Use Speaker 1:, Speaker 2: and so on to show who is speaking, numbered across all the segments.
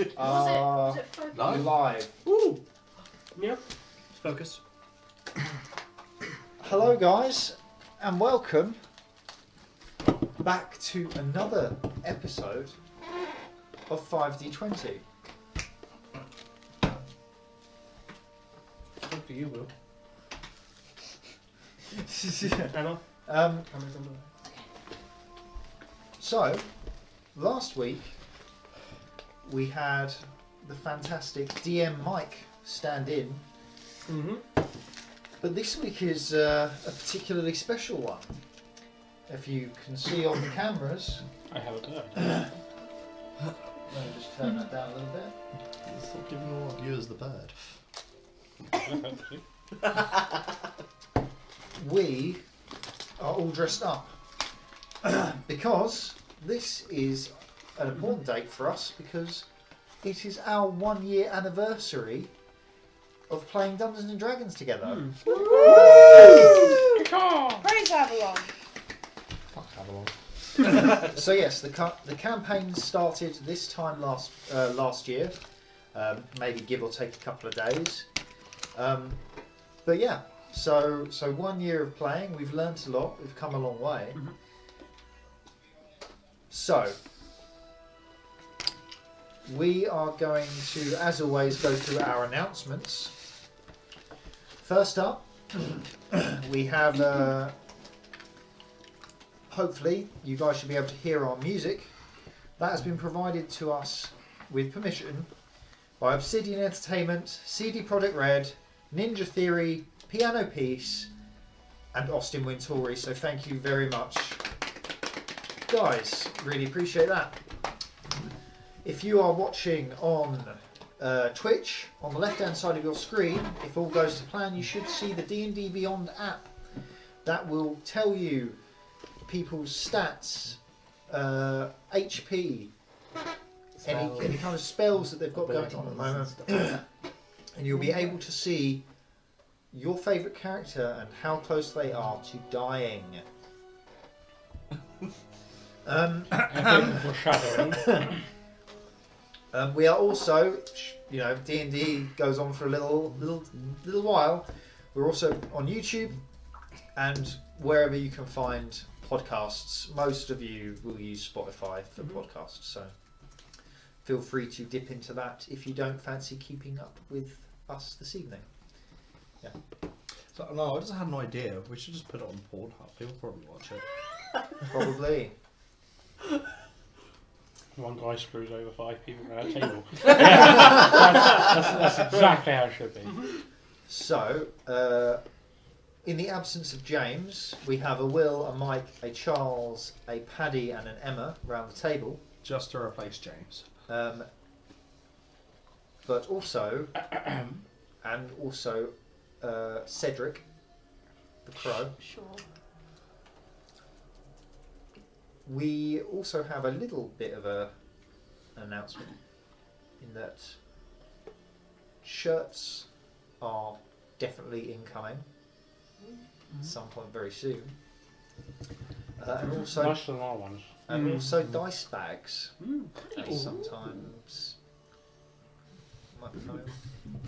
Speaker 1: Was it, was
Speaker 2: Uh,
Speaker 1: it focused?
Speaker 3: Live?
Speaker 2: live.
Speaker 4: Ooh. Yep. Focus.
Speaker 2: Hello, guys, and welcome back to another episode of 5D20.
Speaker 4: Talk to you, Will. Emma.
Speaker 2: um,
Speaker 4: Emma's on the way.
Speaker 2: so, last week we had the fantastic DM Mike stand in,
Speaker 4: Mm-hmm.
Speaker 2: but this week is uh, a particularly special one. If you can see on the cameras,
Speaker 5: I have a card.
Speaker 2: let me just turn that down a little bit.
Speaker 6: It's not giving all our viewers the bird.
Speaker 2: we are all dressed up because this is an important date for us because it is our one year anniversary of playing Dungeons and Dragons together.
Speaker 1: Praise Avalon.
Speaker 2: So yes, the ca- the campaign started this time last uh, last year, um, maybe give or take a couple of days. Um, but yeah, so so one year of playing, we've learnt a lot, we've come a long way. So we are going to, as always, go through our announcements. First up, we have. Uh, hopefully you guys should be able to hear our music. That has been provided to us with permission by Obsidian Entertainment, CD Product Red, Ninja Theory, Piano Piece, and Austin Wintory. So thank you very much, guys. Really appreciate that. If you are watching on uh, Twitch, on the left-hand side of your screen, if all goes to plan, you should see the D&D Beyond app. That will tell you people's stats, uh, HP, any, any kind of spells that they've got going on at the moment, and you'll be able to see your favourite character and how close they are to dying. Um,
Speaker 5: foreshadowing.
Speaker 2: Um, we are also, you know, D and D goes on for a little, little, little while. We're also on YouTube and wherever you can find podcasts. Most of you will use Spotify for podcasts, so feel free to dip into that if you don't fancy keeping up with us this evening.
Speaker 6: So, no, I just had an idea. We should just put it on Pornhub. People probably watch it.
Speaker 2: Probably.
Speaker 5: One guy screws over five people at a table. that's, that's, that's exactly how it should be.
Speaker 2: So, uh, in the absence of James, we have a Will, a Mike, a Charles, a Paddy, and an Emma round the table.
Speaker 6: Just to replace James.
Speaker 2: Um, but also, and also uh, Cedric, the crow.
Speaker 1: Sure.
Speaker 2: We also have a little bit of a an announcement in that shirts are definitely incoming at some point very soon. Uh, and also,
Speaker 5: nice than our ones.
Speaker 2: and
Speaker 4: Mm.
Speaker 2: also dice bags.
Speaker 4: Mm.
Speaker 2: sometimes might be coming.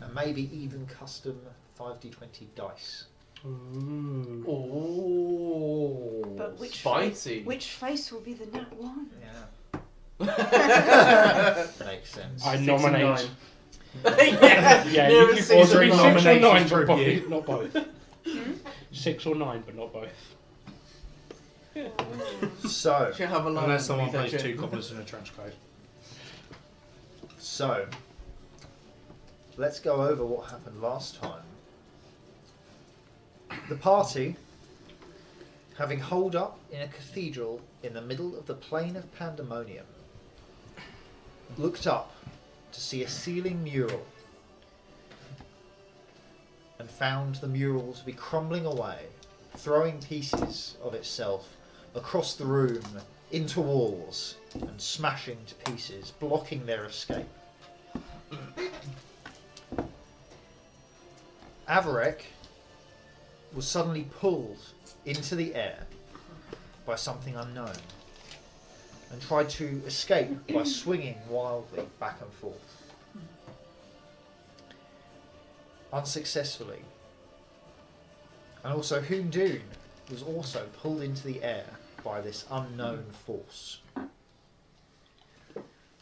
Speaker 2: and maybe even custom 5d20 dice
Speaker 4: Ooh.
Speaker 3: Oh,
Speaker 1: But which
Speaker 3: spicy.
Speaker 1: Which face will be the nat one?
Speaker 2: yeah
Speaker 3: yeah,
Speaker 2: makes sense
Speaker 5: I
Speaker 4: Six and
Speaker 5: nominate.
Speaker 4: nine.
Speaker 5: Yeah,
Speaker 3: never
Speaker 5: you, you
Speaker 3: seen
Speaker 5: or three,
Speaker 3: so
Speaker 5: six or
Speaker 6: nominations
Speaker 5: nine,
Speaker 6: for
Speaker 5: but
Speaker 6: you.
Speaker 5: both, not both.
Speaker 2: Hmm?
Speaker 5: six or nine, but not both.
Speaker 2: so
Speaker 3: Should have a line
Speaker 6: Unless someone
Speaker 3: underneath
Speaker 6: plays
Speaker 3: that
Speaker 6: two
Speaker 3: shit.
Speaker 6: goblins in a trench coat.
Speaker 2: so let's go over what happened last time the party having holed up in a cathedral in the middle of the plain of pandemonium looked up to see a ceiling mural and found the mural to be crumbling away, throwing pieces of itself across the room, into walls, and smashing to pieces, blocking their escape. Avarek was suddenly pulled into the air by something unknown. and tried to escape by swinging wildly back and forth. Unsuccessfully. And also, Hoondoon was also pulled into the air by this unknown force.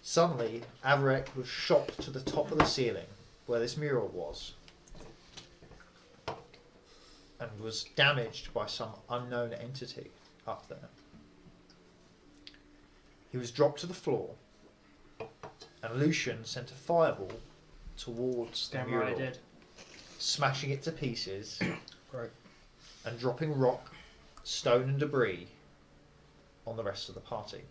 Speaker 2: Suddenly, Avarek was shot to the top of the ceiling where this mural was and was damaged by some unknown entity up there. He was dropped to the floor, and Lucian sent a fireball towards the
Speaker 4: Damn
Speaker 2: mural,
Speaker 4: right I did.
Speaker 2: smashing it to pieces
Speaker 6: Great.
Speaker 2: and dropping rock, stone, and debris on the rest of the party.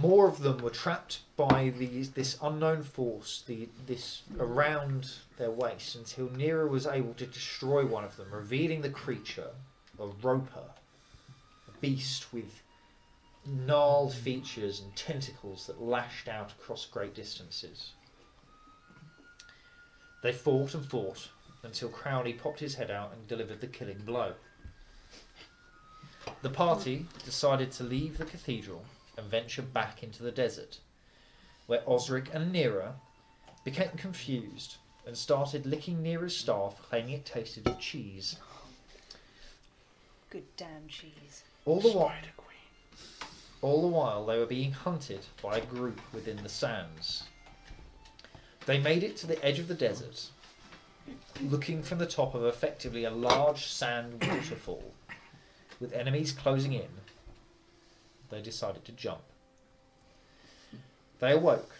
Speaker 2: More of them were trapped by these, this unknown force, the, this around their waist, until Nero was able to destroy one of them, revealing the creature, a roper, a beast with gnarled features and tentacles that lashed out across great distances. They fought and fought, until Crowley popped his head out and delivered the killing blow. The party decided to leave the cathedral and venture back into the desert, where Osric and Nera became confused and started licking Nera's staff, claiming it tasted of cheese.
Speaker 1: Good damn cheese.
Speaker 2: All the while, all the while they were being hunted by a group within the sands. They made it to the edge of the desert, looking from the top of effectively a large sand waterfall. With enemies closing in, they decided to jump. They awoke,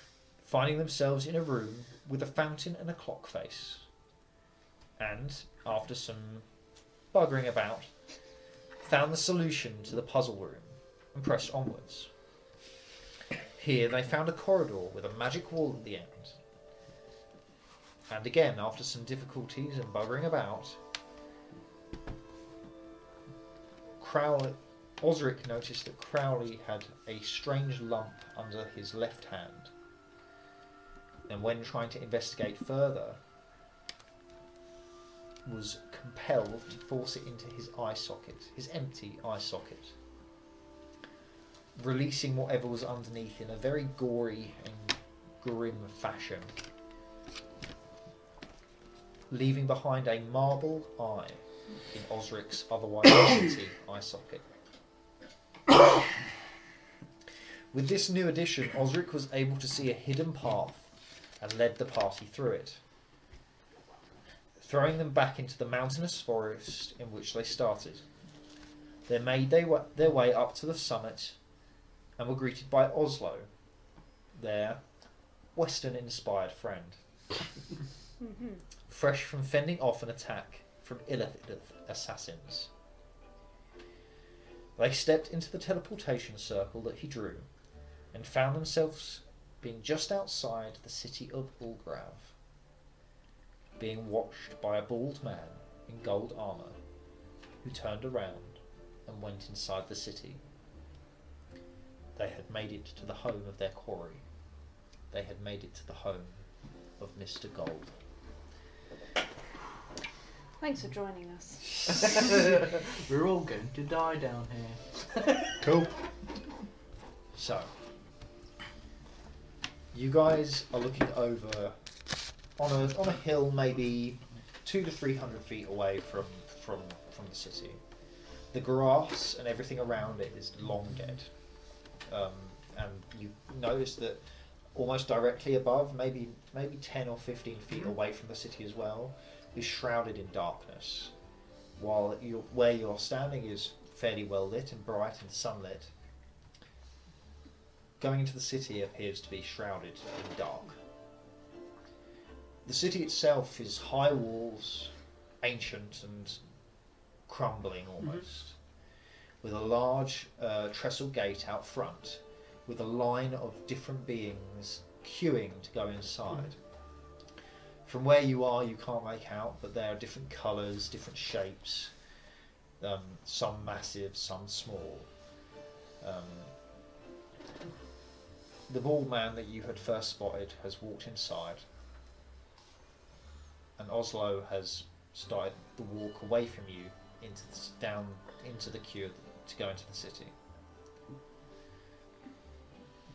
Speaker 2: finding themselves in a room with a fountain and a clock face. And, after some buggering about, found the solution to the puzzle room and pressed onwards. Here they found a corridor with a magic wall at the end. And again, after some difficulties and buggering about, Crowley, Osric noticed that Crowley had a strange lump under his left hand. And when trying to investigate further, was compelled to force it into his eye socket, his empty eye socket, releasing whatever was underneath in a very gory and grim fashion, leaving behind a marble eye in Osric's otherwise empty eye socket. With this new addition, Osric was able to see a hidden path and led the party through it throwing them back into the mountainous forest in which they started. They made they wa- their way up to the summit and were greeted by Oslo, their Western inspired friend. Fresh from fending off an attack from Illithid assassins. They stepped into the teleportation circle that he drew and found themselves being just outside the city of Ulgrav being watched by a bald man in gold armour who turned around and went inside the city. They had made it to the home of their quarry. They had made it to the home of Mr. Gold.
Speaker 1: Thanks for joining us.
Speaker 3: We're all going to die down here.
Speaker 2: Cool. So, you guys are looking over on a on a hill, maybe two to three hundred feet away from from from the city. The grass and everything around it is long dead, um, and you notice that almost directly above, maybe maybe ten or fifteen feet away from the city as well, is shrouded in darkness while you where you're standing is fairly well lit and bright and sunlit, going into the city appears to be shrouded in dark. The city itself is high walls, ancient and crumbling almost, with a large uh, trestle gate out front, with a line of different beings queuing to go inside. From where you are, you can't make out, but there are different colours, different shapes, um, some massive, some small. Um, the bald man that you had first spotted has walked inside, and Oslo has started the walk away from you into the, s- down into the queue to go into the city.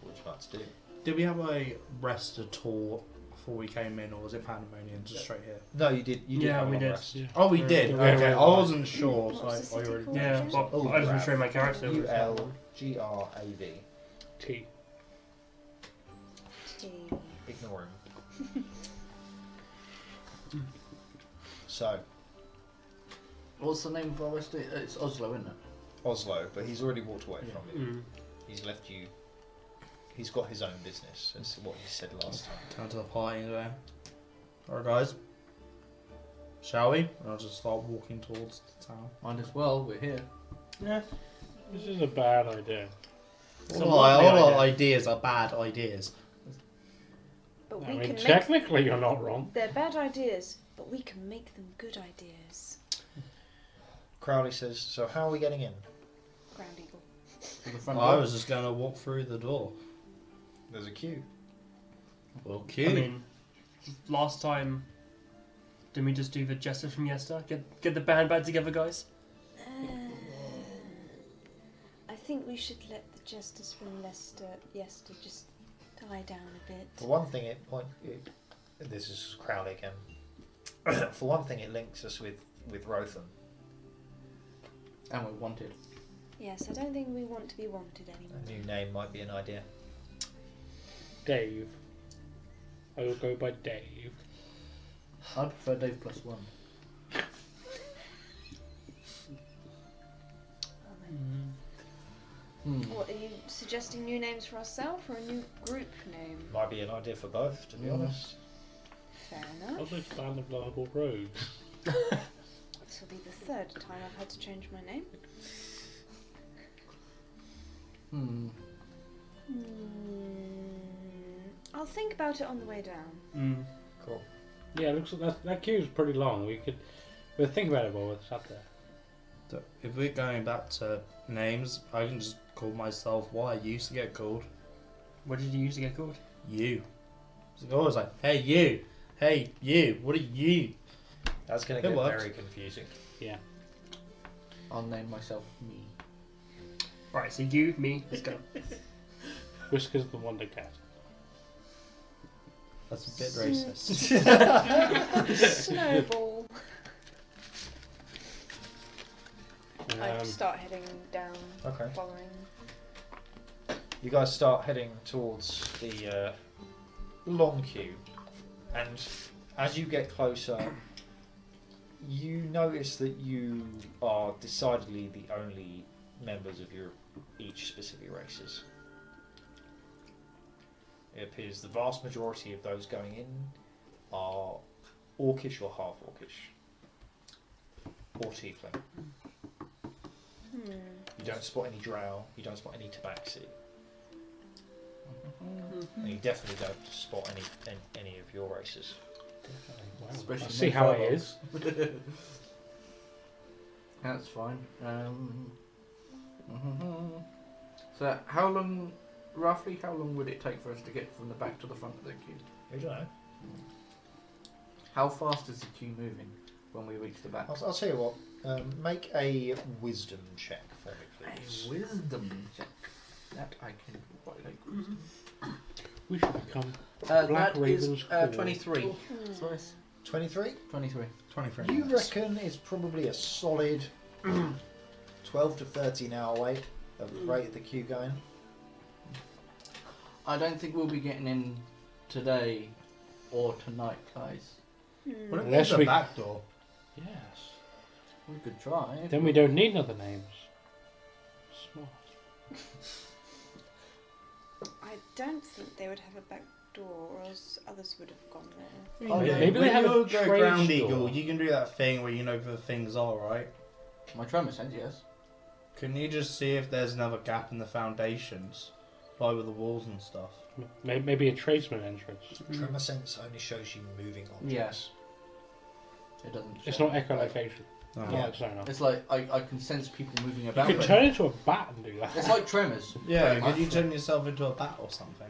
Speaker 2: What would you like to do?
Speaker 6: Did we have a rest at all before we came in, or was it Pandemonium just straight here?
Speaker 2: No, you did. You did.
Speaker 7: Yeah,
Speaker 2: have a
Speaker 7: we
Speaker 2: long
Speaker 7: did.
Speaker 2: Rest.
Speaker 5: Yeah.
Speaker 6: Oh, we
Speaker 7: Yeah.
Speaker 6: did.
Speaker 7: Yeah,
Speaker 6: okay,
Speaker 7: yeah, yeah.
Speaker 6: I wasn't sure. So
Speaker 1: What's
Speaker 6: I,
Speaker 1: the
Speaker 6: I
Speaker 1: city
Speaker 6: already...
Speaker 1: called?
Speaker 7: Yeah, well,
Speaker 2: Oh,
Speaker 7: I was
Speaker 2: crap.
Speaker 7: restrain my character.
Speaker 2: U L G R A V.
Speaker 5: T.
Speaker 1: Tea.
Speaker 2: Ignore him. so
Speaker 8: What's the name of our West? It's Oslo, isn't it?
Speaker 2: Oslo, but he's already walked away
Speaker 6: Yeah.
Speaker 2: from you.
Speaker 7: Mm.
Speaker 2: He's left you. He's got his own business. That's what he said last time.
Speaker 6: Down to the party today. Alright, guys. Shall we? And I'll just start walking towards the town.
Speaker 8: Might as well. We're here.
Speaker 7: Yeah.
Speaker 5: This is a bad idea.
Speaker 7: It's a
Speaker 6: All, our-
Speaker 7: lovely
Speaker 6: all our
Speaker 7: idea.
Speaker 6: ideas are bad ideas.
Speaker 1: But
Speaker 5: I
Speaker 1: we
Speaker 5: mean,
Speaker 1: can
Speaker 5: technically, you're not wrong.
Speaker 1: make. They're bad ideas, but we can make them good ideas.
Speaker 2: Crowley says, "So how are we getting in?"
Speaker 1: Ground eagle.
Speaker 8: To the front
Speaker 6: I
Speaker 8: door.
Speaker 6: was just going to walk through the door.
Speaker 2: There's a queue.
Speaker 6: Well,
Speaker 7: I
Speaker 6: cute.
Speaker 7: mean, last time, didn't we just do the jester from yester? Get get the band back together, guys.
Speaker 1: Uh, I think we should let the jesters from Leicester, Yester, just die down a
Speaker 2: For
Speaker 1: bit.
Speaker 2: one thing, it point. It, this is Crowley again. For one thing, it links us with with Rotham.
Speaker 8: And we're wanted.
Speaker 1: Yes, I don't think we want to be wanted anymore.
Speaker 2: A new name might be an idea.
Speaker 5: Dave. I will go by Dave.
Speaker 8: I prefer Dave plus one.
Speaker 1: Are they?
Speaker 7: Mm.
Speaker 8: Hmm.
Speaker 1: What are you suggesting? New names for ourselves or a new group name?
Speaker 2: Might be an idea for both, to be
Speaker 6: Mm.
Speaker 2: honest.
Speaker 1: Fair enough.
Speaker 5: Also, stand of lovable roads.
Speaker 1: This will be the third time I've had to change my name.
Speaker 8: Hmm.
Speaker 1: Hmm. Mm, I'll think about it on the way down.
Speaker 7: Mm.
Speaker 2: Cool.
Speaker 5: Yeah, it looks like that, that queue's pretty long. We could. We'll think about it while we're sat there.
Speaker 6: So if we're going back to names, I can just call myself what I used to get called.
Speaker 7: What did you used to get called?
Speaker 6: You. So I was like, hey, you. Hey, you. What are you?
Speaker 2: That's going
Speaker 6: It
Speaker 2: to get
Speaker 6: worked.
Speaker 2: very confusing.
Speaker 8: I'll name myself me.
Speaker 7: Right, so you, me, let's go.
Speaker 5: Whiskers the Wonder Cat.
Speaker 6: That's a bit racist.
Speaker 1: Snowball. I
Speaker 5: Um,
Speaker 1: start heading down,
Speaker 2: Okay.
Speaker 1: following.
Speaker 2: You guys start heading towards the uh, long queue, and as you get closer, you notice that you are decidedly the only members of your each specific races. It appears the vast majority of those going in are orcish or half orcish, or tiefling.
Speaker 1: Hmm.
Speaker 2: You don't spot any drow. You don't spot any tabaxi. And you definitely don't spot any any, any of your races.
Speaker 5: wow.
Speaker 8: Especially
Speaker 5: I'll see how it
Speaker 8: Mofo.
Speaker 5: is.
Speaker 8: That's fine. Um, mhm. so, how long, roughly, how long would it take for us to get from the back to the front of the queue?
Speaker 2: I don't know.
Speaker 8: How fast is the queue moving when we reach the back?
Speaker 5: Oh,
Speaker 2: I'll, I'll tell you what. Um, make a wisdom check for me, please.
Speaker 8: wisdom check. That I can quite like. wisdom.
Speaker 5: We should become.
Speaker 8: Uh,
Speaker 5: Mm-hmm. Black
Speaker 8: that is
Speaker 5: Raven's
Speaker 8: uh,
Speaker 5: Claw.
Speaker 8: 23.
Speaker 1: Hmm.
Speaker 8: nice.
Speaker 2: Twenty-three.
Speaker 8: 23.
Speaker 6: 23
Speaker 2: You
Speaker 6: minutes.
Speaker 2: reckon it's probably a solid twelve to thirteen hour wait at the rate of the queue going.
Speaker 8: I don't think we'll be getting in today or tonight, guys.
Speaker 1: Hmm.
Speaker 6: What if
Speaker 5: Unless
Speaker 6: there's a
Speaker 5: we-
Speaker 6: back door?
Speaker 5: Yes.
Speaker 8: We could try.
Speaker 5: Then we don't need other names. Smart.
Speaker 1: I don't think they would have a back door, or else others would have gone there.
Speaker 8: Oh, yeah.
Speaker 5: Maybe they
Speaker 6: When
Speaker 5: have a
Speaker 6: you go
Speaker 5: trade
Speaker 6: ground
Speaker 5: store.
Speaker 6: eagle. You can do that thing where you know where things are, right?
Speaker 8: My trauma said yes.
Speaker 6: Can you just see if there's another gap in the foundations, like with the walls and stuff?
Speaker 5: May- Maybe a tradesman entrance.
Speaker 2: Tremor sense only shows you moving objects.
Speaker 8: Yes. It doesn't.
Speaker 5: It's
Speaker 8: show.
Speaker 5: not echolocation.
Speaker 6: No.
Speaker 5: Yeah, it's not enough.
Speaker 8: It's like I, I can sense people moving
Speaker 5: You
Speaker 8: about.
Speaker 5: could
Speaker 8: but-
Speaker 5: turn into a bat and do
Speaker 8: It's
Speaker 5: that.
Speaker 8: like tremors.
Speaker 6: Yeah,
Speaker 8: pretty
Speaker 6: could
Speaker 8: much.
Speaker 6: you turn yourself into a bat or something?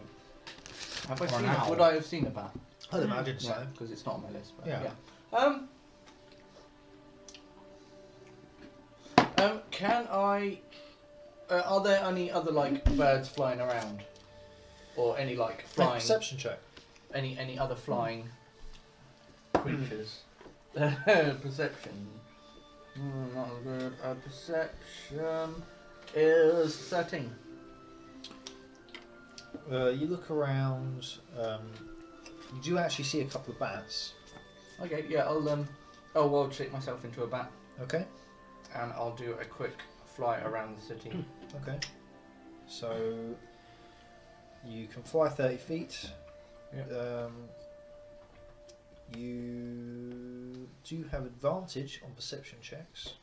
Speaker 8: Have I
Speaker 6: or
Speaker 8: seen
Speaker 6: an
Speaker 8: it?
Speaker 6: owl?
Speaker 8: Would I have seen a bat?
Speaker 6: Mm.
Speaker 2: I'd imagine so.
Speaker 8: Because it's not on my list. But yeah.
Speaker 2: Yeah.
Speaker 8: Um. Um. Can I uh, are there any other like birds flying around, or any like
Speaker 2: Make a
Speaker 8: flying
Speaker 2: perception check.
Speaker 8: any any other flying creatures? perception. Mm, not as good. Uh, perception is thirteen.
Speaker 2: Uh, you look around. Um, you do actually see a couple of bats.
Speaker 8: Okay, yeah, I'll um, oh, well, shape myself into a bat,
Speaker 2: Okay.
Speaker 8: and I'll do a quick fly around the city.
Speaker 2: Okay. So you can fly 30 feet.
Speaker 8: Yep.
Speaker 2: Um, you do have advantage on perception checks.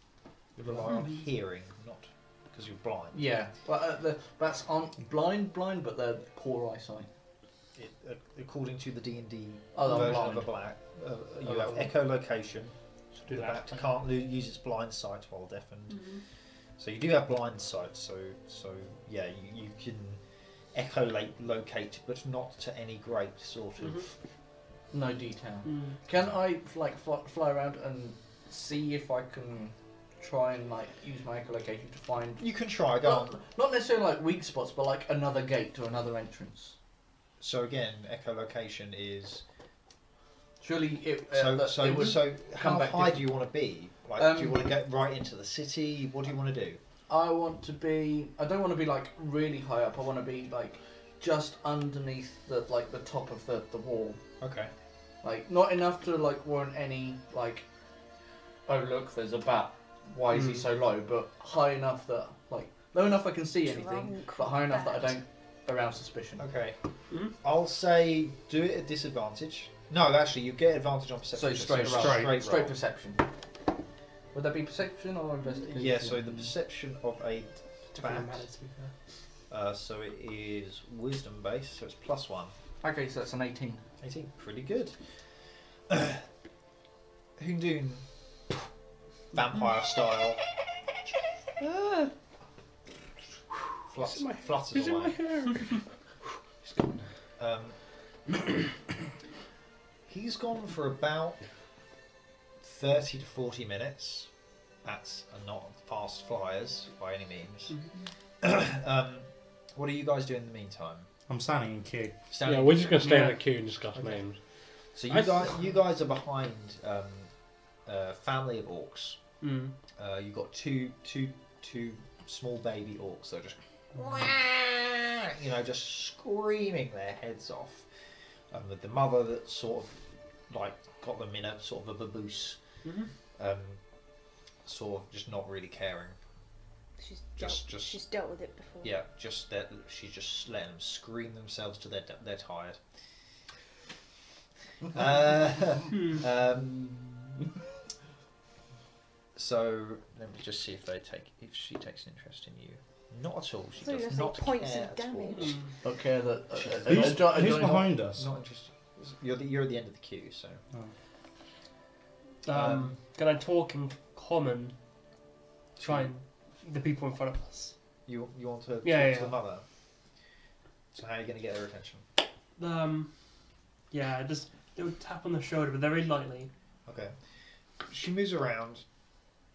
Speaker 2: You rely
Speaker 8: Hmm.
Speaker 2: on hearing, not because you're blind.
Speaker 8: yeah, but uh, the bats aren't blind, blind, but they're poor eyesight.
Speaker 2: It, uh, according to the D and D
Speaker 8: Oh, they're
Speaker 2: version of a
Speaker 8: blind.
Speaker 2: black, uh, you
Speaker 8: Oh,
Speaker 2: have
Speaker 8: they're
Speaker 2: echolocation.
Speaker 5: Should
Speaker 2: The
Speaker 5: do that.
Speaker 2: bat can't lo- use its blind sight while deafened.
Speaker 1: Mm-hmm.
Speaker 2: So you do have blind sight, so so yeah, you, you can echolate locate, but not to any great sort of.
Speaker 8: Mm-hmm. No detail.
Speaker 4: Mm.
Speaker 8: Can I like fly, fly around and see if I can try and like use my echolocation to find
Speaker 2: You can try go on.
Speaker 8: not, not necessarily like weak spots, but like another gate to another entrance.
Speaker 2: So again, echolocation is
Speaker 8: Surely it, uh,
Speaker 2: so
Speaker 8: that- it
Speaker 2: so
Speaker 8: would
Speaker 2: so.
Speaker 8: come
Speaker 2: How high
Speaker 8: back
Speaker 2: do you want to be? Like, do you
Speaker 8: Um,
Speaker 2: want to get right into the city? What do you want to do?
Speaker 8: I want to be. I don't want to be like really high up. I want to be like just underneath the like the top of the the wall.
Speaker 2: Okay.
Speaker 8: Like not enough to like warrant any like. Oh look, there's a bat. Why is he
Speaker 4: Hmm.
Speaker 8: so low? But high enough that like low enough I can see anything,
Speaker 1: Drunk
Speaker 8: but high enough that I
Speaker 1: bat.
Speaker 8: don't arouse suspicion.
Speaker 2: Okay.
Speaker 8: Hmm?
Speaker 4: Mhm.
Speaker 2: I'll say do it at disadvantage. No, actually, you get advantage on perception.
Speaker 8: So
Speaker 2: checks,
Speaker 8: straight, roll.
Speaker 2: straight,
Speaker 8: straight,
Speaker 2: roll.
Speaker 8: perception. Would that be perception or investigation?
Speaker 2: Yeah. So the perception of a bat.
Speaker 4: Different matter, to be fair.
Speaker 2: Uh, so it is wisdom based, so it's plus one.
Speaker 8: Okay, so that's an eighteen.
Speaker 2: 18, pretty good. Hoondoon. Vampire style. Fluts, flutters away. Um, he's gone for about 30 to 40 minutes. That's a not fast flyers by any means. um, what are you guys doing in the meantime?
Speaker 6: I'm standing in queue.
Speaker 5: Yeah, we're just going to stay
Speaker 4: Yeah.
Speaker 5: in the queue and discuss
Speaker 2: Okay.
Speaker 5: names.
Speaker 2: So you
Speaker 5: I-
Speaker 2: guys, you guys are behind um, uh, family of orcs.
Speaker 4: Mm.
Speaker 2: Uh, you've got two, two, two small baby orcs that are just, you know, just screaming their heads off. Um, with the mother that sort of like got them in a sort of a baboose,
Speaker 4: Mhm.
Speaker 2: um, sort of just not really caring.
Speaker 1: She's
Speaker 2: Just,
Speaker 1: dealt,
Speaker 2: just
Speaker 1: she's dealt with it before.
Speaker 2: yeah, just that she's just letting them scream themselves to their they're tired. Uh, um, so let me just see if they take if she takes an interest in you. Not at all. She
Speaker 1: So you're
Speaker 2: does
Speaker 1: saying
Speaker 2: not
Speaker 1: points
Speaker 2: care
Speaker 1: of
Speaker 2: at
Speaker 1: damage.
Speaker 2: all.
Speaker 4: Mm.
Speaker 8: Okay, that. Uh,
Speaker 2: She's-
Speaker 8: uh,
Speaker 6: Who's,
Speaker 8: uh, jo-
Speaker 6: who's
Speaker 8: join-
Speaker 6: behind us?
Speaker 2: Not interested. You're the, you're at the end of the queue, so
Speaker 4: Um,
Speaker 2: Um,
Speaker 4: can I talk in common? Try and the people in front of us.
Speaker 2: you you want to
Speaker 4: Yeah,
Speaker 2: talk
Speaker 4: yeah,
Speaker 2: to the
Speaker 4: yeah.
Speaker 2: mother. So how are you going to get their attention?
Speaker 4: Um, yeah, just it would tap on the shoulder, but very lightly.
Speaker 2: Okay. She moves around.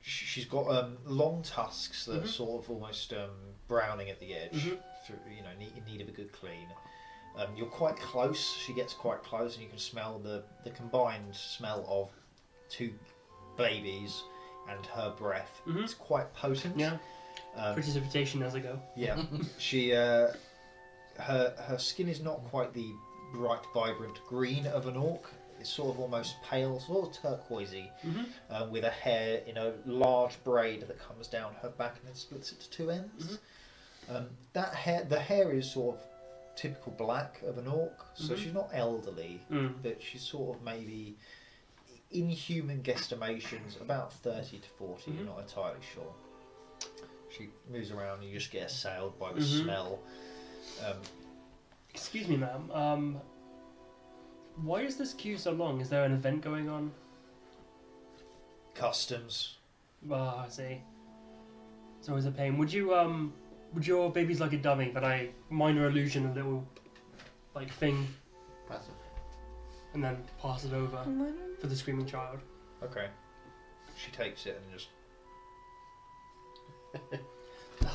Speaker 2: Sh- She's got um, long tusks that are
Speaker 4: Mhm.
Speaker 2: sort of almost um, browning at the edge.
Speaker 4: Mhm.
Speaker 2: Through, you know, need, in need of a good clean. Um, you're quite close. She gets quite close, and you can smell the the combined smell of two babies and her breath.
Speaker 4: Mhm.
Speaker 2: It's quite potent.
Speaker 4: Yeah,
Speaker 2: Um,
Speaker 4: pretty reputation as I go.
Speaker 2: yeah. she uh, her her skin is not quite the bright, vibrant green of an orc. It's sort of almost pale, sort of turquoisey,
Speaker 4: Mhm.
Speaker 2: uh, with a hair in a large braid that comes down her back and then splits it to two ends. Um, that hair, the hair is sort of typical black of an orc, so
Speaker 4: Mhm.
Speaker 2: she's not elderly,
Speaker 4: Mm.
Speaker 2: but she's sort of maybe, in human guesstimations, about 30 to 40, you're
Speaker 4: Mhm.
Speaker 2: not entirely sure. She moves around and you just get assailed by the
Speaker 4: Mhm.
Speaker 2: smell. Um,
Speaker 4: Excuse me, ma'am. Um, why is this queue so long? Is there an event going on?
Speaker 2: customs.
Speaker 4: Ah, I see. It's always a pain. Would you um, would your baby's like a dummy that I minor illusion a little like thing
Speaker 8: Passive.
Speaker 4: and then pass it over
Speaker 1: Am I not-
Speaker 4: for the screaming child?
Speaker 2: Okay. She takes it and just.
Speaker 4: I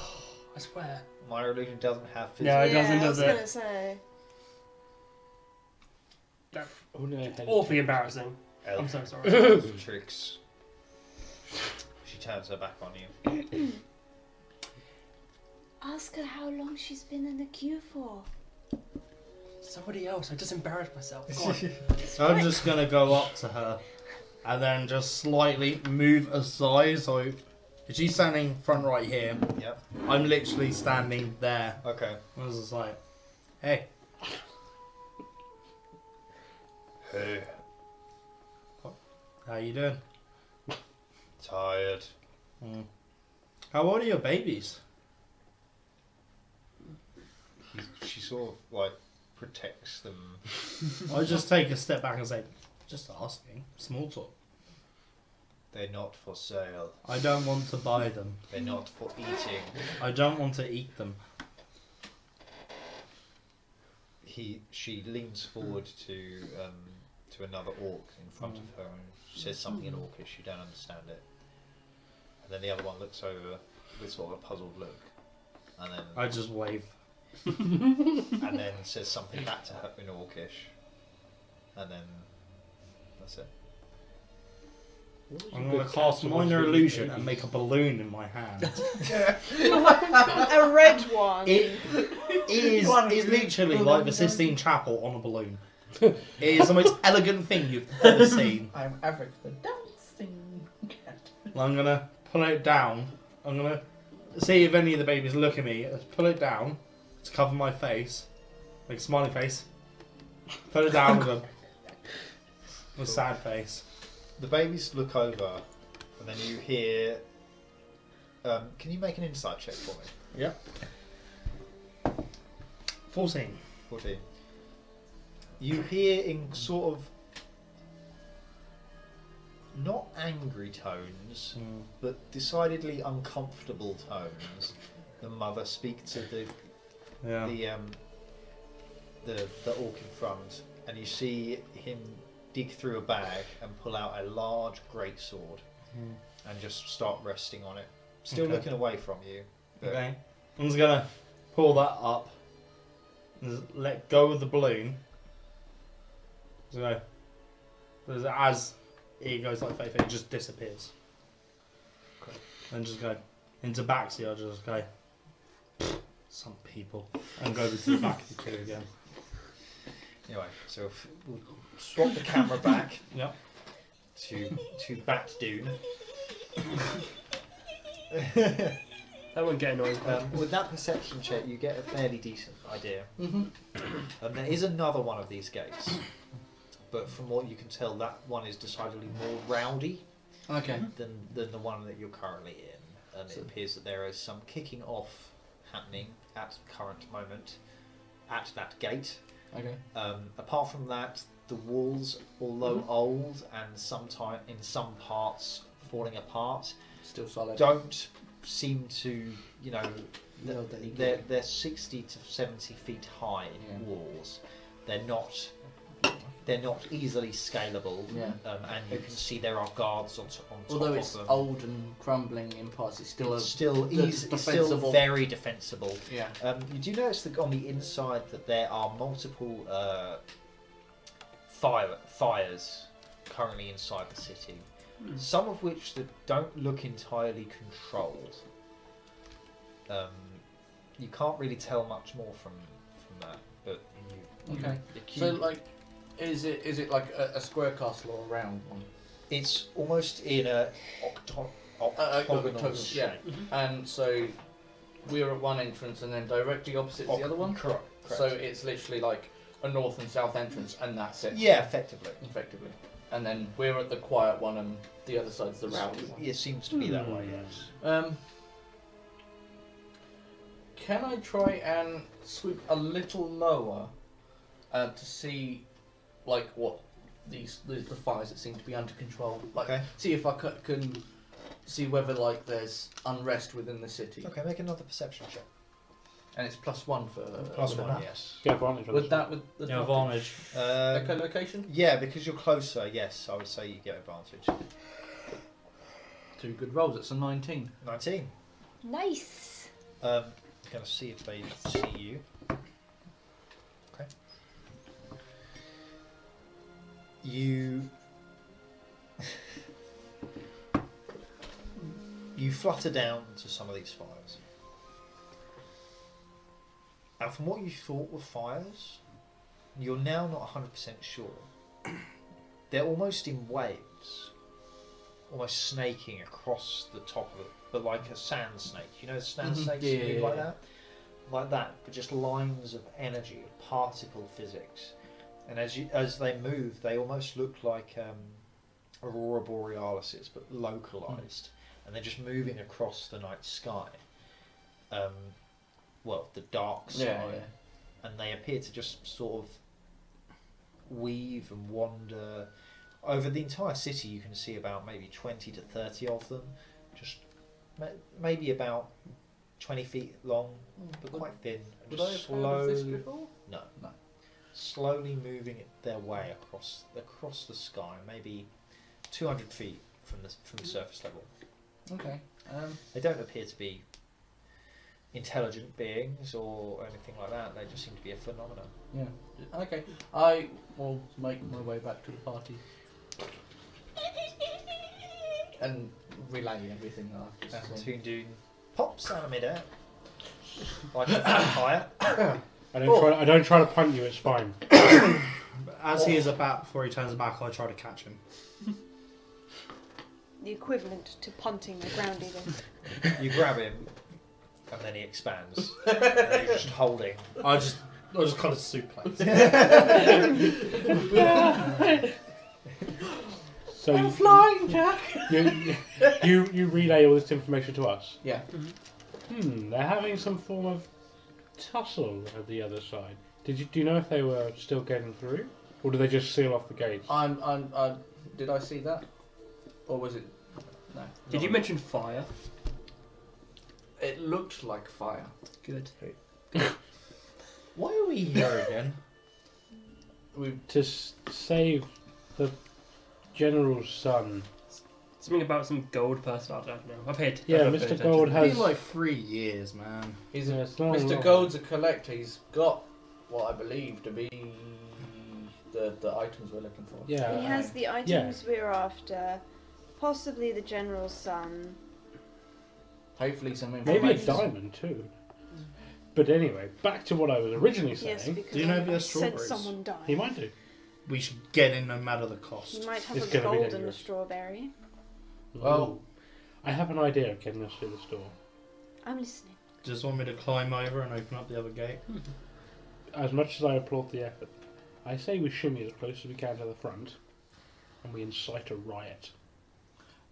Speaker 4: I swear.
Speaker 2: My illusion doesn't have physical.
Speaker 4: No, it doesn't,
Speaker 1: I was
Speaker 4: does it?
Speaker 1: gonna say.
Speaker 5: Oh no, Henry.
Speaker 4: Awfully embarrassing.
Speaker 2: Oh,
Speaker 4: I'm so sorry.
Speaker 2: tricks. She turns her back on you.
Speaker 1: Ask her how long she's been in the queue for.
Speaker 4: Somebody else. I just embarrassed myself. Go on.
Speaker 6: I'm just gonna go up to her and then just slightly move aside so if she's standing front right here,
Speaker 2: Yep.
Speaker 6: I'm literally standing there.
Speaker 2: Okay.
Speaker 6: I was just like, hey,
Speaker 2: Hey,
Speaker 6: how you doing?
Speaker 2: tired.
Speaker 6: How old are your babies?
Speaker 2: She sort of like protects them.
Speaker 6: I just take a step back and say, just asking. Small talk.
Speaker 2: They're not for sale.
Speaker 6: I don't want to buy them.
Speaker 2: They're not for eating.
Speaker 6: I don't want to eat them.
Speaker 2: He. She leans forward to um, to another orc in front of her and says something in orcish. You don't understand it. And then the other one looks over with sort of a puzzled look, and then
Speaker 6: I just wave.
Speaker 2: and then says something back to her in Orcish. And then that's it.
Speaker 6: I'm gonna cast minor illusion and make a balloon in my hand.
Speaker 1: a red one.
Speaker 6: It is is literally like the Sistine Chapel on a balloon. It is the most elegant thing you've ever seen.
Speaker 8: I'm Eric the dancing cat.
Speaker 6: And I'm gonna pull it down. I'm gonna see if any of the babies look at me. Let's Pull it down to cover my face, like a smiling face. Put it down with a with a sad face.
Speaker 2: The babies look over, and then you hear. Um, can you make an insight check for me?
Speaker 6: Fourteen.
Speaker 2: 14. You hear in sort of. Not angry tones, but decidedly uncomfortable tones. The mother speak to the
Speaker 6: Yeah.
Speaker 2: the um, the the orc in front, and you see him dig through a bag and pull out a large great sword,
Speaker 6: Mm.
Speaker 2: and just start resting on it, still
Speaker 6: Okay.
Speaker 2: looking away from you. but-
Speaker 6: Okay. I'm just gonna pull that up. and just let go of the balloon. So, there's- as it goes like Feifei, it just disappears.
Speaker 2: Okay.
Speaker 6: And just go into backseat. I'll just go. Some people. And go over to the back of the queue again.
Speaker 2: Anyway, so if we'll swap the camera back
Speaker 6: Yep.
Speaker 2: to to Bat Dune.
Speaker 4: That won't get annoying.
Speaker 2: Um, with that perception check, you get a fairly decent idea.
Speaker 8: Mm-hmm.
Speaker 2: And there is another one of these gates, but from what you can tell, that one is decidedly more rowdy.
Speaker 8: Okay.
Speaker 2: than, than the one that you're currently in. And it appears that there is some kicking off happening at the current moment at that gate.
Speaker 8: Okay.
Speaker 2: Um, apart from that, the walls, although
Speaker 8: Mm-hmm.
Speaker 2: old and sometime in some parts falling apart,
Speaker 8: Still solid.
Speaker 2: don't seem to, you know, th-
Speaker 8: Yield any
Speaker 2: they're,
Speaker 8: good.
Speaker 2: they're 60 to 70 feet high
Speaker 8: Yeah.
Speaker 2: walls. They're not. They're not easily scalable,
Speaker 8: Yeah.
Speaker 2: um, and you can see there are guards on, t- on top
Speaker 8: Although
Speaker 2: of
Speaker 8: it's
Speaker 2: them.
Speaker 8: old and crumbling in parts, it's still a
Speaker 2: It's still
Speaker 8: the-
Speaker 2: easy, it's still
Speaker 8: defensible.
Speaker 2: very defensible.
Speaker 8: yeah.
Speaker 2: Um, you do notice that on the inside that there are multiple uh, fire fires currently inside the city,
Speaker 8: Hmm.
Speaker 2: some of which that don't look entirely controlled. Um, you can't really tell much more from from that, but you,
Speaker 8: Okay.
Speaker 2: the queue-
Speaker 8: So like, is it is it like a, a square castle or a round one?
Speaker 2: it's almost in a octo-
Speaker 8: Uh, uh,
Speaker 2: octagonal
Speaker 8: octagonal,
Speaker 2: shape.
Speaker 8: yeah. And so we are at one entrance, and then directly opposite is the other one.
Speaker 2: Correct. correct.
Speaker 8: So it's literally like a north and south entrance, and that's it.
Speaker 2: yeah, effectively.
Speaker 8: Effectively. And then we're at the quiet one, and the other side's the round one.
Speaker 2: It seems to be that
Speaker 8: Hmm.
Speaker 2: way, yes.
Speaker 8: Um. Can I try and swoop a little lower uh, to see, like, what these the, the fires that seem to be under control? Like,
Speaker 2: Okay.
Speaker 8: see if I c- can see whether like there's unrest within the city,
Speaker 2: Okay, make another perception check.
Speaker 8: and it's plus one for
Speaker 2: Plus
Speaker 8: for
Speaker 2: one,
Speaker 8: that.
Speaker 2: yes.
Speaker 5: Yeah, advantage on
Speaker 8: With
Speaker 5: this one.
Speaker 8: that, with the
Speaker 6: Yeah, advantage.
Speaker 2: Um,
Speaker 8: echolocation,
Speaker 2: yeah, because you're closer, yes, I would say you get advantage.
Speaker 8: two good rolls. It's a nineteen.
Speaker 2: 19.
Speaker 1: Nice.
Speaker 2: Um, going to see if they see you. Okay. You. you flutter down to some of these fires. And from what you thought were fires, you're now not 100% sure. They're almost in waves, almost snaking across the top of it, but like a sand snake. You know, sand
Speaker 8: Mhm.
Speaker 2: snakes
Speaker 8: Yeah,
Speaker 2: move
Speaker 8: yeah,
Speaker 2: like
Speaker 8: yeah.
Speaker 2: that? Like that, but just lines of energy, particle physics. And as, you, as they move, they almost look like um, aurora borealises, but localized.
Speaker 8: Hmm.
Speaker 2: And they're just moving across the night sky. Um, well, the dark side
Speaker 8: Yeah, yeah.
Speaker 2: and they appear to just sort of weave and wander over the entire city. You can see about maybe 20 to 30 of them, just ma- maybe about 20 feet long,
Speaker 8: Hmm.
Speaker 2: but quite thin. And
Speaker 8: Would I have
Speaker 2: just
Speaker 8: heard of this
Speaker 2: slow-
Speaker 8: before?
Speaker 2: No,
Speaker 8: No.
Speaker 2: Slowly moving it their way across across the sky, maybe 200 feet from the from the surface level.
Speaker 8: Okay. Um,
Speaker 2: They don't appear to be intelligent beings or anything like that. They just seem to be a phenomenon.
Speaker 8: yeah. Okay. I will make my way back to the party. And relay everything that I've just
Speaker 2: And
Speaker 8: seen.
Speaker 2: Toondoon pops out of midair like a vampire.
Speaker 5: I don't, try, I don't try to punt you, it's fine.
Speaker 6: As he is about before he turns back, I try to catch him.
Speaker 1: The equivalent to punting the ground eagle.
Speaker 2: You grab him, and then he expands. and then you're just holding.
Speaker 6: I just, I just kind of suplex.
Speaker 5: So you,
Speaker 8: flying, Jack!
Speaker 5: you, you, you relay all this information to us.
Speaker 8: Yeah.
Speaker 5: Hmm, they're having some form of tussle at the other side. Did you, do you know if they were still getting through? Or did they just seal off the gates?
Speaker 8: I'm, I'm, i Did I see that? Or was it. No.
Speaker 4: Did
Speaker 8: not.
Speaker 4: you mention fire?
Speaker 8: It looked like fire.
Speaker 4: Good.
Speaker 6: Why are we here again?
Speaker 8: We
Speaker 5: To s- save the general's son.
Speaker 4: Something about some gold person. I don't know. I paid.
Speaker 5: Yeah,
Speaker 4: I don't
Speaker 5: Mr.
Speaker 4: pay attention.
Speaker 5: Gold
Speaker 6: It's
Speaker 5: has-
Speaker 6: been like three years, man.
Speaker 8: He's
Speaker 5: Yeah,
Speaker 8: a,
Speaker 5: it's not a
Speaker 8: Mr.
Speaker 5: lot.
Speaker 8: Gold's a collector. He's got what I believe to be the the items we're looking for.
Speaker 5: Yeah.
Speaker 1: He has the items we're after, possibly the general's son.
Speaker 8: Hopefully some information.
Speaker 5: Maybe a diamond too. But anyway, back to what I was originally
Speaker 1: Yes,
Speaker 5: saying.
Speaker 1: because
Speaker 6: do you know
Speaker 1: I-
Speaker 6: if he
Speaker 1: I
Speaker 6: has
Speaker 1: said
Speaker 6: strawberries?
Speaker 1: someone died.
Speaker 5: He might do.
Speaker 6: We should get in no matter the
Speaker 1: He
Speaker 6: cost.
Speaker 1: might have
Speaker 5: It's
Speaker 1: a
Speaker 5: gonna be
Speaker 1: golden
Speaker 5: dangerous.
Speaker 1: strawberry.
Speaker 5: Ooh.
Speaker 8: Well-
Speaker 5: I have an idea of getting us through the door.
Speaker 1: I'm listening.
Speaker 6: Just want me to climb over and open up the other gate.
Speaker 5: As much as I applaud the effort, I say we shimmy as close as we can to the front, and we incite a riot.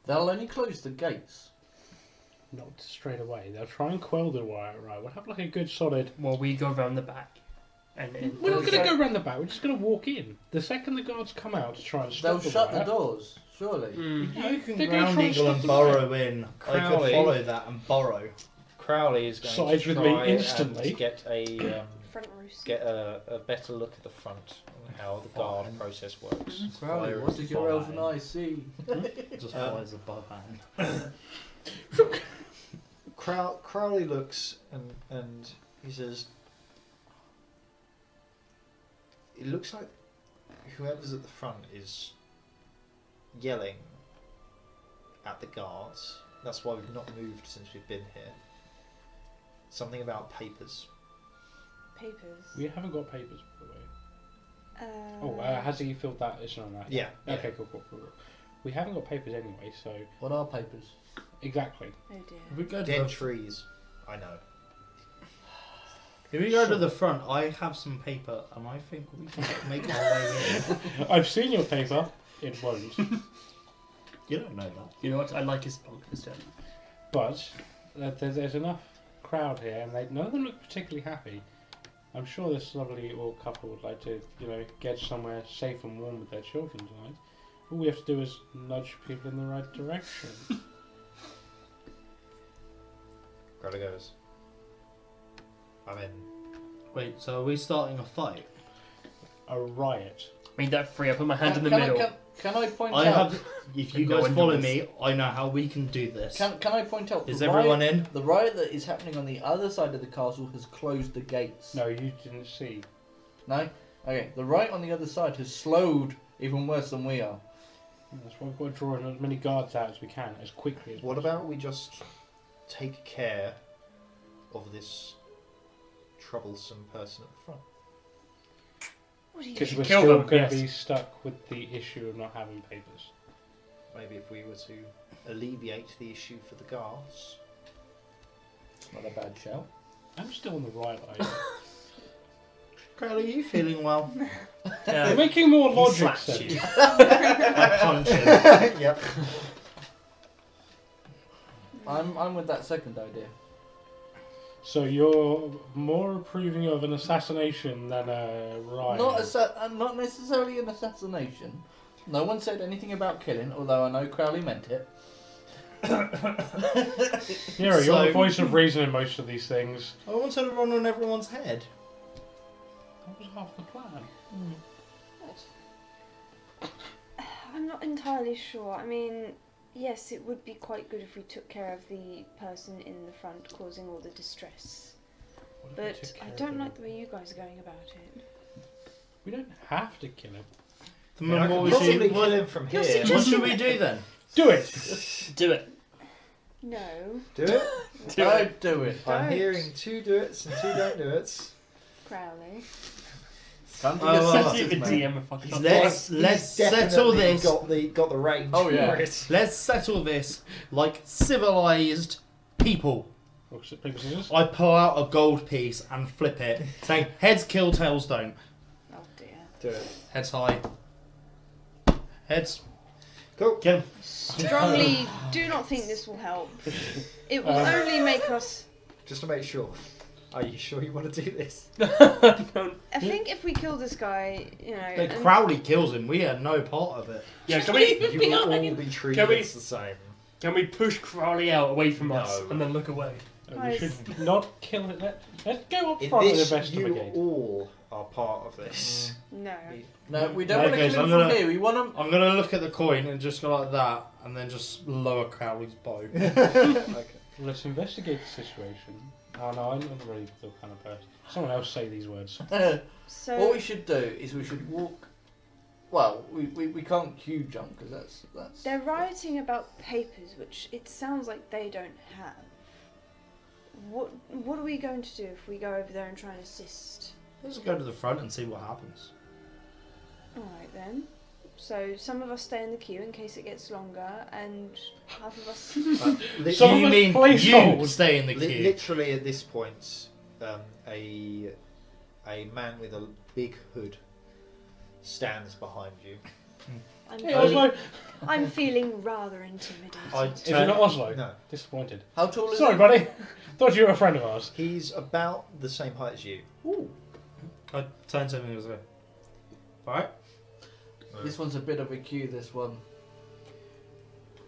Speaker 8: They'll only close the gates.
Speaker 5: Not straight away. They'll try and quell the riot. Right, we'll have like a good solid.
Speaker 4: Well, we go round the back, and, and
Speaker 5: We're not going to
Speaker 8: Okay.
Speaker 5: go round the back. We're just going to walk in. The second the guards come out to try and
Speaker 8: They'll
Speaker 5: stop the
Speaker 8: shut the
Speaker 5: riot,
Speaker 8: doors, surely.
Speaker 6: Hmm.
Speaker 4: Mm.
Speaker 6: You can
Speaker 5: They're gonna
Speaker 6: ground
Speaker 5: try and
Speaker 6: eagle
Speaker 5: stop
Speaker 6: and
Speaker 5: the
Speaker 6: burrow in. I
Speaker 2: Crowley.
Speaker 6: could follow that and burrow.
Speaker 2: Crowley is going
Speaker 5: Sides
Speaker 2: to
Speaker 5: with
Speaker 2: try
Speaker 5: me instantly.
Speaker 2: and get a um,
Speaker 1: Front roost.
Speaker 2: get a, a better look at the front and how the guard process works.
Speaker 8: Crowley,
Speaker 6: Fire
Speaker 8: what
Speaker 6: is
Speaker 8: did your
Speaker 6: fine.
Speaker 8: elven eye see?
Speaker 6: Just
Speaker 8: Uh,
Speaker 2: Um,
Speaker 6: flies above hand.
Speaker 2: Crow- Crowley looks and and he says, "It looks like whoever's at the front is yelling at the guards. That's why we've not moved since we've been here. Something about papers.
Speaker 1: Papers.
Speaker 5: We haven't got papers, by the way.
Speaker 1: Uh,
Speaker 5: Oh, uh, has he filled that? It's not on that.
Speaker 2: Yeah, yeah.
Speaker 5: Okay, cool, cool, cool. cool. We haven't got papers anyway, so
Speaker 8: What are papers?
Speaker 5: exactly.
Speaker 1: oh dear.
Speaker 6: If we go to,
Speaker 2: Dead
Speaker 6: the,
Speaker 2: trees. I know.
Speaker 6: if we go to the front, I have some paper and I think we can make our way in.
Speaker 5: I've seen your paper. It won't.
Speaker 6: You don't know that.
Speaker 4: You know what? I like his punk instead.
Speaker 5: But uh, there's, there's enough crowd here, and they, none of them look particularly happy. I'm sure this lovely old couple would like to, you know, get somewhere safe and warm with their children tonight. All we have to do is nudge people in the right direction.
Speaker 2: Crowley goes. I'm in.
Speaker 6: Wait, so are we starting a fight?
Speaker 5: a riot.
Speaker 4: Read that free. I put my hand in the
Speaker 8: can,
Speaker 4: middle.
Speaker 8: I, can, can I point
Speaker 6: I
Speaker 8: out?
Speaker 6: have. If you
Speaker 4: No
Speaker 6: guys
Speaker 4: one
Speaker 6: follow
Speaker 4: does.
Speaker 6: me, I know how we can do this.
Speaker 8: Can, can I point out?
Speaker 6: Is
Speaker 8: the
Speaker 6: everyone
Speaker 8: riot,
Speaker 6: in?
Speaker 8: The riot that is happening on the other side of the castle has closed the gates.
Speaker 5: No, you didn't see.
Speaker 8: No? Okay, the riot on the other side has slowed even worse than we are.
Speaker 5: That's why we've got to draw in as many guards out as we can, as quickly as
Speaker 2: What
Speaker 5: possible.
Speaker 2: about we just take care of this troublesome person at the front?
Speaker 1: What are you?
Speaker 5: Because we're
Speaker 6: Kill
Speaker 5: still
Speaker 6: them,
Speaker 5: going
Speaker 6: yes.
Speaker 5: to be stuck with the issue of not having papers.
Speaker 2: Maybe if we were to alleviate the issue for the guards.
Speaker 8: Not a bad shout.
Speaker 5: I'm still on the right idea.
Speaker 6: Crowley, are you feeling well?
Speaker 5: You're
Speaker 4: Yeah.
Speaker 5: making more
Speaker 4: He
Speaker 5: logic
Speaker 4: slaps
Speaker 5: sense.
Speaker 4: you.
Speaker 6: I punch him.
Speaker 2: yep.
Speaker 8: I'm, I'm with that second idea.
Speaker 5: So you're more approving of an assassination than a riot.
Speaker 8: Not, assa- uh, not necessarily an assassination. No one said anything about killing, although I know Crowley meant it.
Speaker 5: yeah, you're
Speaker 6: So-
Speaker 5: the voice of reason in most of these things.
Speaker 6: I wanted to run on everyone's head.
Speaker 5: That was half the plan.
Speaker 1: I'm not entirely sure. I mean, yes, it would be quite good if we took care of the person in the front causing all the distress.
Speaker 5: What if we
Speaker 1: But
Speaker 5: took care
Speaker 1: I
Speaker 5: of
Speaker 1: don't
Speaker 5: him?
Speaker 1: like the way you guys are going about it.
Speaker 5: We don't have to kill him.
Speaker 2: I
Speaker 6: Remember
Speaker 2: could
Speaker 6: what we
Speaker 2: possibly
Speaker 6: should-
Speaker 2: kill him from
Speaker 1: You're
Speaker 2: here.
Speaker 1: suggesting-
Speaker 6: What should we do then?
Speaker 5: Do it.
Speaker 4: Do it.
Speaker 1: No,
Speaker 2: Do it.
Speaker 4: Do it.
Speaker 8: Don't do it.
Speaker 2: I'm
Speaker 6: Oh,
Speaker 1: Don't.
Speaker 2: hearing two do it's and two don't do it's.
Speaker 1: Crowley.
Speaker 8: Come to
Speaker 6: Oh,
Speaker 8: your
Speaker 6: well,
Speaker 4: Send
Speaker 8: senses,
Speaker 4: you a
Speaker 8: mate.
Speaker 4: DM and fucking
Speaker 6: Let's let's
Speaker 2: He's
Speaker 6: settle
Speaker 2: definitely
Speaker 6: this.
Speaker 2: Got the got the range.
Speaker 8: Oh, yeah.
Speaker 2: for it.
Speaker 6: Let's settle this like civilized people.
Speaker 5: Rock, s- paper, scissors.
Speaker 6: I pull out a gold piece and flip it, saying heads kill, tails don't.
Speaker 1: Oh dear.
Speaker 2: Do it.
Speaker 6: Heads high. Heads.
Speaker 2: Cool.
Speaker 6: Get 'em.
Speaker 1: Strongly do not think this will help. It will
Speaker 5: Um,
Speaker 1: only make us.
Speaker 2: Just to make sure. Are you sure you want to do this?
Speaker 1: I think if we kill this guy, you know.
Speaker 6: But
Speaker 1: and-
Speaker 6: Crowley kills him. We are no part of it.
Speaker 4: Yeah, can we,
Speaker 2: You will all be treated
Speaker 4: we-
Speaker 2: as the same.
Speaker 4: can we push Crowley out away from us
Speaker 2: No.
Speaker 4: and then look away?
Speaker 5: Uh, we
Speaker 1: Nice.
Speaker 5: should not kill it. Let, let's go up
Speaker 2: In
Speaker 5: front and
Speaker 2: this, you
Speaker 5: investigate.
Speaker 2: all are part of this.
Speaker 1: No.
Speaker 8: No, we don't
Speaker 6: Okay,
Speaker 8: want to
Speaker 6: so
Speaker 8: kill him
Speaker 6: I'm
Speaker 8: from
Speaker 6: gonna-
Speaker 8: here. We want him.
Speaker 6: I'm gonna look at the coin and just go like that, and then just lower Crowley's bow.
Speaker 2: okay.
Speaker 5: Let's investigate the situation. Oh no, I'm not really the kind of person. Someone else say these words.
Speaker 1: So
Speaker 8: uh, What we should do is we should walk. Well, we, we, we can't queue jump because that's that's.
Speaker 1: they're rioting about papers, which it sounds like they don't have. What What are we going to do if we go over there and try and assist?
Speaker 6: Let's go to the front and see what happens.
Speaker 1: All right then. So some of us stay in the queue in case it gets longer, and half of us.
Speaker 2: Li-
Speaker 5: So- Someone
Speaker 6: you
Speaker 5: was
Speaker 6: mean you
Speaker 5: placeholder.
Speaker 6: stay in Mm. the
Speaker 2: li-
Speaker 6: queue?
Speaker 2: literally at this point, um, a a man with a big hood stands behind you.
Speaker 1: I'm,
Speaker 5: Hey, Oslo!
Speaker 1: I'm feeling rather intimidated.
Speaker 6: I
Speaker 5: Is it
Speaker 6: turn.
Speaker 5: not Oslo?
Speaker 2: No,
Speaker 5: Disappointed.
Speaker 8: How tall is
Speaker 5: Sorry,
Speaker 8: he?
Speaker 5: buddy. Thought you were a friend of ours.
Speaker 2: he's about the same height as you.
Speaker 6: I turn to him and go. Alright.
Speaker 8: This one's a bit of a queue. This one.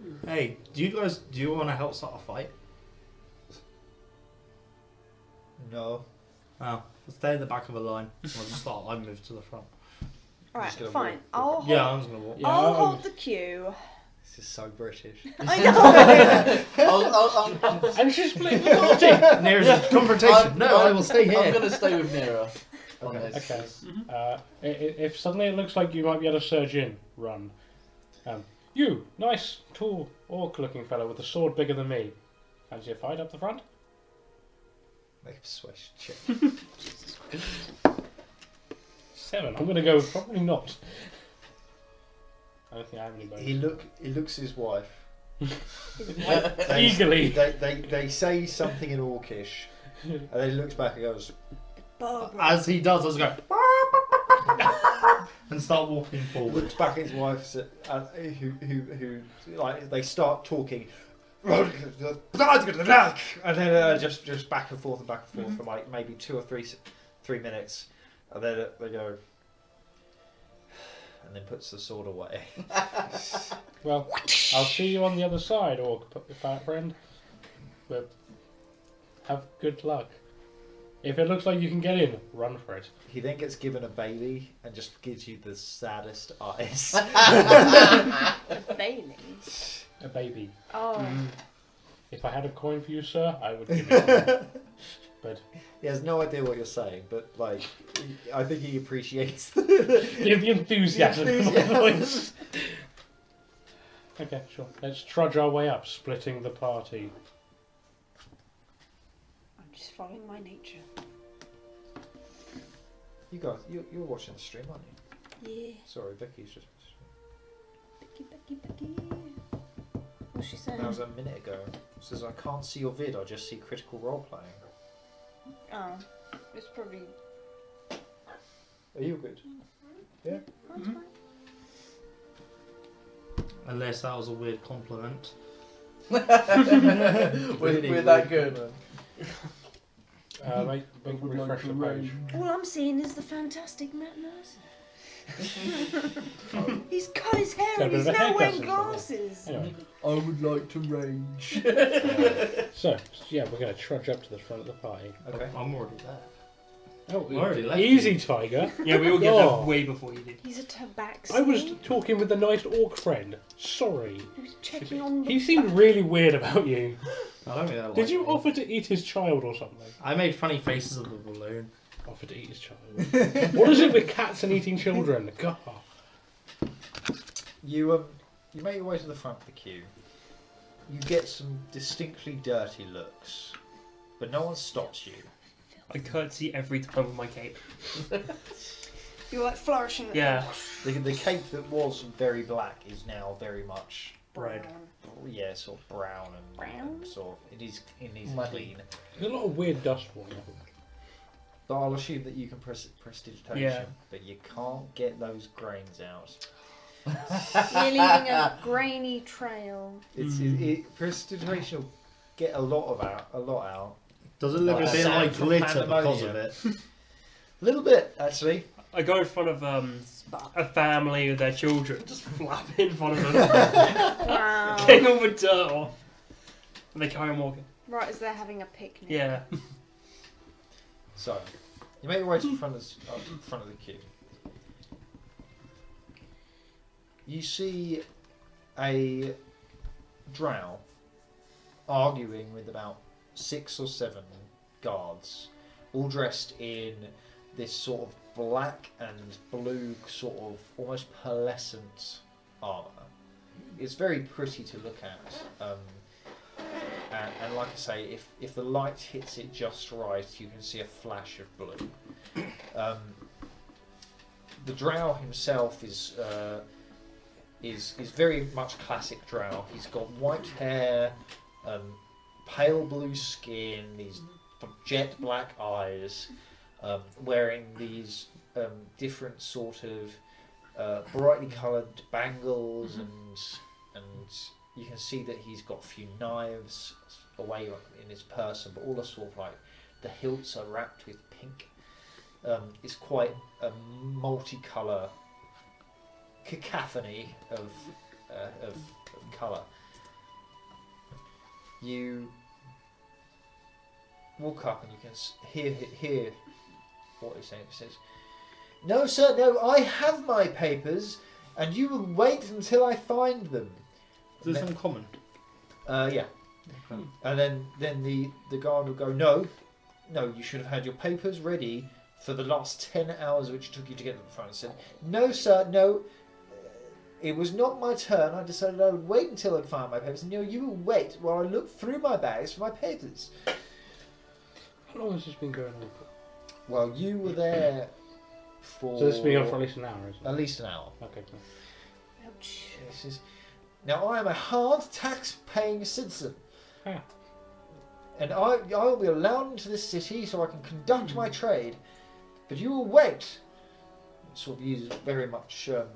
Speaker 6: Hey, do you guys do you want to help start a fight?
Speaker 2: No,
Speaker 6: Oh, stay at the back of the line. I'll just start. I move to the front.
Speaker 1: All right,
Speaker 2: just gonna
Speaker 1: fine.
Speaker 2: walk-
Speaker 1: I'll hold,
Speaker 6: Yeah, I'm just gonna walk.
Speaker 5: Yeah, um,
Speaker 1: I'll
Speaker 5: I'm-
Speaker 1: hold the queue.
Speaker 2: this is so British.
Speaker 1: I know.
Speaker 8: I'll, I'll, I'm,
Speaker 5: And she's split the party.
Speaker 6: Nearest confrontation. No, I will stay
Speaker 8: I'm
Speaker 6: here.
Speaker 8: gonna stay with Nira on
Speaker 2: Okay.
Speaker 8: this.
Speaker 5: Okay. Uh, i- i- if suddenly it looks like you might be able to surge in, run. Um, you, nice, tall, orc-looking fellow with a sword bigger than me. Fancy a fight up the front?
Speaker 2: Make a persuasion check.
Speaker 5: Seven. I'm going to go with probably not. I don't think I have any
Speaker 2: He
Speaker 5: bones.
Speaker 2: look he looks his wife. They-
Speaker 5: Eagerly.
Speaker 2: They, they, they say something in Orcish, and then he looks back and goes,
Speaker 1: Barbara.
Speaker 6: As he does, I just go and start walking forward.
Speaker 2: looks back at his wife, uh, who, who, who, like, they start talking, and then uh, just, just back and forth and back and forth for like maybe two or three, s- three minutes, and then uh, they go, and then puts the sword away.
Speaker 5: Well, I'll see you on the other side, orc p- friend. But have good luck. If it looks like you can get in, run for it.
Speaker 2: He then gets given a baby and just gives you the saddest eyes.
Speaker 1: Bailey.
Speaker 5: A baby.
Speaker 1: Oh,
Speaker 5: Mm. If I had a coin for you, sir, I would give it. to you. but
Speaker 2: he has no idea what you're saying, but like, he- I think he appreciates the
Speaker 5: yeah, the enthusiasm. in my
Speaker 2: enthusiasm.
Speaker 5: voice. okay, sure. Let's trudge our way up, splitting the party.
Speaker 1: I'm just following my nature.
Speaker 2: You guys, you, you're watching the stream, aren't you?
Speaker 1: Yeah.
Speaker 2: Sorry, Vicky's just.
Speaker 1: Becky, Becky, Becky. What's she saying?
Speaker 2: That
Speaker 5: Um.
Speaker 2: was a minute ago. says, I can't see your vid, I just see critical role playing.
Speaker 1: Oh, it's probably.
Speaker 2: Are you good?
Speaker 1: That's
Speaker 5: Hmm?
Speaker 4: Mhm.
Speaker 1: fine.
Speaker 6: Unless that was a weird compliment.
Speaker 8: we're, we're that good.
Speaker 5: Uh, make, make
Speaker 4: would like
Speaker 5: refresh
Speaker 4: to
Speaker 5: the page.
Speaker 4: rain.
Speaker 1: All I'm seeing is the fantastic Matt Mercer. he's cut his hair
Speaker 5: Got a
Speaker 1: and
Speaker 5: bit
Speaker 1: he's
Speaker 5: of
Speaker 1: now
Speaker 5: a haircut
Speaker 1: wearing
Speaker 5: as well.
Speaker 1: glasses.
Speaker 5: Anyway,
Speaker 8: I would like to rage.
Speaker 5: so yeah, we're gonna trudge up to the front of the party.
Speaker 2: Okay.
Speaker 6: I'm already there.
Speaker 5: Oh,
Speaker 6: I already left
Speaker 5: easy,
Speaker 6: you.
Speaker 5: tiger.
Speaker 4: Yeah, we all get that
Speaker 5: Oh.
Speaker 4: way before you did.
Speaker 1: He's a tabaxi.
Speaker 5: I was talking with the nice orc friend. Sorry.
Speaker 1: Who's checking on the.
Speaker 5: He seemed really weird about you.
Speaker 6: I don't think that
Speaker 5: Did you
Speaker 6: likely.
Speaker 5: offer to eat his child or something?
Speaker 6: I made funny faces of the balloon.
Speaker 5: Offer to eat his child. what is it with cats and eating children? God.
Speaker 2: You um, you make your way to the front of the queue. You get some distinctly dirty looks, but no one stops you.
Speaker 4: I curtsy every time with my cape.
Speaker 1: You're like flourishing. at
Speaker 4: Yeah.
Speaker 2: The, the cape that was very black is now very much
Speaker 1: the
Speaker 4: Right.
Speaker 1: brown.
Speaker 2: yeah, sort of brown and,
Speaker 1: Brown?
Speaker 2: and sort of it is it is
Speaker 8: Muddy.
Speaker 2: clean.
Speaker 5: There's a lot of weird dust falling up.
Speaker 2: But I'll assume that you can press prestidigitation,
Speaker 4: Yeah.
Speaker 2: but you can't get those grains out.
Speaker 1: You're leaving a grainy trail.
Speaker 2: It's
Speaker 4: Mm.
Speaker 2: it, it, prestidigitation will get a lot of out, a lot out.
Speaker 6: Does it look
Speaker 2: Like
Speaker 6: a bit
Speaker 2: sand
Speaker 6: like
Speaker 2: from
Speaker 6: glitter because of
Speaker 2: Pandemonium.
Speaker 6: it?
Speaker 2: A little bit actually.
Speaker 4: I go in front of um,
Speaker 1: Spark.
Speaker 4: a family with their children, just flap in front of them,
Speaker 1: Wow.
Speaker 4: getting all the dirt off. And they carry on walking.
Speaker 1: Right as they're having a picnic.
Speaker 4: Yeah.
Speaker 2: So you make your way to the front of the, up to the front of the queue. You see a drow arguing with about six or seven guards, all dressed in this sort of black and blue, sort of almost pearlescent armor. It's very pretty to look at. Um, and, and like I say, if, if the light hits it just right, you can see a flash of blue. Um, the drow himself is uh, is is very much classic drow. He's got white hair, um, pale blue skin, these jet black eyes, um, wearing these um, different sort of uh, brightly coloured bangles and and you can see that he's got a few knives away in his person, but all are sort of like the hilts are wrapped with pink. Um, it's quite a multicolour cacophony of, uh, of, of colour. You walk up and you can s- hear hear what he's saying. He says, "No, sir, no. I have my papers, and you will wait until I find them."
Speaker 6: Is this uncommon?
Speaker 2: Uh, yeah.
Speaker 5: Hmm.
Speaker 6: Okay.
Speaker 2: And then then the the guard will go, no, no, you should have had your papers ready for the last ten hours which it took you to get to the front. And said, no, sir, no. Uh, It was not my turn. I decided I would wait until I'd find my papers. And you, you will wait while I look through my bags for my papers.
Speaker 5: How long has this been going on? for?
Speaker 2: Well, you were there for
Speaker 5: So this has been on for at least an hour, isn't it?
Speaker 2: at least an hour.
Speaker 5: Okay. cool.
Speaker 1: Ouch.
Speaker 2: He says, now I am a hard tax-paying citizen,
Speaker 5: Huh.
Speaker 2: and I I will be allowed into this city so I can conduct my trade. But you will wait. Sort of use very much um,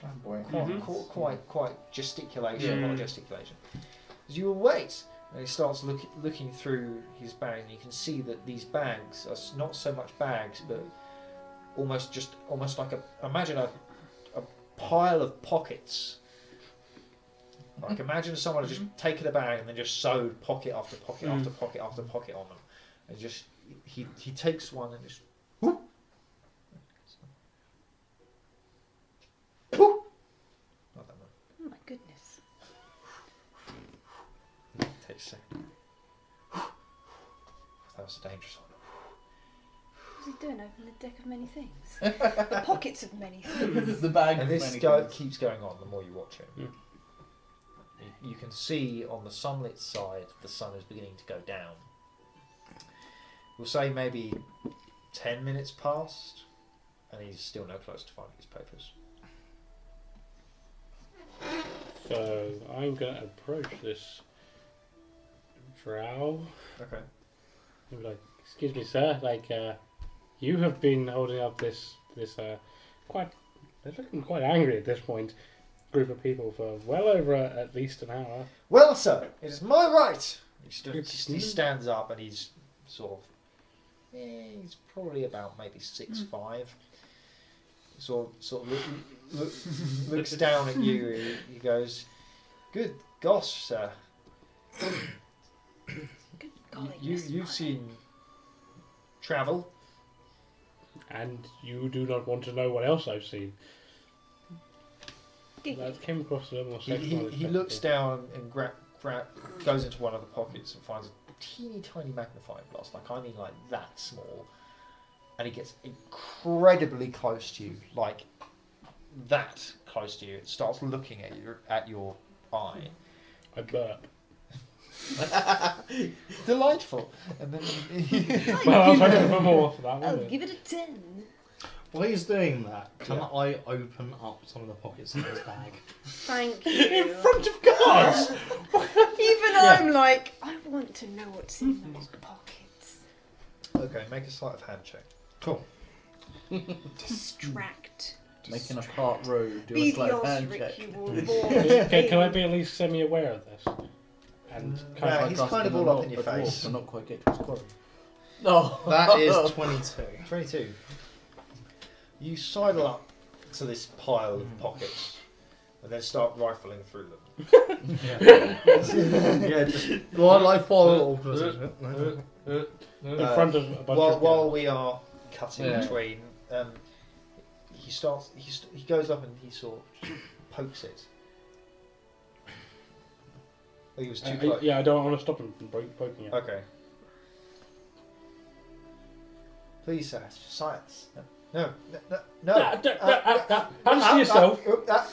Speaker 8: Flamboyant.
Speaker 2: quite,
Speaker 4: Mhm.
Speaker 2: quite, quite quite gesticulation,
Speaker 4: Yeah.
Speaker 2: not gesticulation. As you will wait, and he starts look, looking through his bag, and you can see that these bags are s- not so much bags, but almost just almost like a imagine a, a pile of pockets. Like imagine someone had just taken a bag and then just sewed pocket after pocket
Speaker 4: Mm.
Speaker 2: after pocket after pocket on them, and just he he takes one and just whoop. Not that one.
Speaker 1: Oh my goodness.
Speaker 2: Takes a second. That was a dangerous one.
Speaker 1: What's he doing? Open the deck of many things. the pockets of many things.
Speaker 8: the bag.
Speaker 2: And
Speaker 8: of
Speaker 2: this
Speaker 8: many
Speaker 2: go-
Speaker 8: things.
Speaker 2: keeps going on the more you watch it.
Speaker 5: Mm.
Speaker 2: You can see on the sunlit side the sun is beginning to go down. We'll say maybe 10 minutes passed, and he's still no close to finding his papers.
Speaker 5: So I'm gonna approach this drow.
Speaker 2: Okay.
Speaker 5: I'm like, excuse me, sir. Like, uh, you have been holding up this this uh, quite. They're looking quite angry at this point. Group of people for well over uh, at least an hour.
Speaker 2: Well, sir, it is my right! He, st-
Speaker 5: Good
Speaker 2: he stands up and he's sort of. eh, he's probably about maybe six five. Sort sort of look, look, looks down at you. He, he goes, "Good gosh, sir,
Speaker 1: Good golly.
Speaker 2: you
Speaker 1: Miss
Speaker 2: you've
Speaker 1: Molly.
Speaker 2: seen travel."
Speaker 5: And you do not want to know what else I've seen.
Speaker 1: Giggly.
Speaker 5: That came across a little more
Speaker 2: He,
Speaker 5: sexual.
Speaker 2: he,
Speaker 5: than
Speaker 2: he looks down and gra- gra- goes into one of the pockets and finds a teeny tiny magnifying glass, like I mean, like that small. And he gets incredibly close to you, like that close to you. It starts looking at your at your eye.
Speaker 5: I burp.
Speaker 2: Delightful. And then
Speaker 5: Well, I was hoping for more for that
Speaker 1: Oh,
Speaker 5: one.
Speaker 1: give it a ten.
Speaker 6: While he's doing that, can I open up some of the pockets in his bag?
Speaker 1: Thank you.
Speaker 6: of guards!
Speaker 1: Even I'm like, I want to know what's in those pockets.
Speaker 2: okay, make a sleight of hand check.
Speaker 6: Cool.
Speaker 1: Distract.
Speaker 8: Making a part row. Do
Speaker 1: Be
Speaker 8: a sleight
Speaker 1: the
Speaker 8: of
Speaker 1: odds,
Speaker 8: hand
Speaker 1: Rick.
Speaker 8: check.
Speaker 1: You will roar.
Speaker 5: okay, can I be at least semi-aware of this? And kind
Speaker 2: Yeah,
Speaker 5: of
Speaker 2: no,
Speaker 5: like,
Speaker 2: he's
Speaker 8: Like us
Speaker 2: kind of
Speaker 8: being
Speaker 2: all up
Speaker 8: a
Speaker 2: in your
Speaker 8: dwarf, but
Speaker 2: face.
Speaker 8: not quite get to his quarry. No.
Speaker 6: That is 22.
Speaker 2: Twenty-two. You sidle up to this pile of pockets and then start rifling through them.
Speaker 6: yeah, just. Well, I follow.
Speaker 5: in
Speaker 2: uh,
Speaker 5: front of a bunch
Speaker 2: while,
Speaker 5: of
Speaker 2: while we are cutting
Speaker 8: Yeah.
Speaker 2: between, um, he starts. He, st- he goes up and he sort of pokes it. Oh, he was
Speaker 5: I-
Speaker 2: too
Speaker 5: I-
Speaker 2: close.
Speaker 5: Uh, yeah, I don't want to stop him from po- poking it.
Speaker 2: Okay. Please, sir, science. No, no, no. no.
Speaker 5: Ah, da- da-
Speaker 2: Uh,
Speaker 5: ah, da-
Speaker 2: uh,
Speaker 5: Answer
Speaker 2: uh,
Speaker 5: yourself.
Speaker 2: uh, uh,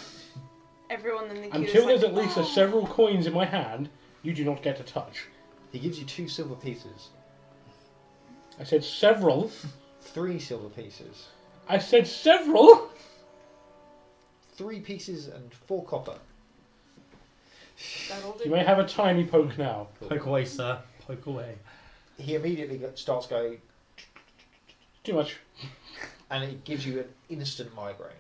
Speaker 1: Everyone in the queue
Speaker 5: Until
Speaker 1: is
Speaker 5: there's
Speaker 1: like,
Speaker 5: at least
Speaker 1: "Oh."
Speaker 5: a several coins in my hand, you do not get a touch.
Speaker 2: He gives you two silver pieces,
Speaker 5: I said several.
Speaker 2: three silver pieces,
Speaker 5: I said several.
Speaker 2: three pieces, and four copper.
Speaker 1: That'll do.
Speaker 5: You may have a tiny poke now.
Speaker 6: Poke away, sir. Poke away.
Speaker 2: He immediately go- starts going,
Speaker 5: Too much.
Speaker 2: and it gives you an instant migraine.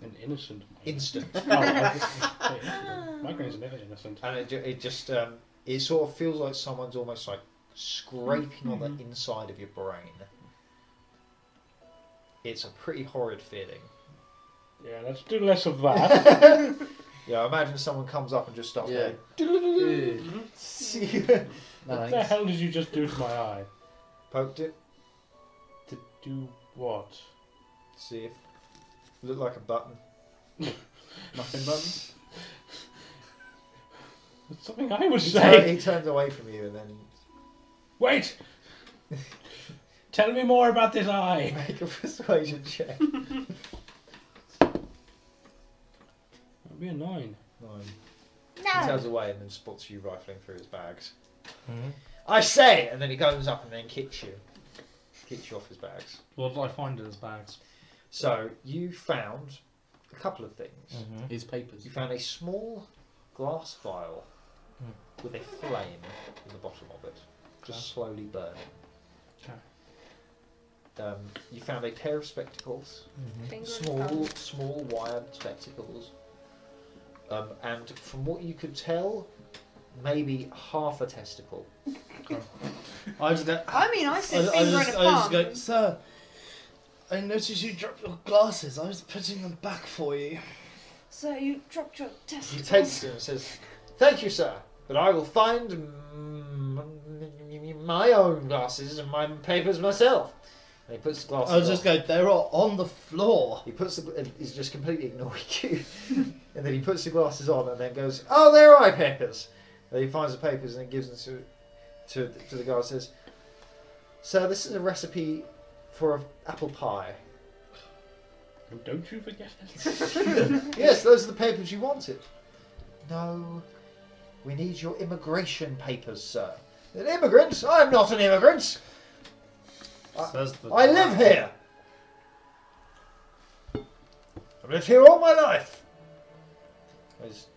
Speaker 5: An innocent.
Speaker 2: Instant.
Speaker 5: Oh, migraines are never innocent.
Speaker 2: and it, ju- it just um, it sort of feels like someone's almost like scraping on the inside of your brain. It's a pretty horrid feeling.
Speaker 5: Yeah, let's do less of that.
Speaker 2: Yeah, imagine someone comes up and just starts
Speaker 8: Yeah.
Speaker 2: going.
Speaker 5: what the
Speaker 8: Nice.
Speaker 5: hell did you just do to my eye?
Speaker 2: Poked it.
Speaker 5: To do what?
Speaker 2: See if looked like a button.
Speaker 8: Nothing button.
Speaker 5: That's something I would
Speaker 2: He, tur-
Speaker 5: say.
Speaker 2: he turns away from you and then
Speaker 5: Wait. Tell me more about this eye.
Speaker 2: make a persuasion check.
Speaker 5: That'd be a nine.
Speaker 2: Nine. He
Speaker 1: No.
Speaker 2: turns away and then spots you rifling through his bags. Mm-hmm. I say, and then he goes up and then kicks you, kicks you off his bags.
Speaker 6: What did I find in his bags?
Speaker 2: So you found a couple of things.
Speaker 6: Mm-hmm.
Speaker 8: His papers.
Speaker 2: You found a small glass vial with a flame in the bottom of it, just slowly burning. Um, you found a pair of spectacles,
Speaker 1: Finger and
Speaker 2: small,
Speaker 1: thumb.
Speaker 2: small wired spectacles, um, and from what you could tell, maybe half a testicle.
Speaker 6: I just get.
Speaker 1: I mean, I said
Speaker 6: I, I
Speaker 1: finger and
Speaker 6: just, I
Speaker 1: a
Speaker 6: just
Speaker 1: thumb.
Speaker 6: go, sir. I noticed you dropped your glasses. I was putting them back for you.
Speaker 1: So you dropped your
Speaker 2: He
Speaker 1: testicles.
Speaker 2: takes them and says, "Thank you, sir, but I will find." mm, my own glasses and my papers myself. And he puts the glasses.
Speaker 6: I was just
Speaker 2: on.
Speaker 6: going, they're all on the floor.
Speaker 2: He puts the. and He's just completely ignoring you. and then he puts the glasses on and then goes, "Oh, there are my papers." And he finds the papers and gives them to, to, to the guy. and Says, "Sir, this is a recipe for a apple pie."
Speaker 5: Oh, don't you forget it.
Speaker 2: yes, those are the papers you wanted. No, we need your immigration papers, sir. An immigrant? I'm not an immigrant. I-
Speaker 6: Says the
Speaker 2: I live here. I've lived here all my life. I just-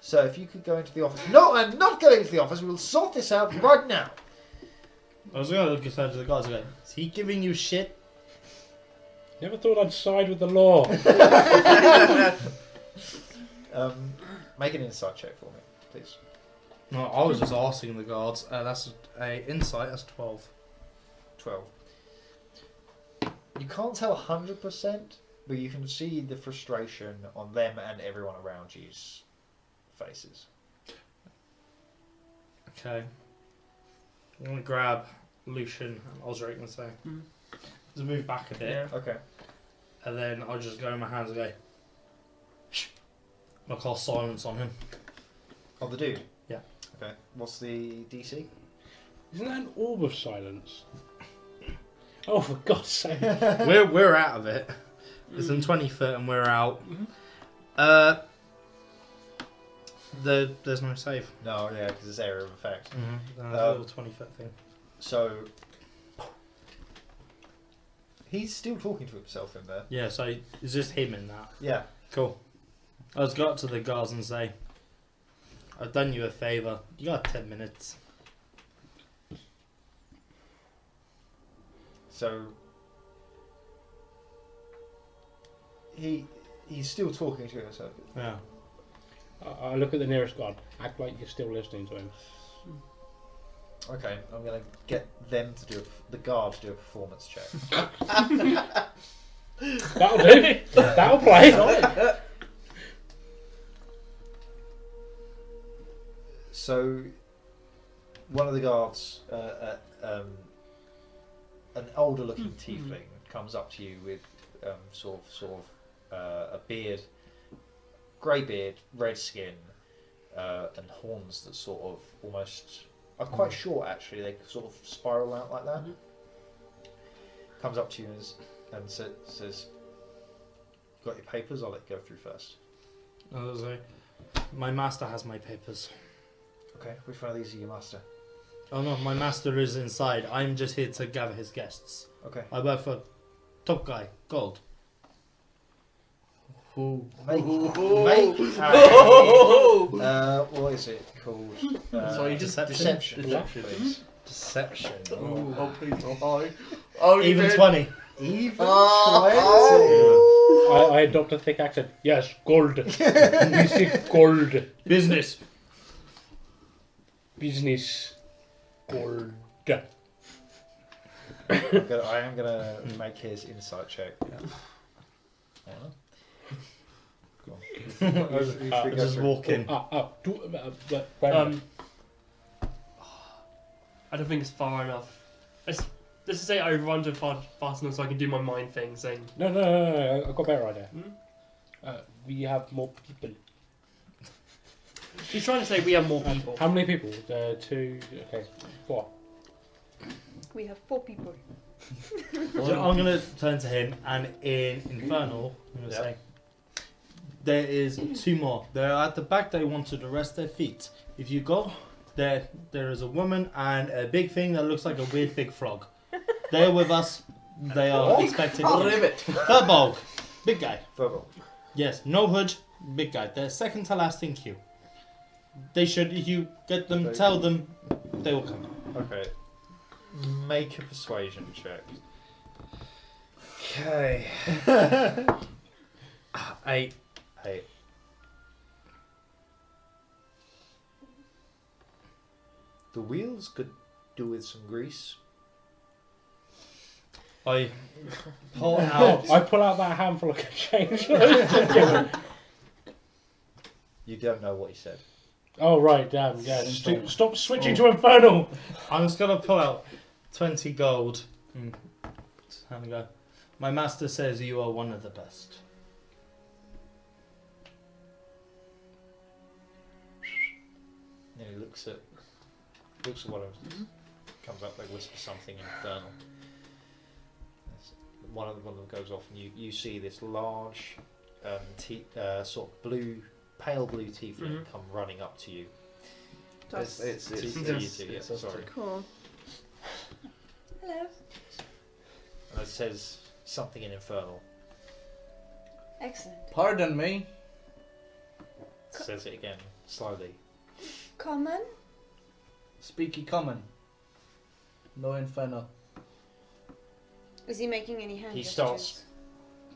Speaker 2: So if you could go into the office. No, I'm not going into the office. We'll sort this out right now.
Speaker 6: I was going to look inside to the guys and go, is he giving you shit?
Speaker 5: Never thought I'd side with the law.
Speaker 2: Um, make an insight check for me, please.
Speaker 6: No, I was just asking the guards. Uh, that's a insight. That's twelve.
Speaker 2: 12. You can't tell 100%, but you can see the frustration on them and everyone around you's faces.
Speaker 6: Okay. I'm gonna grab Lucian and Osric and say,
Speaker 4: Mm.
Speaker 6: just move back a bit,
Speaker 2: Okay.
Speaker 6: and then I'll just go in my hands and go. "Shh." I'll cast silence on him.
Speaker 2: On the dude?
Speaker 6: Yeah.
Speaker 2: Okay. What's the DC?
Speaker 5: Isn't that an orb of silence? Oh, for God's sake.
Speaker 6: we're we're out of it. It's in twenty foot and we're out.
Speaker 4: Mhm.
Speaker 6: Uh. The, there's no save.
Speaker 2: No, yeah, because it's area of effect.
Speaker 6: Mm-hmm.
Speaker 2: Uh,
Speaker 6: little twenty foot thing.
Speaker 2: So. He's still talking to himself in there.
Speaker 6: Yeah, so it's just him in that.
Speaker 2: Yeah.
Speaker 6: Cool. I was go up to the guards and say, I've done you a favour. You got 10 minutes.
Speaker 2: So he he's still talking to himself.
Speaker 6: Yeah.
Speaker 5: I, I look at the nearest guard. Act like you're still listening to him.
Speaker 2: Okay, I'm gonna get them to do a, the guard to do a performance check.
Speaker 5: That'll do. That'll play.
Speaker 2: So, one of the guards, uh, uh, um, an older-looking tiefling, comes up to you with um, sort of, sort of uh, a beard, grey beard, red skin, uh, and horns that sort of almost are quite short. Actually, they sort of spiral out like that. Comes up to you and, s- and sa- says, "Got your papers? I'll let you go through first.
Speaker 6: I was like, my master has my papers.
Speaker 2: Okay, which one of these are your master?
Speaker 6: Oh no, my master is inside. I'm just here to gather his guests.
Speaker 2: Okay,
Speaker 6: I work for Top Guy, Gold.
Speaker 2: make,
Speaker 8: Ooh.
Speaker 2: make a-
Speaker 8: Oh!
Speaker 2: Uh, what is it called? Uh,
Speaker 8: Sorry, just-
Speaker 2: deception.
Speaker 8: deception.
Speaker 2: please.
Speaker 6: Deception.
Speaker 8: Oh, oh, please, oh, hi. Oh,
Speaker 6: Even
Speaker 8: you
Speaker 6: 20.
Speaker 2: Even
Speaker 8: Oh.
Speaker 5: I, I adopt a thick accent. Yes, gold. you see, gold.
Speaker 6: Business.
Speaker 5: Business. Gold.
Speaker 2: I'm gonna, I am gonna make his insight check. Hang on. Go on. You- you three
Speaker 5: Uh,
Speaker 2: go
Speaker 6: Just
Speaker 2: through.
Speaker 6: walk in.
Speaker 5: Ah, ah, do, uh, but, right
Speaker 4: Um, I don't think it's far enough. Let's, let's just say I run to far, fast enough so I can do my mind thing, saying,
Speaker 5: no, no, no, no, no, I've got a better idea.
Speaker 4: Hmm?
Speaker 5: Uh, we have more people.
Speaker 4: he's trying to say we have more
Speaker 5: Um,
Speaker 4: people.
Speaker 5: How many people? Uh, two. Okay, four.
Speaker 1: We have four people.
Speaker 6: So I'm gonna turn to him, and in Infernal, I'm gonna
Speaker 2: Yeah.
Speaker 6: say, there is two more. They're at the back. They want to rest their feet. If you go, there there is a woman and a big thing that looks like a weird big frog. They're with us. They are
Speaker 8: Frog?
Speaker 6: expected.
Speaker 8: ribbit.
Speaker 6: Furbog, big guy.
Speaker 2: Verbal.
Speaker 6: Yes, no hood, big guy. They're second to last in queue. They should. If you get them,
Speaker 2: They-
Speaker 6: tell them, they will come.
Speaker 2: Okay. Make a persuasion check. Okay.
Speaker 6: Eight.
Speaker 2: Eight. The wheels could do with some grease.
Speaker 6: I pull out.
Speaker 5: Oh, I pull out that handful of change.
Speaker 2: You don't know what he said.
Speaker 5: Oh right, damn, yeah.
Speaker 6: Stop.
Speaker 5: Stop, stop switching to infernal.
Speaker 6: I'm just gonna pull out twenty gold. And just have a go. My master says you are one of the best.
Speaker 2: And he looks at looks at one of them, comes up, they whisper something infernal. That's- One of them, one of them goes off, and you, you see this large, um, te- uh, sort of blue, pale blue tiefling
Speaker 4: Mhm.
Speaker 2: come running up to you.
Speaker 1: Does.
Speaker 8: It's, it's,
Speaker 2: To-
Speaker 8: it's,
Speaker 2: to
Speaker 8: it's,
Speaker 2: you two, yeah,
Speaker 8: it's us
Speaker 2: sorry.
Speaker 8: two.
Speaker 1: Cool. Hello.
Speaker 2: And it says something in infernal.
Speaker 1: Excellent.
Speaker 8: Pardon me.
Speaker 2: Says it again slowly.
Speaker 1: Common.
Speaker 8: Speaky common. No inferno.
Speaker 1: Is he making any hand
Speaker 2: He
Speaker 1: gestures?
Speaker 2: starts-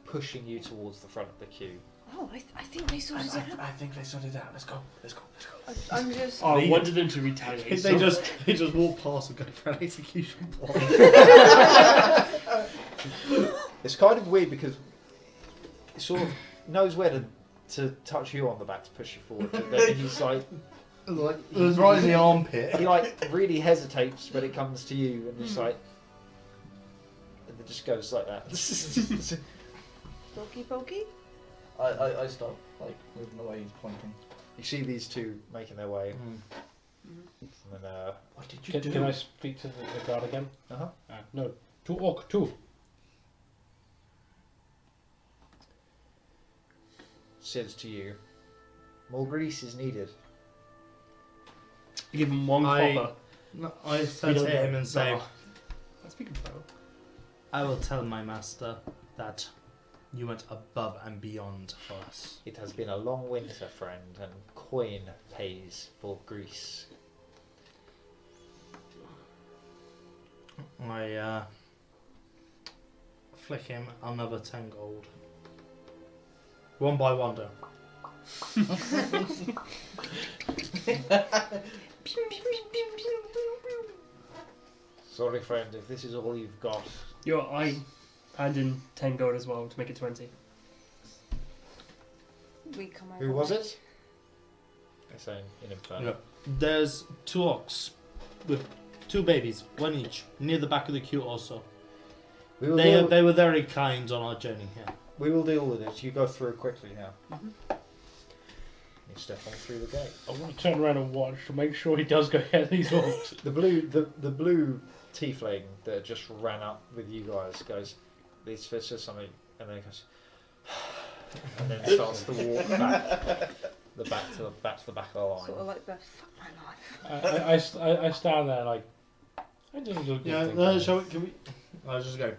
Speaker 2: pushing you towards the front of the queue.
Speaker 1: Oh, I, th- I think they
Speaker 8: I,
Speaker 1: sorted it out.
Speaker 8: I- I think they sorted it out. Let's go. Let's go. Let's go.
Speaker 1: I'm- I'm just.
Speaker 4: Oh, I
Speaker 6: Leave.
Speaker 4: wanted them to retaliate.
Speaker 6: They
Speaker 4: so-
Speaker 6: just they just walk past and go for an execution block.
Speaker 2: It's kind of weird because it sort of knows where to, to touch you on the back to push you forward, but then he's like
Speaker 6: like, it was right in the armpit.
Speaker 2: he like really hesitates when it comes to you, and just like and it just goes like that.
Speaker 1: Pokey pokey.
Speaker 8: I, I, I start like moving away. He's pointing.
Speaker 2: you see these two making their way, Hmm. and then uh,
Speaker 8: What did you
Speaker 5: Can,
Speaker 8: do?
Speaker 5: can I speak to the, the guard again?
Speaker 2: Uh-huh.
Speaker 5: Uh, no, to orc too.
Speaker 2: says to you, "More grease is needed."
Speaker 4: give him one
Speaker 6: I-
Speaker 4: copper.
Speaker 6: No, I
Speaker 4: We
Speaker 6: turn
Speaker 4: don't
Speaker 6: to
Speaker 4: know.
Speaker 6: him and say,
Speaker 4: No.
Speaker 6: That's speaking foul. I will tell my master that you went above and beyond for us.
Speaker 2: It has been a long winter, friend, and coin pays for grease.
Speaker 6: I uh, flick him another ten gold. One by one, though.
Speaker 2: Sorry, friend, if this is all you've got,
Speaker 4: Yo, I hand in 10 gold as well to make it 20.
Speaker 1: We come over.
Speaker 2: Who was it? It's in, in Inferno.
Speaker 6: Yeah. There's two orcs with two babies, one each, near the back of the queue. Also,
Speaker 2: We, will
Speaker 6: they
Speaker 2: deal,
Speaker 6: they were very kind on our journey here.
Speaker 2: we will deal with it. You go through quickly now. Mm-hmm. You step on through the gate.
Speaker 5: I want to turn around and watch to make sure he does go get these orcs.
Speaker 2: The blue, the, the blue tiefling that just ran up with you guys goes, "This fits or something," and then he goes, and then starts to walk back, the back to the back to the back of the
Speaker 1: Sort of
Speaker 2: line.
Speaker 1: like the fuck my life.
Speaker 5: I, I- I st- I- I stand there like. I didn't do a good
Speaker 6: Yeah,
Speaker 5: thing,
Speaker 6: uh,
Speaker 5: did I?
Speaker 6: shall we, can we? I was just go.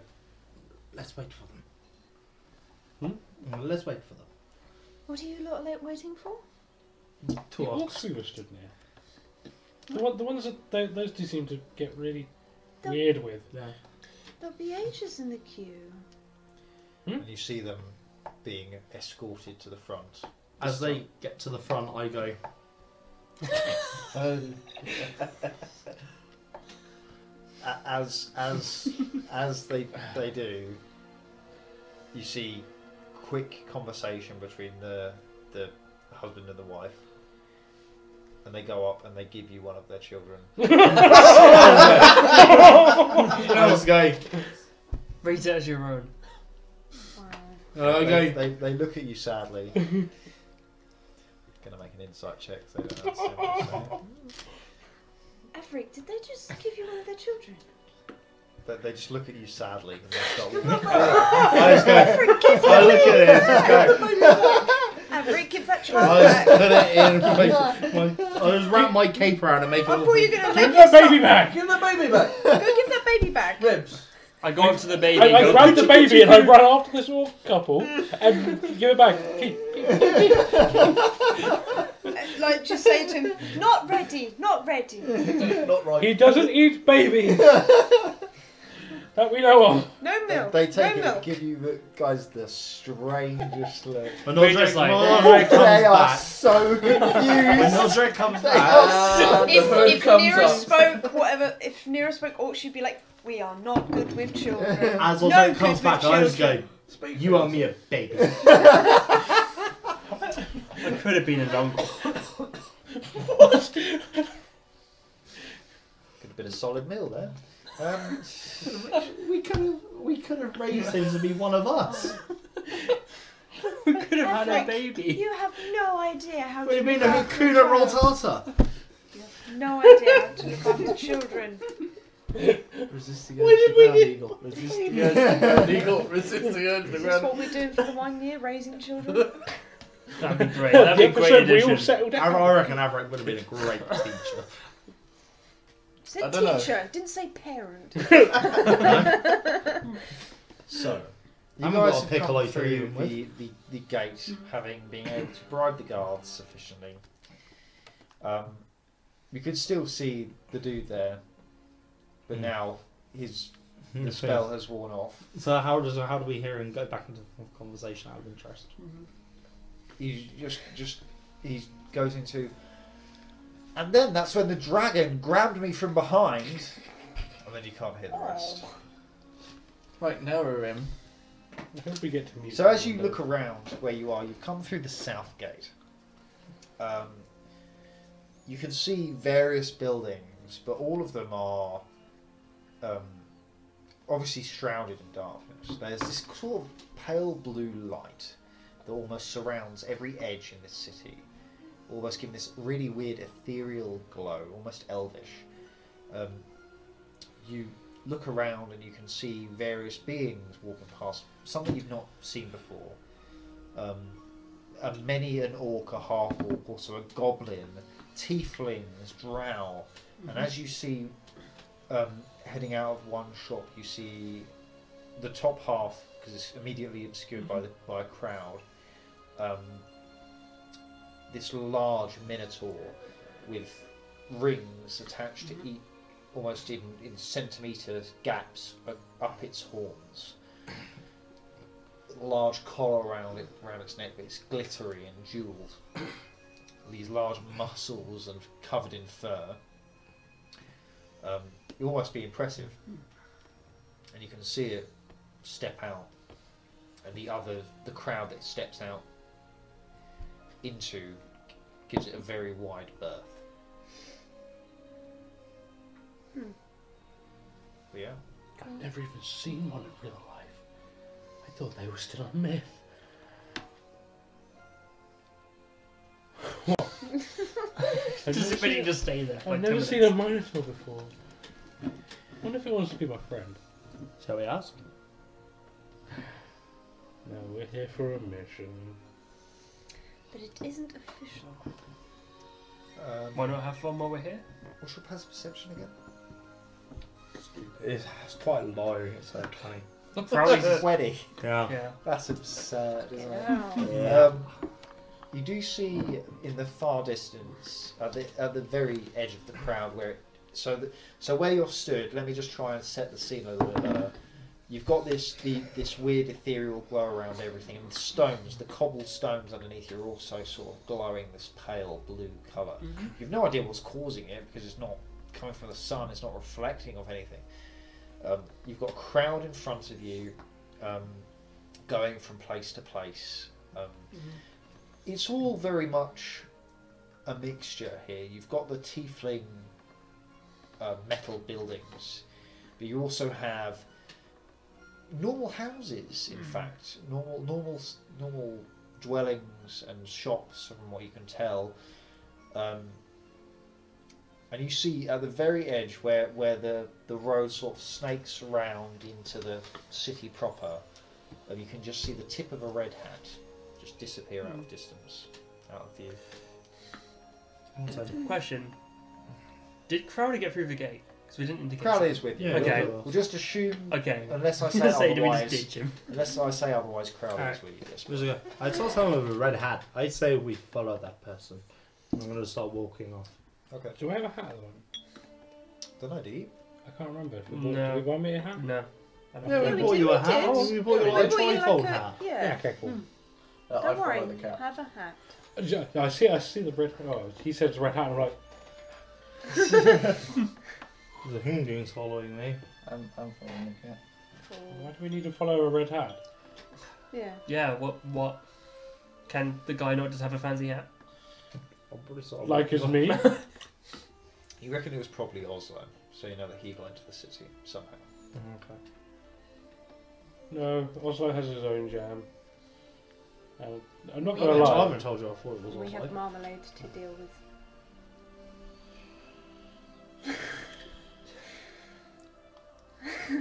Speaker 6: Let's wait for them. Hmm? Let's wait for them.
Speaker 1: What are you lot like waiting for?
Speaker 6: Two
Speaker 5: the
Speaker 6: orcs.
Speaker 5: orcs we were stood near. The, one, the ones that tho- those two seem to get really weird with.
Speaker 6: Yeah.
Speaker 1: There'll be ages in the queue.
Speaker 2: And you see them being escorted to the front.
Speaker 6: As they get to the front, I go.
Speaker 2: A- as as as they they do, you see quick conversation between the the husband and the wife, and they go up and they give you one of their children.
Speaker 6: I was going.
Speaker 4: Rate it as your own.
Speaker 1: Wow.
Speaker 8: Uh,
Speaker 6: I
Speaker 2: They,
Speaker 6: go.
Speaker 2: they, they look at you sadly. Gonna make an insight check. So they don't understand what you're saying.
Speaker 1: Everett, did they just give you one of their children?
Speaker 2: But they just look at you sadly and they start walking.
Speaker 6: I was going. I look at it. I go.
Speaker 1: Everett, give that
Speaker 6: I
Speaker 1: child
Speaker 6: just
Speaker 1: back.
Speaker 6: put it in. place- my- I just wrap my cape around and make it.
Speaker 1: I
Speaker 6: all-
Speaker 1: thought you were gonna
Speaker 5: Give
Speaker 1: make
Speaker 5: the
Speaker 1: it
Speaker 5: baby back!
Speaker 8: Give the baby back.
Speaker 1: Go give that baby back.
Speaker 8: Ribs.
Speaker 4: I go up to the baby.
Speaker 5: I, I
Speaker 4: go,
Speaker 5: grab the baby and I run after this orc couple and give it back. Keep,
Speaker 1: And, Like just say to him, not ready, not ready.
Speaker 8: Not right.
Speaker 5: He doesn't eat babies. that we know of.
Speaker 1: No milk.
Speaker 2: They take
Speaker 1: no
Speaker 2: it and
Speaker 1: milk.
Speaker 2: give you the guys the strangest look.
Speaker 6: When
Speaker 4: We're
Speaker 6: Aldrich,
Speaker 4: just like-
Speaker 6: when Aldrich comes
Speaker 2: They are
Speaker 6: back.
Speaker 2: so
Speaker 6: When
Speaker 2: confused.
Speaker 6: Aldrich comes
Speaker 2: They
Speaker 6: back.
Speaker 8: Ah, the hood
Speaker 1: If, if
Speaker 8: comes
Speaker 1: Nero
Speaker 8: up.
Speaker 1: spoke whatever, if Nero spoke orc, she'd be like, we are not good with children.
Speaker 6: As
Speaker 1: No
Speaker 6: Aldrich
Speaker 1: good
Speaker 6: comes
Speaker 1: with
Speaker 6: back, I just go.
Speaker 1: children.
Speaker 8: Speak
Speaker 6: You are me a baby.
Speaker 4: I could have been an uncle.
Speaker 2: Bit of solid meal there. Um,
Speaker 6: We could have we could have raised him to be one of us.
Speaker 4: We could have had a
Speaker 1: Affleck,
Speaker 4: baby.
Speaker 1: You have no idea how
Speaker 6: What do
Speaker 1: to
Speaker 6: you mean
Speaker 1: look
Speaker 6: a
Speaker 1: after a
Speaker 6: kuna
Speaker 1: child.
Speaker 6: rotata?
Speaker 1: You have no idea how to look after children.
Speaker 8: Resist the
Speaker 6: Why
Speaker 8: urge to
Speaker 6: did we
Speaker 8: ground
Speaker 6: do-
Speaker 8: eagle. Resist the urge to ground eagle. Resist the urge to
Speaker 1: Is this
Speaker 8: ground
Speaker 1: what we're doing for the one year, raising children?
Speaker 4: That'd be great. That'd be a great
Speaker 5: we
Speaker 4: addition.
Speaker 5: all settled
Speaker 6: I
Speaker 5: down.
Speaker 6: I reckon Averick would have been a great teacher.
Speaker 1: said
Speaker 8: don't know.
Speaker 1: teacher, didn't say parent.
Speaker 2: so, you
Speaker 6: I'm
Speaker 2: guys
Speaker 6: not a
Speaker 2: have
Speaker 6: piccolo
Speaker 2: come
Speaker 6: for
Speaker 2: through
Speaker 6: you
Speaker 2: the, the, the gate, having been able to bribe the guards sufficiently. Um, you could still see the dude there, but
Speaker 6: Hmm.
Speaker 2: now his the
Speaker 6: Hmm,
Speaker 2: spell has worn off.
Speaker 6: So how does how do we hear him go back into the conversation out of interest?
Speaker 2: He just just he goes into, and then that's when the dragon grabbed me from behind, and then you can't hear the rest.
Speaker 8: Right, now we're in.
Speaker 5: I hope we get to meet.
Speaker 2: So as you
Speaker 5: someone,
Speaker 2: look around where you are, you've come through the south gate. Um, you can see various buildings, but all of them are um, obviously shrouded in darkness. There's this sort of pale blue light that almost surrounds every edge in this city, almost giving this really weird ethereal glow, almost elvish. Um, you look around and you can see various beings walking past, something you've not seen before. Um, and many an orc, a half orc, also a goblin, tieflings, drow. And as you see, um, heading out of one shop, you see the top half, because it's immediately obscured by, the, by a crowd, um, this large minotaur with rings attached to each almost in, in centimetre gaps u- up its horns. Large collar around it, around its neck, but it's glittery and jewelled. These large muscles and covered in fur. Um, you almost be impressive, and you can see it step out, and the other, the crowd that it steps out into, gives it a very wide berth. But yeah.
Speaker 5: I've never even seen one in real life. I thought they were still a myth. What?
Speaker 4: Does it really just stay there?
Speaker 5: I've never seen a minotaur before. wonder if it wants to be my friend.
Speaker 6: Shall we ask?
Speaker 5: No, we're here for a mission.
Speaker 1: But it isn't official.
Speaker 2: Um,
Speaker 4: Why not have fun while we're here?
Speaker 2: What's your passive perception again?
Speaker 6: It's, it's quite low. It's like twenty.
Speaker 4: Crowley's.
Speaker 2: Sweaty.
Speaker 6: Yeah.
Speaker 4: yeah.
Speaker 2: That's absurd, isn't it?
Speaker 1: Wow.
Speaker 2: Um, you do see in the far distance, at the at the very edge of the crowd, where it, so the, so where you're stood. Let me just try and set the scene a little bit. better. You've got this the, this weird ethereal glow around everything, and the stones, the cobbled stones underneath you, are also sort of glowing this pale blue color. You've no idea what's causing it because it's not coming from the sun. It's not reflecting off anything. Um, you've got a crowd in front of you, um, going from place to place. Um, It's all very much a mixture here. You've got the tiefling uh, metal buildings, but you also have normal houses. In fact, normal, normal, s- normal dwellings and shops, from what you can tell. Um, and you see at the very edge where, where the, the road sort of snakes round into the city proper, and you can just see the tip of a red hat just disappear out
Speaker 1: Hmm.
Speaker 2: of distance, out of view.
Speaker 4: Question: Did Crowley get through the gate? Because we didn't indicate.
Speaker 2: Crowley is with you.
Speaker 6: Yeah,
Speaker 4: Okay.
Speaker 2: We'll just assume,
Speaker 4: Okay.
Speaker 2: unless I
Speaker 4: I was
Speaker 2: say
Speaker 4: gonna say, do we just
Speaker 2: otherwise,
Speaker 4: ditch him?
Speaker 2: unless I say otherwise, Crowley is
Speaker 6: Alright.
Speaker 2: with you. at this
Speaker 6: Where's it go? I saw someone with a red hat. I say we follow that person. I'm gonna start walking off.
Speaker 2: point. Okay.
Speaker 5: Do I have a hat at the moment?
Speaker 2: Don't know, do you?
Speaker 5: I can't remember. If we bought,
Speaker 4: No.
Speaker 5: Did we buy me a hat?
Speaker 4: No. I don't
Speaker 1: Yeah,
Speaker 6: Yeah, we
Speaker 1: we
Speaker 4: think-
Speaker 6: bought
Speaker 1: did,
Speaker 6: you a
Speaker 1: we
Speaker 6: hat.
Speaker 1: did.
Speaker 6: We bought you
Speaker 1: They
Speaker 6: a
Speaker 1: bought you
Speaker 6: trifold
Speaker 1: like a-
Speaker 6: hat.
Speaker 1: Yeah.
Speaker 5: Yeah, okay, cool.
Speaker 8: Uh, I
Speaker 1: Don't
Speaker 8: follow
Speaker 1: worry,
Speaker 8: the cat.
Speaker 1: have a hat.
Speaker 5: Uh, yeah, I see. I see the red. Oh, he says red hat. and I'm like,
Speaker 6: The Hindu's following me.
Speaker 8: I'm, I'm following the cat.
Speaker 5: why do we need to follow a red hat?
Speaker 1: Yeah.
Speaker 4: Yeah. What? What? Can the guy not just have a fancy hat?
Speaker 2: Oh,
Speaker 6: I'm pretty sort of
Speaker 5: Like as me.
Speaker 2: You reckon it was probably Oslo. so you know that he got into the city somehow.
Speaker 5: Okay. No, Oslo has his own jam. Uh, I'm not gonna
Speaker 6: I
Speaker 5: lie.
Speaker 6: haven't told you I thought it was
Speaker 1: we have
Speaker 6: Oslo.
Speaker 1: marmalade to deal with.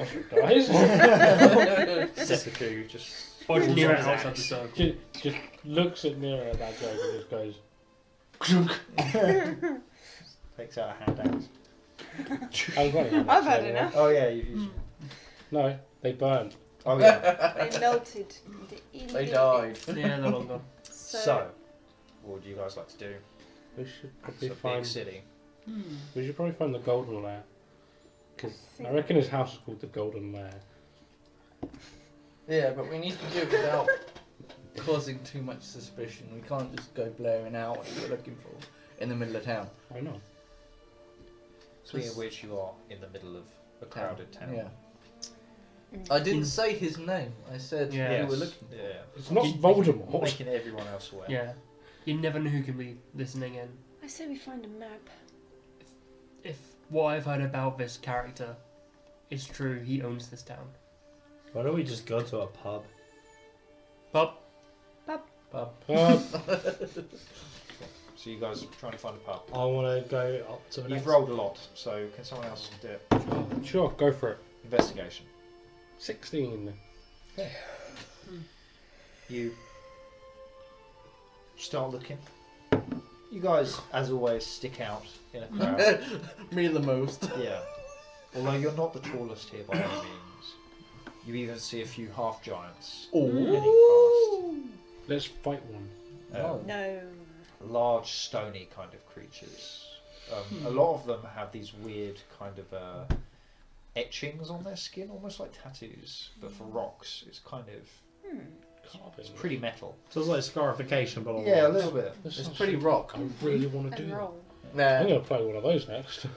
Speaker 5: Oslo dies.
Speaker 2: Sissaku just
Speaker 4: Bodge
Speaker 2: Balls
Speaker 4: Nero
Speaker 2: on his
Speaker 4: outside the
Speaker 2: axe.
Speaker 4: circle.
Speaker 5: just, just looks at Nero at that joke and just goes,
Speaker 2: takes out a handout.
Speaker 5: "I'm running."
Speaker 1: I've had enough. Hmm.
Speaker 2: Oh yeah, you, you,
Speaker 5: No, they burn.
Speaker 2: oh yeah.
Speaker 1: They melted. into
Speaker 8: They
Speaker 1: eating
Speaker 8: died.
Speaker 4: Yeah, they're long gone.
Speaker 1: So,
Speaker 2: so, what would you guys like to do?
Speaker 5: We should probably
Speaker 2: It's a big
Speaker 5: find.
Speaker 2: city.
Speaker 5: We should probably find the golden lair. Cause
Speaker 1: think-
Speaker 5: I reckon his house is called the Golden Lair.
Speaker 8: Yeah, but we need to do it without causing too much suspicion. We can't just go blaring out what we're looking for in the middle of town.
Speaker 5: Why not?
Speaker 2: Speaking of which, you are in the middle of a crowded town.
Speaker 8: Yeah.
Speaker 1: Mm.
Speaker 8: I didn't say his name. I said
Speaker 4: Yeah.
Speaker 8: who
Speaker 2: Yes.
Speaker 8: we're looking for.
Speaker 2: Yeah.
Speaker 5: It's not
Speaker 4: Did-
Speaker 5: Voldemort.
Speaker 2: Making everyone else aware.
Speaker 4: Yeah. You never know who can be listening in.
Speaker 1: I say we find a map.
Speaker 4: If what I've heard about this character is true, he owns this town.
Speaker 6: Why don't we just go to a pub?
Speaker 4: But
Speaker 5: Uh,
Speaker 2: So you guys are trying to find a pub.
Speaker 6: I want to go up to the
Speaker 2: You've
Speaker 6: next.
Speaker 2: rolled a lot, so can someone else do it?
Speaker 5: sure, go for it.
Speaker 2: Investigation.
Speaker 5: Sixteen.
Speaker 2: You start looking. You guys, as always, stick out in a crowd.
Speaker 8: Me the most.
Speaker 2: yeah. Although you're not the tallest here by any means. You even see a few half giants
Speaker 8: Oh.
Speaker 2: heading past.
Speaker 5: Let's fight one.
Speaker 2: Um,
Speaker 1: No.
Speaker 2: large stony kind of creatures. Um, A lot of them have these weird kind of uh, etchings on their skin, almost like tattoos, but for rocks. It's kind of it's pretty metal.
Speaker 6: So it's like scarification, but on
Speaker 2: Yeah, a
Speaker 6: rocks.
Speaker 2: little bit.
Speaker 5: This
Speaker 8: It's
Speaker 5: sounds-
Speaker 8: pretty rock.
Speaker 5: I really want to do
Speaker 1: And
Speaker 5: that.
Speaker 1: roll.
Speaker 5: I'm
Speaker 8: Nah.
Speaker 5: gonna play one of those next.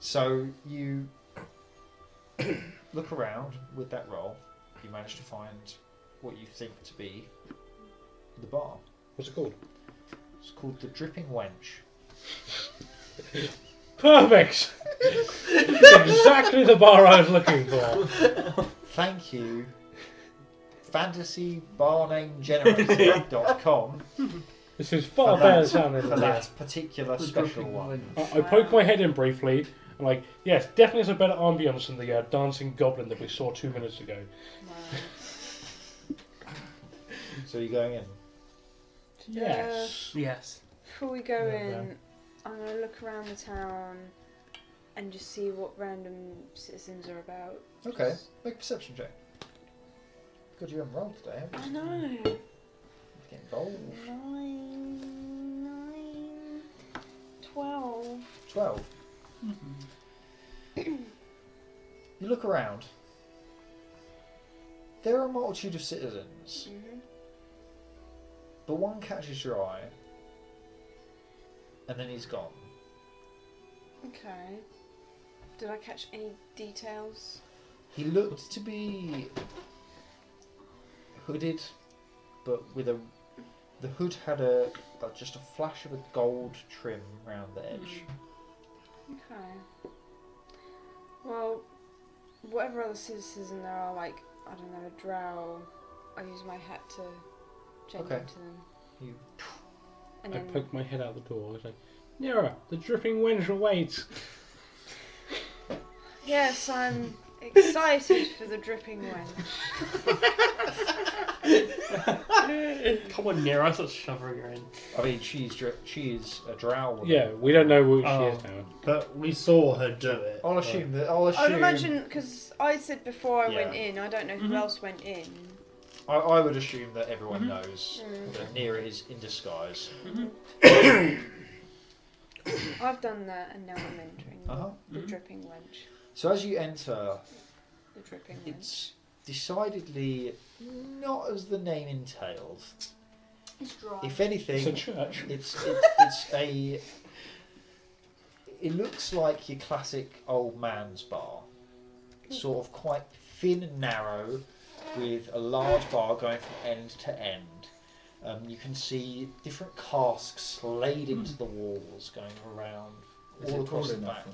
Speaker 2: So you look around with that roll. You manage to find what you think to be the bar.
Speaker 5: What's it called?
Speaker 2: It's called the Dripping Wench.
Speaker 5: Perfect. exactly the bar I was looking for.
Speaker 2: Thank you, fantasybarnamegenerator.com,
Speaker 5: This is far
Speaker 2: For that-
Speaker 5: better sounding
Speaker 2: for
Speaker 5: than that.
Speaker 2: that particular special one.
Speaker 5: I, I poke my head in briefly. I'm like, yes, definitely is a better ambience than the uh, dancing goblin that we saw two minutes ago.
Speaker 1: Wow.
Speaker 2: So you're going in.
Speaker 5: Yes.
Speaker 4: yes.
Speaker 1: Before we go
Speaker 5: Yeah,
Speaker 1: in,
Speaker 5: yeah.
Speaker 1: I'm gonna look around the town and just see what random citizens are about.
Speaker 2: Okay, make a perception check. God, you haven't rolled today, haven't
Speaker 1: I know.
Speaker 2: you? Getting bold.
Speaker 1: Nine, nine, twelve.
Speaker 2: 12. you look around. There are a multitude of citizens,
Speaker 1: Mm-hmm.
Speaker 2: but one catches your eye, and then he's gone.
Speaker 1: Okay. Did I catch any details?
Speaker 2: He looked to be hooded, but with a. The hood had a like just a flash of a gold trim round the edge.
Speaker 1: Okay. Well, whatever other citizens there are, like I don't know, a drow. I use my hat to change
Speaker 2: Okay.
Speaker 1: it to them.
Speaker 2: You-
Speaker 1: And
Speaker 5: I
Speaker 1: then
Speaker 5: poke my head out the door. I was like, Nera, the dripping wench awaits.
Speaker 1: Yes, I'm excited for the dripping wench.
Speaker 4: Come on, Nero, I start shoving her in.
Speaker 2: I mean, she's dr- she is a drow woman.
Speaker 5: Yeah, we don't know who she is
Speaker 4: Oh.
Speaker 5: now.
Speaker 6: But we saw her do it.
Speaker 2: I'll assume that. I'll assume.
Speaker 1: I'd imagine because I said before I went
Speaker 2: Yeah.
Speaker 1: in, I don't know who
Speaker 4: Mhm.
Speaker 1: else went in.
Speaker 9: I, I would assume that everyone knows
Speaker 1: Mm.
Speaker 9: that Nira is in disguise.
Speaker 1: I've done that, and now I'm entering
Speaker 2: Uh-huh.
Speaker 1: the dripping wench.
Speaker 2: So as you enter,
Speaker 1: The dripping wench.
Speaker 2: it's decidedly not as the name entails.
Speaker 1: It's dry.
Speaker 2: If anything,
Speaker 5: It's a
Speaker 2: it's
Speaker 5: church.
Speaker 2: it's, it's a. It looks like your classic old man's bar, sort of quite thin and narrow, with a large bar going from end to end. Um, you can see different casks laid into the walls, going around all across the back.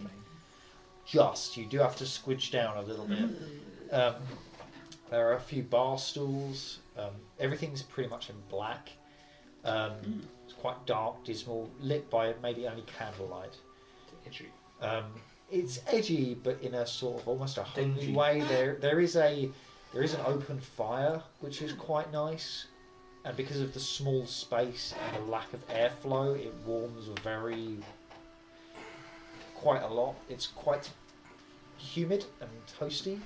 Speaker 2: just. You do have to squidge down a little bit. Um, there are a few bar stools. Um, everything's pretty much in black. Um, it's quite dark, dismal, lit by maybe only candlelight.
Speaker 5: Itchy.
Speaker 2: Um, it's edgy, but in a sort of almost a homely
Speaker 8: Dingy.
Speaker 2: way. There, there is a there is an open fire, which is quite nice. And because of the small space and the lack of airflow, it warms very quite a lot. It's quite humid and toasty.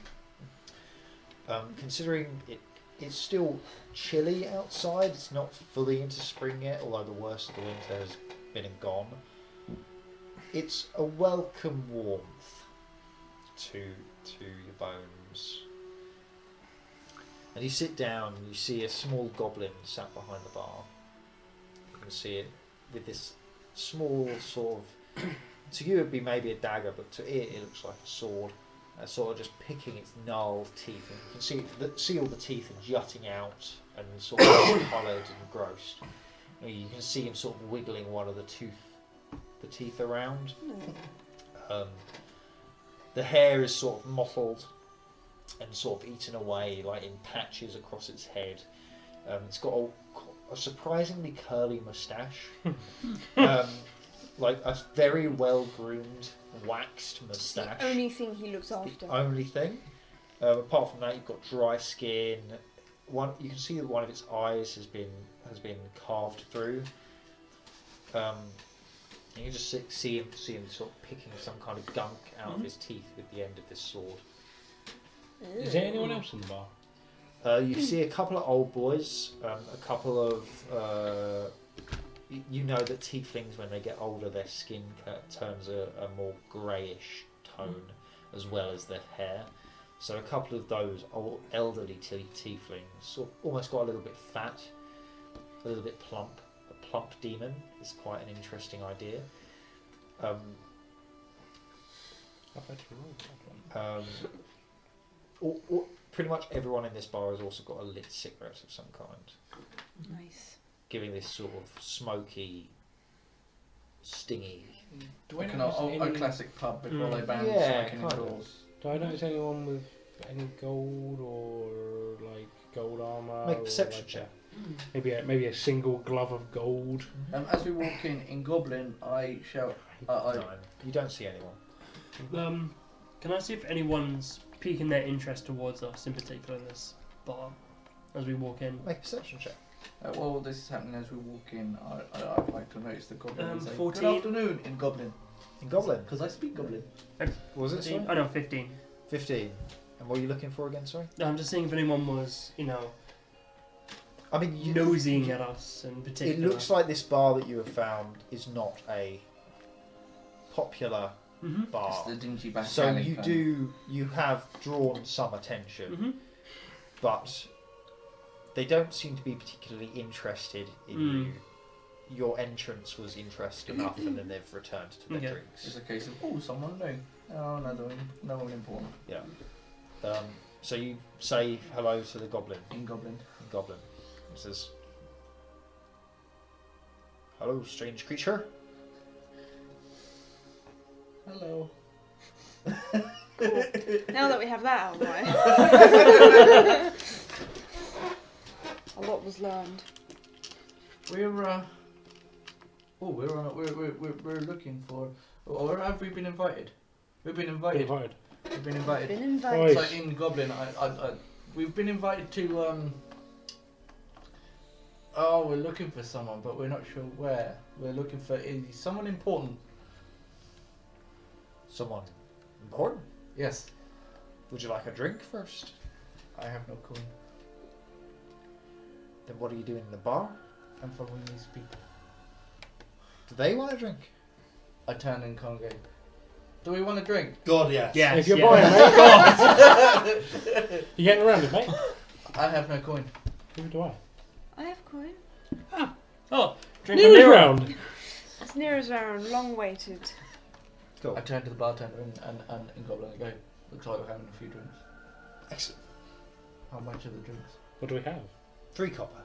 Speaker 2: Um, considering it, it's still chilly outside. It's not fully into spring yet, although the worst of the winter has been and gone it's a welcome warmth to to your bones. And you sit down, you see a small goblin sat behind the bar. You can see it with this small sort of to you it'd be maybe a dagger, but to it it looks like a sword. Uh, sort of just picking its gnarled teeth, and you can see the, see all the teeth are jutting out and sort of hollowed and grossed. And you can see him sort of wiggling one of the tooth, the teeth around. Um, the hair is sort of mottled and sort of eaten away, like in patches across its head. Um, it's got a, a surprisingly curly moustache, um, like a very well groomed, waxed
Speaker 1: It's
Speaker 2: moustache.
Speaker 1: the only thing he looks after.
Speaker 2: The only thing. Um, apart from that, you've got dry skin. One, you can see that one of its eyes has been has been carved through. Um, you can just see- see him see him sort of picking some kind of gunk out of his teeth with the end of this sword.
Speaker 5: Is there anyone else in the bar?
Speaker 2: Uh, you see a couple of old boys, um, a couple of. Uh, y- you know that tieflings, when they get older, their skin ca- turns a, a more greyish tone as well as their hair. So a couple of those old elderly t- tieflings, sort of almost got a little bit fat, a little bit plump. A plump demon is quite an interesting idea. Um,
Speaker 5: I've had to roll that one.
Speaker 2: um, all, all, pretty much everyone in this bar has also got a lit cigarette of some kind.
Speaker 1: Nice.
Speaker 2: giving this sort of smoky, stingy.
Speaker 5: Do I
Speaker 8: Like an
Speaker 5: notice
Speaker 8: old,
Speaker 5: any- Hmm.
Speaker 8: a classic pub before
Speaker 4: Mm.
Speaker 8: they banned
Speaker 2: Yeah,
Speaker 8: smoking
Speaker 2: kind of.
Speaker 8: indoors.
Speaker 5: Do I notice anyone with any gold or like gold armor?
Speaker 2: Make a
Speaker 5: or,
Speaker 2: perception
Speaker 5: like,
Speaker 2: check.
Speaker 5: a- maybe a, maybe a single glove of gold.
Speaker 8: Um, as we walk in in Goblin, I shout, uh, I,
Speaker 2: Nine. You don't see anyone. Mm-hmm.
Speaker 4: Um, can I see if anyone's piquing their interest towards us, in particular in this bar, as we walk in?
Speaker 2: Make a perception check.
Speaker 8: uh, while this is happening as we walk in, I, I, I'd like to notice the Goblin.
Speaker 4: Um,
Speaker 8: and say,
Speaker 4: 14.
Speaker 8: Good afternoon in Goblin.
Speaker 2: In Goblin.
Speaker 8: Because I speak Goblin.
Speaker 2: What was it?
Speaker 4: Fifteen?
Speaker 2: Sorry?
Speaker 4: Oh no, fifteen.
Speaker 2: Fifteen. And what are you looking for again? Sorry.
Speaker 4: No, I'm just seeing if anyone was, you know,
Speaker 2: I mean, you,
Speaker 4: nosying at us in
Speaker 2: it
Speaker 4: particular.
Speaker 2: looks like this bar that you have found is not a popular
Speaker 4: Mhm.
Speaker 2: bar.
Speaker 8: Mm-hmm. It's the dingy back
Speaker 2: Ah. So
Speaker 8: alley
Speaker 2: you
Speaker 8: thing.
Speaker 2: do you have drawn some attention,
Speaker 4: Mhm.
Speaker 2: but they don't seem to be particularly interested in
Speaker 4: Mm.
Speaker 2: you. Your entrance was interest enough, and then they've returned to their
Speaker 4: Okay.
Speaker 2: drinks.
Speaker 8: It's a case of, oh, someone new. Oh, another one. No one important
Speaker 2: Um, so you say hello to the goblin.
Speaker 8: in Goblin.
Speaker 2: Goblin. He says, "Hello, strange creature."
Speaker 8: Hello.
Speaker 1: Now that we have that out of the way. A lot was learned.
Speaker 8: We're uh. Oh, we're on. We're we're we're, we're looking for. Or or have we been invited? We've been
Speaker 5: Pretty
Speaker 8: invited.
Speaker 5: hard.
Speaker 8: We've been invited.
Speaker 1: Been
Speaker 5: Oi.
Speaker 1: invited.
Speaker 8: So in Goblin, I, I, I we've been invited to um. Oh, we're looking for someone, but we're not sure where. We're looking for is someone important.
Speaker 2: Someone important.
Speaker 8: Yes,
Speaker 2: Would you like a drink first?
Speaker 8: I have no coin.
Speaker 2: Then what are you doing in the bar?
Speaker 8: I'm following these people.
Speaker 2: Do they want a drink?
Speaker 8: I turn and Congo. Do we want a drink?
Speaker 6: God, yes.
Speaker 4: Yes,
Speaker 5: if you're
Speaker 4: yeah.
Speaker 5: buying, mate, God. you're getting around it, mate.
Speaker 8: I have no coin.
Speaker 5: Who do I?
Speaker 1: I have coin.
Speaker 4: Oh, drink a
Speaker 5: Nearly
Speaker 4: mirror.
Speaker 5: round.
Speaker 1: It's near as round, long waited.
Speaker 2: Cool.
Speaker 8: I turn to the bartender and and, and, and Goblin and go. Looks like we're having a few drinks.
Speaker 2: Excellent.
Speaker 8: How much are the drinks?
Speaker 5: What do we have?
Speaker 2: Three copper.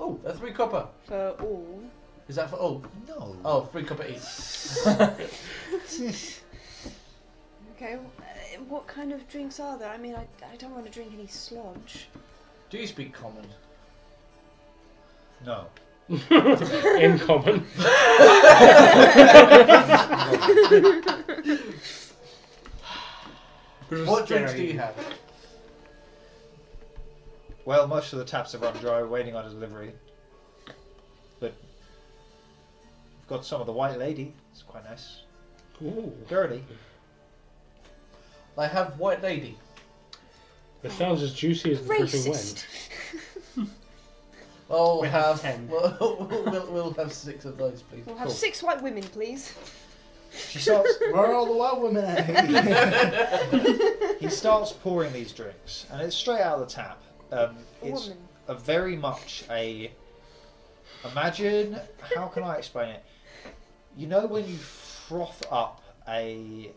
Speaker 8: Oh, a three copper.
Speaker 1: For all.
Speaker 8: Is that for oh, all?
Speaker 2: No.
Speaker 8: Oh, three copper each.
Speaker 1: Okay. Okay, uh, what kind of drinks are there? I mean, I, I don't want to drink any sludge.
Speaker 8: Do you speak common?
Speaker 2: No.
Speaker 5: in common.
Speaker 8: What drinks do you have?
Speaker 2: Well, most of the taps have run dry, we're waiting on a delivery. But we've got some of the White Lady. It's quite nice.
Speaker 5: Ooh,
Speaker 2: Girly.
Speaker 8: I have White Lady.
Speaker 5: it sounds as juicy as the dripping
Speaker 1: Racist.
Speaker 5: wind.
Speaker 8: I'll
Speaker 4: We have
Speaker 8: have.
Speaker 4: ten.
Speaker 8: We'll, we'll, we'll have six of those, please.
Speaker 1: We'll have six white women, please.
Speaker 2: She starts.
Speaker 6: Where are all the wild women at?
Speaker 2: he starts pouring these drinks, and it's straight out of the tap. Um,
Speaker 1: A
Speaker 2: it's
Speaker 1: woman.
Speaker 2: a very much a. Imagine how can I explain it? You know when you froth up a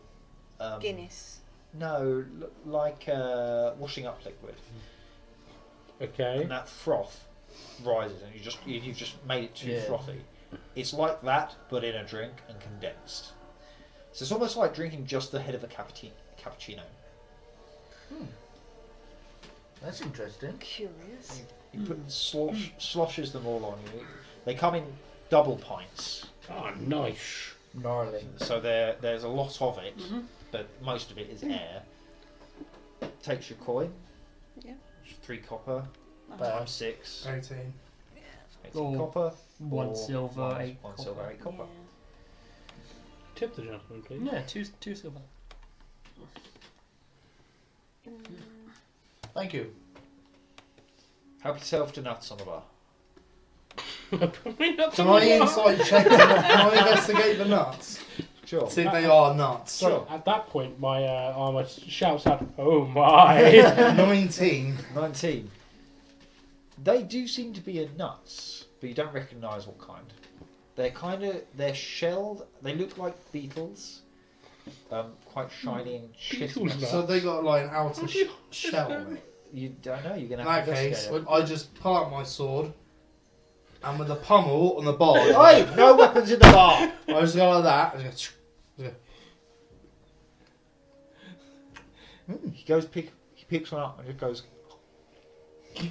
Speaker 2: um,
Speaker 1: Guinness.
Speaker 2: No, l- like uh, washing up liquid,
Speaker 5: Okay. Hmm?
Speaker 2: and that froth rises, and you just you- you've just made it too
Speaker 8: Yeah.
Speaker 2: frothy. It's like that, but in a drink and condensed. So it's almost like drinking just the head of a cappuccino. cappuccino.
Speaker 8: That's interesting.
Speaker 1: Curious.
Speaker 2: He put slosh, sloshes them all on you. They come in double pints,
Speaker 5: Oh, nice.
Speaker 8: Gnarly.
Speaker 2: so there there's a lot of it, but most of it is air. Takes your coin.
Speaker 1: Yeah.
Speaker 2: Three copper.
Speaker 8: Bad.
Speaker 2: Times six.
Speaker 6: 18.
Speaker 2: It's
Speaker 4: Oh.
Speaker 2: copper.
Speaker 4: One
Speaker 2: or
Speaker 4: silver,
Speaker 2: one-
Speaker 4: eight
Speaker 2: one
Speaker 4: copper.
Speaker 2: silver, eight copper.
Speaker 1: Yeah.
Speaker 5: Tip the gentleman, please.
Speaker 4: Yeah, two two silver.
Speaker 1: Mm,
Speaker 8: Thank you.
Speaker 2: Help yourself to nuts on the bar.
Speaker 5: Probably not
Speaker 6: Can
Speaker 5: the
Speaker 6: I
Speaker 5: one.
Speaker 6: inside check the nuts? Can I investigate the nuts?
Speaker 2: Sure.
Speaker 6: See if they are nuts.
Speaker 5: So at that point, my uh, armor shouts out, "Oh my!"
Speaker 6: 19.
Speaker 2: 19. They do seem to be a nuts, but you don't recognise what kind. They're kind of they're shelled. They look like beetles, um, quite shiny and
Speaker 5: Beetles,
Speaker 2: chiseled.
Speaker 5: man.
Speaker 6: So they got like an outer sh- shell on it.
Speaker 2: You don't know. You're
Speaker 6: In
Speaker 2: gonna
Speaker 6: that
Speaker 2: have to
Speaker 6: case,
Speaker 2: investigate. it.
Speaker 6: I just pull out my sword and with the pommel on the bar, I
Speaker 2: Oi! No weapons in the bar.
Speaker 6: just go like that. I just
Speaker 2: Hmm, He goes pick. He picks one up and just goes.
Speaker 6: go,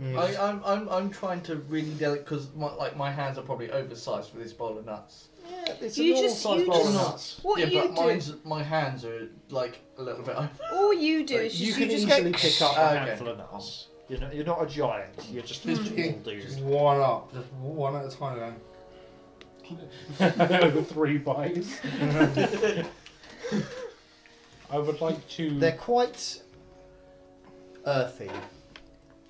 Speaker 6: mm.
Speaker 8: I, I'm, I'm, I'm trying to really delicate because my, like my hands are probably oversized for this bowl of nuts.
Speaker 2: Yeah, it's
Speaker 1: You
Speaker 2: a normal
Speaker 1: just-
Speaker 2: size
Speaker 1: you
Speaker 2: bowl of
Speaker 1: just-
Speaker 2: nuts.
Speaker 1: What
Speaker 8: yeah,
Speaker 1: you
Speaker 8: but
Speaker 1: do?
Speaker 8: mine's, my hands are like a little bit. Over.
Speaker 1: All you do is just,
Speaker 2: You can
Speaker 1: just
Speaker 2: easily
Speaker 1: go.
Speaker 2: pick up
Speaker 8: Ah,
Speaker 2: a
Speaker 8: okay.
Speaker 2: handful of nuts. You're not, you're not a giant. You're just a
Speaker 6: Just,
Speaker 1: Hmm.
Speaker 2: little
Speaker 6: just
Speaker 2: dude.
Speaker 6: one up, just one at a time. Then.
Speaker 5: Over three bites. I would like to.
Speaker 2: They're quite earthy.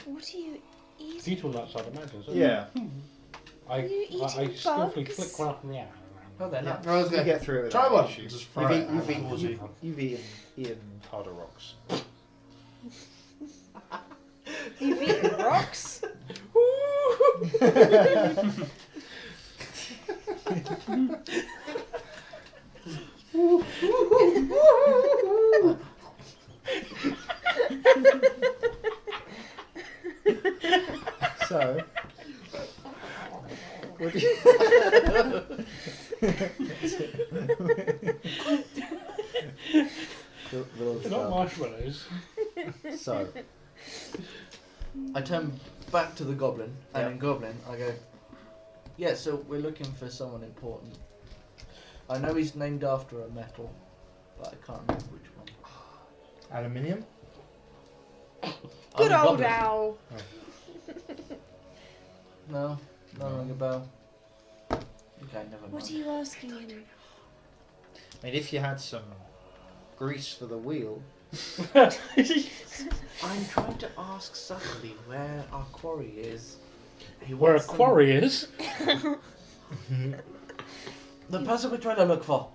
Speaker 1: What are you eating?
Speaker 5: Beetle nuts, I'd imagine. so-
Speaker 2: Yeah.
Speaker 5: I,
Speaker 1: Are you
Speaker 5: I, I
Speaker 1: eating
Speaker 5: skillfully
Speaker 1: bugs?
Speaker 5: flick one up in the air.
Speaker 8: Oh, they're
Speaker 2: Yeah.
Speaker 8: nuts.
Speaker 6: I was
Speaker 2: You
Speaker 6: going,
Speaker 2: get through it. without
Speaker 6: try one.
Speaker 2: issues.
Speaker 6: Just
Speaker 2: You've,
Speaker 6: throw it
Speaker 2: eat- you've
Speaker 6: out
Speaker 2: eat-
Speaker 6: towards
Speaker 2: you've-
Speaker 6: you.
Speaker 2: you've eaten, eaten harder rocks.
Speaker 1: You've eaten rocks.
Speaker 2: So. what do you- Little- little
Speaker 5: They're not
Speaker 2: stuff.
Speaker 5: marshmallows.
Speaker 2: So,
Speaker 8: I turn back to the goblin, and
Speaker 2: Yeah.
Speaker 8: in goblin, I go, Yeah, so we're looking for someone important. I know he's named after a metal, but I can't remember which one.
Speaker 6: Aluminium?
Speaker 1: Good
Speaker 8: I'm a
Speaker 1: old
Speaker 8: goblin.
Speaker 1: owl.
Speaker 8: No, no ring a bell. Okay, never mind.
Speaker 1: What are you asking him?
Speaker 2: I mean, if you had some grease for the wheel,
Speaker 8: I'm trying to ask subtly where our quarry is. He
Speaker 5: Where a
Speaker 8: wants them-
Speaker 5: quarry is,
Speaker 8: The person we're trying to look for.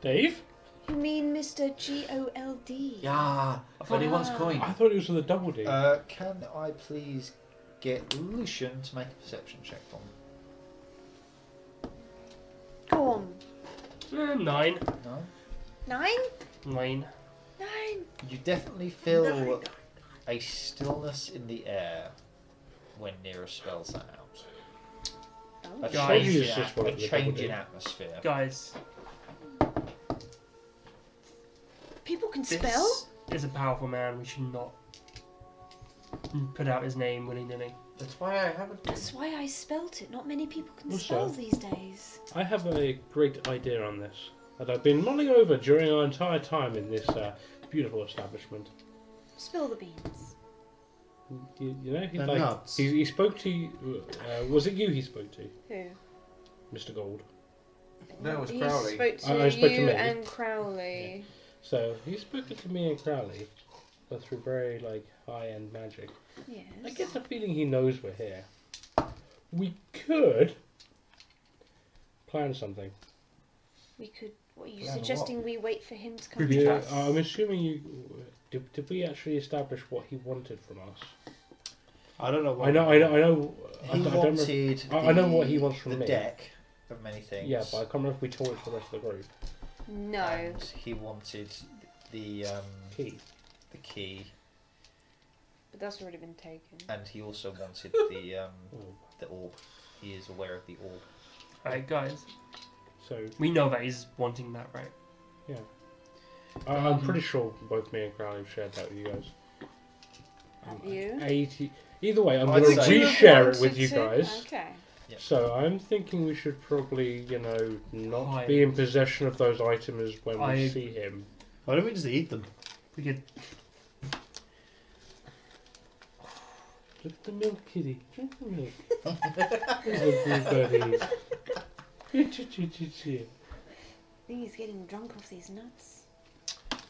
Speaker 5: Dave.
Speaker 1: You mean Mr. G O L D?
Speaker 8: Yeah, I thought he wants
Speaker 1: Ah.
Speaker 8: coin.
Speaker 5: I thought it was with a double D.
Speaker 2: uh, can I please get Lucian to make a perception check for me?
Speaker 1: Go on.
Speaker 4: Eh, nine,
Speaker 2: No?
Speaker 1: Nine?
Speaker 4: nine.
Speaker 1: Nine.
Speaker 2: You definitely feel a stillness in the air when Nira spells that out. A
Speaker 1: Oh.
Speaker 5: Yeah, I
Speaker 2: change,
Speaker 5: use
Speaker 2: in,
Speaker 5: this
Speaker 2: at-
Speaker 5: one
Speaker 2: a
Speaker 5: with the
Speaker 2: change
Speaker 5: double
Speaker 2: in
Speaker 5: D.
Speaker 2: atmosphere.
Speaker 4: Guys,
Speaker 1: People can
Speaker 3: This-
Speaker 1: spell?
Speaker 4: is a powerful man. We should not put out his name willy nilly.
Speaker 8: That's why I haven't. been.
Speaker 1: That's why I spelt it. Not many people can
Speaker 5: Also-
Speaker 1: spell these days.
Speaker 5: I have a great idea on this that I've been mulling over during our entire time in this uh, beautiful establishment.
Speaker 1: Spill the beans.
Speaker 5: You, you know, he's
Speaker 6: They're
Speaker 5: like,
Speaker 6: nuts.
Speaker 5: He, he spoke to. Uh, was it you he spoke to,
Speaker 1: Who?
Speaker 5: Mr. Gold?
Speaker 3: No, it was
Speaker 1: He
Speaker 3: Crowley.
Speaker 1: spoke to
Speaker 5: I- I spoke to
Speaker 1: you
Speaker 5: me.
Speaker 1: and Crowley.
Speaker 5: So he's spoken to me and Crowley, but through very like high-end magic.
Speaker 1: Yes.
Speaker 5: I get the feeling he knows we're here. We could plan something.
Speaker 1: We could. What are you
Speaker 8: Plan what?
Speaker 1: suggesting? We wait for him to come.
Speaker 5: You-
Speaker 1: to
Speaker 5: uh,
Speaker 1: us?
Speaker 5: I'm assuming you. Did, did we actually establish what he wanted from us?
Speaker 6: I don't know.
Speaker 5: I know, I know, I know. I,
Speaker 2: He
Speaker 5: I don't remember.
Speaker 2: wanted.
Speaker 5: I- I know
Speaker 2: the-
Speaker 5: what he wants from
Speaker 2: the
Speaker 5: me.
Speaker 2: deck of many things.
Speaker 5: Yeah, but I can't remember if we told it to the rest of the group.
Speaker 1: No.
Speaker 2: And he wanted the um,
Speaker 5: Key.
Speaker 2: the key,
Speaker 1: But that's already been taken.
Speaker 2: and he also wanted the um,
Speaker 5: Oh.
Speaker 2: the orb. He is aware of the orb.
Speaker 4: Alright, guys.
Speaker 5: So
Speaker 4: We know that he's wanting that, right?
Speaker 5: I, I'm pretty sure both me and Crowley have shared that with you guys.
Speaker 1: Have you?
Speaker 5: Eighty. Either way, I'm
Speaker 2: I'd
Speaker 5: going to
Speaker 2: say-
Speaker 1: You
Speaker 5: reshare it
Speaker 1: wanted
Speaker 5: with you
Speaker 1: to?
Speaker 5: guys.
Speaker 1: Okay.
Speaker 5: So I'm thinking we should probably, you know, not
Speaker 4: Hide.
Speaker 5: be in possession of those items when we
Speaker 4: I-
Speaker 5: see him.
Speaker 6: Why don't we just eat them?
Speaker 4: We could.
Speaker 5: Look at the milk, kitty. Drink the milk. Look at everybody.
Speaker 1: I think he's getting drunk off these nuts. Off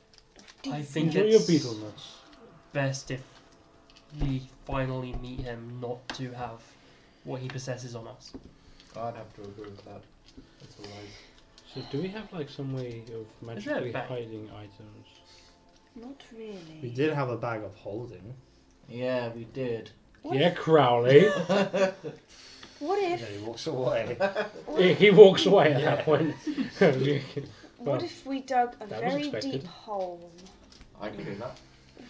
Speaker 4: I
Speaker 1: these
Speaker 4: think
Speaker 5: Enjoy
Speaker 1: nuts.
Speaker 5: your
Speaker 4: it's-
Speaker 5: beetle nuts.
Speaker 4: best if we finally meet him not to have what he possesses on us.
Speaker 8: I'd have to agree with that. That's all right.
Speaker 5: So do we have like some way of
Speaker 4: there a
Speaker 5: magically
Speaker 4: bag?
Speaker 5: hiding items?
Speaker 1: Not
Speaker 6: We
Speaker 1: really.
Speaker 6: did have a bag of holding.
Speaker 8: Yeah, we did.
Speaker 1: What?
Speaker 5: Yeah, Crowley.
Speaker 1: What if?
Speaker 2: Yeah, he walks away.
Speaker 1: What
Speaker 5: he
Speaker 1: if,
Speaker 5: he walks away at that point.
Speaker 1: what if we dug a
Speaker 5: that was
Speaker 1: very
Speaker 5: expected.
Speaker 1: deep hole?
Speaker 8: I can do that.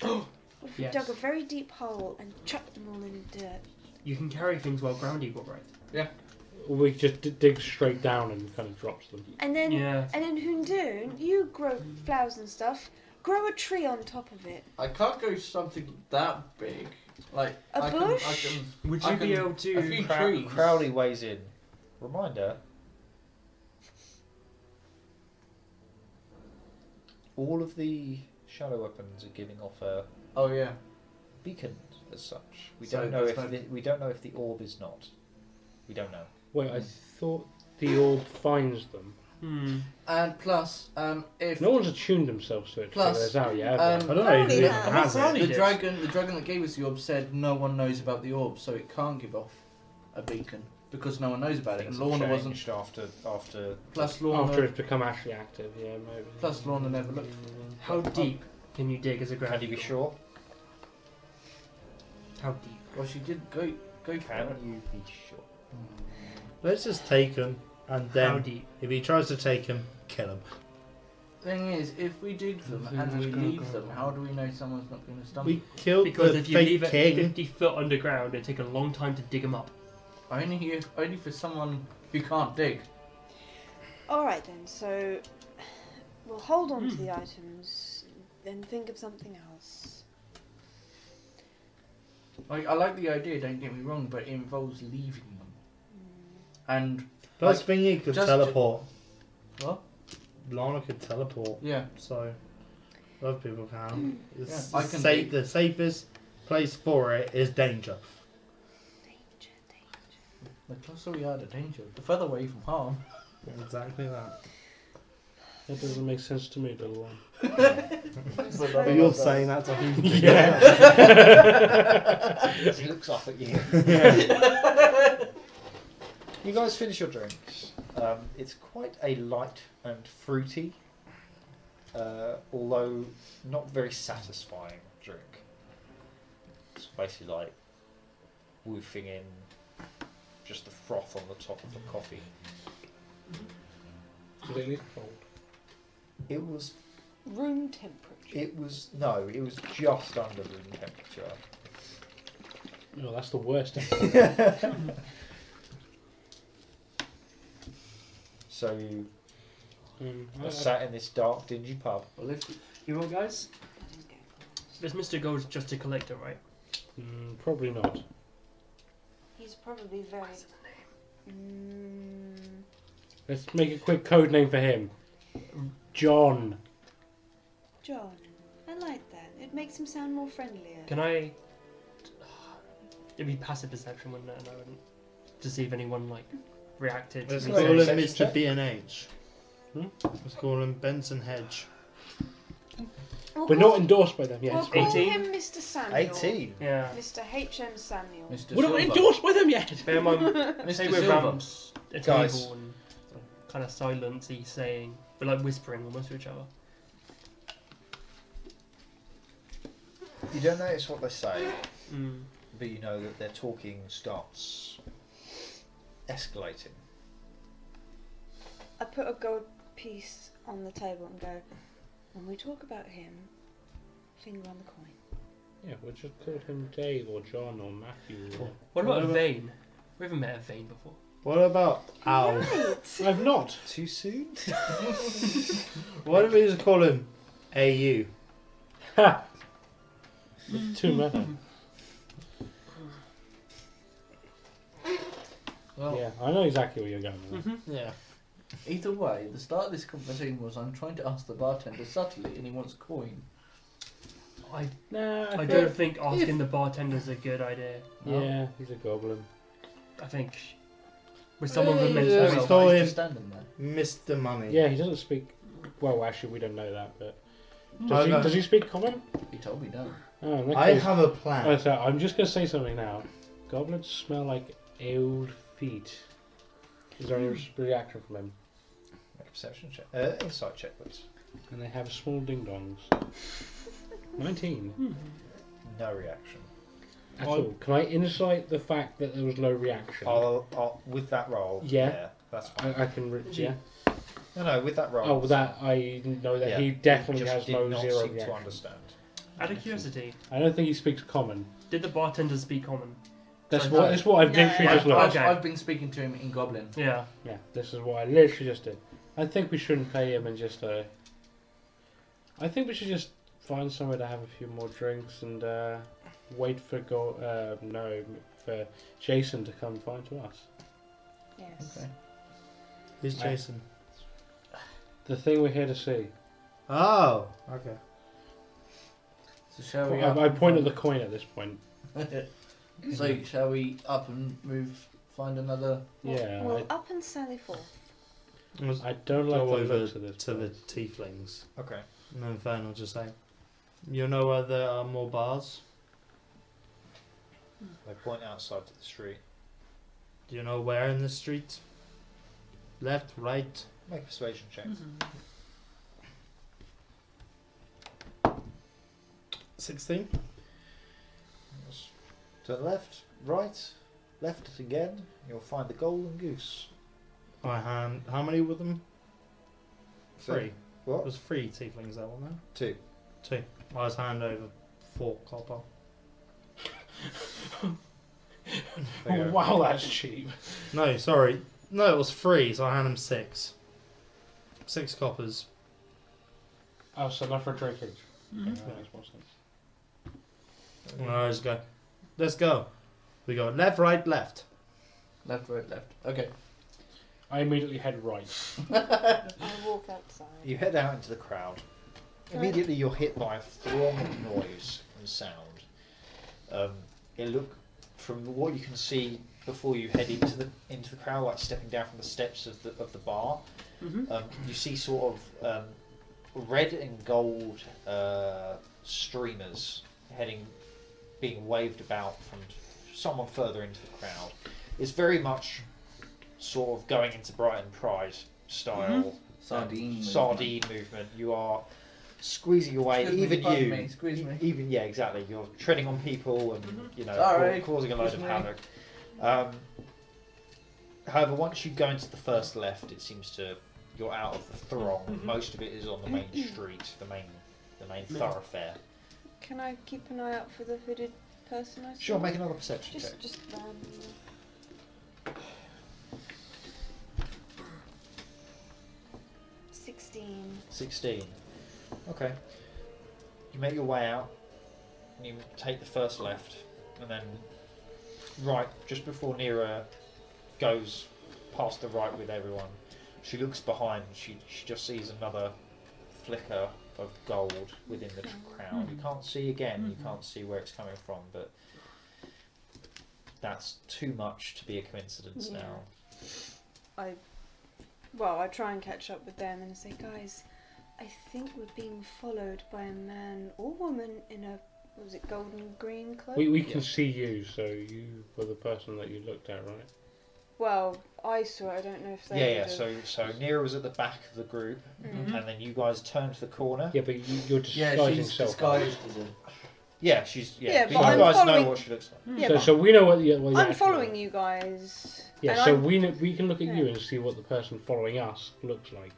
Speaker 1: What if we
Speaker 4: Yes.
Speaker 1: dug a very deep hole and chucked them all in the dirt?
Speaker 4: You can carry things well ground eagle, right?
Speaker 5: we just d- dig straight down and kind of drops them.
Speaker 1: And then,
Speaker 4: Yeah.
Speaker 1: and then Hundoon, you grow flowers and stuff. Grow a tree on top of it.
Speaker 8: I can't go something that big. Like
Speaker 1: A
Speaker 8: I
Speaker 1: bush?
Speaker 8: Can,
Speaker 4: Would you
Speaker 8: I can-
Speaker 4: be able
Speaker 8: I can, a few
Speaker 4: to?
Speaker 8: trees.
Speaker 2: Crowley weighs in. Reminder. All of the shadow weapons are giving off a
Speaker 8: Oh yeah.
Speaker 2: beacon as such. We
Speaker 8: So
Speaker 2: don't know if
Speaker 8: that's
Speaker 2: the, we don't know if the orb is not. We don't know.
Speaker 5: Wait, I thought the orb finds them.
Speaker 4: Hmm.
Speaker 8: And plus, um, if
Speaker 5: No one's attuned themselves to it.
Speaker 8: Plus,
Speaker 5: so out yet.
Speaker 8: um,
Speaker 5: have they?
Speaker 6: I don't know.
Speaker 8: Crowley
Speaker 6: It
Speaker 8: has-
Speaker 6: has it.
Speaker 4: Crowley
Speaker 8: the
Speaker 4: did.
Speaker 8: dragon, the dragon that gave us the orb said no one knows about the orb, so it can't give off a beacon because no one knows about it. And
Speaker 2: Things
Speaker 8: Uh, Lorna
Speaker 2: have
Speaker 8: wasn't.
Speaker 2: changed after after
Speaker 8: Plus
Speaker 5: After
Speaker 8: Lorna.
Speaker 5: it's become actually active, yeah, maybe.
Speaker 8: Plus Lorna never looked.
Speaker 4: How deep can you dig as a ground
Speaker 2: Can you be
Speaker 4: eagle?
Speaker 2: sure?
Speaker 4: How deep?
Speaker 8: Well, she did go go for
Speaker 2: Can
Speaker 8: it.
Speaker 2: you be sure?
Speaker 6: Let's just take him, and
Speaker 4: How
Speaker 6: then
Speaker 4: deep?
Speaker 6: if he tries to take him, kill him.
Speaker 8: Thing is, if we dig them
Speaker 4: Something
Speaker 8: and
Speaker 4: was
Speaker 8: we
Speaker 4: gonna
Speaker 8: leave
Speaker 4: go
Speaker 8: them,
Speaker 4: wrong.
Speaker 8: how do we know someone's not going to stumble?
Speaker 6: We killed
Speaker 4: Because
Speaker 6: the
Speaker 4: if you
Speaker 6: fake
Speaker 4: leave it
Speaker 6: king.
Speaker 4: 50 foot underground, it'd take a long time to dig him up.
Speaker 8: Only here, only for someone who can't dig.
Speaker 1: All right then. So, we'll hold on to the items, then think of something else.
Speaker 8: Like I like the idea, don't get me wrong, but it involves leaving them. And
Speaker 6: Plus,
Speaker 8: Like,
Speaker 6: Thingy could
Speaker 8: just-
Speaker 6: teleport.
Speaker 8: What?
Speaker 6: Lorna could teleport,
Speaker 8: yeah,
Speaker 6: so other people can. It's
Speaker 8: Yeah, I can
Speaker 6: sa-
Speaker 8: dig.
Speaker 6: the safest place for it is danger.
Speaker 1: Danger, danger.
Speaker 8: the closer we are to danger, the further away from harm.
Speaker 6: Exactly that.
Speaker 5: That doesn't make sense to me, little one.
Speaker 6: But you're saying that to him.
Speaker 5: Yeah.
Speaker 2: he looks off at you. you guys finish your drinks. Um, it's quite a light and fruity, uh, although not very satisfying drink. It's basically like woofing in just the froth on the top of the coffee. It was
Speaker 1: Room temperature.
Speaker 2: It was no, it was just under room temperature.
Speaker 5: No, that's the worst.
Speaker 2: So you
Speaker 5: Um, I- Mm,
Speaker 2: are sat in this dark, dingy pub.
Speaker 8: Well, if
Speaker 4: You all guys? This Mr. Gold's just a collector, right?
Speaker 5: Mm, probably not.
Speaker 1: He's probably very. Mm,
Speaker 5: Let's make a quick code name for him. John.
Speaker 1: John. I like that. It makes him sound more friendlier.
Speaker 4: Can I? It'd be passive perception, wouldn't it? And I wouldn't to see if anyone like reacted.
Speaker 6: Let's
Speaker 4: me
Speaker 6: call
Speaker 4: saying-
Speaker 6: him
Speaker 5: Sex
Speaker 6: Mr.
Speaker 5: check?
Speaker 6: B and H.
Speaker 5: Hmm?
Speaker 6: Let's call him Benson Hedge.
Speaker 1: We'll
Speaker 5: We're
Speaker 1: call-
Speaker 5: not endorsed by them
Speaker 1: We'll
Speaker 5: yet.
Speaker 1: call
Speaker 4: 18.
Speaker 1: him Mr. Samuel.
Speaker 2: 18.
Speaker 4: Yeah.
Speaker 1: Mr. H.M. Samuel.
Speaker 8: Mr.
Speaker 5: We're not
Speaker 8: Silver.
Speaker 5: endorsed by them yet.
Speaker 4: Bear in mind,
Speaker 8: Mr.
Speaker 4: say we're
Speaker 8: Silver.
Speaker 4: around a
Speaker 8: Guys.
Speaker 4: table and kind of silency saying, we're like whispering almost to each other.
Speaker 2: You don't notice what they say,
Speaker 4: Mm.
Speaker 2: but you know that their talking starts escalating.
Speaker 1: I put a gold piece on the table and go, when we talk about him, finger on the coin.
Speaker 5: Yeah, we'll just call him Dave or John or Matthew. Or...
Speaker 4: What about
Speaker 6: What
Speaker 4: a
Speaker 6: about-
Speaker 4: vein? We haven't met a vein before.
Speaker 6: What about Al?
Speaker 1: Right!
Speaker 5: I've not.
Speaker 2: Too soon?
Speaker 6: Why don't we just call him AU?
Speaker 5: Ha! It's too meta.
Speaker 8: Well,
Speaker 5: Yeah, I know exactly where you're going with that.
Speaker 6: Yeah.
Speaker 8: Either way, the start of this conversation was I'm trying to ask the bartender subtly, and he wants a coin.
Speaker 4: I,
Speaker 5: Nah, I,
Speaker 4: I
Speaker 5: feel-
Speaker 4: don't think asking the bartender's a good idea.
Speaker 5: Yeah, he's a goblin.
Speaker 4: I think with someone with
Speaker 6: Yeah,
Speaker 4: mental
Speaker 6: we
Speaker 4: health.
Speaker 6: thought-
Speaker 8: Why is he
Speaker 6: him.
Speaker 8: standing there.
Speaker 6: Mr. Money.
Speaker 5: Yeah, he doesn't speak. Well, actually, we don't know that, but.
Speaker 6: I
Speaker 5: Does, he,
Speaker 6: know.
Speaker 5: does he speak common?
Speaker 8: He told me no.
Speaker 5: Oh, in that
Speaker 6: I
Speaker 5: case-
Speaker 6: have a
Speaker 5: Oh,
Speaker 6: plan.
Speaker 5: so I'm just going to say something now. Goblins smell like old feet. Is there any res- reaction from him?
Speaker 2: Make a perception check. Uh, insight check, please.
Speaker 5: And they have small ding dongs. 19.
Speaker 2: No reaction.
Speaker 5: At
Speaker 6: I-
Speaker 5: all. Can I insight the fact that there was no reaction?
Speaker 2: I'll, I'll, with that roll.
Speaker 5: Yeah.
Speaker 2: that's fine.
Speaker 5: I, I can. Re- yeah.
Speaker 2: No, no, with that roll.
Speaker 5: Oh, well, that I know that
Speaker 2: Yeah,
Speaker 5: he
Speaker 2: you
Speaker 5: definitely
Speaker 2: just
Speaker 5: has
Speaker 2: did
Speaker 5: no
Speaker 2: not
Speaker 5: zero
Speaker 2: seem to
Speaker 5: reaction.
Speaker 2: understand.
Speaker 4: Out of curiosity,
Speaker 5: I don't think he speaks common.
Speaker 4: did the bartender speak common?
Speaker 5: That's
Speaker 8: So
Speaker 5: what.
Speaker 8: no.
Speaker 5: That's what I've
Speaker 1: No.
Speaker 5: literally just
Speaker 8: I've,
Speaker 5: looked.
Speaker 4: Okay.
Speaker 8: I've been speaking to him in Goblin.
Speaker 4: Yeah.
Speaker 5: Yeah. This is what I literally just did. I think we shouldn't pay him and just. Uh, I think we should just find somewhere to have a few more drinks and uh, wait for go. Uh, no, for Jason to come find to us.
Speaker 1: Yes.
Speaker 8: Okay.
Speaker 6: Who's
Speaker 5: I-
Speaker 6: Jason?
Speaker 5: The thing we're here to see.
Speaker 6: Oh, okay.
Speaker 8: So shall we? up
Speaker 5: I, I
Speaker 8: and
Speaker 5: point at the coin at this point.
Speaker 8: find- so shall we up and move? Find another.
Speaker 1: Well,
Speaker 5: Yeah,
Speaker 1: Well, up and sally forth.
Speaker 6: Let's
Speaker 5: I don't like
Speaker 6: go
Speaker 5: the
Speaker 6: over
Speaker 5: looks of this.
Speaker 6: to the
Speaker 5: place.
Speaker 6: tieflings.
Speaker 2: Okay.
Speaker 6: And then Fern will just say, You know where there are more bars?
Speaker 2: They point outside to the street.
Speaker 6: Do you know where in the street? Left, right?
Speaker 2: Make a persuasion check.
Speaker 1: Mm-hmm.
Speaker 6: 16?
Speaker 2: To the left, right, left again. You'll find the golden goose.
Speaker 6: I had. How many were them?
Speaker 2: So-
Speaker 6: Three. It
Speaker 2: What?
Speaker 6: was three tieflings that one there.
Speaker 2: Two.
Speaker 6: Two. I was hand over four copper.
Speaker 2: There you go.
Speaker 5: wow, that's cheap.
Speaker 6: No, sorry. No, it was three, so I had him six. Six coppers.
Speaker 5: Oh, so not for a drink each.
Speaker 1: Mm-hmm.
Speaker 5: Okay, that makes more sense.
Speaker 6: And I just go, Let's go. We go left, right, left.
Speaker 8: Left, right, left. Okay.
Speaker 5: I immediately head right.
Speaker 1: I walk outside.
Speaker 2: You head out into the crowd. Immediately, you're hit by a throng of noise and sound. Um, it look from what you can see before you head into the into the crowd, like stepping down from the steps of the of the bar.
Speaker 4: Mhm.
Speaker 2: Um, you see sort of um, red and gold uh, streamers heading, being waved about from someone further into the crowd. It's very much sort of going into Brighton Pride style
Speaker 8: Sardine.
Speaker 2: sardine movement. You are squeezing away,
Speaker 8: Excuse me,
Speaker 2: even
Speaker 8: pardon
Speaker 2: you,
Speaker 8: me, excuse
Speaker 2: e-
Speaker 8: me. Mm-hmm.
Speaker 2: even yeah, exactly. You're treading on people and you know
Speaker 8: Sorry,
Speaker 2: cau- causing a load of
Speaker 8: excuse me.
Speaker 2: havoc. Um, however, once you go into the first left, it seems to you're out of the throng.
Speaker 8: Mm-hmm.
Speaker 2: Most of it is on the main street, the main the main thoroughfare.
Speaker 1: Can I keep an eye out for the hooded person I saw?
Speaker 2: Sure, make another perception
Speaker 1: Just,
Speaker 2: check.
Speaker 1: just um, Sixteen.
Speaker 2: Sixteen. Okay. You make your way out, and you take the first left, and then right just before Nira goes past the right with everyone. She looks behind. She she just sees another flicker of gold within the crowd. You can't see again. You can't see where it's coming from, but that's too much to be a coincidence
Speaker 1: Yeah.
Speaker 2: now.
Speaker 1: I, well, I try and catch up with them and say, guys, I think we're being followed by a man or woman in a what was it golden green cloak?
Speaker 5: We, we can see you, so you were the person that you looked at, right?
Speaker 1: Well, I saw. it, I don't know if they.
Speaker 2: Yeah, yeah.
Speaker 1: would have-
Speaker 2: So Mm-hmm. so Nira was at the back of the group,
Speaker 1: Mhm.
Speaker 2: and then you guys turned the corner.
Speaker 5: Yeah, but you, you're
Speaker 8: Yeah,
Speaker 5: disguising
Speaker 8: she's
Speaker 5: self.
Speaker 8: disguised as a.
Speaker 2: Yeah, she's yeah.
Speaker 1: Yeah,
Speaker 2: but
Speaker 1: but
Speaker 2: you
Speaker 5: I'm
Speaker 2: guys
Speaker 1: following-
Speaker 2: know what she looks like.
Speaker 1: yeah,
Speaker 5: so,
Speaker 1: but
Speaker 5: so we know what you're. What you're
Speaker 1: I'm
Speaker 5: actually
Speaker 1: following
Speaker 5: like.
Speaker 1: you guys.
Speaker 5: Yeah,
Speaker 1: and
Speaker 5: so
Speaker 1: I'm-
Speaker 5: we know, we can look at you
Speaker 1: Yeah.
Speaker 5: and see what the person following us looks like.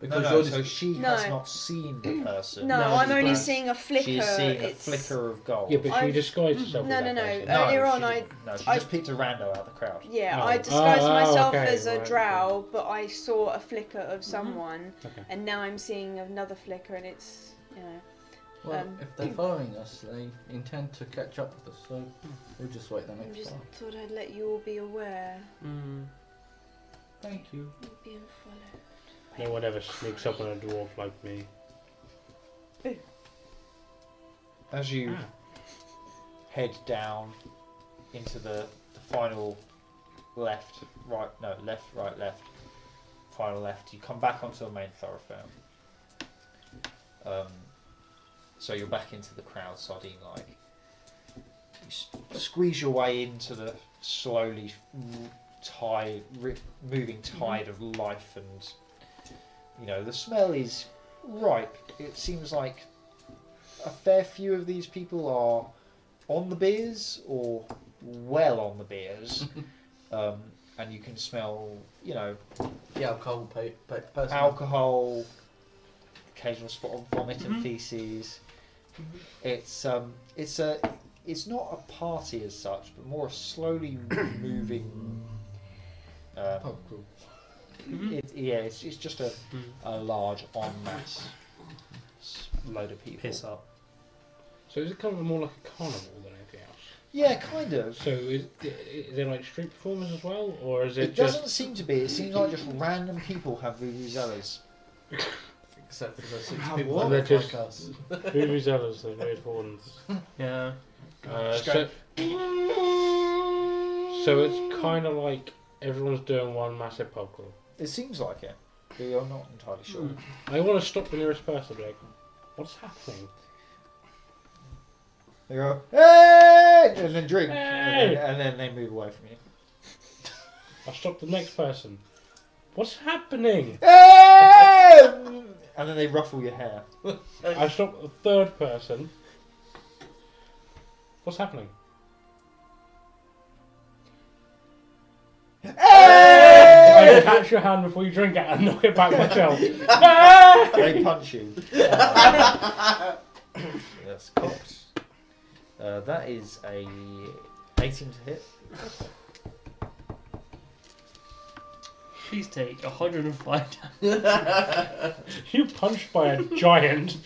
Speaker 2: No,
Speaker 8: Because
Speaker 2: no,
Speaker 8: you're
Speaker 2: so
Speaker 8: just.
Speaker 2: she
Speaker 1: No.
Speaker 2: has not seen the person.
Speaker 1: No,
Speaker 8: No,
Speaker 1: I'm
Speaker 8: she's
Speaker 1: only
Speaker 8: black.
Speaker 1: seeing a flicker.
Speaker 2: She is seeing a
Speaker 1: it's-
Speaker 2: flicker of
Speaker 8: Oh.
Speaker 2: gold.
Speaker 5: Yeah, but she
Speaker 1: I've- Mm-hmm.
Speaker 5: disguised herself.
Speaker 1: No,
Speaker 5: as
Speaker 1: no,
Speaker 5: that
Speaker 1: no. uh,
Speaker 5: person.
Speaker 2: No,
Speaker 1: Earlier on,
Speaker 2: she
Speaker 1: I-
Speaker 2: didn't. no, she
Speaker 1: I-
Speaker 2: just picked a rando out of the crowd.
Speaker 1: Yeah,
Speaker 5: Oh.
Speaker 1: I disguised
Speaker 5: Oh, oh,
Speaker 1: myself
Speaker 5: okay,
Speaker 1: as a
Speaker 5: right.
Speaker 1: drow, but I saw a flicker of
Speaker 2: Mm-hmm.
Speaker 1: someone,
Speaker 5: Okay.
Speaker 1: and now I'm seeing another flicker, and it's you know.
Speaker 8: Well,
Speaker 1: um,
Speaker 8: if they're following us, they intend to catch up with us, so we'll just wait the
Speaker 1: I
Speaker 8: next
Speaker 1: just
Speaker 8: time.
Speaker 1: thought I'd let you all be aware.
Speaker 4: Mm.
Speaker 8: Thank you.
Speaker 1: You're being followed.
Speaker 5: No one ever sneaks up on a dwarf like me.
Speaker 2: As you head down into the, the final left, right, no, left, right, left, final left, you come back onto the main thoroughfare. Um, so you're back into the crowd, sardine like. You s- squeeze your way into the slowly r- tide, ri moving tide of life, and you know, the smell is ripe. It seems like a fair few of these people are on the beers or well on the beers, um, and you can smell, you know,
Speaker 8: The alcohol pa- pa- person.
Speaker 2: alcohol, occasional spot of vomit and feces. It's um, it's a, it's not a party as such, but more a slowly moving. Um,
Speaker 8: Pub crawl.
Speaker 2: it, yeah, it's, it's just a, a large en masse s- load of people.
Speaker 6: Piss up.
Speaker 5: So is it kind of more like a carnival than anything else?
Speaker 2: Yeah, kind of.
Speaker 5: So is, is there like street performers as well, or is it,
Speaker 2: It
Speaker 5: just
Speaker 2: doesn't seem to be. It seems like just random people have vuvuzelas.
Speaker 8: Except for the six
Speaker 6: How
Speaker 8: people
Speaker 6: what?
Speaker 8: that
Speaker 5: They're
Speaker 8: look like
Speaker 5: just-
Speaker 8: us.
Speaker 5: vuvuzelas, the red horns?
Speaker 4: Yeah.
Speaker 5: Uh, so, so it's kind of like everyone's doing one massive pub crawl.
Speaker 2: It seems like it, but you're not entirely sure.
Speaker 5: I want to stop the nearest person. Like, what's happening?
Speaker 2: They go, hey, and then drink, and,
Speaker 5: Hey!
Speaker 2: then, and then they move away from you.
Speaker 5: I stop the next person. What's happening?
Speaker 2: Hey! and then they ruffle your hair.
Speaker 5: I stop the third person. What's happening? I catch your hand before you drink it and knock it back myself.
Speaker 2: They punch you. That's cocked. Uh, that is a 18 to hit.
Speaker 4: Please take 105 damage.
Speaker 5: you punched by a giant.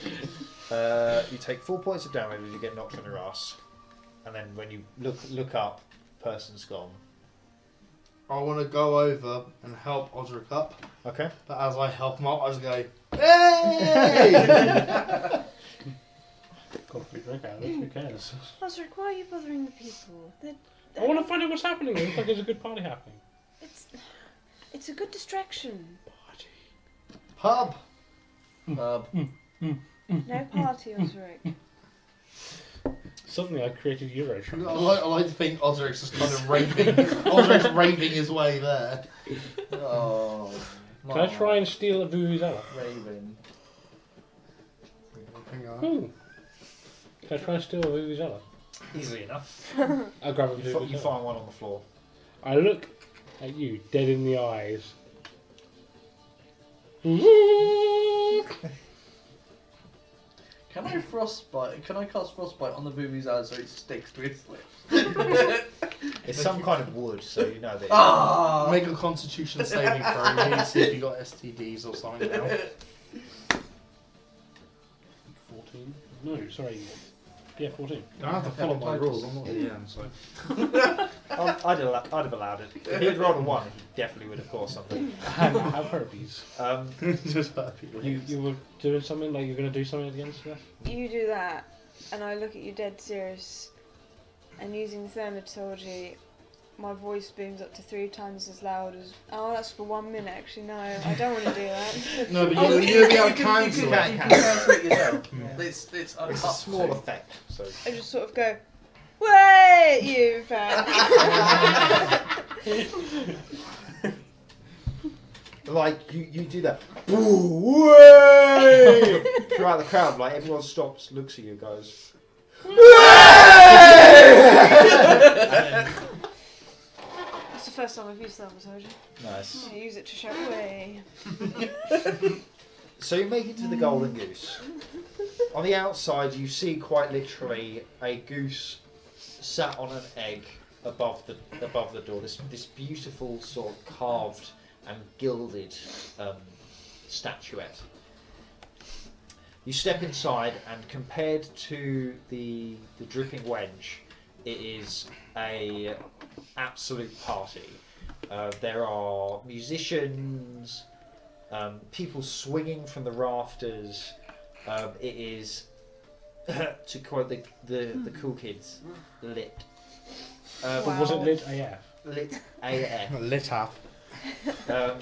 Speaker 2: Uh, you take four points of damage as you get knocked on your ass, and then when you look look up, person's gone.
Speaker 6: I want to go over and help Osric up,
Speaker 2: Okay.
Speaker 6: but as I help him up, I just go,
Speaker 5: God, we drink out of this. Who cares?
Speaker 1: Osric, why are you bothering the people? They're,
Speaker 5: I want to find out what's happening. It looks like there's a good party happening.
Speaker 1: it's it's a good distraction.
Speaker 6: pub!
Speaker 8: Pub.
Speaker 1: No party, Osric.
Speaker 5: Suddenly, I created Euro
Speaker 6: I like, I like to think Osric's just kind of raving. Osric's raving his way there.
Speaker 8: Oh.
Speaker 5: Can I try and steal a vuvuzela?
Speaker 8: Raven.
Speaker 6: Hang on.
Speaker 5: Ooh. Hmm. Can I try and steal a vuvuzela?
Speaker 2: Easily enough.
Speaker 5: I grab a
Speaker 2: You, fi- you
Speaker 5: vuvuzela.
Speaker 2: find one on the floor.
Speaker 5: I look at you dead in the eyes.
Speaker 8: Can I frostbite? Can I cast frostbite on the boobie's eyes so it sticks to his lips?
Speaker 2: It's some kind of wood, so you know that.
Speaker 8: Ah!
Speaker 6: Make a constitution saving throw. We need to see if you got STDs or something now.
Speaker 5: 14. No, sorry. Yeah, 14.
Speaker 6: I have to follow my rules. I'm not the DM, so.
Speaker 10: I'd, I'd, allow, I'd have allowed it. If he'd rolled a one, he definitely would have caused something.
Speaker 5: And I have herpes.
Speaker 10: Um,
Speaker 6: Just hurt people.
Speaker 5: You, you were doing something, like you're going to do something against that?
Speaker 1: You do that, and I look at you dead serious, and using thermaturgy, my voice booms up to three times as loud as. Oh, that's for one minute, actually. No, I don't want to do that.
Speaker 6: No, but you,
Speaker 1: Oh,
Speaker 6: will you'll be able to
Speaker 8: You can, you
Speaker 6: cancel
Speaker 8: can,
Speaker 6: it.
Speaker 8: you can cancel it yourself. It's, it's, up
Speaker 2: It's a small
Speaker 8: to-
Speaker 2: effect. So
Speaker 1: I just sort of go, Way, you fat!
Speaker 2: like you, you do that. Boo, way! Throughout the crowd, like everyone stops, looks at you, goes.
Speaker 1: That's the first time I've used thermaturgy.
Speaker 2: Nice.
Speaker 1: I use it to shout way.
Speaker 2: So you make it to the Golden Goose. On the outside, you see quite literally a goose sat on an egg above the above the door. This this beautiful sort of carved and gilded um, statuette. You step inside, and compared to the the dripping wench, it is a absolute party. Uh, there are musicians, um, people swinging from the rafters. Um, it is, to quote the, the, the cool kids, lit. Um,
Speaker 1: Wow.
Speaker 5: Was it lit AF?
Speaker 2: Lit AF.
Speaker 6: Lit up.
Speaker 2: Um,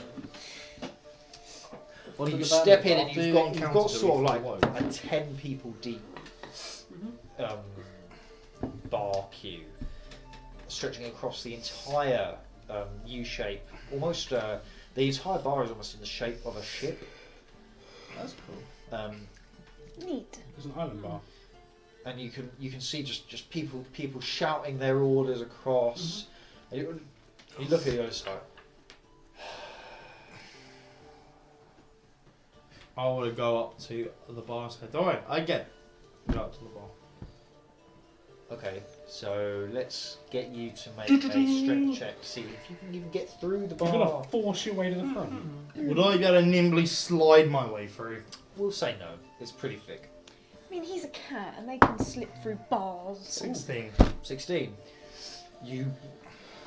Speaker 8: What
Speaker 2: you
Speaker 8: did the
Speaker 2: step
Speaker 8: bandits
Speaker 2: in and
Speaker 8: do?
Speaker 2: you've got, you've got
Speaker 6: Encounter
Speaker 2: sort of
Speaker 6: before
Speaker 2: like a 10 people deep um, bar queue stretching across the entire um, U shape. Almost, uh, the entire bar is almost in the shape of a ship.
Speaker 8: That's cool.
Speaker 2: Um,
Speaker 1: Neat.
Speaker 5: It's an island bar.
Speaker 2: and you can you can see just, just people people shouting their orders across. And you, you look at it, you're just like,
Speaker 6: I want to go up to the bar and say, "Don't worry, I get." it." Go up to the bar.
Speaker 2: okay, so let's get you to make a strength check, see if you can even get through the
Speaker 5: You're going
Speaker 2: bar.
Speaker 5: to force your way to the front.
Speaker 6: Would I be able to nimbly slide my way through?
Speaker 2: We'll say no. It's pretty thick.
Speaker 1: I mean, he's a cat, and they can slip through bars.
Speaker 6: Sixteen.
Speaker 2: Sixteen. You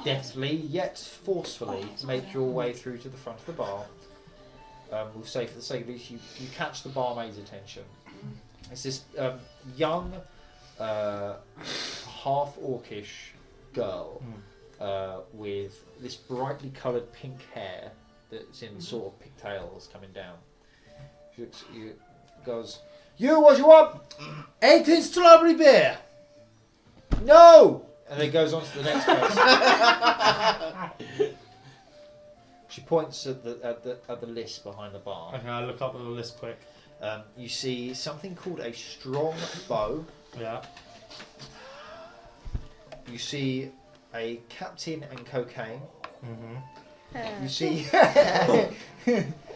Speaker 2: deftly yet forcefully make your way through to the front of the bar. Um, we'll say for the sake of this, you, you catch the barmaid's attention. It's this um, young, uh, half orcish girl uh, with this brightly coloured pink hair that's in sort of pigtails coming down. She looks at you, goes, "You, what you want?
Speaker 6: Eighteen strawberry beer.
Speaker 2: No!" And then goes on to the next person. she points at the, at the at the list behind the bar.
Speaker 6: Okay, I look up at the list quick.
Speaker 2: Um, you see something called a strong bow.
Speaker 6: Yeah.
Speaker 2: You see a captain and cocaine.
Speaker 6: Mm-hmm.
Speaker 1: Uh,
Speaker 2: You see.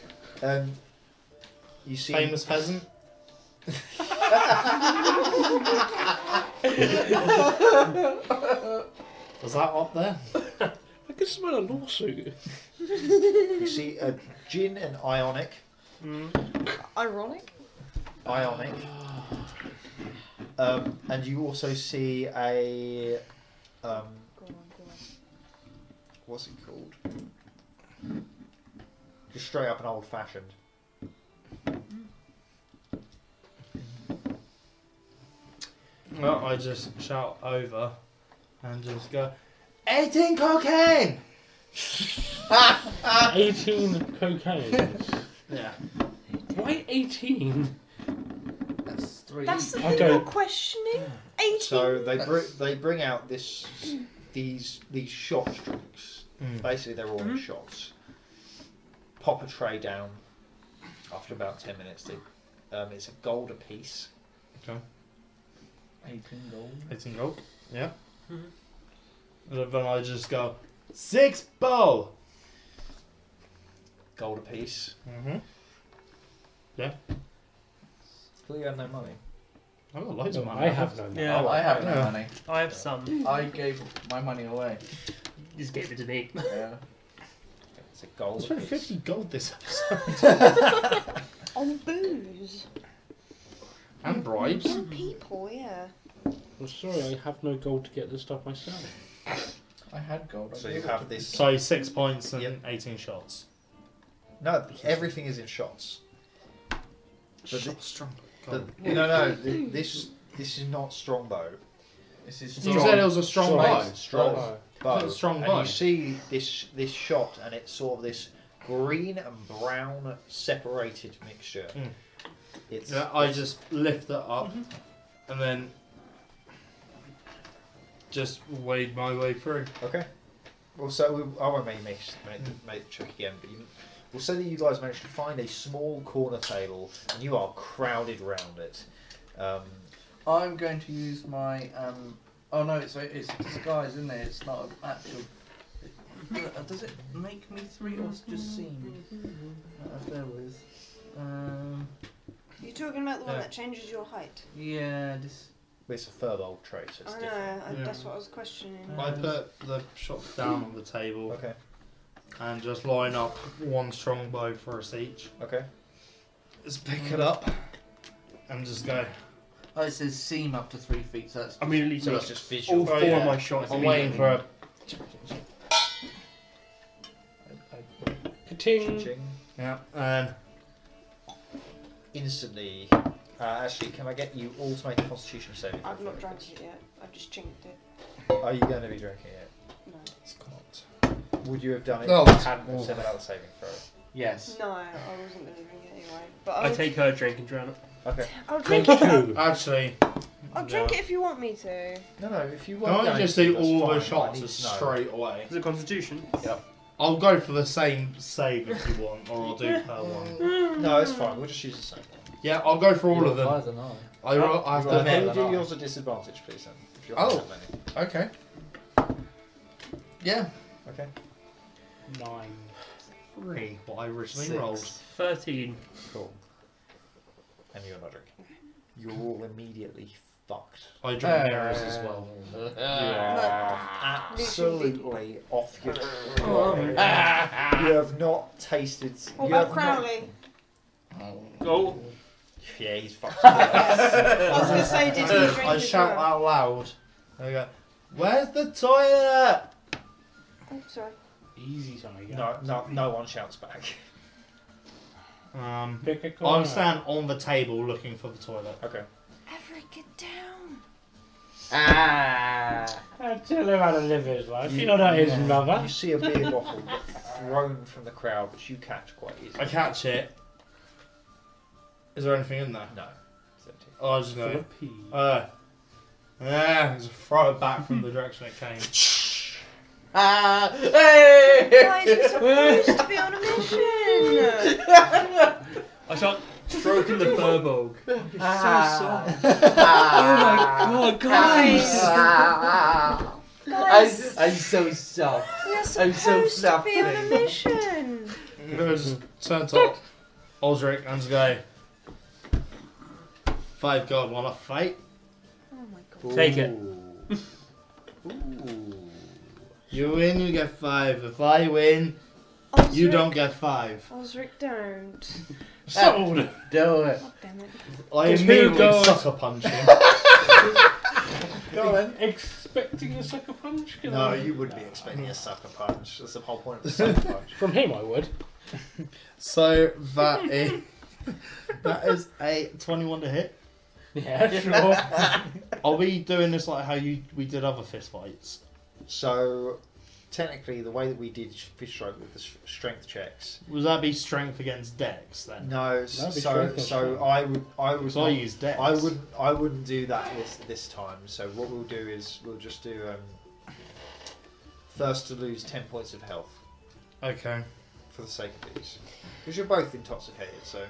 Speaker 2: um, you see.
Speaker 6: Famous pheasant. Was that up there?
Speaker 5: I can smell a lawsuit.
Speaker 2: You see a gin and ionic.
Speaker 1: Ironic.
Speaker 2: Ionic. Um, and you also see a. Um,
Speaker 1: Go on, go on.
Speaker 2: what's it called? Just straight up an old fashioned.
Speaker 6: Well, I just shout over and just go, 18 cocaine!
Speaker 5: 18 cocaine.
Speaker 6: Yeah.
Speaker 5: Why 18?
Speaker 8: That's three.
Speaker 1: That's the
Speaker 5: I
Speaker 1: thing you're
Speaker 5: don't-
Speaker 1: questioning. 18.
Speaker 2: So they bring they bring out this these these shot drinks.
Speaker 6: Mm.
Speaker 2: Basically, they're all in shots. Pop a tray down. After about ten minutes, they, um, it's a gold apiece.
Speaker 8: 18 gold.
Speaker 6: 18 gold. Yeah.
Speaker 4: Mhm.
Speaker 6: And then I just go, 6 bowl!
Speaker 2: Gold apiece.
Speaker 6: Mm-hmm.
Speaker 2: Clearly, you had no money.
Speaker 6: I've got loads of
Speaker 5: No,
Speaker 6: money.
Speaker 5: I have none.
Speaker 4: Yeah,
Speaker 8: Oh, I have no
Speaker 6: Yeah.
Speaker 8: money.
Speaker 4: I have some. You
Speaker 8: I gave my money away.
Speaker 4: just gave it to me.
Speaker 8: Yeah.
Speaker 2: It's a
Speaker 6: I
Speaker 2: gold
Speaker 6: spent
Speaker 2: apiece.
Speaker 6: 50 gold this episode.
Speaker 1: On booze.
Speaker 6: and bribes.
Speaker 1: And people, yeah.
Speaker 5: I'm sorry, I have no gold to get this stuff myself.
Speaker 8: I had gold. I
Speaker 2: So
Speaker 8: gave
Speaker 2: you
Speaker 8: it to
Speaker 2: have this.
Speaker 6: So six points and
Speaker 2: Yep.
Speaker 6: 18 shots.
Speaker 2: No, everything is in shots. But the-
Speaker 6: strong.
Speaker 2: The, no, no, th- this this is not strongbow.
Speaker 8: This is
Speaker 6: You said it was a strong
Speaker 2: Strong.
Speaker 6: bow.
Speaker 2: Strong. Bow.
Speaker 6: It's a strong
Speaker 2: and
Speaker 6: bow.
Speaker 2: you see this this shot, and it's sort of this green and brown separated mixture.
Speaker 6: Mm.
Speaker 2: It's
Speaker 6: Yeah, I just lift it up and then just wade my way through.
Speaker 2: okay. Well, so we, I won't make make, make, make the check again, but you, we'll say that you guys managed to find a small corner table, and you are crowded round it. Um,
Speaker 8: I'm going to use my. Um, oh no, it's a, it's a disguise, isn't it? It's not an actual. Uh, Does it make me three or is it just seem? Uh, there with. Um,
Speaker 1: You're talking about the one
Speaker 6: Yeah.
Speaker 1: that changes your height.
Speaker 8: yeah, this.
Speaker 2: it's a furball trait, so it's
Speaker 1: I know.
Speaker 2: different.
Speaker 1: I,
Speaker 6: Yeah.
Speaker 1: That's what I was questioning.
Speaker 8: Mm.
Speaker 6: I put the shots down on the table
Speaker 2: Okay,
Speaker 6: and just line up one strong bow for us each.
Speaker 2: okay.
Speaker 6: Just pick it up and just go.
Speaker 8: Oh, it says seam up to three feet, so that's.
Speaker 4: I mean, at least
Speaker 2: So it's
Speaker 4: it's
Speaker 2: just visual.
Speaker 4: all four
Speaker 6: yeah.
Speaker 4: of my shots.
Speaker 6: I'm waiting for a.
Speaker 5: Ka-ting!
Speaker 2: Ching.
Speaker 6: Yeah, and
Speaker 2: instantly. Uh, actually, can I get you all to make a Constitution saving?
Speaker 1: I've
Speaker 2: throw
Speaker 1: not
Speaker 2: for
Speaker 1: drank
Speaker 2: this?
Speaker 1: it yet. I've just chinked it.
Speaker 2: Are you going to be drinking it?
Speaker 1: No.
Speaker 6: It's cocked.
Speaker 2: Would you have done it
Speaker 6: No,
Speaker 2: if you
Speaker 6: that's-
Speaker 2: hadn't
Speaker 6: oh.
Speaker 2: said about the saving throw?
Speaker 8: Yes.
Speaker 1: No, I wasn't going to drink it anyway. But
Speaker 4: I
Speaker 1: I'll,
Speaker 4: take her drink and drown it.
Speaker 2: Okay.
Speaker 1: I'll
Speaker 5: Drink
Speaker 1: drink it. I'll,
Speaker 5: two!
Speaker 6: Actually,
Speaker 1: I'll drink it if you want me to.
Speaker 2: No, no. If you
Speaker 6: can
Speaker 2: want,
Speaker 6: I just do all the shots
Speaker 2: is
Speaker 6: straight away?
Speaker 4: Is it Constitution?
Speaker 6: I'll go for the same save if you want, or I'll do per one.
Speaker 2: No, it's fine. We'll just use the same one.
Speaker 6: Yeah, I'll go for all of them.
Speaker 8: Than I.
Speaker 6: I, ro- I have
Speaker 2: Well,
Speaker 6: to.
Speaker 2: then
Speaker 8: no,
Speaker 2: do
Speaker 8: no.
Speaker 2: yours at disadvantage, please. Then, if you want
Speaker 6: Oh.
Speaker 2: that many.
Speaker 6: Okay. Yeah.
Speaker 2: Okay.
Speaker 5: Nine.
Speaker 6: Three. What I originally
Speaker 2: Six.
Speaker 6: rolled.
Speaker 4: 13.
Speaker 2: Cool. And you're not drinking. You're all immediately fucked.
Speaker 6: I drew
Speaker 8: Uh,
Speaker 6: mirrors as well.
Speaker 2: Absolutely off your.
Speaker 4: Oh,
Speaker 2: you
Speaker 8: Ah,
Speaker 2: have not tasted.
Speaker 1: What
Speaker 2: you
Speaker 1: about
Speaker 2: have not-
Speaker 1: Crowley?
Speaker 4: Oh,
Speaker 2: Yeah, he's fucked.
Speaker 1: I was going to say, did you drink
Speaker 6: I
Speaker 1: as
Speaker 6: shout
Speaker 1: well?
Speaker 6: out loud. I go, "Where's the toilet?"
Speaker 1: Oh, sorry.
Speaker 5: Easy, something.
Speaker 2: No, no, no one shouts back.
Speaker 6: Um,
Speaker 5: Pick a corner.
Speaker 6: I'm standing on the table looking for the toilet.
Speaker 2: Okay.
Speaker 1: Everett, get down.
Speaker 8: Ah.
Speaker 5: Uh, tell him how to live his life. You know that is
Speaker 2: You
Speaker 5: mother.
Speaker 2: see a beer bottle thrown from the crowd, which you catch quite
Speaker 6: I
Speaker 2: easily.
Speaker 6: catch it. Is there anything in there?
Speaker 2: No. It's empty.
Speaker 6: Oh, I just
Speaker 5: Full
Speaker 6: go.
Speaker 5: of pee.
Speaker 6: Uh, yeah, just throw it back from the direction it came.
Speaker 8: Ah. Hey.
Speaker 1: Guys, we're supposed to be on a mission.
Speaker 4: I start stroking the furbog.
Speaker 8: Ah.
Speaker 4: Oh my god, guys!
Speaker 8: I'm,
Speaker 1: Guys,
Speaker 8: ah, I'm so soft.
Speaker 1: we're
Speaker 8: I'm so
Speaker 1: supposed to be on a
Speaker 8: fluffy.
Speaker 1: mission.
Speaker 6: I'm gonna just turn to Aldrich and just go. Five God, wanna fight?
Speaker 1: Oh my god.
Speaker 4: Take it.
Speaker 6: You win, you get five. If I win, you
Speaker 1: Osric-
Speaker 6: don't get five.
Speaker 1: Osric, don't.
Speaker 5: Sold!
Speaker 8: Do it.
Speaker 1: God damn it.
Speaker 6: I
Speaker 5: Just
Speaker 6: immediately
Speaker 5: who goes-
Speaker 6: sucker punch him.
Speaker 5: Expecting a sucker punch? Can
Speaker 2: No,
Speaker 5: I-
Speaker 2: you would be expecting a sucker punch. That's the whole point of the sucker punch.
Speaker 5: From him, I would.
Speaker 6: So that is that is a twenty-one to hit.
Speaker 5: Yeah, sure.
Speaker 6: Are we doing this like how you we did other fist fights?
Speaker 2: So, technically, the way that we did fish stroke with the s- strength checks.
Speaker 6: Would that be strength against dex then?
Speaker 2: No,
Speaker 5: That'd be
Speaker 2: so
Speaker 5: strength or
Speaker 2: so
Speaker 5: strength?
Speaker 2: I would I would
Speaker 6: Because I
Speaker 2: not-
Speaker 6: use dex.
Speaker 2: I wouldn't. I wouldn't do that this this time. So what we'll do is we'll just do um, first to lose ten points of health
Speaker 6: Okay.
Speaker 2: for the sake of these, because you're both intoxicated. So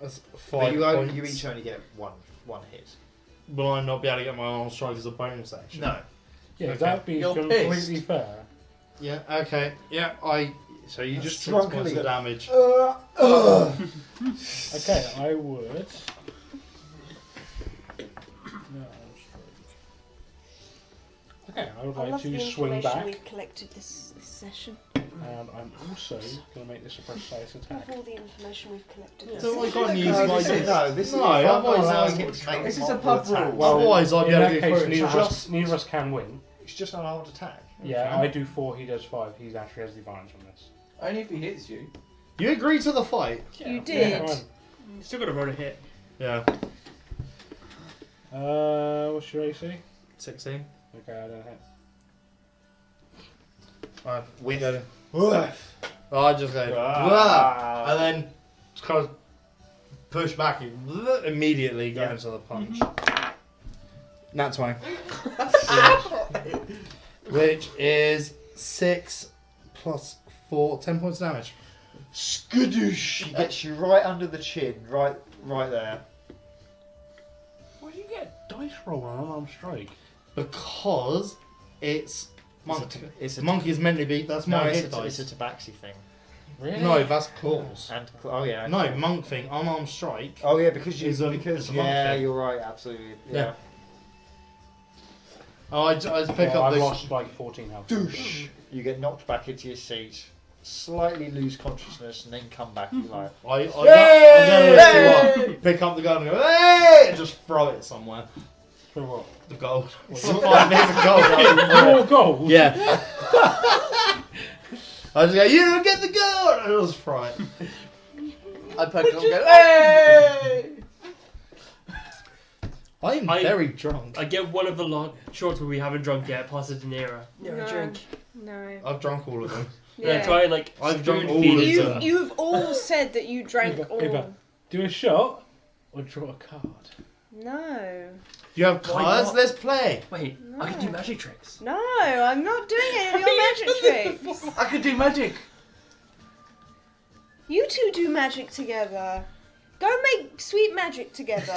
Speaker 6: That's
Speaker 2: but
Speaker 6: five
Speaker 2: you only,
Speaker 6: points.
Speaker 2: you each only get one one hit.
Speaker 6: Will I not be able to get my arm strike as a bonus action?
Speaker 2: No.
Speaker 5: Yeah,
Speaker 6: Okay.
Speaker 5: that'd be
Speaker 8: You're
Speaker 5: completely
Speaker 8: pissed.
Speaker 5: fair.
Speaker 6: Yeah. Okay. Yeah. I.
Speaker 2: So you
Speaker 6: That's
Speaker 2: just
Speaker 6: six points
Speaker 2: drunkenly
Speaker 6: of
Speaker 2: go,
Speaker 6: damage.
Speaker 2: "Uh, uh."
Speaker 5: Okay, I would. No, I'm straight. Okay, I would
Speaker 1: I
Speaker 5: like
Speaker 1: love the
Speaker 5: to swing
Speaker 1: information
Speaker 5: back.
Speaker 1: we've collected this, this session.
Speaker 5: and And I'm also going to make this a precise attack.
Speaker 1: With all the information we've collected.
Speaker 6: So
Speaker 1: this is-
Speaker 6: I got an easy
Speaker 2: No, this
Speaker 6: idea.
Speaker 2: is, no, this is
Speaker 6: No,
Speaker 2: if I'm not
Speaker 6: otherwise I
Speaker 2: allowing
Speaker 6: would
Speaker 2: it to make
Speaker 8: This is a
Speaker 2: multiple
Speaker 8: pub rule.
Speaker 2: attacks.
Speaker 8: Well,
Speaker 6: Otherwise, I'd
Speaker 5: in
Speaker 6: be able to get
Speaker 5: that
Speaker 6: through
Speaker 5: case,
Speaker 6: and
Speaker 5: neither of,
Speaker 6: just
Speaker 5: us, neither of us can win.
Speaker 2: It's just an armed attack.
Speaker 5: Yeah, I do four, he does five. He actually has the advantage on this.
Speaker 8: Only if he hits you.
Speaker 6: You agreed to the fight.
Speaker 1: You
Speaker 5: Yeah,
Speaker 1: did.
Speaker 5: fine.
Speaker 4: You still got to roll a hit.
Speaker 6: Yeah.
Speaker 5: Uh, what's your AC?
Speaker 6: 16.
Speaker 5: Okay, I don't hit.
Speaker 6: Alright.
Speaker 2: With-
Speaker 6: Go. Oh, I just go.
Speaker 2: Ah.
Speaker 6: And then just kind of push back. You immediately go
Speaker 2: Yeah.
Speaker 6: into the punch. That's why. Which is 6 plus 4, 10 points of damage.
Speaker 2: Skadoosh! He gets you right under the chin, right, right there.
Speaker 5: Why do you get dice roll on an arm strike?
Speaker 6: Because it's
Speaker 2: It's
Speaker 6: monkey.
Speaker 2: a, it's a
Speaker 6: Monkey is meant to be. That's
Speaker 2: No,
Speaker 6: my
Speaker 2: it's
Speaker 6: hit
Speaker 2: a, it's
Speaker 6: dice.
Speaker 2: a tabaxi thing.
Speaker 5: Really?
Speaker 6: No, that's claws.
Speaker 2: And oh yeah.
Speaker 6: No, monk thing. Unarmed strike.
Speaker 2: Oh yeah, because you
Speaker 6: It's a-
Speaker 2: because
Speaker 6: it's a monk
Speaker 2: yeah,
Speaker 6: thing.
Speaker 2: you're right, absolutely. Yeah.
Speaker 6: Yeah. Oh, I, j- I just pick
Speaker 5: Well,
Speaker 6: up
Speaker 5: I've
Speaker 6: the
Speaker 5: lost like 14 health.
Speaker 2: Douche. You get knocked back into your seat, slightly lose consciousness, and then come back. You're like,
Speaker 6: I, I, am
Speaker 2: Yay!
Speaker 6: gonna do what? Pick up the gun and go, hey! And just throw it somewhere.
Speaker 5: For what?
Speaker 6: The gold. Five minutes of gold.
Speaker 5: Your goal?
Speaker 6: yeah. I just go, you get the gold! And I just throw it.
Speaker 8: I poke him and go, hey!
Speaker 6: I am
Speaker 4: I-
Speaker 6: very drunk.
Speaker 4: I get one of the long shots where we haven't drunk yet, pasta de Nero.
Speaker 1: No. No.
Speaker 6: I've drunk all of them.
Speaker 4: Yeah, try and like
Speaker 6: I've drunk
Speaker 4: spoon
Speaker 6: all
Speaker 4: feed
Speaker 6: of
Speaker 4: it to
Speaker 6: them.
Speaker 4: them.
Speaker 1: You've, you've all said that you drank
Speaker 5: Eva,
Speaker 1: all.
Speaker 5: Eva. Do a shot or draw a card.
Speaker 1: No.
Speaker 6: You have
Speaker 4: Why
Speaker 6: cards?
Speaker 4: not?
Speaker 6: Let's play.
Speaker 4: Wait, I can do magic tricks.
Speaker 1: No, I'm not doing any of your magic tricks.
Speaker 8: I could do magic.
Speaker 1: You two do magic together. Go make sweet magic together.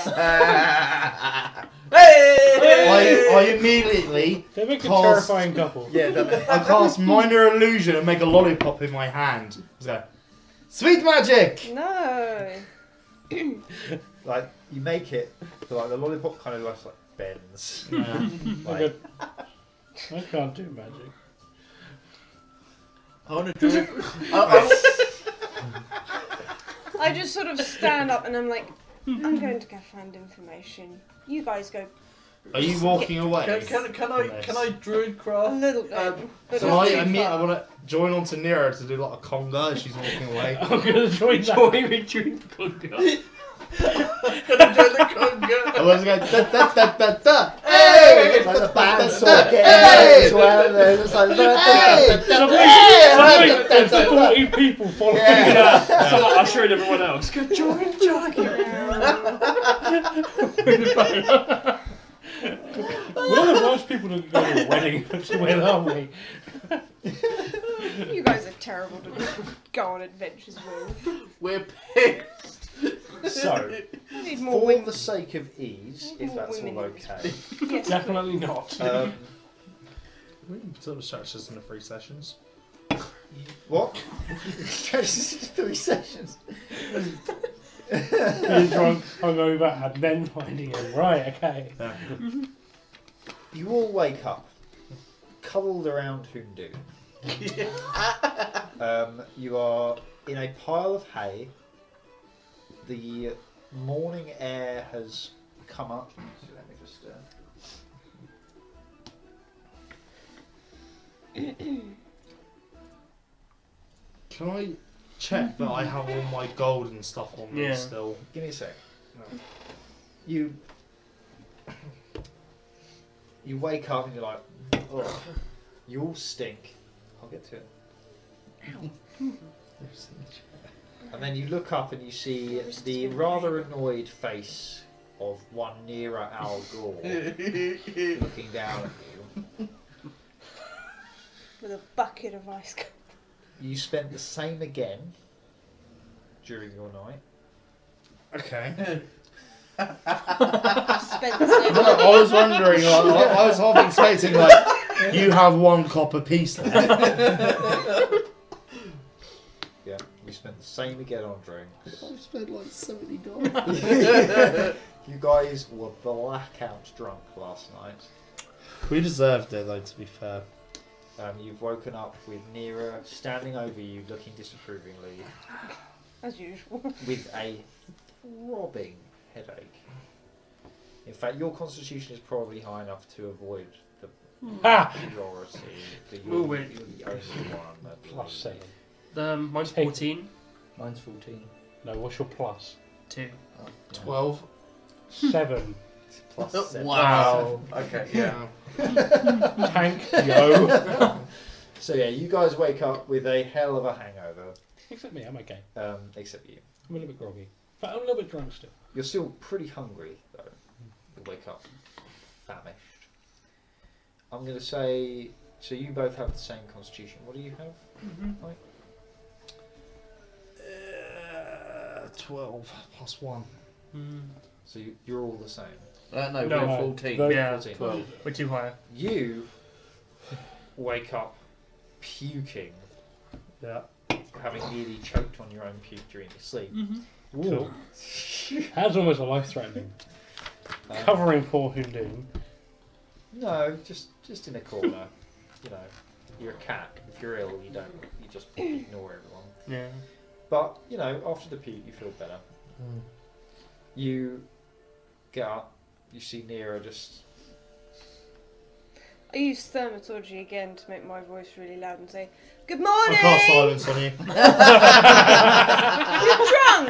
Speaker 6: I, I immediately
Speaker 5: They make a
Speaker 6: Cast.
Speaker 5: terrifying couple.
Speaker 6: yeah, I cast minor illusion and make a lollipop in my hand. I just go, sweet magic!
Speaker 1: no.
Speaker 2: like you make it, but like the lollipop kind of just like bends.
Speaker 5: I
Speaker 2: Like,
Speaker 5: go, I can't do magic.
Speaker 8: I want to do it.
Speaker 1: I just sort of stand up and I'm like, I'm going to go find information. You guys go
Speaker 6: Are you walking away?
Speaker 8: Can, can, can I can I druid
Speaker 1: a
Speaker 8: craft?
Speaker 1: little bit.
Speaker 8: Um,
Speaker 1: but
Speaker 6: So
Speaker 1: not
Speaker 6: I,
Speaker 1: too
Speaker 6: I, meet, I
Speaker 1: far.
Speaker 6: want to join on to Nero to do like a conga as she's walking away.
Speaker 5: I'm gonna join that.
Speaker 4: Joy retreat conga.
Speaker 8: Can I join the conga?
Speaker 6: I was going da da da da da.
Speaker 2: Hey!
Speaker 6: Hey!
Speaker 2: Like the band
Speaker 6: That's
Speaker 2: sort of
Speaker 6: it.
Speaker 2: getting
Speaker 6: Hey!
Speaker 2: as well. They're just like,
Speaker 6: Hey!
Speaker 5: There's a big-
Speaker 6: Hey!
Speaker 5: there's a big- there's 40 people following
Speaker 2: Yeah.
Speaker 5: me.
Speaker 4: yeah, so like, ushering everyone else. Good job.
Speaker 5: We're the worst people to go to a wedding with, aren't we?
Speaker 1: You guys are terrible to go on adventures with.
Speaker 8: We're pigs.
Speaker 2: So,
Speaker 1: I need more
Speaker 2: for
Speaker 1: women.
Speaker 2: the sake of ease, if that's all okay,
Speaker 1: Yes,
Speaker 5: Definitely not.
Speaker 2: um,
Speaker 6: We can sort of stretch this into three sessions.
Speaker 2: what? Three sessions.
Speaker 5: Being drunk, hungover, and then finding him. Right, okay.
Speaker 2: You all wake up, cuddled around Hundu. um, you are in a pile of hay. The morning air has come up. Let me just. Uh...
Speaker 6: Can I check that I have all my gold and stuff on me
Speaker 4: Yeah.
Speaker 6: still?
Speaker 2: Give me a sec. You. You wake up and you're like, Ugh. you all stink. I'll get to it. And then you look up and you see the rather annoyed face of one nearer Al Gore looking down at you.
Speaker 1: with a bucket of ice cream.
Speaker 2: You spent the same again during your night.
Speaker 6: Okay.
Speaker 1: Spencer.
Speaker 6: I was wondering. Like, I, I was half expecting like you have one copper piece left.
Speaker 2: Yeah, you spent the same again on drinks.
Speaker 6: I've spent like seventy dollars.
Speaker 2: You guys were blackout drunk last night.
Speaker 6: We deserved it though. To be fair.
Speaker 2: Um, you've woken up with Nira standing over you, looking disapprovingly,
Speaker 1: As usual.
Speaker 2: with a throbbing headache. In fact, your constitution is probably high enough to avoid the
Speaker 5: Ha!
Speaker 2: majority. but
Speaker 4: We'll
Speaker 2: you're,
Speaker 4: win.
Speaker 2: you're the only one. that-
Speaker 5: Plus seven.
Speaker 4: Um, mine's
Speaker 5: Take-
Speaker 4: 14.
Speaker 8: Mine's 14.
Speaker 5: No, what's your plus?
Speaker 8: Oh,
Speaker 4: 2.
Speaker 8: yeah.
Speaker 6: Twelve.
Speaker 5: Seven.
Speaker 2: plus
Speaker 8: Oh,
Speaker 2: seven.
Speaker 8: Wow. okay, yeah.
Speaker 5: Tank, yo.
Speaker 2: So yeah, you guys wake up with a hell of a hangover,
Speaker 5: Except me, I'm okay.
Speaker 2: um, except you.
Speaker 5: I'm a little bit groggy. But I'm a little bit drunk still.
Speaker 2: You're still pretty hungry though. You wake up famished. I'm gonna say. So you both have the same constitution. What do you have?
Speaker 6: Uh, Twelve plus one.
Speaker 2: So you, you're all the same.
Speaker 8: Uh, no,
Speaker 4: No,
Speaker 8: we're
Speaker 5: no.
Speaker 8: 14.
Speaker 5: Those-
Speaker 4: Yeah,
Speaker 2: 14.
Speaker 8: Twelve.
Speaker 4: we're too high.
Speaker 2: You wake up puking,
Speaker 4: Yeah.
Speaker 2: having nearly choked on your own puke during your sleep.
Speaker 1: Mm.
Speaker 5: Cool. That's almost a life threatening.
Speaker 2: Um,
Speaker 5: Covering poor Hundoon.
Speaker 2: No, just just in a corner. you know, you're a cat. If you're ill, you don't. You just ignore everyone.
Speaker 4: Yeah.
Speaker 2: But you know, after the puke, you feel better. You get up. You see Nero just.
Speaker 1: I use thermatology again to make my voice really loud and say, Good morning!
Speaker 6: I cast silence on you.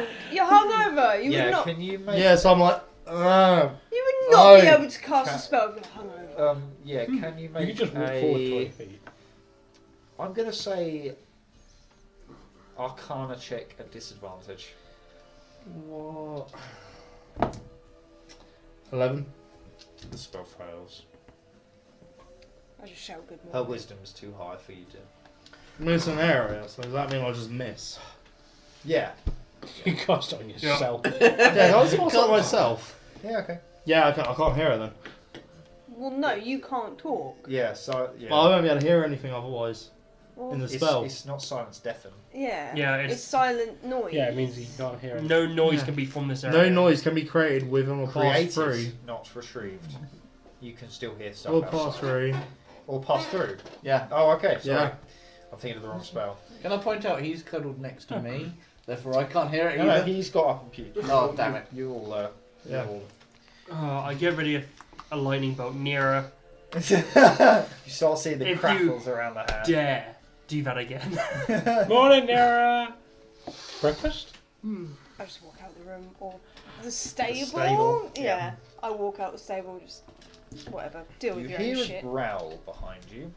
Speaker 1: You're drunk! You're hungover! You
Speaker 2: yeah,
Speaker 1: would not,
Speaker 2: can you make?
Speaker 6: Yeah, so I'm like, ah.
Speaker 1: you would not be
Speaker 6: Oh.
Speaker 1: able to cast
Speaker 2: Ca-
Speaker 1: a spell if you're hungover.
Speaker 2: Um, yeah,
Speaker 1: Hmm.
Speaker 2: can you
Speaker 5: You
Speaker 2: make?
Speaker 5: could just walk
Speaker 2: a-
Speaker 5: forward 20 feet.
Speaker 2: I'm gonna say. Arcana check at disadvantage.
Speaker 6: What? Eleven.
Speaker 2: The spell fails.
Speaker 1: I just shout good
Speaker 2: Her
Speaker 1: morning.
Speaker 2: wisdom's too high for you to.
Speaker 6: Miss an area, so does that mean I just miss?
Speaker 2: Yeah.
Speaker 5: You cast it on yourself.
Speaker 6: yeah, I was more on myself.
Speaker 2: Yeah. Okay.
Speaker 6: Yeah, I can't, I can't hear her then.
Speaker 1: Well, no, you can't talk.
Speaker 2: Yeah. So. Yeah.
Speaker 6: But I won't be able to hear anything otherwise
Speaker 1: Well,
Speaker 6: in the
Speaker 2: it's,
Speaker 6: spell.
Speaker 2: it's not silence deafen.
Speaker 1: yeah.
Speaker 4: Yeah,
Speaker 1: It's,
Speaker 4: it's,
Speaker 1: silent noise.
Speaker 5: Yeah, it means you can't hear it.
Speaker 4: no noise
Speaker 6: Yeah.
Speaker 4: can be from this
Speaker 6: No
Speaker 4: area.
Speaker 6: noise can be created within or
Speaker 2: Created,
Speaker 6: passed through.
Speaker 2: not retrieved. You can still hear stuff.
Speaker 6: Or
Speaker 2: outside.
Speaker 6: passed through.
Speaker 2: Or pass through.
Speaker 8: Yeah.
Speaker 2: Oh, okay. Sorry.
Speaker 6: Yeah.
Speaker 2: I'm thinking of the wrong spell.
Speaker 8: Can I point out he's cuddled next to me, therefore I can't hear it
Speaker 2: No, no,
Speaker 8: either?
Speaker 2: he's got up and puked.
Speaker 8: Oh, damn it.
Speaker 2: You all, uh, you
Speaker 6: Yeah.
Speaker 2: all-
Speaker 4: Oh, I get rid of a lightning bolt nearer.
Speaker 2: you start seeing the
Speaker 4: If you-
Speaker 2: crackles around the hand.
Speaker 4: Dare do that again.
Speaker 5: Morning, Nara! Breakfast?
Speaker 1: I just walk out the room or the stable.
Speaker 2: stable,
Speaker 1: Yeah.
Speaker 2: yeah.
Speaker 1: I walk out the stable, just whatever. Deal
Speaker 2: You
Speaker 1: with your
Speaker 2: hear
Speaker 1: own
Speaker 2: a
Speaker 1: shit.
Speaker 2: growl behind you.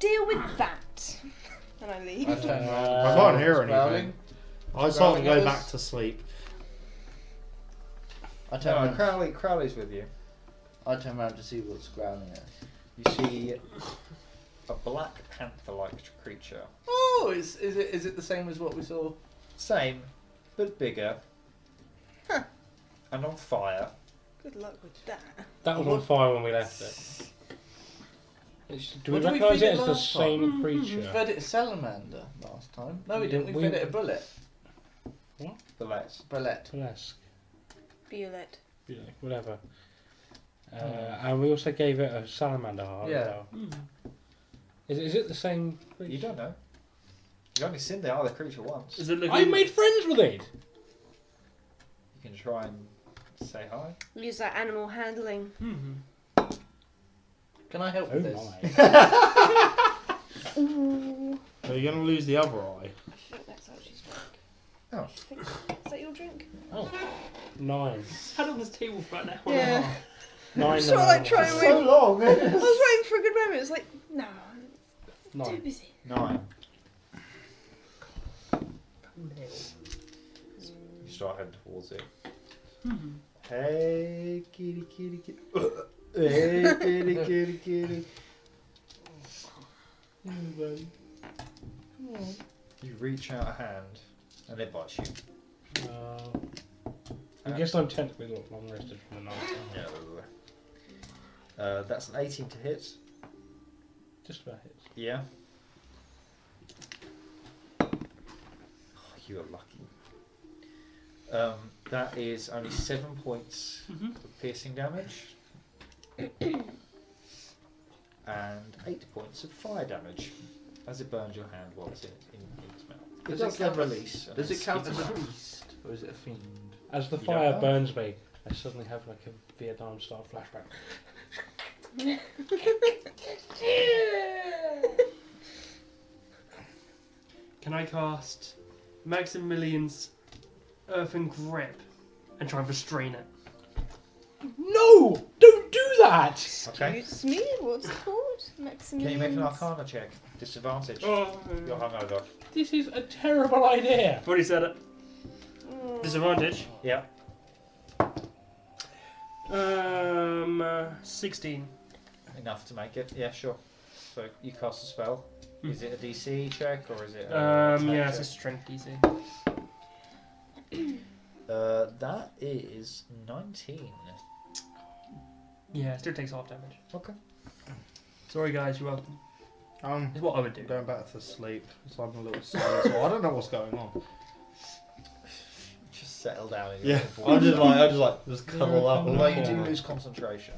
Speaker 1: Deal with that. and I leave.
Speaker 8: I turn around.
Speaker 6: I
Speaker 5: Uh,
Speaker 6: can't hear anything.
Speaker 8: Growling.
Speaker 6: I start to
Speaker 8: Growling
Speaker 6: go
Speaker 8: at
Speaker 6: back
Speaker 8: us.
Speaker 6: to sleep.
Speaker 8: I turn,
Speaker 2: No,
Speaker 8: around.
Speaker 2: Crowley, Crowley's with you.
Speaker 8: I turn around to see what's growling at. us.
Speaker 2: You see a black panther-like creature,
Speaker 8: Oh, is, is, it, is it the same as what we saw?
Speaker 2: same but bigger, and on fire.
Speaker 1: Good luck with that.
Speaker 5: That was on fire when we left it. It's- do we
Speaker 8: What did we
Speaker 5: recognise
Speaker 8: feed
Speaker 5: it
Speaker 8: it
Speaker 5: as the
Speaker 8: last time?
Speaker 5: same
Speaker 8: We
Speaker 5: creature?
Speaker 8: fed it a salamander last time. No, we
Speaker 5: Yeah,
Speaker 8: didn't. We,
Speaker 5: we-
Speaker 8: fed it a bullet.
Speaker 2: The less.
Speaker 8: Bullet.
Speaker 5: Burlesque,
Speaker 1: Bullet.
Speaker 5: you know, whatever. Uh, and we also gave it a salamander heart. as
Speaker 8: Yeah.
Speaker 5: well. Is, is it the same creature?
Speaker 2: You don't know. You've only seen the other creature once.
Speaker 4: Is it looking?
Speaker 5: I made friends with it!
Speaker 2: You can try and say hi.
Speaker 1: Use that animal handling.
Speaker 4: Mhm.
Speaker 8: Can I help
Speaker 5: Oh
Speaker 8: with this?
Speaker 5: my.
Speaker 6: Are you going to lose the other eye?
Speaker 1: I think that's how she's
Speaker 2: Oh.
Speaker 1: drunk. Is that your drink?
Speaker 5: Nine.
Speaker 4: Had on this table for an hour.
Speaker 1: Yeah.
Speaker 5: Nine.
Speaker 1: Sort of like trying to wait. I
Speaker 2: long.
Speaker 1: was waiting for a good moment. It's like, no, I'm too
Speaker 5: Nine.
Speaker 1: busy.
Speaker 2: Nine. You start heading towards it.
Speaker 4: Hmm.
Speaker 2: Hey, kitty, kitty, kitty. hey, kitty, kitty, kitty. Everybody. You reach out a hand and it bites you.
Speaker 5: Uh, I guess I'm technically not long rested from the night.
Speaker 2: No. Uh, that's an 18 to hit.
Speaker 5: Just about hits.
Speaker 2: Yeah. Oh, you are lucky. Um, that is only seven points of piercing damage. and eight points of fire damage as it burns your hand while it's in, in, in its mouth. It
Speaker 11: Does
Speaker 2: does,
Speaker 11: it
Speaker 2: then
Speaker 11: count-
Speaker 2: release. and
Speaker 11: Does it
Speaker 2: it's-
Speaker 11: count as
Speaker 2: it's
Speaker 11: a
Speaker 2: out.
Speaker 11: priest or is it a fiend?
Speaker 5: As the
Speaker 2: You don't
Speaker 5: fire
Speaker 2: know.
Speaker 5: burns me, I suddenly have like a Vietnam style flashback.
Speaker 4: Can I cast Maximilian's Earthen Grip and try and restrain it?
Speaker 5: No! Don't do that!
Speaker 2: Okay.
Speaker 1: Excuse me, what's it called?
Speaker 2: Can
Speaker 1: Maximilian.
Speaker 2: you make an Arcana check? Disadvantage.
Speaker 4: Oh.
Speaker 2: You're hungover.
Speaker 5: This is a terrible idea.
Speaker 4: I've already said it.
Speaker 1: Mm.
Speaker 4: Disadvantage.
Speaker 2: Yeah.
Speaker 4: Um, uh, 16.
Speaker 2: Enough to make it. Yeah, sure. So you cast a spell. Is it a DC check or is it? A
Speaker 4: Hmm. Um,
Speaker 2: attack
Speaker 4: yeah, it's a
Speaker 2: check?
Speaker 4: strength DC.
Speaker 2: Uh, that is nineteen.
Speaker 4: Yeah, it still takes half damage.
Speaker 2: Okay.
Speaker 4: Sorry, guys, you're welcome.
Speaker 6: Um,
Speaker 4: It's what I would do.
Speaker 6: going back to sleep. So I'm a little sore. so I don't know what's going on.
Speaker 2: Just settle down. In your
Speaker 6: Yeah,
Speaker 2: little
Speaker 6: I'm
Speaker 2: ball.
Speaker 6: just like, I just like, just cuddle up.
Speaker 2: Although you do lose concentration.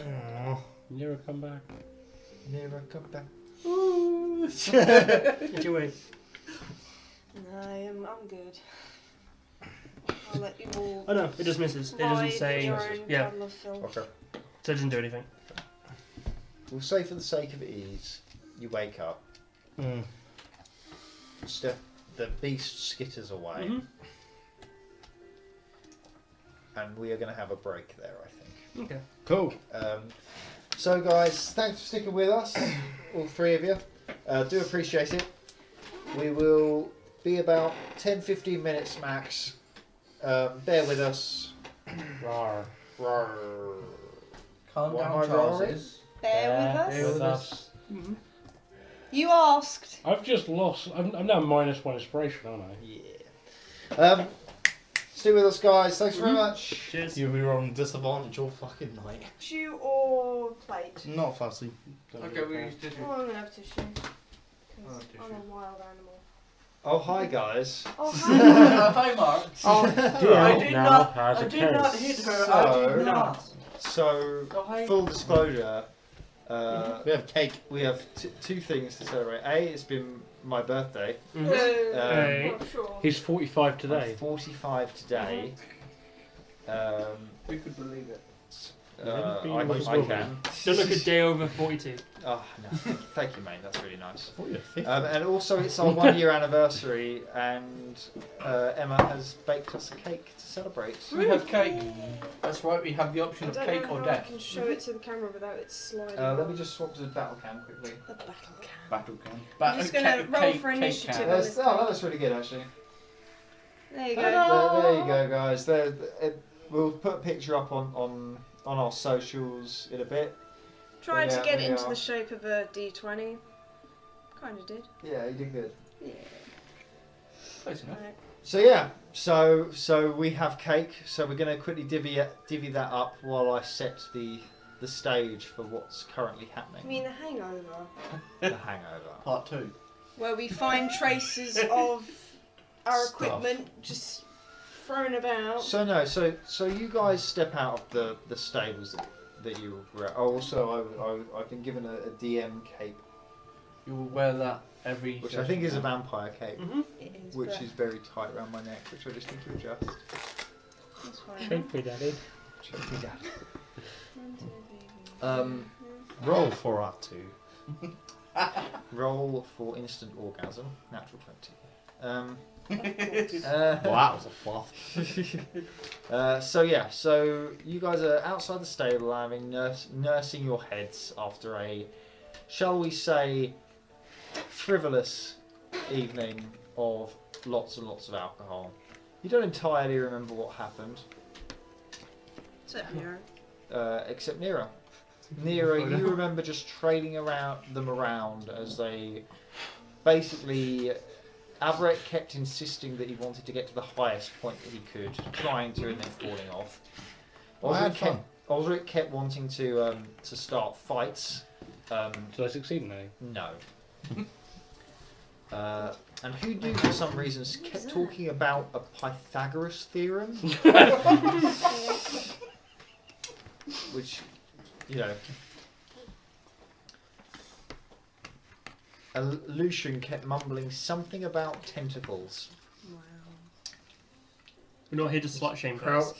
Speaker 6: Aw.
Speaker 5: Nero, come back.
Speaker 2: Nearer, come back.
Speaker 4: Did you wait?
Speaker 1: No, I'm, I'm good. I'll let you all.
Speaker 4: Oh no, it just misses. It doesn't
Speaker 1: vibe in
Speaker 4: say.
Speaker 1: Your own
Speaker 4: Yeah,
Speaker 1: bubble of film.
Speaker 2: Okay.
Speaker 4: so it doesn't do anything.
Speaker 2: We'll say for the sake of ease, you wake up.
Speaker 6: Mm.
Speaker 2: Step. The beast skitters away,
Speaker 4: Mhm.
Speaker 2: and we are going to have a break there. I think.
Speaker 4: Okay.
Speaker 6: Cool.
Speaker 2: Um, so, guys, thanks for sticking with us, all three of you. Uh, do appreciate it. We will be about 10 15 minutes max. Um, bear with us.
Speaker 5: Rawr.
Speaker 2: Roar.
Speaker 8: Calm
Speaker 2: What am
Speaker 8: down,
Speaker 2: I
Speaker 8: Charles.
Speaker 2: rolling?
Speaker 8: It's-
Speaker 1: Bear
Speaker 5: Bear
Speaker 1: with us.
Speaker 5: with us.
Speaker 4: Mhm.
Speaker 1: You asked.
Speaker 5: I've just lost. I'm, I'm now minus one inspiration, aren't I?
Speaker 2: Yeah. Um, stay with us, guys. Thanks very much.
Speaker 4: Cheers.
Speaker 6: You'll be rolling disadvantage all fucking night.
Speaker 1: Tissue or plate?
Speaker 6: Not fussy.
Speaker 11: Okay, we use tissue.
Speaker 1: Oh, I'm gonna have tissue. 'cause
Speaker 11: Oh, tissue.
Speaker 1: I'm a wild animal.
Speaker 2: Oh, hi, guys.
Speaker 1: Oh,
Speaker 8: Hi, Mark. Oh, I did
Speaker 5: now
Speaker 8: not-
Speaker 5: has
Speaker 8: I
Speaker 5: a
Speaker 8: did not
Speaker 5: case.
Speaker 8: hit her. I
Speaker 2: So-
Speaker 8: did not.
Speaker 2: So,
Speaker 8: Oh, hi.
Speaker 2: full disclosure. Uh,
Speaker 6: Mm-hmm. We have cake.
Speaker 2: we have t- two things to celebrate. A, it's been my birthday.
Speaker 4: Mhm. Hey.
Speaker 1: I'm sure.
Speaker 5: He's 45
Speaker 2: I'm
Speaker 5: today.
Speaker 2: 45 today.
Speaker 1: Mm-hmm.
Speaker 2: Um,
Speaker 8: Who could believe it?
Speaker 2: uh,
Speaker 5: Living
Speaker 2: I,
Speaker 5: with
Speaker 2: I
Speaker 5: women.
Speaker 2: can.
Speaker 4: Don't look a day over 42.
Speaker 2: Oh, no. Thank, thank you, mate. That's really nice.
Speaker 6: Oh, you're thick.
Speaker 2: Um, and also, it's our one year anniversary, and uh, Emma has baked us a cake to celebrate.
Speaker 8: We have cake. That's right. We have the
Speaker 1: I
Speaker 8: option of
Speaker 1: don't
Speaker 8: cake
Speaker 1: know
Speaker 8: or
Speaker 1: how
Speaker 8: death.
Speaker 1: I can show it to the camera without it sliding.
Speaker 2: Uh, let me
Speaker 1: off.
Speaker 2: just swap to the battle cam quickly.
Speaker 1: The battle cam.
Speaker 8: Battle can.
Speaker 1: I'm just gonna roll for initiative.
Speaker 8: can.
Speaker 2: There's, oh, that was really good, actually.
Speaker 1: There you go.
Speaker 2: There, there you go, guys. There, it, we'll put a picture up on, on, on our socials in a bit.
Speaker 1: Tried
Speaker 2: Yeah,
Speaker 1: to get it
Speaker 2: there
Speaker 1: into
Speaker 2: you are.
Speaker 1: the shape of a D20. Kind of did.
Speaker 2: Yeah, you did good.
Speaker 1: Yeah.
Speaker 8: Close enough.
Speaker 1: Right.
Speaker 2: So yeah, so so we have cake. So we're going to quickly divvy it- divvy that up while I set the the stage for what's currently
Speaker 1: I
Speaker 2: happening.
Speaker 1: mean, the hangover,
Speaker 2: the hangover.
Speaker 8: Part two.
Speaker 1: where we find traces of our
Speaker 2: Stuff.
Speaker 1: equipment just thrown about.
Speaker 2: So no, so so you guys step out of the the stables that, that you were at. Oh, Also, I, I I've been given a, a DM cape,
Speaker 8: You will wear that every.
Speaker 2: which I think is a vampire cape,
Speaker 1: it is,
Speaker 2: which
Speaker 1: but
Speaker 2: is very tight around my neck, which I just need to adjust.
Speaker 1: that's fine.
Speaker 5: Shape me, daddy.
Speaker 2: Check me out.
Speaker 1: One, two, three,
Speaker 2: Um,
Speaker 6: Roll for our two.
Speaker 2: roll for instant orgasm, natural twenty. Um, uh,
Speaker 6: Well, that was a fluff.
Speaker 2: Uh, so yeah, so you guys are outside the stable, having nurse, nursing your heads after a, shall we say, frivolous evening of lots and lots of alcohol. You don't entirely remember what happened,
Speaker 1: Except Nero.
Speaker 2: uh, except Nero. Nero, you remember just trading around them around as they basically. Averett kept insisting that he wanted to get to the highest point that he could, trying to and then falling off.
Speaker 6: I had
Speaker 2: Osric
Speaker 6: fun.
Speaker 2: kept, Osric kept wanting to um, to start fights. Um,
Speaker 5: Did I succeed in any?
Speaker 2: no. Uh, and who do for some reasons kept talking about a Pythagoras theorem, which you know.
Speaker 10: And Lucian kept mumbling something about tentacles.
Speaker 1: Wow.
Speaker 4: We're not here to slut shame
Speaker 6: Crow-
Speaker 4: guys.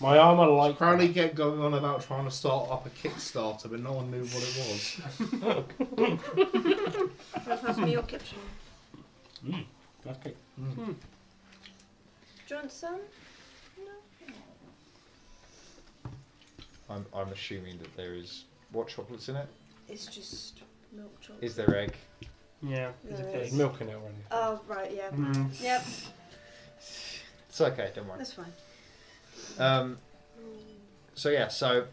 Speaker 5: My armor like
Speaker 6: Crowley kept going on about trying to start up a Kickstarter, but no one knew what it was.
Speaker 1: Pass me your kitchen.
Speaker 5: Okay.
Speaker 1: Do you want some?
Speaker 10: I'm, I'm assuming that there is. What chocolates in it?
Speaker 1: It's just milk chocolate.
Speaker 10: Is there egg?
Speaker 4: Yeah.
Speaker 1: There
Speaker 4: it's-
Speaker 5: There's milk in it already.
Speaker 1: Oh, right, yeah.
Speaker 4: Mm.
Speaker 1: Yep,
Speaker 10: It's okay, don't worry.
Speaker 1: that's fine.
Speaker 10: Um, so yeah, so.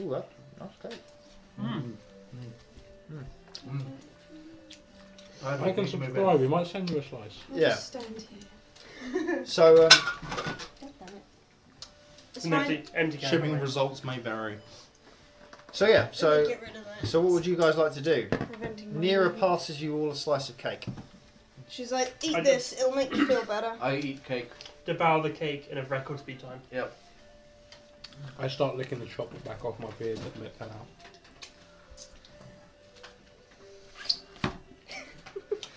Speaker 10: Ooh, that, that's great.
Speaker 8: I
Speaker 5: Like and subscribe. We might send you a slice.
Speaker 1: I'll
Speaker 10: Yeah.
Speaker 1: just stand here.
Speaker 10: So um,
Speaker 1: God damn it. It's
Speaker 4: It's an
Speaker 1: fine.
Speaker 4: empty, empty can.
Speaker 6: Shipping
Speaker 4: right?
Speaker 6: results may vary.
Speaker 10: so yeah, so
Speaker 1: Get rid of that.
Speaker 10: so what would you guys like to do?
Speaker 1: Preventing my
Speaker 10: Nira
Speaker 1: movement.
Speaker 10: passes you all a slice of cake.
Speaker 1: She's like, eat
Speaker 4: I
Speaker 1: this, it'll make you feel better.
Speaker 8: I eat cake.
Speaker 4: Devour the cake in a record speed time.
Speaker 5: I start licking the chocolate back off my beard that let fell out.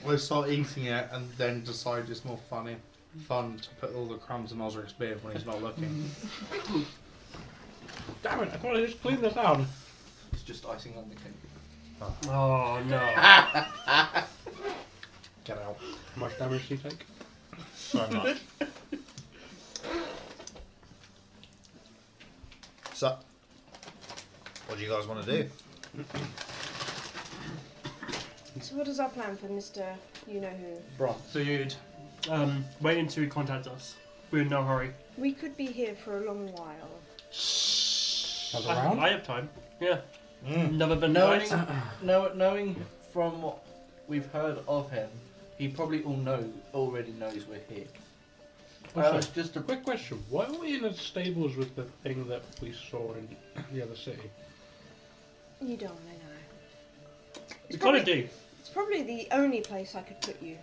Speaker 6: We'll start eating it and then decide it's more funny, fun to put all the crumbs in Osric's beard when he's not looking.
Speaker 5: Damn it! I thought I just cleaned this out.
Speaker 8: It's just icing on the cake.
Speaker 4: Oh no.
Speaker 6: Get out.
Speaker 5: How much damage do you take?
Speaker 10: So much. so, what do you guys want to do?
Speaker 1: So, what is our plan for Mr. You Know Who?
Speaker 8: Dude.
Speaker 4: um, wait until he contacts us. We're in no hurry.
Speaker 1: We could be here for a long while.
Speaker 5: Another
Speaker 4: I,
Speaker 5: round.
Speaker 4: I have time. Yeah.
Speaker 6: Mm.
Speaker 4: Never been
Speaker 8: Knowing,
Speaker 4: nice.
Speaker 8: know, knowing from what we've heard of him, he probably all know, already knows we're here.
Speaker 5: Also,
Speaker 8: Uh, it's just a
Speaker 5: Quick question: Why were we in the stables with the thing that we saw in the other city?
Speaker 1: You don't, I know.
Speaker 4: You gotta do.
Speaker 1: It's probably the only place I could put you.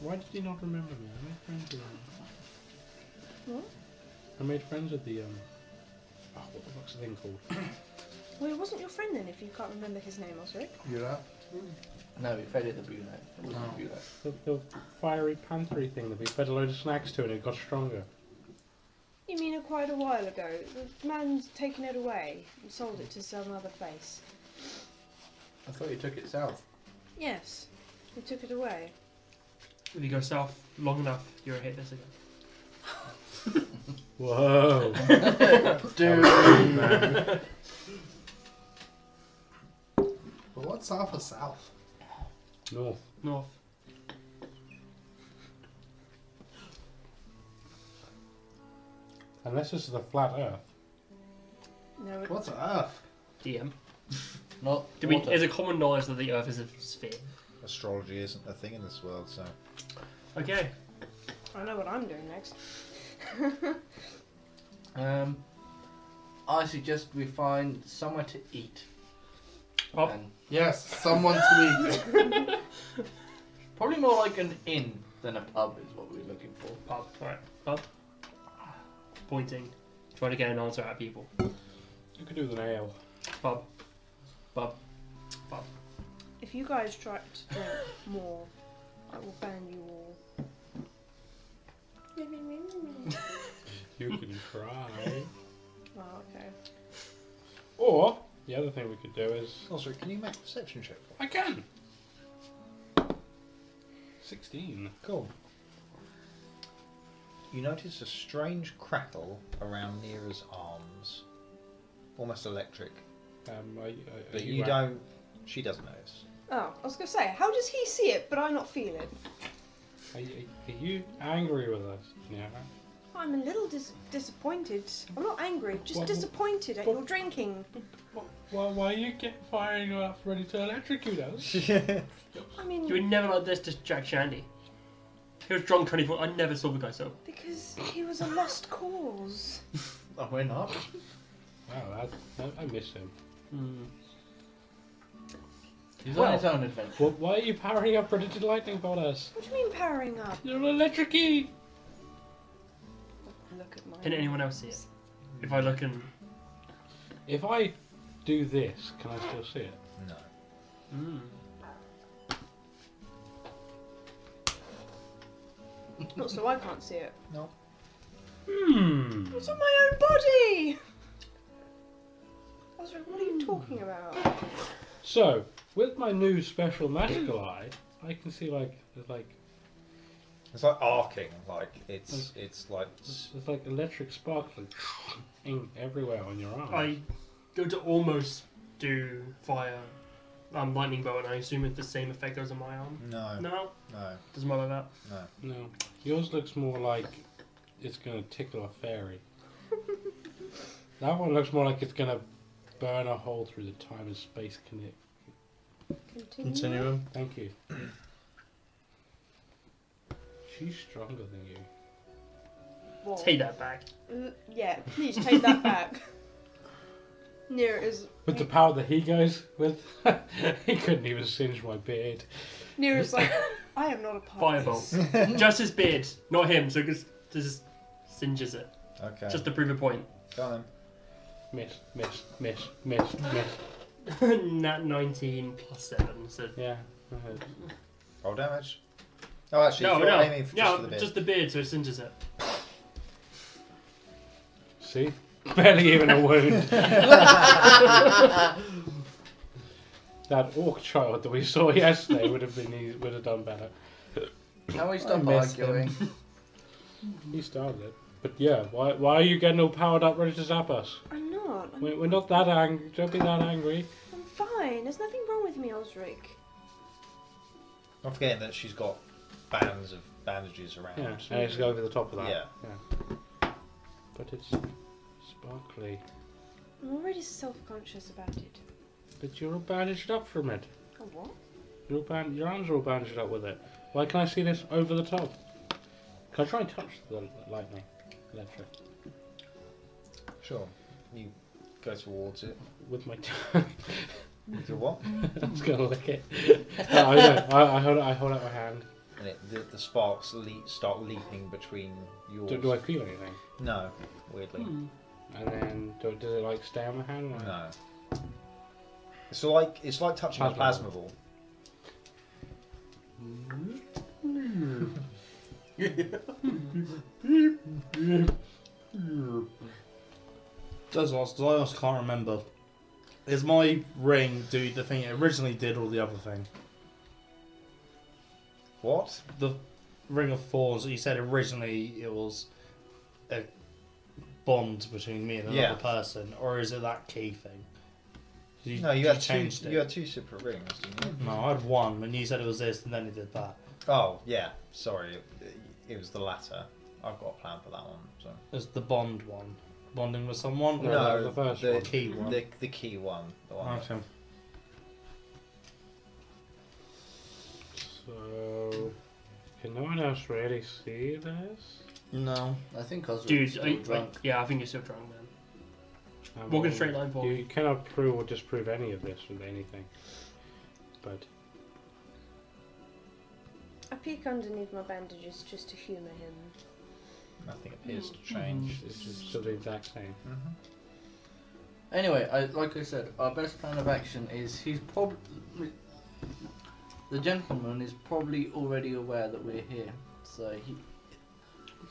Speaker 5: Why did he not remember me? I made friends with him.
Speaker 1: What?
Speaker 5: I made friends with the um. Oh, what the fuck's the thing called?
Speaker 1: Well, it wasn't your friend then, if you can't remember his name, Osric.
Speaker 6: You know?
Speaker 8: No, it fed it the brunette. It wasn't
Speaker 5: No.
Speaker 8: the brunette.
Speaker 5: The,
Speaker 4: Oh.
Speaker 5: the fiery panthery thing that we fed a load of snacks to and it got stronger.
Speaker 1: You mean it quite a while ago? The man's taken it away and sold it to some other place.
Speaker 8: I thought you took it south.
Speaker 1: Yes, he took it away.
Speaker 4: If you go south long enough, you're a hit this again.
Speaker 5: Whoa!
Speaker 8: Dude.
Speaker 6: But what's south of south?
Speaker 5: North.
Speaker 4: North.
Speaker 5: Unless this is the flat Earth.
Speaker 1: No, it,
Speaker 6: What's earth?
Speaker 4: DM.
Speaker 8: Not
Speaker 4: Do we,
Speaker 8: water.
Speaker 4: is it common knowledge that the Earth is a sphere?
Speaker 10: Astrology isn't a thing in this world, so
Speaker 4: Okay.
Speaker 1: I know what I'm doing next.
Speaker 8: Um, I suggest we find somewhere to eat.
Speaker 4: Pub?
Speaker 8: And
Speaker 6: Yes, someone to eat.
Speaker 8: probably more like an inn than a pub is what we're looking for.
Speaker 4: Pub. Alright. Pub. Pointing. Trying to get an answer out of people.
Speaker 5: You could do with an ale.
Speaker 4: Pub.
Speaker 1: If you guys try to drink more, I will ban you all.
Speaker 5: You can try.
Speaker 1: Well, Ah, okay.
Speaker 5: Or the other thing we could do is
Speaker 10: also, Oh, can you make a perception check?
Speaker 5: I can. Sixteen.
Speaker 10: Cool. You notice a strange crackle around Nira's arms, almost electric.
Speaker 5: Um, I, I,
Speaker 10: But you
Speaker 5: I,
Speaker 10: don't. She doesn't notice.
Speaker 1: Oh, I was gonna say, how does he see it, but I not feel it?
Speaker 5: Are, you- are you angry with us? Yeah.
Speaker 1: I'm a little dis- disappointed. I'm not angry, just
Speaker 5: What-
Speaker 1: disappointed at
Speaker 5: what-
Speaker 1: your drinking.
Speaker 5: Well, why are you get firing up ready to electrocute us?
Speaker 1: I
Speaker 4: You
Speaker 1: mean,
Speaker 4: would never like this to Jack Shandy. He was drunk and he thought, I never saw the guy so.
Speaker 1: because he was a lost cause.
Speaker 8: Oh, we're not.
Speaker 5: Wow, that, I, I miss him.
Speaker 4: Hmm.
Speaker 8: He's
Speaker 4: Well-
Speaker 8: on his own adventure.
Speaker 5: Well, why are you powering up predicted lightning on us?
Speaker 1: What do you mean powering up?
Speaker 5: You're electrocute.
Speaker 1: Look at mine.
Speaker 4: Can anyone else see it? If I look and
Speaker 5: If I do this, can I still see it?
Speaker 2: No.
Speaker 4: mm,
Speaker 1: Not so I can't see it.
Speaker 5: Hmm.
Speaker 1: It's on my own body! I was like, what are you talking about?
Speaker 5: So, with my new special magical eye, I can see like there's like
Speaker 2: It's like arcing, like it's it's like
Speaker 5: there's like electric sparks like ing everywhere on your arm.
Speaker 4: I go to almost do fire um, lightning bolt, and I assume it's the same effect as on my arm.
Speaker 2: no,
Speaker 4: No,
Speaker 2: no,
Speaker 4: doesn't matter that.
Speaker 2: no.
Speaker 5: No, yours looks more like it's gonna tickle a fairy. that one looks more like it's gonna burn a hole through the time and space connect.
Speaker 1: Continue.
Speaker 6: Continuum.
Speaker 5: Thank you. She's stronger than you.
Speaker 1: What?
Speaker 4: Take that back.
Speaker 1: L- yeah, please take that back. Near is
Speaker 5: With the power that he goes with, he couldn't even singe my beard.
Speaker 1: near is like I am not a part of this.
Speaker 4: Firebolt. just his beard, not him. So it just, just singes it,
Speaker 2: Okay,
Speaker 4: just to prove a point.
Speaker 2: go on.
Speaker 5: Miss, miss, miss, miss, miss.
Speaker 4: Nat 19 plus 7, so.
Speaker 5: Yeah. uh,
Speaker 2: Roll damage. Oh, actually,
Speaker 4: No,
Speaker 2: if you're
Speaker 4: no,
Speaker 2: aiming for just
Speaker 4: no,
Speaker 2: for the bit.
Speaker 4: just the beard, so it singes it.
Speaker 5: See? Barely even a wound. that orc child that we saw yesterday would have been eas would have done better.
Speaker 8: Now we stop
Speaker 6: miss him.
Speaker 8: arguing.
Speaker 5: He started it. But yeah, why, why are you getting all powered up ready to zap us?
Speaker 1: I'm not. I'm,
Speaker 5: We're, we're not that angry. Don't be that angry.
Speaker 1: I'm fine. There's nothing wrong with me, Osric.
Speaker 2: Not forgetting that she's got bands of bandages around.
Speaker 5: Yeah, and it's over the top of that.
Speaker 2: Yeah.
Speaker 5: But it's sparkly.
Speaker 1: I'm already self-conscious about it.
Speaker 5: But you're all bandaged up from it.
Speaker 1: Oh what?
Speaker 5: You're all band- your arms are all bandaged up with it. Why can I see this over the top? Can I try and touch the lightning? Electric.
Speaker 2: Sure. You go towards it.
Speaker 5: With my tongue.
Speaker 2: With your what?
Speaker 5: I'm just gonna lick it. No, I, don't. I, I hold. I hold out my hand.
Speaker 2: And it, the, the sparks le- start leaping between yours.
Speaker 5: Do, do I feel anything?
Speaker 2: No, weirdly.
Speaker 5: And then do, does it like stay on my hand? Or
Speaker 2: No. It's like it's like touching a
Speaker 5: Plasma.
Speaker 2: plasma ball.
Speaker 6: Does ask, 'cause I also can't remember. Is my ring do the thing it originally did or the other thing?
Speaker 2: What?
Speaker 6: The ring of fours, you said originally it was a bond between me and another
Speaker 2: Yeah.
Speaker 6: person, or is it that key thing? You,
Speaker 2: No, you had two.
Speaker 6: changed it.
Speaker 2: You had two separate rings, didn't you?
Speaker 6: No, I had one, and you said it was this, and then it did that.
Speaker 2: Oh yeah. Sorry, it, it was the latter. I've got a plan for that one. So.
Speaker 6: It was the bond one. Bonding with someone?
Speaker 5: No,
Speaker 6: or
Speaker 5: that was the first
Speaker 6: the key one.
Speaker 2: The, the key one. The one that-
Speaker 6: Okay.
Speaker 5: So can no one else really see this?
Speaker 6: No.
Speaker 8: I think I was
Speaker 4: Dude,
Speaker 8: still
Speaker 4: are you,
Speaker 8: drunk.
Speaker 4: like, yeah, I think you're still drunk, man.
Speaker 5: I
Speaker 4: Walking
Speaker 5: mean,
Speaker 4: straight line for
Speaker 5: Um, You cannot prove or disprove any of this with anything. But
Speaker 1: I peek underneath my bandages just to humour him.
Speaker 2: Nothing appears
Speaker 6: Mm-hmm.
Speaker 2: to change.
Speaker 5: it's just still the exact same.
Speaker 8: Anyway, I, like I said, our best plan of action is he's probably. The gentleman is probably already aware that we're here, so he.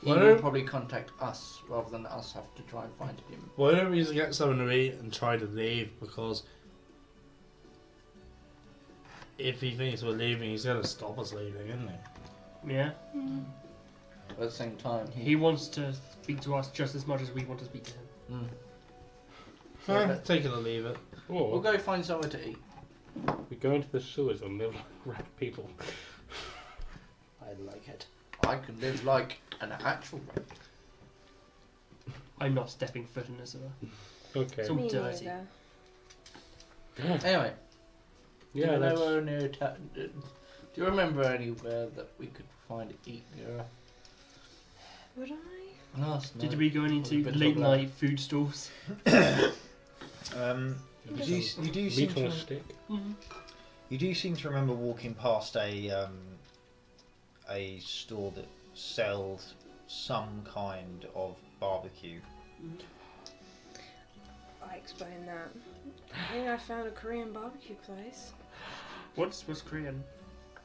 Speaker 8: He
Speaker 6: Well-
Speaker 8: will probably contact us rather than us have to try and find him.
Speaker 6: Why don't we just get something to eat and try to leave? Because if he thinks we're leaving, he's gonna stop us leaving, isn't he?
Speaker 4: Yeah?
Speaker 8: But at the same time, he.
Speaker 4: He wants to speak to us just as much as we want to speak to him.
Speaker 8: Mm.
Speaker 6: So
Speaker 8: Yeah.
Speaker 6: let's take it or leave it.
Speaker 8: We'll
Speaker 5: Or
Speaker 8: go find somewhere to eat.
Speaker 5: Oh, we go into the sewers and live like rat people.
Speaker 8: I like it. I can live like an actual rat.
Speaker 4: I'm not stepping foot in this. sewer.
Speaker 5: Okay.
Speaker 4: So- I'm
Speaker 1: Me
Speaker 4: Oh, dirty.
Speaker 1: neither.
Speaker 8: Anyway, do
Speaker 5: yeah,
Speaker 8: you know uh,
Speaker 5: that's,
Speaker 8: where near ta- Do you remember anywhere that we could find eat near?
Speaker 1: Would I?
Speaker 8: Last night.
Speaker 4: Did we go into
Speaker 8: Bit of a
Speaker 4: late
Speaker 8: blur.
Speaker 4: night food stalls?
Speaker 2: Um, you, do, you do seem
Speaker 5: meat on
Speaker 2: to
Speaker 5: a stick.
Speaker 4: Mm-hmm.
Speaker 2: you do seem to remember walking past a um, a store that sold some kind of barbecue.
Speaker 1: explain that. I think I found a Korean barbecue place.
Speaker 4: What's what's Korean?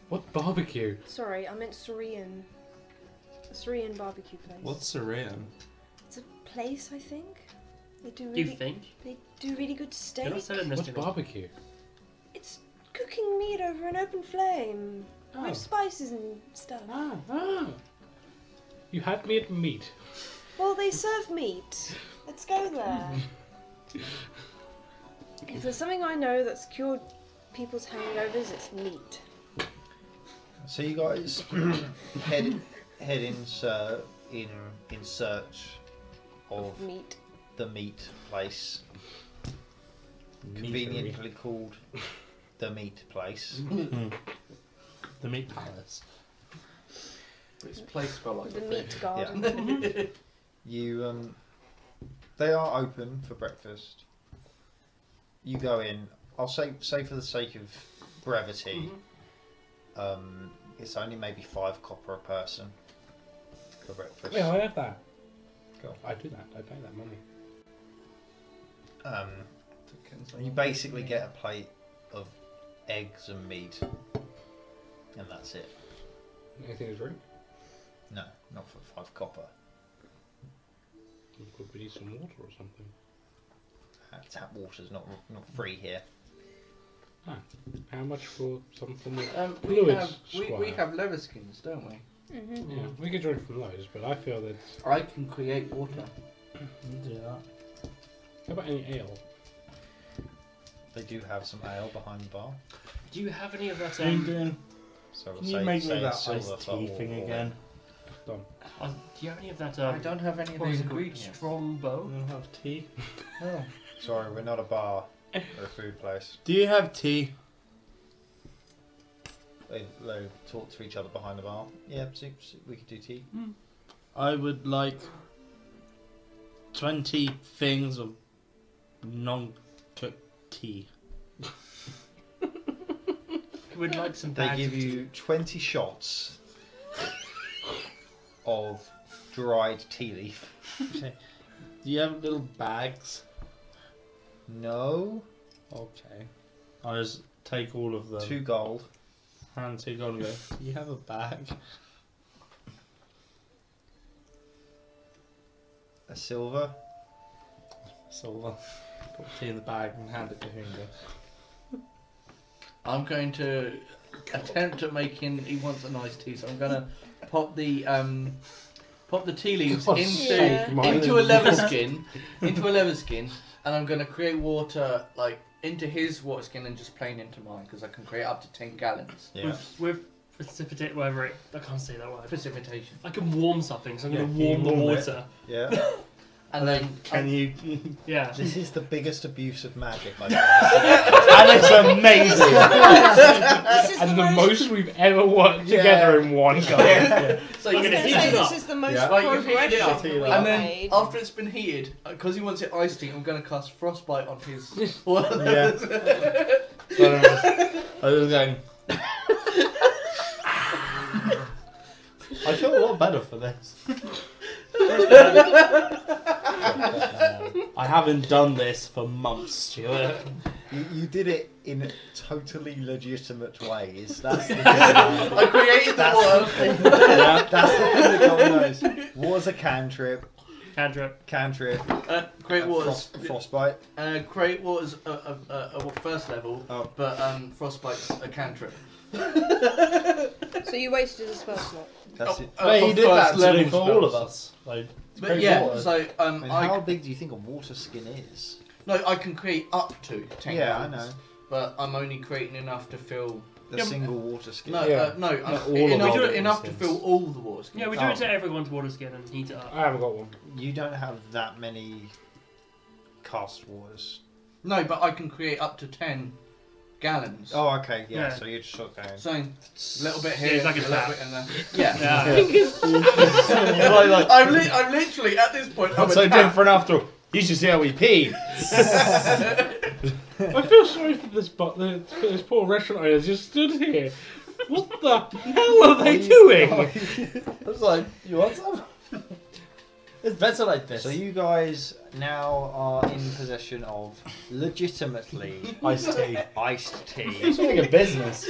Speaker 5: What barbecue?
Speaker 1: Sorry, I meant Syrian. A Syrian barbecue place.
Speaker 6: What's Syrian?
Speaker 1: It's a place, I think. They do
Speaker 4: Do you
Speaker 1: really,
Speaker 4: think?
Speaker 1: they do really good steak.
Speaker 4: You're not selling this
Speaker 5: What's
Speaker 4: to me.
Speaker 5: barbecue?
Speaker 1: It's cooking meat over an open flame
Speaker 5: Oh.
Speaker 1: with spices and stuff.
Speaker 5: Ah, ah. You had me at meat.
Speaker 1: Well, they serve meat. Let's go there. if there's something I know that's cured people's hangovers, it's meat.
Speaker 2: So you guys head head in ser- in in search of
Speaker 1: Of meat.
Speaker 2: the meat place, conveniently called the meat place.
Speaker 6: The meat palace.
Speaker 8: It's place for like
Speaker 1: The meat garden.
Speaker 2: You um, they are open for breakfast. You go in. I'll say say for the sake of brevity,
Speaker 4: Mm-hmm.
Speaker 2: um, it's only maybe five copper a person for breakfast.
Speaker 5: Yeah, I have that.
Speaker 2: Cool.
Speaker 5: I do that. I pay that money.
Speaker 2: Um, you basically get a plate of eggs and meat, and that's it.
Speaker 5: Anything to drink?
Speaker 2: No, not for five copper.
Speaker 5: We could need some water or something.
Speaker 2: Uh, tap water's not not free here.
Speaker 5: How much for some form of
Speaker 8: Um, we
Speaker 5: Fluids,
Speaker 8: have we, we
Speaker 5: squire.
Speaker 8: have leather skins, don't we?
Speaker 1: Mm-hmm.
Speaker 5: Yeah, we could drink from those, but I feel that.
Speaker 8: I can create water.
Speaker 6: do that.
Speaker 5: How about any ale?
Speaker 2: They do have some ale behind the bar,
Speaker 4: Do you have any of that?
Speaker 6: What are you
Speaker 4: Um,
Speaker 6: doing?
Speaker 2: so we'll
Speaker 6: Can you
Speaker 2: say,
Speaker 6: make
Speaker 2: say
Speaker 6: me that
Speaker 2: silver
Speaker 6: iced
Speaker 2: for
Speaker 6: tea
Speaker 2: all-
Speaker 6: thing
Speaker 2: all-
Speaker 6: again?
Speaker 5: Done.
Speaker 4: uh, do you have any of that?
Speaker 8: I
Speaker 4: Um,
Speaker 8: don't have any of
Speaker 4: what
Speaker 8: the
Speaker 4: was it called?
Speaker 8: ingredients.
Speaker 6: I
Speaker 4: Strongbow.
Speaker 6: don't have tea.
Speaker 8: No.
Speaker 2: Sorry, we're not a bar or a food place.
Speaker 6: Do you have tea?
Speaker 2: They, they talk to each other behind the bar. Yeah, so, so we could do tea.
Speaker 6: I would like 20 things of non cooked tea.
Speaker 4: You would like some
Speaker 2: They
Speaker 4: bags
Speaker 2: give
Speaker 4: of tea.
Speaker 2: you twenty shots of dried tea leaf.
Speaker 6: Do you have little bags?
Speaker 2: No,
Speaker 6: Okay. I just take all of them.
Speaker 2: two gold.
Speaker 6: Hand two gone and go. You have a bag.
Speaker 2: a silver.
Speaker 6: So uh, put tea in the bag and hand it to him. and go,
Speaker 8: I'm going to attempt at making. He wants a nice tea, so I'm gonna pop the um, pop the tea leaves
Speaker 5: God's
Speaker 8: into
Speaker 1: sake,
Speaker 5: Martin.
Speaker 8: into a leather skin, into a leather skin, and I'm gonna create water like into his water skin and just plain into mine because I can create up to ten gallons.
Speaker 2: Yeah.
Speaker 4: With, with precipitate, whatever it. I can't say that word.
Speaker 8: Precipitation,
Speaker 4: I can warm something, so I'm going to
Speaker 6: Yeah, you
Speaker 4: warm the
Speaker 6: warm it.
Speaker 4: water.
Speaker 2: Yeah.
Speaker 8: and then
Speaker 6: Can you?
Speaker 4: Yeah.
Speaker 2: this is the biggest abuse of magic I've ever seen.
Speaker 6: and it's amazing.
Speaker 1: This is
Speaker 5: And
Speaker 1: the,
Speaker 5: the
Speaker 1: most.
Speaker 5: most we've ever worked
Speaker 2: Yeah.
Speaker 5: together in one go.
Speaker 8: so
Speaker 4: I'm
Speaker 1: I was
Speaker 4: gonna
Speaker 1: gonna
Speaker 4: heat
Speaker 1: say,
Speaker 4: it
Speaker 1: this
Speaker 4: up.
Speaker 1: is the most
Speaker 6: Yeah.
Speaker 8: Right, you heat it
Speaker 1: progression
Speaker 8: up.
Speaker 1: we've
Speaker 8: And then
Speaker 1: made.
Speaker 8: after it's been heated, because he wants it iced tea, I'm going to cast frostbite on his. Well,
Speaker 6: yeah. So, I was going. "Ah." I feel a lot better for this. I haven't done this for months, Stuart.
Speaker 2: You, you did it in totally legitimate ways. That's the,
Speaker 8: I created the water.
Speaker 6: Yeah.
Speaker 2: that's the thing that God knows. Was a cantrip,
Speaker 4: Cantrip.
Speaker 2: cantrip,
Speaker 8: Uh, great
Speaker 2: uh,
Speaker 8: waters.
Speaker 2: frost- frostbite.
Speaker 8: Uh, great waters. Uh, uh, uh, uh, well, first level,
Speaker 2: Oh.
Speaker 8: but um, frostbite's a cantrip.
Speaker 1: So you wasted a spell slot.
Speaker 2: That's it.
Speaker 8: Uh,
Speaker 6: But
Speaker 8: for
Speaker 6: he did that
Speaker 8: first
Speaker 6: to
Speaker 8: level
Speaker 6: me for all of
Speaker 8: spells.
Speaker 6: us. Like,
Speaker 8: But
Speaker 6: Great
Speaker 8: yeah,
Speaker 6: water.
Speaker 8: so
Speaker 2: I
Speaker 8: um,
Speaker 2: mean,
Speaker 8: I,
Speaker 2: how big do you think a water skin is?
Speaker 8: no, I can create up to ten.
Speaker 2: Yeah, I
Speaker 8: gallons,
Speaker 2: know.
Speaker 8: But I'm only creating enough to fill.
Speaker 2: The
Speaker 4: Yeah, but-
Speaker 2: single water skin.
Speaker 8: No,
Speaker 5: Yeah.
Speaker 8: uh, no, uh,
Speaker 6: all of
Speaker 8: enough,
Speaker 6: all
Speaker 8: to,
Speaker 6: those
Speaker 8: enough to
Speaker 6: things.
Speaker 8: fill all the waters.
Speaker 4: Yeah, we do it to everyone's water skin and heat it up.
Speaker 5: I haven't got one.
Speaker 2: You don't have that many cast waters.
Speaker 8: No, but I can create up to ten gallons.
Speaker 2: Oh, okay, yeah,
Speaker 4: Yeah.
Speaker 2: so you're just sort of going.
Speaker 8: So a little bit
Speaker 4: Yeah,
Speaker 8: here,
Speaker 4: it's like a
Speaker 8: a little
Speaker 4: tap.
Speaker 8: bit, and then yeah.
Speaker 4: Yeah.
Speaker 6: like, like,
Speaker 8: I'm, li- I'm literally at this point. I'm
Speaker 6: I'm so
Speaker 8: a tap.
Speaker 6: different after all. You should see how we pee.
Speaker 5: I feel sorry for this, but the, for this poor restaurant owner just stood here. What the hell are they doing?
Speaker 6: I was like, you want some? It's better like this.
Speaker 2: So you guys now are in possession of legitimately
Speaker 6: iced tea.
Speaker 2: iced tea.
Speaker 6: It's running a business.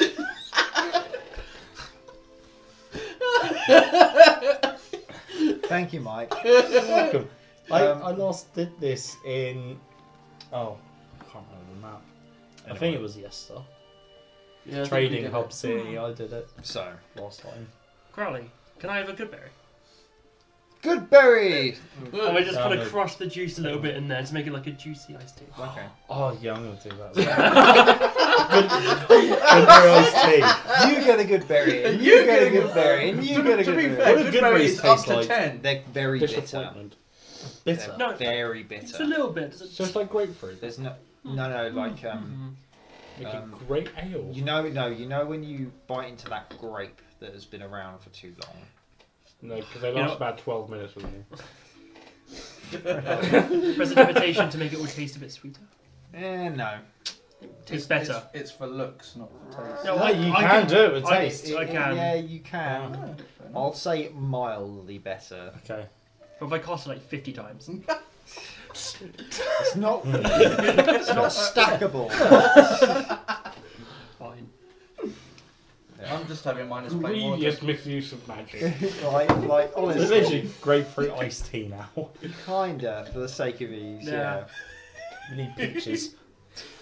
Speaker 2: Thank you, Mike.
Speaker 6: Welcome. I,
Speaker 2: Um,
Speaker 6: I last did this in. Oh, I can't remember the map. I think it was Yester.
Speaker 8: Yeah, I think we
Speaker 6: Trading
Speaker 8: did
Speaker 6: Hub City. I did it
Speaker 2: So,
Speaker 6: last time.
Speaker 4: Crowley, can I have a good berry?
Speaker 2: good berry.
Speaker 8: it.
Speaker 4: And I just
Speaker 6: Um,
Speaker 4: kind of crush the juice a little bit in there to make it like a juicy iced tea.
Speaker 2: Okay.
Speaker 6: Oh, yeah, I'm going to do that. good, good berry iced tea.
Speaker 2: You get a good berry. And you, get, a good berry. And you get a
Speaker 8: to
Speaker 2: good
Speaker 8: be
Speaker 2: berry.
Speaker 8: fair,
Speaker 6: What do
Speaker 8: good
Speaker 6: good berries
Speaker 8: berries up
Speaker 6: taste
Speaker 8: to
Speaker 6: like?
Speaker 8: ten.
Speaker 2: They're very bitter.
Speaker 6: Disappointment.
Speaker 2: Bitter.
Speaker 6: Bitter.
Speaker 4: No.
Speaker 2: very
Speaker 4: Just a
Speaker 2: bitter.
Speaker 4: little bit. It's
Speaker 5: So it's like grapefruit,
Speaker 2: There's no,
Speaker 6: Mm.
Speaker 2: no, no, like um,
Speaker 5: making
Speaker 2: Um,
Speaker 5: great ale.
Speaker 2: you know, no, you know when you bite into that grape that has been around for too long.
Speaker 5: No, because they
Speaker 4: You
Speaker 5: last
Speaker 4: know-
Speaker 5: about twelve minutes with me.
Speaker 4: precipitation to make it all taste a bit sweeter.
Speaker 2: Eh, no.
Speaker 4: It's better.
Speaker 8: It's, for looks, not for taste.
Speaker 4: No,
Speaker 6: No,
Speaker 4: I-
Speaker 6: you
Speaker 4: I
Speaker 6: can
Speaker 4: can-
Speaker 6: do it with
Speaker 4: I-
Speaker 6: taste.
Speaker 4: I can.
Speaker 2: Yeah, you can.
Speaker 8: Oh, fair enough.
Speaker 2: I'll say mildly better.
Speaker 6: Okay.
Speaker 4: But if I cast it like 50 times.
Speaker 2: It's not. it's not stackable.
Speaker 4: Fine.
Speaker 8: I'm just having mine as plain water.
Speaker 5: Yes, misuse of magic.
Speaker 2: like, like
Speaker 6: It's
Speaker 2: honestly,
Speaker 6: literally grapefruit iced tea now. We
Speaker 2: kinda for the sake of ease. Yeah.
Speaker 4: Yeah.
Speaker 6: need peaches.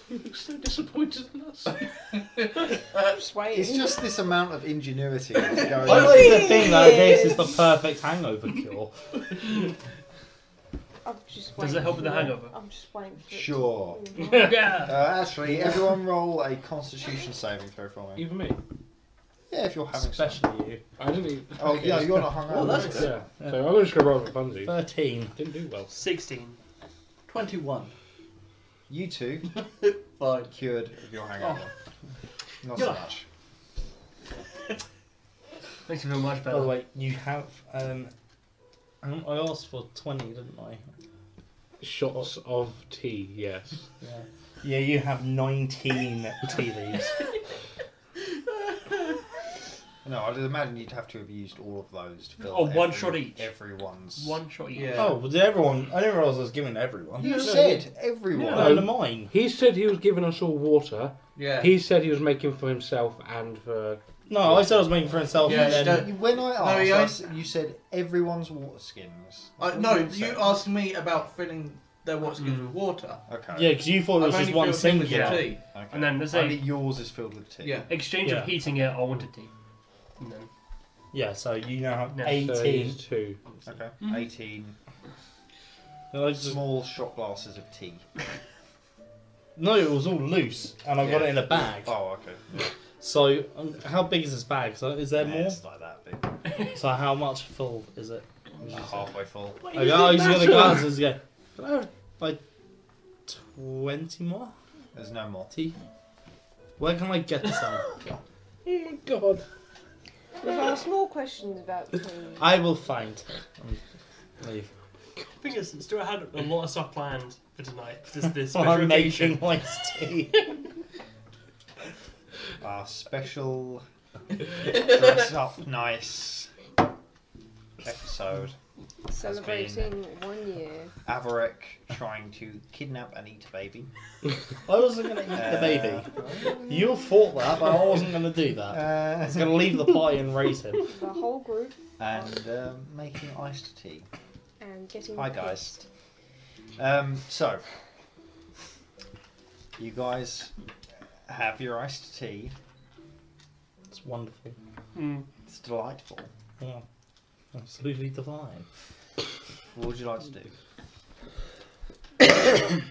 Speaker 5: You're so disappointed in us.
Speaker 2: It's just this amount of ingenuity that's
Speaker 6: I
Speaker 2: going. on.
Speaker 6: like the thing though, this is the perfect hangover cure.
Speaker 1: I'm just
Speaker 4: Does it help with the hangover?
Speaker 1: I'm just waiting for it.
Speaker 2: Sure.
Speaker 4: yeah.
Speaker 2: Uh, actually, everyone roll a Constitution saving throw for me.
Speaker 5: Even me.
Speaker 2: Yeah, if you're having some.
Speaker 6: Especially you.
Speaker 5: I didn't. Even,
Speaker 2: Oh, yeah, you're not hungover.
Speaker 8: Oh, that's good.
Speaker 5: yeah. So I'm just gonna roll with Bunzi.
Speaker 6: 13.
Speaker 5: Didn't do well.
Speaker 4: 16.
Speaker 8: 21.
Speaker 2: You two
Speaker 8: Fine.
Speaker 2: cured of your hangover. Not so much.
Speaker 4: Makes me feel much
Speaker 6: By the
Speaker 4: better.
Speaker 6: way, you have. Um, um, I asked for 20, didn't I?
Speaker 5: Shots of tea. Yes.
Speaker 6: Yeah. Yeah, you have 19 tea leaves.
Speaker 2: No, I'd imagine you'd have to have used all of those to fill.
Speaker 4: Oh, one
Speaker 2: every-
Speaker 4: shot each.
Speaker 2: Everyone's. Oh,
Speaker 4: One shot each.
Speaker 8: Yeah.
Speaker 6: Oh, was everyone? I didn't realise I was giving everyone.
Speaker 2: You
Speaker 5: No,
Speaker 2: said everyone.
Speaker 6: No, no, mine.
Speaker 5: He said he was giving us all water.
Speaker 8: Yeah.
Speaker 5: He said he was making for himself and for.
Speaker 6: No, I said I was making for himself.
Speaker 8: Yeah,
Speaker 6: and
Speaker 8: you
Speaker 6: then
Speaker 8: don't-
Speaker 2: Oh, You- When I
Speaker 8: No,
Speaker 2: asked,
Speaker 8: yeah.
Speaker 2: I s- you said everyone's water skins.
Speaker 8: I,
Speaker 2: That's
Speaker 8: no,
Speaker 2: all
Speaker 8: you
Speaker 2: said.
Speaker 8: asked me about filling their water skins
Speaker 4: Mm.
Speaker 8: with water.
Speaker 2: Okay.
Speaker 6: Yeah, because you thought Oh, it was
Speaker 8: I've
Speaker 6: just
Speaker 8: only
Speaker 6: one
Speaker 8: filled them with
Speaker 6: singular.
Speaker 8: tea.
Speaker 2: Okay.
Speaker 4: And then let's
Speaker 2: Only
Speaker 4: say
Speaker 2: yours is filled with tea.
Speaker 8: Yeah.
Speaker 4: exchange
Speaker 6: Yeah.
Speaker 4: of heating it, I wanted tea. And then
Speaker 6: Yeah, so you now have
Speaker 4: No.
Speaker 6: 18.
Speaker 5: Two.
Speaker 2: Okay. 18
Speaker 6: And I just-
Speaker 2: small shot glasses of tea.
Speaker 6: no, it was all loose, and I got
Speaker 2: Yeah.
Speaker 6: it in a bag.
Speaker 2: Oh, okay.
Speaker 6: So, um, how big is this bag? So, is there
Speaker 2: Yeah,
Speaker 6: more?
Speaker 2: It's like that big.
Speaker 6: So, how much full is it?
Speaker 2: About halfway full.
Speaker 6: I go, oh, he's got the glasses. Yeah, can I have like twenty more
Speaker 2: There's no more.
Speaker 6: tea? Where can I get some?
Speaker 5: Oh my god.
Speaker 1: We've asked more questions about tea.
Speaker 6: I will find. it. Um, Leave.
Speaker 4: thing is, Stuart had a lot of stuff planned for tonight. for This, this
Speaker 6: Well,
Speaker 4: special
Speaker 6: I'm
Speaker 4: occasion.
Speaker 6: making iced tea.
Speaker 2: Our special dress up nice episode.
Speaker 1: Celebrating one year.
Speaker 2: Averick trying to kidnap and eat a baby.
Speaker 6: I wasn't gonna eat the baby. Uh, You thought that, but I wasn't gonna do that. I
Speaker 2: Uh,
Speaker 6: was gonna leave the pie and raise him.
Speaker 1: The whole group
Speaker 2: and um, making iced tea.
Speaker 1: and getting.
Speaker 2: Hi, guys. Um, so, you guys have your iced tea.
Speaker 6: It's wonderful.
Speaker 4: Mm.
Speaker 2: It's delightful.
Speaker 6: Yeah. Absolutely divine.
Speaker 2: What would you like to do?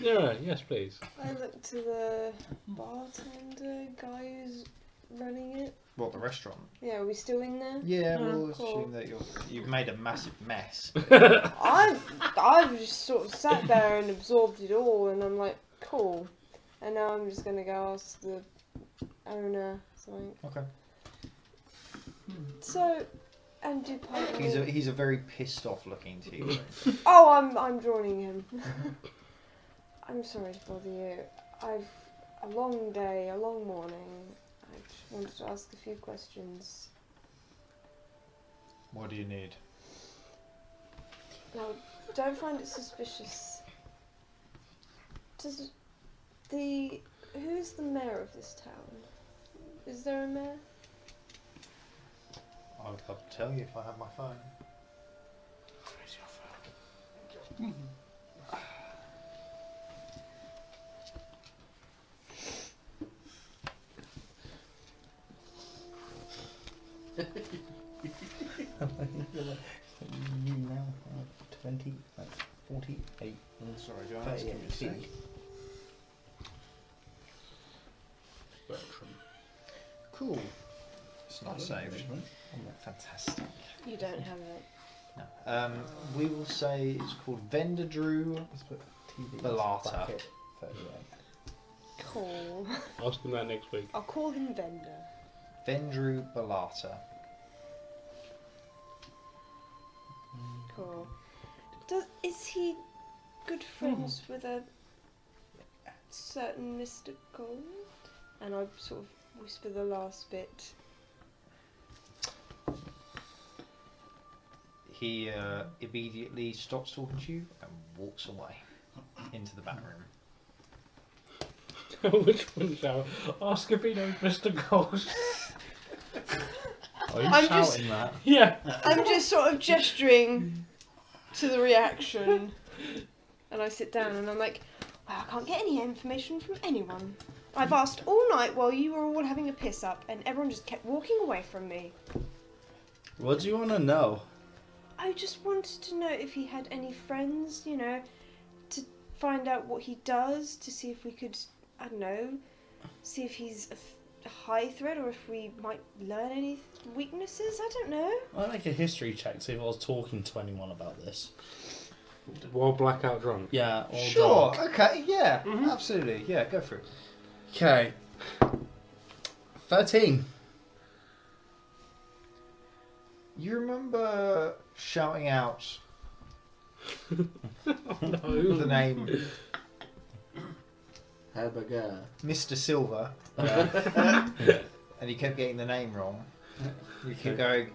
Speaker 5: Yeah. Yes, please.
Speaker 1: I look to the bartender guy who's running it.
Speaker 2: What the restaurant?
Speaker 1: Yeah, are we still in there?
Speaker 2: Yeah,
Speaker 1: Oh,
Speaker 2: we'll
Speaker 1: cool.
Speaker 2: assume that you're, you've made a massive mess.
Speaker 1: I've I've just sort of sat there and absorbed it all, and I'm like, cool. And now I'm just gonna go ask the owner something.
Speaker 2: Okay.
Speaker 1: So, and do pie.
Speaker 2: He's a he's a very pissed off looking to you.
Speaker 1: Oh, I'm I'm joining him. I'm sorry to bother you. I've a long day, a long morning. I just wanted to ask a few questions.
Speaker 2: What do you need?
Speaker 1: No, don't find it suspicious. Does the who's the mayor of this town? Is there a mayor?
Speaker 2: I would love to tell you if I had my phone.
Speaker 8: you now have 20, like 48.
Speaker 6: I'm sorry, John. Just give me a sec.
Speaker 2: Cool. It's not saved.
Speaker 6: Fantastic.
Speaker 1: You don't have it.
Speaker 2: No. Um, we will say it's called Vendor Drew.
Speaker 8: Let's put TV
Speaker 2: Belata.
Speaker 8: back at 38.
Speaker 1: Cool.
Speaker 5: Ask him that next week.
Speaker 1: I'll call him Vendor.
Speaker 2: Vendru Balata.
Speaker 1: Cool. Does is he good friends with a certain Mr. Gold? And I sort of whisper the last bit.
Speaker 2: He uh, immediately stops talking to you and walks away into the back room.
Speaker 5: Which one shall ask if he knows Mr. Gold?
Speaker 6: Are you
Speaker 1: I'm
Speaker 6: shouting
Speaker 1: just-
Speaker 6: that?
Speaker 5: yeah.
Speaker 1: I'm just sort of gesturing to the reaction. And I sit down and I'm like, well, I can't get any information from anyone. I've asked all night while you were all having a piss up, and everyone just kept walking away from me.
Speaker 6: What do you want to know?
Speaker 1: I just wanted to know if he had any friends, you know, to find out what he does, to see if we could, I don't know, see if he's a, th- a high threat or if we might learn any th- weaknesses. I don't know.
Speaker 6: I make a history check. See if I was talking to anyone about this.
Speaker 5: While blackout drunk.
Speaker 6: Yeah. Or
Speaker 2: Sure, okay, yeah, absolutely, yeah, go for it.
Speaker 6: Okay. Thirteen.
Speaker 2: You remember shouting out
Speaker 4: Oh,
Speaker 2: the name
Speaker 8: Hamburger.
Speaker 2: Mr. Silver
Speaker 6: Uh,
Speaker 2: and you kept getting the name wrong? You keep going,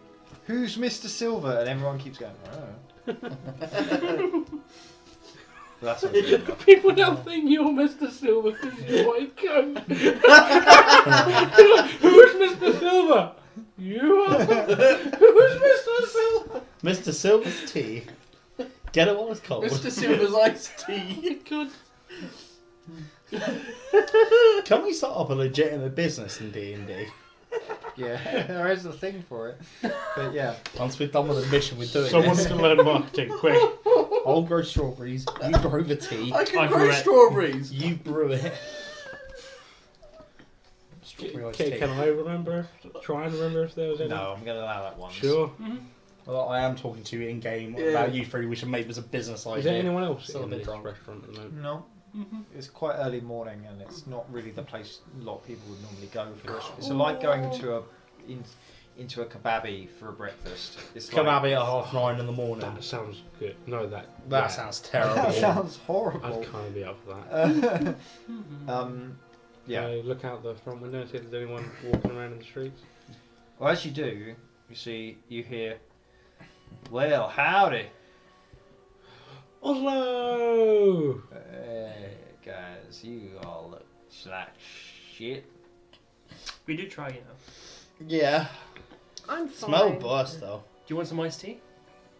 Speaker 2: Who's Mr. Silver? And everyone keeps going, Oh. That's what I'm doing.
Speaker 5: People don't think you're Mr. Silver because you're white coat. Who's Mr. Silver? You are. Who's Mr. Silver?
Speaker 6: Mr. Silver's tea. Get it while it's cold.
Speaker 8: Mr. Silver's iced tea.
Speaker 5: You could.
Speaker 6: Can we start up a legitimate business in D and D?
Speaker 2: Yeah, there is a thing for it. But yeah,
Speaker 6: Once we're done with the mission, we're doing
Speaker 5: Someone
Speaker 6: this.
Speaker 5: to learn marketing quick.
Speaker 6: I'll grow strawberries. You grow the tea.
Speaker 8: I can
Speaker 5: I
Speaker 8: grow
Speaker 5: grew it.
Speaker 8: strawberries.
Speaker 6: You brew it. Strawberry iced
Speaker 5: Okay,
Speaker 6: tea.
Speaker 5: can I remember? Try and remember if there was any.
Speaker 2: no, I'm going to allow that one.
Speaker 5: Sure.
Speaker 6: Well, I am talking to you in game
Speaker 8: Yeah.
Speaker 6: about you three. We should make this a business idea.
Speaker 5: Is there anyone else
Speaker 6: Still a
Speaker 5: in
Speaker 6: bit
Speaker 5: this
Speaker 6: drunk.
Speaker 5: restaurant at the moment?
Speaker 2: No. It's quite early morning, and it's not really the place a lot of people would normally go for. this. It's like going to a in, into a kebabi for a breakfast. It's
Speaker 6: Come
Speaker 2: like,
Speaker 6: at me at half nine in the morning.
Speaker 5: That sounds good. No, that.
Speaker 6: That
Speaker 5: yeah.
Speaker 6: sounds
Speaker 2: That
Speaker 6: terrible.
Speaker 2: sounds
Speaker 5: I'd
Speaker 2: horrible.
Speaker 5: kind of be up for that.
Speaker 2: Uh, um, yeah.
Speaker 5: I look out the front window and see if there's anyone walking around in the streets.
Speaker 2: Well, as you do, you see, you hear, "Well, howdy,
Speaker 5: Oslo!
Speaker 2: uh, guys! You all look like shit."
Speaker 4: We do try, you know. Do
Speaker 6: yeah.
Speaker 1: I'm fine.
Speaker 6: Smell bust though.
Speaker 4: you want some iced tea?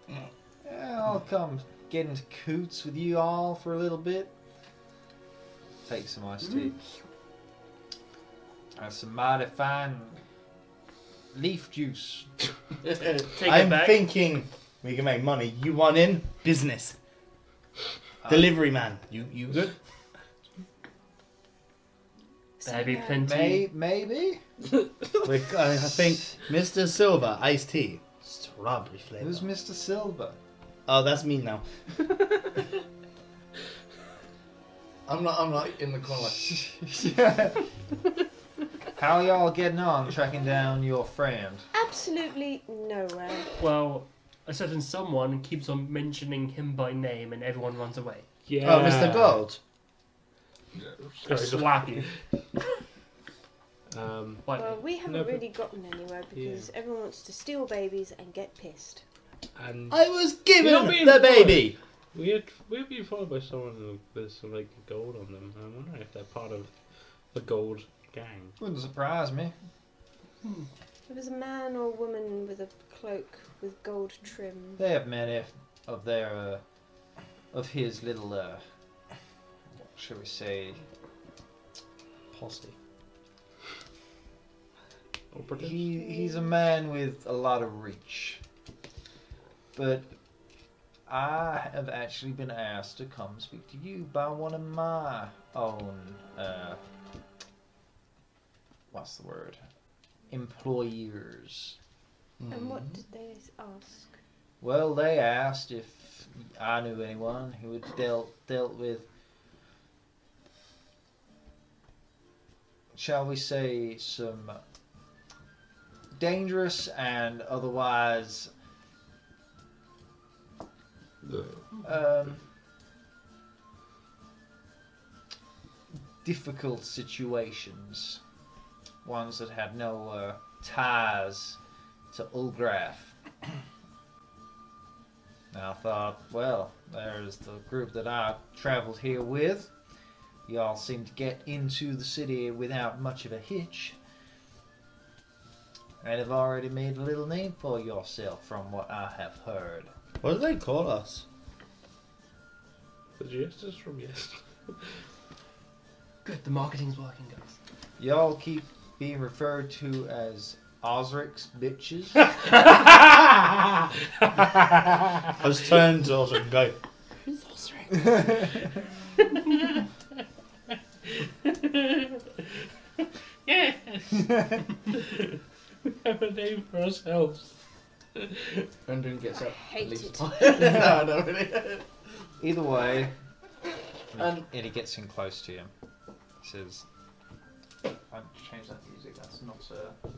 Speaker 2: Yeah, I'll come get into coots with you all for a little bit. Take some iced tea. That's some mighty fine leaf juice.
Speaker 4: Take it
Speaker 6: I'm
Speaker 4: back.
Speaker 6: thinking we can make money. You want in business? Delivery man. You you good?
Speaker 1: Say
Speaker 4: There'd be
Speaker 1: no.
Speaker 4: plenty.
Speaker 2: May, maybe?
Speaker 6: We're, I I think Mr. Silver iced tea. Strawberry flavor.
Speaker 2: Who's Mr. Silver?
Speaker 6: oh, that's me now.
Speaker 8: I'm like, I'm like in the corner. Like,
Speaker 2: How y'all getting on tracking down your friend?
Speaker 1: Absolutely nowhere.
Speaker 4: Well, a certain someone keeps on mentioning him by name, and everyone runs away.
Speaker 5: Yeah.
Speaker 6: Oh, Mr. Gold.
Speaker 4: I
Speaker 5: Sorry, just-
Speaker 4: slap you.
Speaker 5: Um,
Speaker 4: Like,
Speaker 1: Well, we haven't
Speaker 5: No, but-
Speaker 1: really gotten anywhere because everyone wants to steal babies and get pissed.
Speaker 5: and
Speaker 6: I was given
Speaker 5: You're being
Speaker 6: the
Speaker 5: polite.
Speaker 6: baby.
Speaker 5: we had we had been followed by someone with some like gold on them. I wonder if they're part of the gold gang.
Speaker 2: Wouldn't surprise me.
Speaker 12: It was a man or woman with a cloak with gold trim.
Speaker 2: They have many of their, uh, of his little, uh, what shall we say, posse.
Speaker 5: Operatives?
Speaker 2: He, he's a man with a lot of reach. But I have actually been asked to come speak to you by one of my own, uh, what's the word? Employers.
Speaker 12: And what did they ask?
Speaker 2: Well, they asked if I knew anyone who had dealt dealt with, shall we say, some dangerous and otherwise um, difficult situations, ones that had no uh, ties to Ulgraf. And I thought, well, there's the group that I travelled here with. Y'all seem to get into the city without much of a hitch. And have already made a little name for yourself from what I have heard.
Speaker 6: What did they call us?
Speaker 5: The gist is from yesterday.
Speaker 4: Good, the marketing's working, guys.
Speaker 2: Y'all keep being referred to as Osric's bitches.
Speaker 6: I just turned to Osric and go,
Speaker 5: Yes! we have a name for ourselves.
Speaker 3: Undun gets up.
Speaker 12: Hate
Speaker 3: leaves
Speaker 12: it.
Speaker 3: the pile. no, no, really.
Speaker 2: Either way, and,
Speaker 3: And-
Speaker 2: he gets in close to him. He says, "I change that music. That's not uh,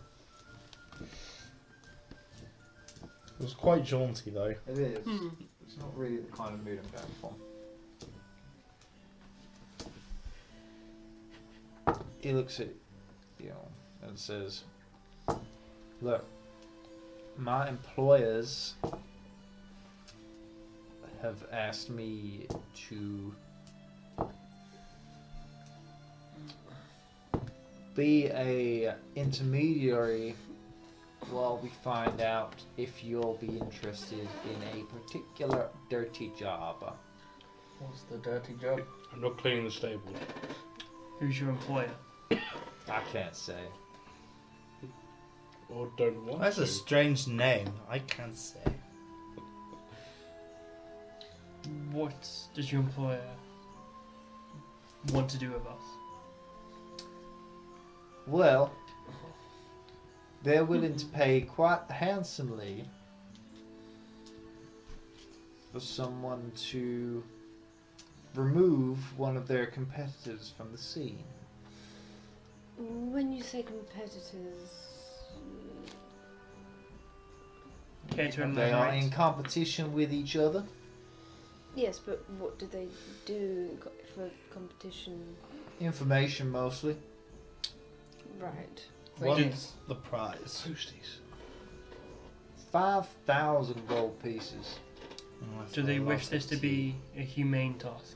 Speaker 6: it was quite jaunty though.
Speaker 2: It is.
Speaker 4: Hmm.
Speaker 2: It's not really the kind of mood I'm going for. He looks at you and says, Look, my employers have asked me to be a intermediary well, we find out if you'll be interested in a particular dirty job.
Speaker 8: What's the dirty job?
Speaker 5: I'm not cleaning the stable.
Speaker 4: Who's your employer?
Speaker 2: I can't say.
Speaker 5: Or don't want
Speaker 6: That's
Speaker 5: to.
Speaker 6: a strange name. I can't say.
Speaker 4: What does your employer want to do with us?
Speaker 2: Well, they're willing to pay quite handsomely for someone to remove one of their competitors from the scene.
Speaker 12: When you say competitors,
Speaker 4: Care to
Speaker 2: They are
Speaker 4: elaborate?
Speaker 2: in competition with each other.
Speaker 12: yes, but what do they do co- for competition?
Speaker 2: Information mostly.
Speaker 12: Right.
Speaker 6: What's the prize?
Speaker 5: Toasties.
Speaker 2: 5,000 gold pieces.
Speaker 4: Do they wish this to be a humane task?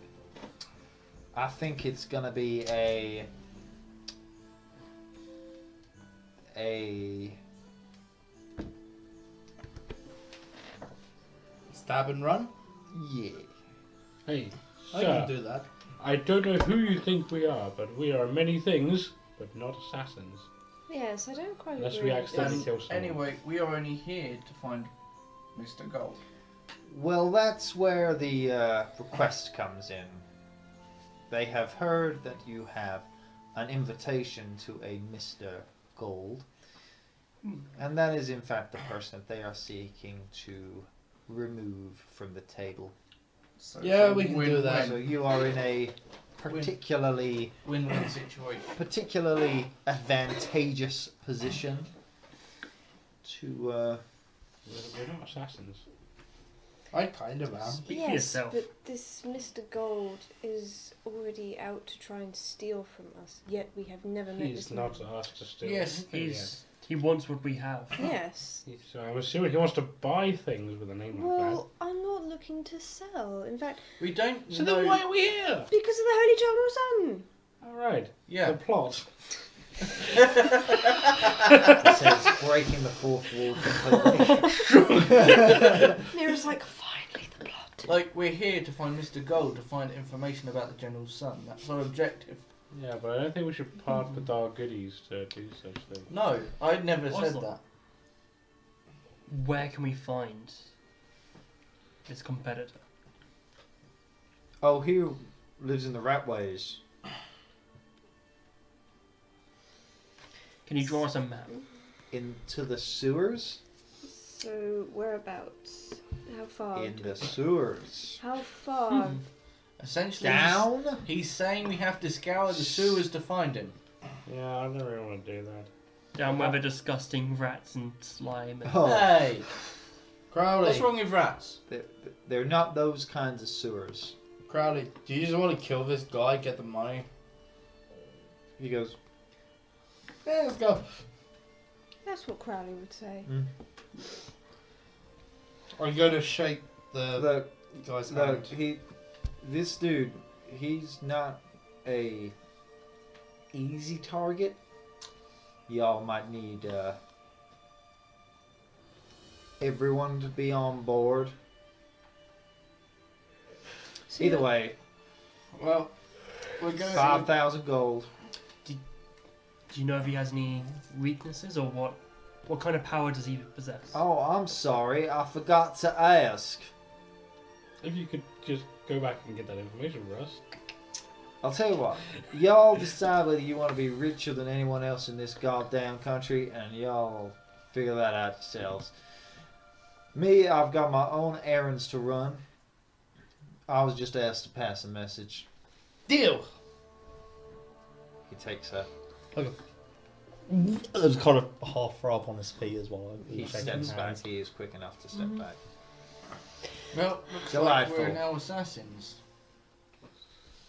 Speaker 2: I think it's gonna be a a
Speaker 6: stab and run?
Speaker 2: yeah.
Speaker 5: Hey,
Speaker 6: I can
Speaker 5: sir,
Speaker 6: do that.
Speaker 5: I don't know who you think we are, but we are many things, but not assassins.
Speaker 12: Yes, I don't quite
Speaker 5: Unless
Speaker 12: agree.
Speaker 5: we accidentally
Speaker 8: Um,
Speaker 5: kill someone.
Speaker 8: Anyway, we are only here to find Mr. Gold.
Speaker 2: Well, that's where the uh, request comes in. They have heard that you have an invitation to a Mister Gold, and that is in fact the person that they are seeking to remove from the table.
Speaker 8: So
Speaker 6: Yeah,
Speaker 8: it's a
Speaker 6: we can do
Speaker 8: win-win-
Speaker 6: that.
Speaker 2: So you are in a particularly
Speaker 8: Win-win situation.
Speaker 2: particularly advantageous position to uh,
Speaker 5: We're- We're not assassins.
Speaker 6: I kind of am.
Speaker 4: Speak for
Speaker 12: yes,
Speaker 4: yourself.
Speaker 12: but this Mr. Gold is already
Speaker 1: out to try and steal from us, yet we have never met
Speaker 5: He's
Speaker 1: this
Speaker 5: not
Speaker 1: man.
Speaker 5: asked to steal.
Speaker 13: Yes,
Speaker 5: anything
Speaker 4: He's, he wants what we have.
Speaker 1: Yes.
Speaker 5: yet. So I'm assuming he wants to buy things with a name like
Speaker 1: Well, I'm not looking to sell. In fact,
Speaker 8: We don't
Speaker 5: that. So
Speaker 8: know.
Speaker 5: then why are we here?
Speaker 1: because of the Holy Children's Son.
Speaker 5: All right.
Speaker 8: Yeah.
Speaker 5: The plot.
Speaker 2: It says breaking the fourth wall completely.
Speaker 1: Mira's like, finally the plot.
Speaker 8: Like we're here to find Mr. Gold to find information about the General's son. That's our objective.
Speaker 5: Yeah, but I don't think we should part with our goodies to do such things.
Speaker 8: No, I never said
Speaker 4: Awesome.
Speaker 8: that.
Speaker 4: Where can we find this competitor?
Speaker 2: oh, he lives in the rat ways.
Speaker 4: Can you draw us a map?
Speaker 2: Into the sewers?
Speaker 1: So whereabouts? How far?
Speaker 2: In the sewers.
Speaker 1: How far?
Speaker 8: Essentially, he's,
Speaker 2: Down?
Speaker 8: he's saying we have to scour the sewers to find him.
Speaker 5: Yeah, I don't really want to do that.
Speaker 4: Down where the disgusting rats and slime. And...
Speaker 2: Oh,
Speaker 8: Hey, what's
Speaker 6: Crowley,
Speaker 8: wrong with rats?
Speaker 2: they're, they're not those kinds of sewers.
Speaker 6: Crowley, do you just want to kill this guy, get the money?
Speaker 2: He goes,
Speaker 6: Yeah, let's go.
Speaker 1: That's what Crowley would say.
Speaker 6: I'm going to shake the
Speaker 2: look,
Speaker 6: guy's
Speaker 2: Look,
Speaker 6: hand.
Speaker 2: he, this dude, he's not a easy target. Y'all might need uh, everyone to be on board.
Speaker 1: So
Speaker 2: Either
Speaker 1: you're-
Speaker 2: way,
Speaker 8: Well, we're going.
Speaker 2: five thousand gold.
Speaker 4: Do you know if he has any weaknesses or what? What kind of power does he possess?
Speaker 2: Oh, I'm sorry, I forgot to ask.
Speaker 5: If you could just go back and get that information for us.
Speaker 2: I'll tell you what, y'all decide whether you want to be richer than anyone else in this goddamn country, and y'all figure that out yourselves. Me, I've got my own errands to run. I was just asked to pass a message.
Speaker 6: Deal!
Speaker 2: He takes her.
Speaker 6: It was kind of half throw up on his feet as well.
Speaker 2: He steps back. He is quick enough to step back.
Speaker 8: Well, looks
Speaker 2: Delightful.
Speaker 8: like we're now assassins.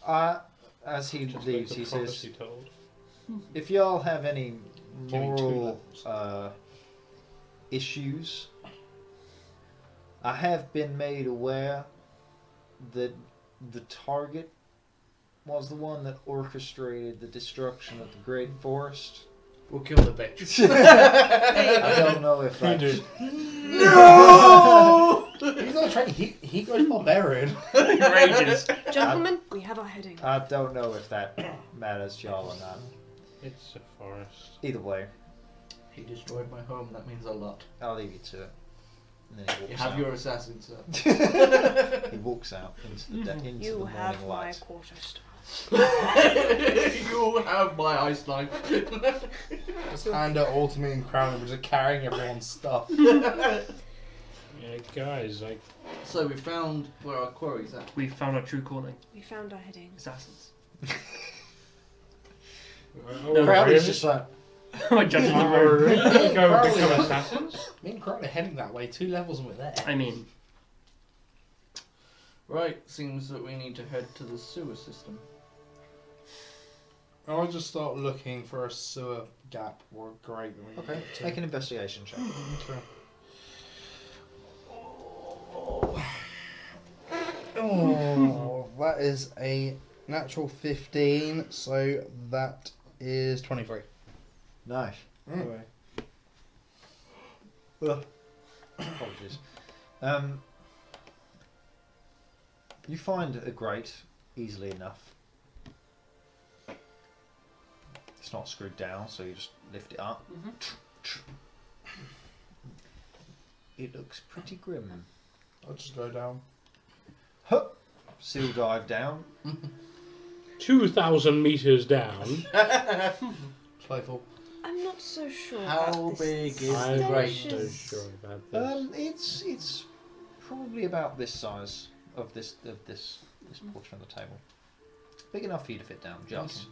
Speaker 2: Uh, as he
Speaker 5: Just like
Speaker 2: leaves,
Speaker 5: the
Speaker 2: he says,
Speaker 5: prophecy told.
Speaker 2: If y'all have any
Speaker 5: Give me two
Speaker 2: moral uh, issues, I have been made aware that the target was the one that orchestrated the destruction of the Great Forest.
Speaker 6: We'll kill the bitch.
Speaker 2: I don't know if
Speaker 5: You
Speaker 2: I
Speaker 5: do.
Speaker 6: No! He's not trying to. He, he goes barbarian.
Speaker 4: He rages.
Speaker 14: Gentlemen,
Speaker 1: we have our heading.
Speaker 2: I don't know if that matters to y'all or not.
Speaker 5: It's a forest.
Speaker 2: Either way,
Speaker 8: He destroyed my home. That means a lot.
Speaker 2: I'll leave you to it. And then he
Speaker 8: You
Speaker 2: walks
Speaker 8: have
Speaker 2: out.
Speaker 8: your assassin, sir.
Speaker 2: He walks out into the, da- into the
Speaker 1: Mm-hmm. You
Speaker 2: morning
Speaker 1: have my
Speaker 2: light.
Speaker 1: quarterstaff.
Speaker 8: you all have my ice knife.
Speaker 6: Just hand it all to me and Crown, we're just carrying everyone's stuff.
Speaker 5: Yeah, guys, like
Speaker 8: so we found where our quarry's at.
Speaker 4: We found our true calling,
Speaker 1: We found our heading.
Speaker 4: assassins.
Speaker 5: oh,
Speaker 4: No,
Speaker 5: really?
Speaker 2: Crowley's just like,
Speaker 4: I judged the
Speaker 5: Oh,
Speaker 4: room.
Speaker 5: really? Go and
Speaker 6: Crowley.
Speaker 5: become assassins?
Speaker 6: Me and Crown are heading that way, two levels and we're there.
Speaker 4: I mean,
Speaker 8: Right, seems that we need to head to the sewer system.
Speaker 6: I'll just start looking for a sewer gap or a grate. that we can
Speaker 2: okay,
Speaker 6: get to.
Speaker 2: make an investigation check.
Speaker 6: Okay. Oh, that is a natural 15, so that is 23.
Speaker 5: Mm.
Speaker 2: Nice.
Speaker 6: Mm.
Speaker 2: Apologies. Um, you find a grate easily enough. It's not screwed down, so you just lift it up. It looks pretty grim.
Speaker 6: I'll just go down.
Speaker 2: Huh. Seal dive down.
Speaker 5: 2,000 meters down.
Speaker 6: Playful.
Speaker 1: I'm not so sure.
Speaker 8: How
Speaker 1: about
Speaker 8: big
Speaker 1: this
Speaker 8: is
Speaker 5: I
Speaker 8: the
Speaker 5: was
Speaker 8: grate?
Speaker 5: so
Speaker 1: Stations.
Speaker 5: sure about this.
Speaker 2: Um, it's it's probably about this size of this of this this portion of the table. Big enough for you to fit down, just.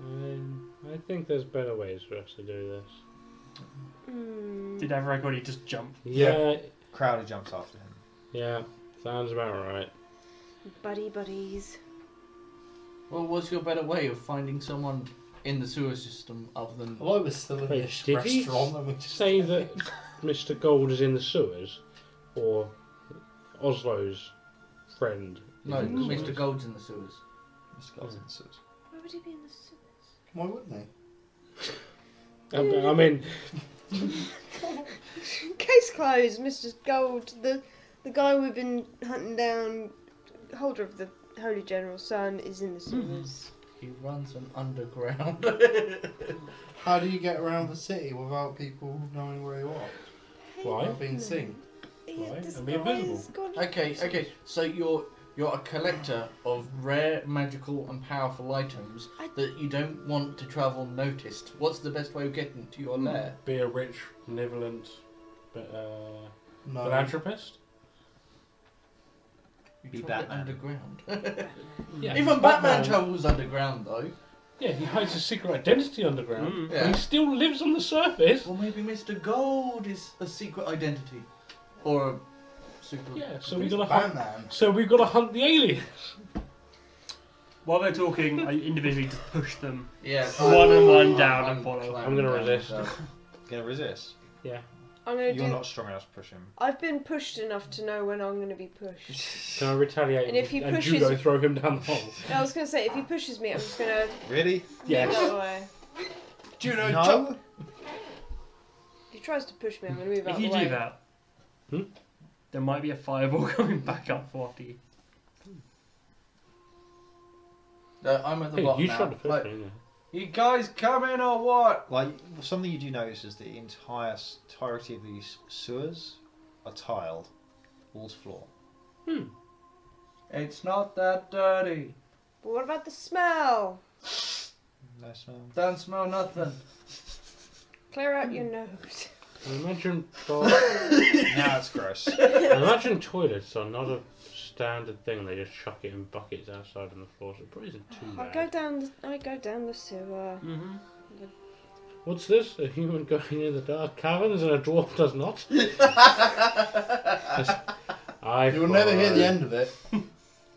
Speaker 5: Um, I think there's better ways for us to do this.
Speaker 1: Hmm.
Speaker 4: did everybody just jump?
Speaker 5: Yeah,
Speaker 2: Crowley jumps after him.
Speaker 5: yeah, sounds about right.
Speaker 1: Buddy buddies.
Speaker 8: Well, what's your better way of finding someone in the sewer system other than
Speaker 6: Well, I was still in
Speaker 5: Wait,
Speaker 6: this
Speaker 5: did he?
Speaker 6: restaurant and we just
Speaker 5: Say that Mr. Gold is in the sewers, or Oslo's friend. is
Speaker 8: no,
Speaker 5: in the
Speaker 8: Mr.
Speaker 5: sewers.
Speaker 8: Gold's in the sewers?
Speaker 2: Mr. Garson says.
Speaker 15: Why would he be in the sewers?
Speaker 6: Why wouldn't they?
Speaker 5: Um, I mean,
Speaker 15: Case closed, Mr. Gold, the the guy we've been hunting down,
Speaker 1: Holder of the Holy General's son is in the sewers.
Speaker 8: He runs an underground.
Speaker 6: How do you get around the city without people knowing where you are?
Speaker 5: why?
Speaker 6: Without
Speaker 1: Hmm.
Speaker 6: being seen.
Speaker 15: he
Speaker 5: Right,
Speaker 15: this
Speaker 5: and be
Speaker 15: guy
Speaker 5: invisible.
Speaker 15: has gone-
Speaker 8: okay, okay. So you're you're a collector of rare, magical, and powerful items
Speaker 15: I-
Speaker 8: that you don't want to travel noticed. What's the best way of getting to your lair?
Speaker 5: Be a rich, benevolent but,
Speaker 8: Um,
Speaker 5: uh,
Speaker 6: No.
Speaker 5: philanthropist.
Speaker 8: You
Speaker 2: Be
Speaker 8: travel
Speaker 2: Batman.
Speaker 8: underground.
Speaker 5: Yeah, Um,
Speaker 8: Even Batman travels underground, though.
Speaker 5: Yeah, he hides his secret identity underground.
Speaker 4: Mm.
Speaker 5: And he still lives on the surface.
Speaker 8: Well, maybe Mr. Gold is a secret identity, or a super.
Speaker 5: Yeah, so we
Speaker 6: He's
Speaker 5: gotta hunt.
Speaker 6: Batman.
Speaker 5: So we gotta hunt the alien.
Speaker 4: While they're talking, I individually just push them.
Speaker 8: Yeah.
Speaker 4: One and one
Speaker 8: I'm-
Speaker 4: down
Speaker 8: I'm
Speaker 4: and follow.
Speaker 8: climbing
Speaker 5: I'm gonna
Speaker 8: down,
Speaker 5: resist.
Speaker 8: so-
Speaker 2: Gonna resist.
Speaker 1: I'm gonna
Speaker 2: You're
Speaker 1: do.
Speaker 2: not strong enough to push him.
Speaker 1: I've been pushed enough to know when I'm gonna be pushed.
Speaker 5: Can I retaliate
Speaker 1: And if he
Speaker 5: and
Speaker 1: pushes-
Speaker 5: judo throw him down the hole?
Speaker 1: I was gonna say if he pushes me, I'm just gonna
Speaker 2: Really?
Speaker 1: move
Speaker 5: Yes.
Speaker 1: that way.
Speaker 6: Judo
Speaker 2: No.
Speaker 6: jump.
Speaker 1: If he tries to push me, I'm gonna move out
Speaker 4: If
Speaker 1: of
Speaker 4: you
Speaker 1: the way.
Speaker 4: do that,
Speaker 5: Hmm?
Speaker 4: there might be a fireball coming back up for after you.
Speaker 8: No, Uh, I'm at the
Speaker 5: Hey,
Speaker 8: bottom
Speaker 5: you
Speaker 8: now.
Speaker 5: tried to push
Speaker 8: Like,
Speaker 5: me. yeah.
Speaker 8: you guys coming or what?
Speaker 2: Like something you do notice is the entire s- entirety of these sewers are tiled, all to floor.
Speaker 8: It's not that dirty.
Speaker 1: But what about the smell?
Speaker 2: No smell.
Speaker 8: Don't smell nothing.
Speaker 1: Clear out your nose.
Speaker 5: I imagine, I
Speaker 2: now it's gross.
Speaker 5: imagine toilets are not a standard thing. They just chuck it in buckets outside on the floor, so it probably isn't too
Speaker 1: I
Speaker 5: bad.
Speaker 1: go down. The, I go down the sewer.
Speaker 4: Mm-hmm.
Speaker 5: What's this? A human going in the dark caverns and a dwarf does not? I
Speaker 6: You'll never hear the
Speaker 5: follow.
Speaker 6: end of it.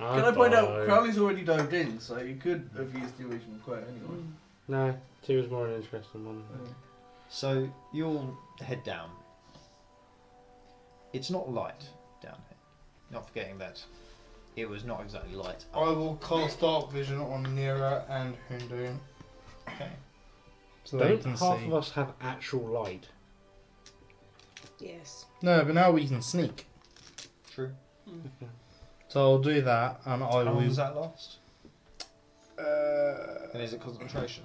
Speaker 5: I
Speaker 8: Can I point out
Speaker 5: follow.
Speaker 8: Crowley's already dived in, so you could have used the original quote anyway.
Speaker 5: No, two was more an interesting one.
Speaker 2: So you all head down. It's not light down here. Not forgetting that it was not exactly light.
Speaker 6: I will cast Dark Vision on Nira and Hundu.
Speaker 2: Okay.
Speaker 6: So they
Speaker 5: Don't
Speaker 6: can
Speaker 5: half
Speaker 6: see.
Speaker 5: of us have actual light?
Speaker 1: Yes.
Speaker 6: No, but now we can sneak.
Speaker 2: True.
Speaker 6: So I'll do that, and I
Speaker 2: How long
Speaker 6: will.
Speaker 2: does that last?
Speaker 6: Uh,
Speaker 2: And is it concentration?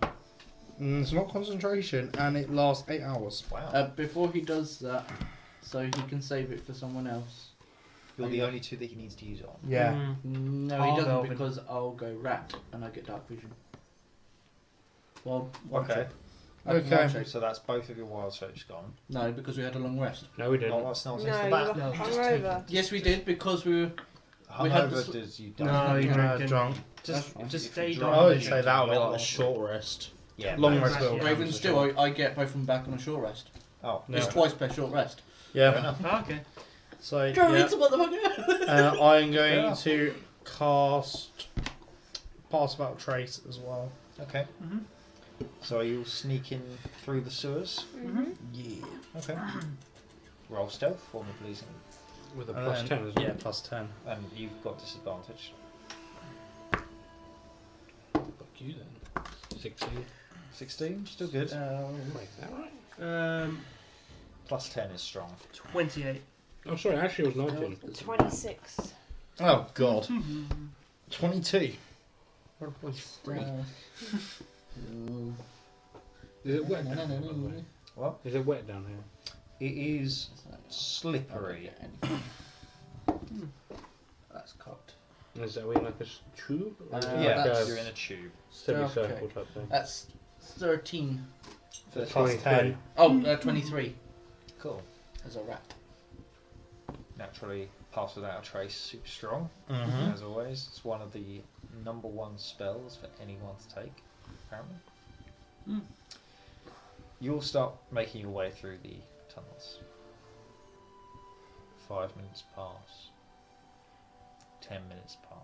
Speaker 6: mm, it's not concentration, and it lasts eight hours.
Speaker 2: Wow.
Speaker 8: Uh, before he does that, so he can save it for someone else.
Speaker 2: You're the only two that he needs to use it on.
Speaker 6: Yeah.
Speaker 4: Mm.
Speaker 8: No,
Speaker 4: I'll
Speaker 8: he
Speaker 4: go
Speaker 8: doesn't
Speaker 4: with-
Speaker 8: because I'll go rat and I get dark vision. Well, one
Speaker 2: Okay.
Speaker 8: check. I can one
Speaker 6: Okay.
Speaker 8: check.
Speaker 2: So that's both of your wild shapes gone.
Speaker 8: No, because we had a long rest.
Speaker 5: No, we
Speaker 2: Not
Speaker 5: didn't.
Speaker 2: last
Speaker 1: No,
Speaker 2: snail
Speaker 1: you
Speaker 2: since the bat.
Speaker 1: were
Speaker 8: No, just
Speaker 1: hungover.
Speaker 8: Yes, we did because we were. we had
Speaker 2: Hungover
Speaker 8: this-
Speaker 2: does you
Speaker 8: No,
Speaker 2: don't.
Speaker 5: Mm.
Speaker 4: you
Speaker 6: Yeah,
Speaker 4: drinking.
Speaker 6: Uh, drunk.
Speaker 2: Just,
Speaker 8: that's-
Speaker 2: just
Speaker 4: stay
Speaker 2: you
Speaker 4: down.
Speaker 2: drive-
Speaker 6: I would say that would be
Speaker 2: Not
Speaker 6: like a
Speaker 2: long.
Speaker 6: short rest.
Speaker 2: Yeah.
Speaker 6: Long
Speaker 2: but-
Speaker 6: rest. will
Speaker 4: Yeah.
Speaker 8: Raven still, I, I get both of them back on a short rest.
Speaker 2: Oh,
Speaker 5: No.
Speaker 8: It's twice per short rest.
Speaker 6: Yeah.
Speaker 4: Ah, okay.
Speaker 6: So yeah.
Speaker 8: Druids, what the fuck?
Speaker 6: Uh, I'm going
Speaker 2: Yeah.
Speaker 6: to cast Pass Without Trace as well.
Speaker 2: Okay.
Speaker 4: Mhm.
Speaker 2: So are you all sneaking through the sewers?
Speaker 1: Mhm.
Speaker 6: Yeah.
Speaker 2: Okay. Roll stealth for me, please.
Speaker 5: With a
Speaker 6: And
Speaker 5: plus
Speaker 6: then-
Speaker 5: ten as well.
Speaker 6: Yeah, plus ten.
Speaker 2: And you've got disadvantage.
Speaker 5: Fuck you then. Sixteen.
Speaker 2: 16, still good.
Speaker 5: Wait, that right?
Speaker 4: Um,
Speaker 2: Plus 10 is strong.
Speaker 4: 28.
Speaker 5: Oh, sorry. Actually, it was nineteen.
Speaker 1: Twenty-six.
Speaker 6: Oh god.
Speaker 8: Uh,
Speaker 4: Mm-hmm.
Speaker 6: Twenty-two. What a place.
Speaker 5: Is it wet? Down here, by the way?
Speaker 2: What?
Speaker 5: Is it wet down here?
Speaker 2: It is slippery.
Speaker 8: That's cocked.
Speaker 5: And Is that we in like a s- tube? Or is it
Speaker 8: Uh,
Speaker 5: like
Speaker 2: yeah,
Speaker 8: that's-
Speaker 2: you're in
Speaker 5: a
Speaker 2: a tube.
Speaker 5: semicircle
Speaker 8: Okay.
Speaker 5: type thing?
Speaker 8: That's 13.
Speaker 2: That's
Speaker 5: Twenty ten.
Speaker 8: Oh, uh, 23
Speaker 2: Cool.
Speaker 8: as a rat.
Speaker 2: Naturally, pass without a trace, super strong,
Speaker 6: Mm-hmm.
Speaker 2: as always. It's one of the number one spells for anyone to take, apparently.
Speaker 4: Hmm.
Speaker 2: You'll start making your way through the tunnels. Five minutes pass. Ten minutes pass.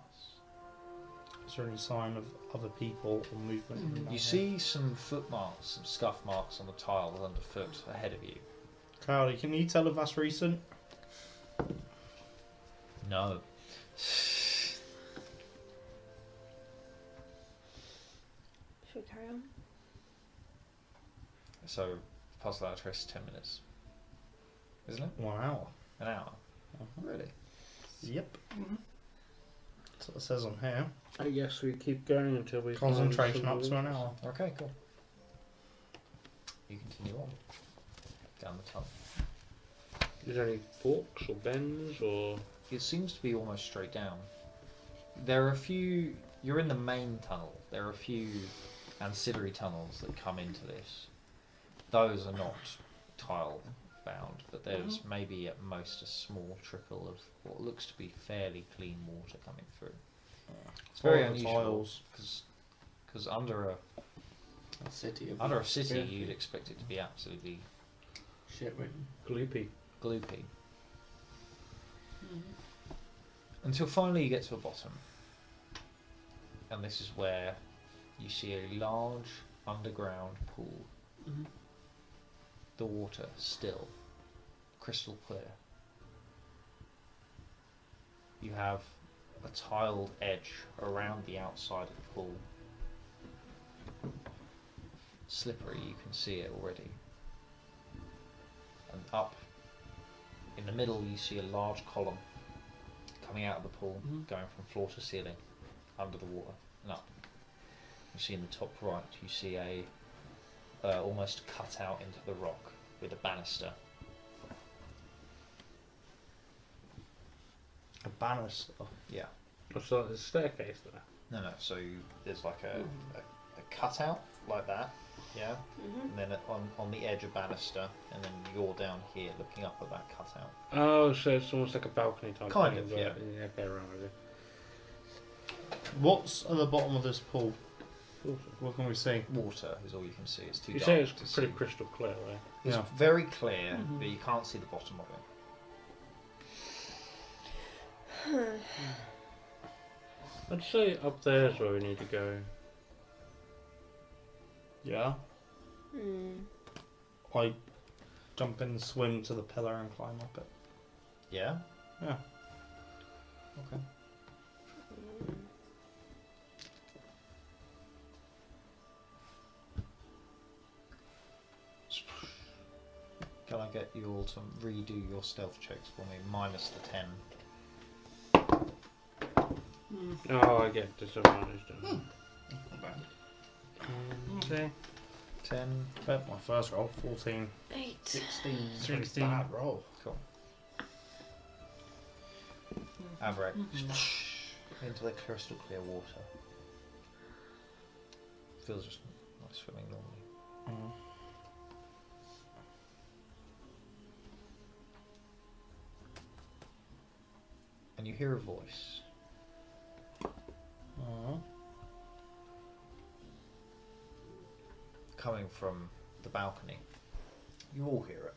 Speaker 6: is there any sign of other people or movement? around
Speaker 2: You
Speaker 6: here?
Speaker 2: see some footmarks, some scuff marks on the tiles underfoot ahead of you.
Speaker 6: Crowley, can you tell if that's recent?
Speaker 2: No.
Speaker 1: Should we carry on?
Speaker 2: So, past that address, 10 minutes. Isn't it?
Speaker 6: Wow.
Speaker 2: An hour.
Speaker 6: Uh-huh.
Speaker 2: Really?
Speaker 6: Yep. That's what it says on here.
Speaker 5: I guess we keep going until we find
Speaker 6: Concentration
Speaker 5: some
Speaker 6: up to an hour.
Speaker 2: Okay, cool. You continue on. Down the tunnel.
Speaker 5: Is there any forks or bends or
Speaker 2: It seems to be almost straight down. There are a few. You're in the main tunnel. There are a few ancillary tunnels that come into this. Those are not tile bound, but there's maybe at most a small trickle of what looks to be fairly clean water coming through. It's very
Speaker 6: Or the
Speaker 2: unusual
Speaker 6: Tiles.
Speaker 2: because under a
Speaker 8: City of
Speaker 2: under a city
Speaker 5: Yeah.
Speaker 2: you'd expect it to be absolutely
Speaker 8: shit. We
Speaker 5: gloopy?
Speaker 2: gloopy. Until finally you get to the bottom. And this is where you see a large underground pool.
Speaker 4: Mhm.
Speaker 2: The water still crystal clear. You have a tiled edge around the outside of the pool. Slippery, you can see it already. And up in the middle, you see a large column coming out of the pool,
Speaker 4: Mhm.
Speaker 2: going from floor to ceiling, under the water and up. You see in the top right, you see a uh, almost cut out into the rock with a banister.
Speaker 6: A banister.
Speaker 2: Yeah.
Speaker 5: I saw there's a staircase there.
Speaker 2: No, no. So you, there's like a, a, a cutout like that. Yeah. And
Speaker 1: Mm-hmm.
Speaker 2: then on, on the edge a banister, and then you're down here looking up at that cutout.
Speaker 5: Oh, so it's almost like a balcony type.
Speaker 2: Kind
Speaker 5: thing,
Speaker 2: of,
Speaker 5: but-
Speaker 2: yeah.
Speaker 5: Okay, right. okay.
Speaker 6: What's at the bottom of this pool?
Speaker 5: Awesome.
Speaker 6: What can we see?
Speaker 2: Water is all you can see. It's too
Speaker 5: You
Speaker 2: dark.
Speaker 5: say it's
Speaker 2: to
Speaker 5: pretty
Speaker 2: see.
Speaker 5: crystal clear, right?
Speaker 2: It's
Speaker 6: Yeah.
Speaker 2: very clear, but you can't see the bottom of it.
Speaker 5: I'd say up there's where we need to go.
Speaker 6: Yeah.
Speaker 1: Hmm.
Speaker 16: Mm-hmm.
Speaker 6: I jump in, swim to the pillar, and climb up it.
Speaker 2: Yeah.
Speaker 6: Yeah.
Speaker 2: Okay. Can I get you all to redo your stealth checks for me, minus the ten?
Speaker 5: Oh, I get disadvantaged. don't I?
Speaker 4: Okay.
Speaker 2: Ten.
Speaker 6: But my first roll, 14.
Speaker 1: Eight.
Speaker 8: 16.
Speaker 6: It's a
Speaker 4: 16.
Speaker 6: bad roll.
Speaker 2: Cool. Average. Into the crystal clear water. Feels just like swimming normally. And you hear a voice.
Speaker 6: Mm-hmm.
Speaker 2: Coming from the balcony. You all hear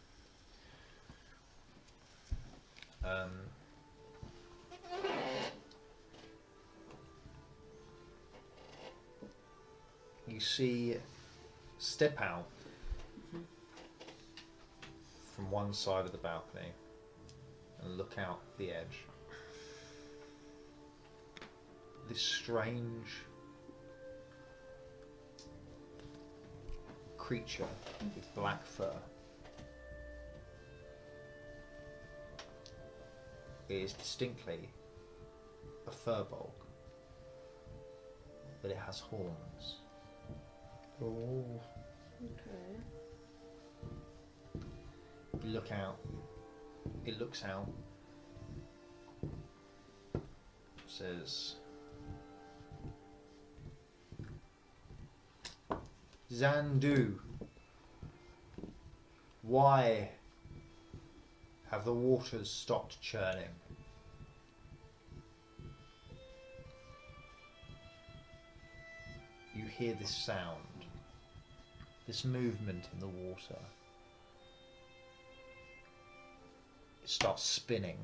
Speaker 2: it. Um, you see step out from one side of the balcony and look out the edge. This strange creature with black fur. It is distinctly a furbolg, but it has horns.
Speaker 6: Oh.
Speaker 1: Okay.
Speaker 2: You look out. It looks out. Says. Zandu. Why have the waters stopped churning? You hear this sound, this movement in the water. It starts spinning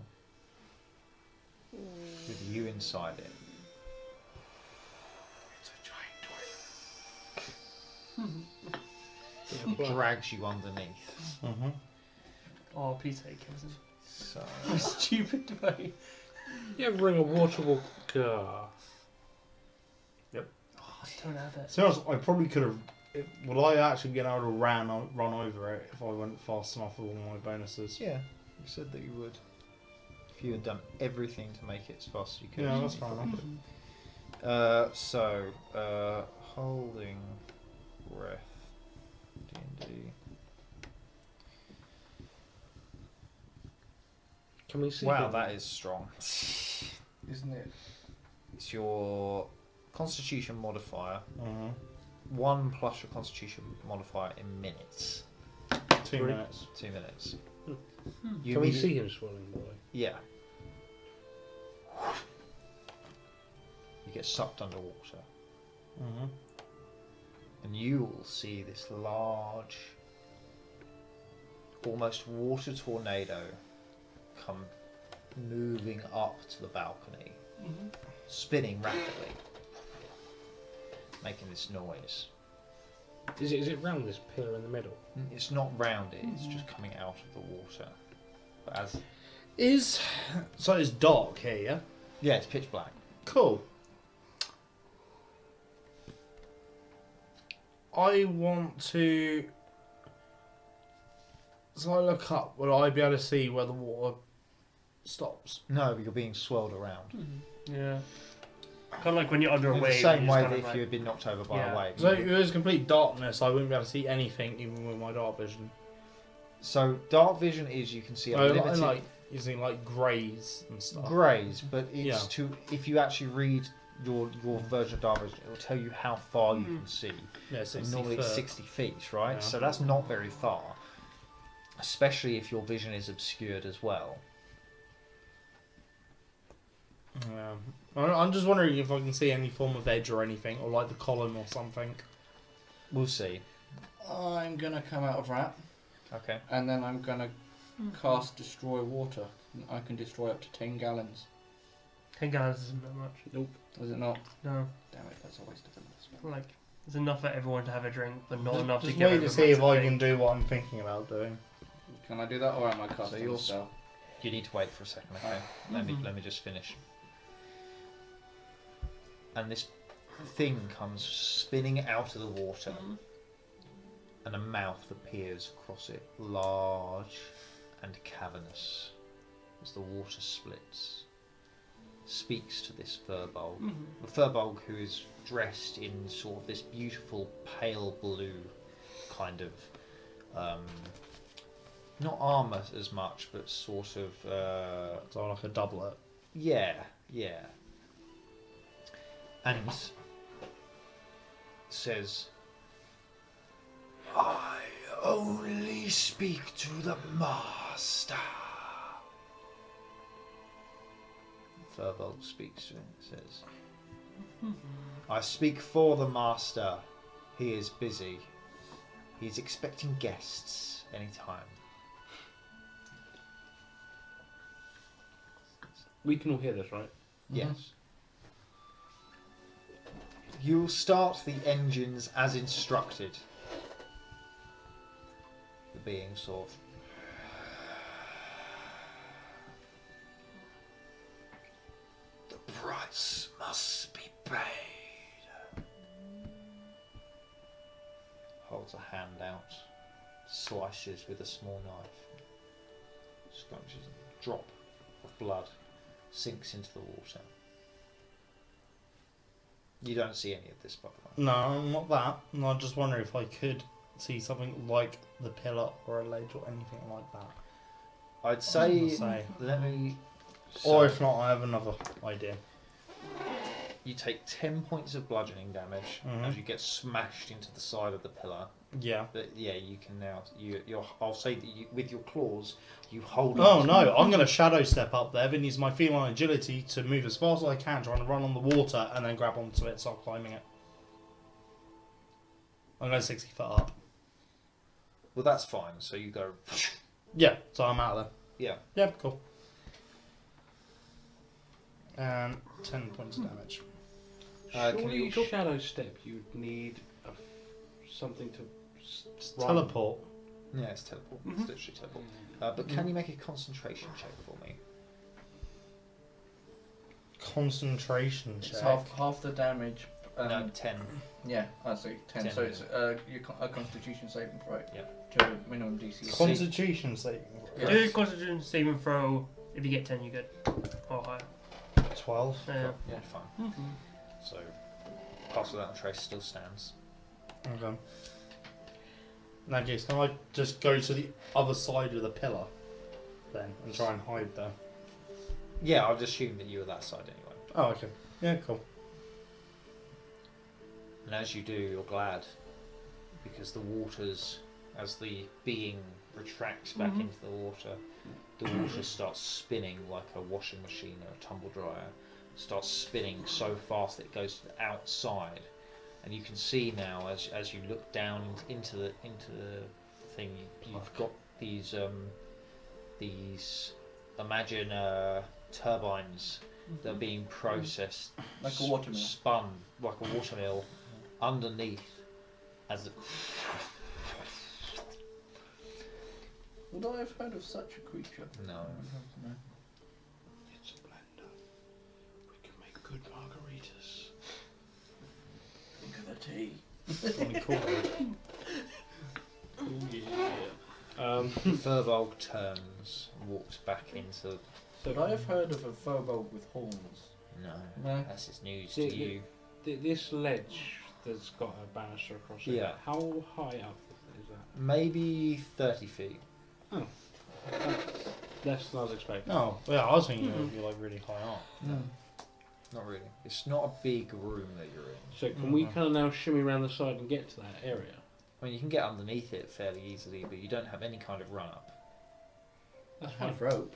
Speaker 2: with you inside it. It drags you underneath.
Speaker 6: Mm-hmm.
Speaker 4: Oh, please take Kevin.
Speaker 2: So
Speaker 4: Stupid debate.
Speaker 5: Yeah, bring a water walker.
Speaker 4: Oh, I don't have it.
Speaker 6: To be honest, I probably could have. Would I actually get able to ran o- run over it if I went fast enough with all my bonuses?
Speaker 2: yeah, you said that you would. If you had done everything to make it as fast as you could.
Speaker 6: Yeah, that's
Speaker 2: you
Speaker 6: fine.
Speaker 2: probably could. Uh, so uh, holding breath. D and D.
Speaker 5: Can we see?
Speaker 2: Wow,
Speaker 5: them?
Speaker 2: that is strong.
Speaker 8: Isn't it?
Speaker 2: It's your Constitution modifier.
Speaker 6: Mhm.
Speaker 2: One plus your Constitution modifier in minutes.
Speaker 6: Two
Speaker 5: Three.
Speaker 6: minutes.
Speaker 2: Two minutes.
Speaker 4: Hmm.
Speaker 2: You
Speaker 5: Can we
Speaker 2: immediate-
Speaker 5: see him swallowing, by the way?
Speaker 2: Yeah. You get sucked underwater,
Speaker 6: Mm-hmm.
Speaker 2: and you will see this large, almost water tornado come moving up to the balcony, spinning rapidly, making this noise.
Speaker 5: Is it, is it round this pillar in the middle?
Speaker 2: It's not rounded, it's just coming out of the water. But as
Speaker 6: Is so it's dark here. Yeah.
Speaker 2: yeah, it's pitch black.
Speaker 6: Cool. I want to. So I look up. Will I be able to see where the water stops?
Speaker 2: No, you're being swirled around.
Speaker 4: Yeah. Kind of like when you're under a
Speaker 2: In the
Speaker 4: wave.
Speaker 2: same
Speaker 4: you're
Speaker 2: way that
Speaker 4: just kinda
Speaker 2: if
Speaker 4: like,
Speaker 2: you had been knocked over by
Speaker 4: Yeah.
Speaker 2: a wave.
Speaker 6: So if it was complete darkness. I wouldn't be able to see anything, even with my dark vision.
Speaker 2: So dark vision is you can see a
Speaker 6: I, I
Speaker 2: limited
Speaker 6: like using like greys and stuff.
Speaker 2: grays, but it's
Speaker 6: Yeah.
Speaker 2: to if you actually read your your version of dark vision, it will tell you how far you
Speaker 4: Mm.
Speaker 2: can see.
Speaker 6: yeah,
Speaker 2: And
Speaker 6: 60
Speaker 2: normally it's
Speaker 6: foot.
Speaker 2: sixty feet, right?
Speaker 6: Yeah.
Speaker 2: So that's not very far, especially if your vision is obscured as well.
Speaker 6: Yeah. I- I'm just wondering if I can see any form of edge or anything, or like the column or something.
Speaker 2: We'll see.
Speaker 8: I'm gonna come out of that,
Speaker 2: Okay.
Speaker 8: and then I'm gonna cast destroy water. I can destroy up to ten gallons.
Speaker 4: Ten gallons isn't that much.
Speaker 8: Is it not?
Speaker 4: No,
Speaker 8: Damn it, that's a waste of minutes.
Speaker 4: like it's enough for everyone to have a drink, but not
Speaker 6: Just-
Speaker 4: enough
Speaker 6: just
Speaker 4: to get
Speaker 6: wait
Speaker 4: over
Speaker 6: to see if
Speaker 4: massive
Speaker 6: I
Speaker 4: thing.
Speaker 6: can do what I'm thinking about doing.
Speaker 8: Can I do that, or am I
Speaker 2: So
Speaker 8: casting
Speaker 2: you're
Speaker 8: so
Speaker 2: s-
Speaker 8: spell?
Speaker 2: You need to wait for a second. Okay. Let
Speaker 4: Mm-hmm.
Speaker 2: me let me just finish. And this thing comes spinning out of the water, and a mouth appears across it, large and cavernous, as the water splits. Speaks to this
Speaker 4: Mm-hmm.
Speaker 2: furball, the furball who is dressed in sort of this beautiful pale blue kind of um, not armor as much, but sort of uh,
Speaker 6: So like a doublet.
Speaker 2: yeah, yeah. And says, I only speak to the master. Furbold speaks to him and says, I speak for the master. He is busy. He's expecting guests anytime.
Speaker 5: We can all hear this, right?
Speaker 2: Yes. You will start the engines as instructed. The being sort of. The price must be paid. Holds a hand out, slices with a small knife, scrunches a drop of blood sinks into the water. You don't see any of this, by the way.
Speaker 6: No, not that. No, I just wonder if I could see something like the pillar or a ledge or anything like that.
Speaker 2: I'd
Speaker 6: I
Speaker 2: say,
Speaker 6: would say.
Speaker 2: let me.
Speaker 6: Or
Speaker 2: So
Speaker 6: if not, I have another idea.
Speaker 2: you take ten points of bludgeoning damage
Speaker 6: Mhm.
Speaker 2: as you get smashed into the side of the pillar.
Speaker 6: Yeah.
Speaker 2: But yeah, you can now. You, you're, I'll say that you, with your claws, you hold.
Speaker 6: Oh
Speaker 2: on.
Speaker 6: no, I'm going to shadow step up there, then use my feline agility to move as fast as I can, trying to run on the water and then grab onto it, start climbing it. I'm going 60 foot up.
Speaker 2: Well, that's fine. So you go.
Speaker 6: Yeah, so I'm out of there.
Speaker 2: Yeah.
Speaker 6: Yeah, cool. And 10 points of damage.
Speaker 2: Uh, can
Speaker 5: Surely
Speaker 2: you-
Speaker 5: shadow step, you'd need a f- something to s-
Speaker 6: Just
Speaker 5: run.
Speaker 6: teleport.
Speaker 2: Yeah, it's teleport.
Speaker 4: Mhm.
Speaker 2: It's literally teleport. Uh, but can you make a concentration check for me?
Speaker 6: Concentration check.
Speaker 8: It's half half the damage. Um,
Speaker 2: no, ten.
Speaker 8: Yeah, I see. Ten.
Speaker 2: Ten.
Speaker 8: So it's uh, your con- a Constitution saving throw.
Speaker 2: Yeah.
Speaker 8: To minimum DC.
Speaker 6: Constitution saving.
Speaker 8: Yeah.
Speaker 4: Do Constitution saving throw. If you get ten, you good. Or higher.
Speaker 6: Twelve.
Speaker 4: Yeah. Mm-hmm.
Speaker 2: Yeah, fine. So, pass without a trace still stands.
Speaker 6: Okay. In that case, can I just go to the other side of the pillar, then, and try and hide there?
Speaker 2: Yeah, I'd assume that you were that side anyway.
Speaker 6: Oh, okay. Yeah, cool.
Speaker 2: And as you do, you're glad because the waters, as the being retracts back
Speaker 4: Mhm.
Speaker 2: into the water, the water starts spinning like a washing machine or a tumble dryer. Starts spinning so fast that it goes to the outside, and you can see now as as you look down in- into the into the thing, you, you've got these um, these imagine uh, turbines that are being processed
Speaker 8: Like a
Speaker 2: s-
Speaker 8: watermill.
Speaker 2: spun like a watermill underneath as it
Speaker 8: Would I have heard of such a creature?
Speaker 2: no
Speaker 8: No.
Speaker 5: It's a blender. We can make good margaritas.
Speaker 8: Think of the tea.
Speaker 5: Ooh, yeah. Um,
Speaker 2: Furbolg turns and walks back into
Speaker 5: so
Speaker 8: Would I have heard of a furbolg with horns?
Speaker 2: no
Speaker 8: No.
Speaker 2: that's just news
Speaker 5: Yeah,
Speaker 2: to
Speaker 5: yeah.
Speaker 2: you
Speaker 5: th- this ledge that's got a banister across it.
Speaker 2: Yeah.
Speaker 5: How high up is that?
Speaker 2: maybe 30 feet
Speaker 5: Less than I was expecting.
Speaker 6: Oh, yeah, I was thinking it would be like really high up.
Speaker 2: not really it's not a big room that you're in
Speaker 5: So can we
Speaker 6: Mhm.
Speaker 5: kind of now shimmy around the side and get to that area?
Speaker 2: I mean you can get underneath it fairly easily but you don't have any kind of run up
Speaker 5: That's
Speaker 6: I
Speaker 5: fine.
Speaker 6: have rope.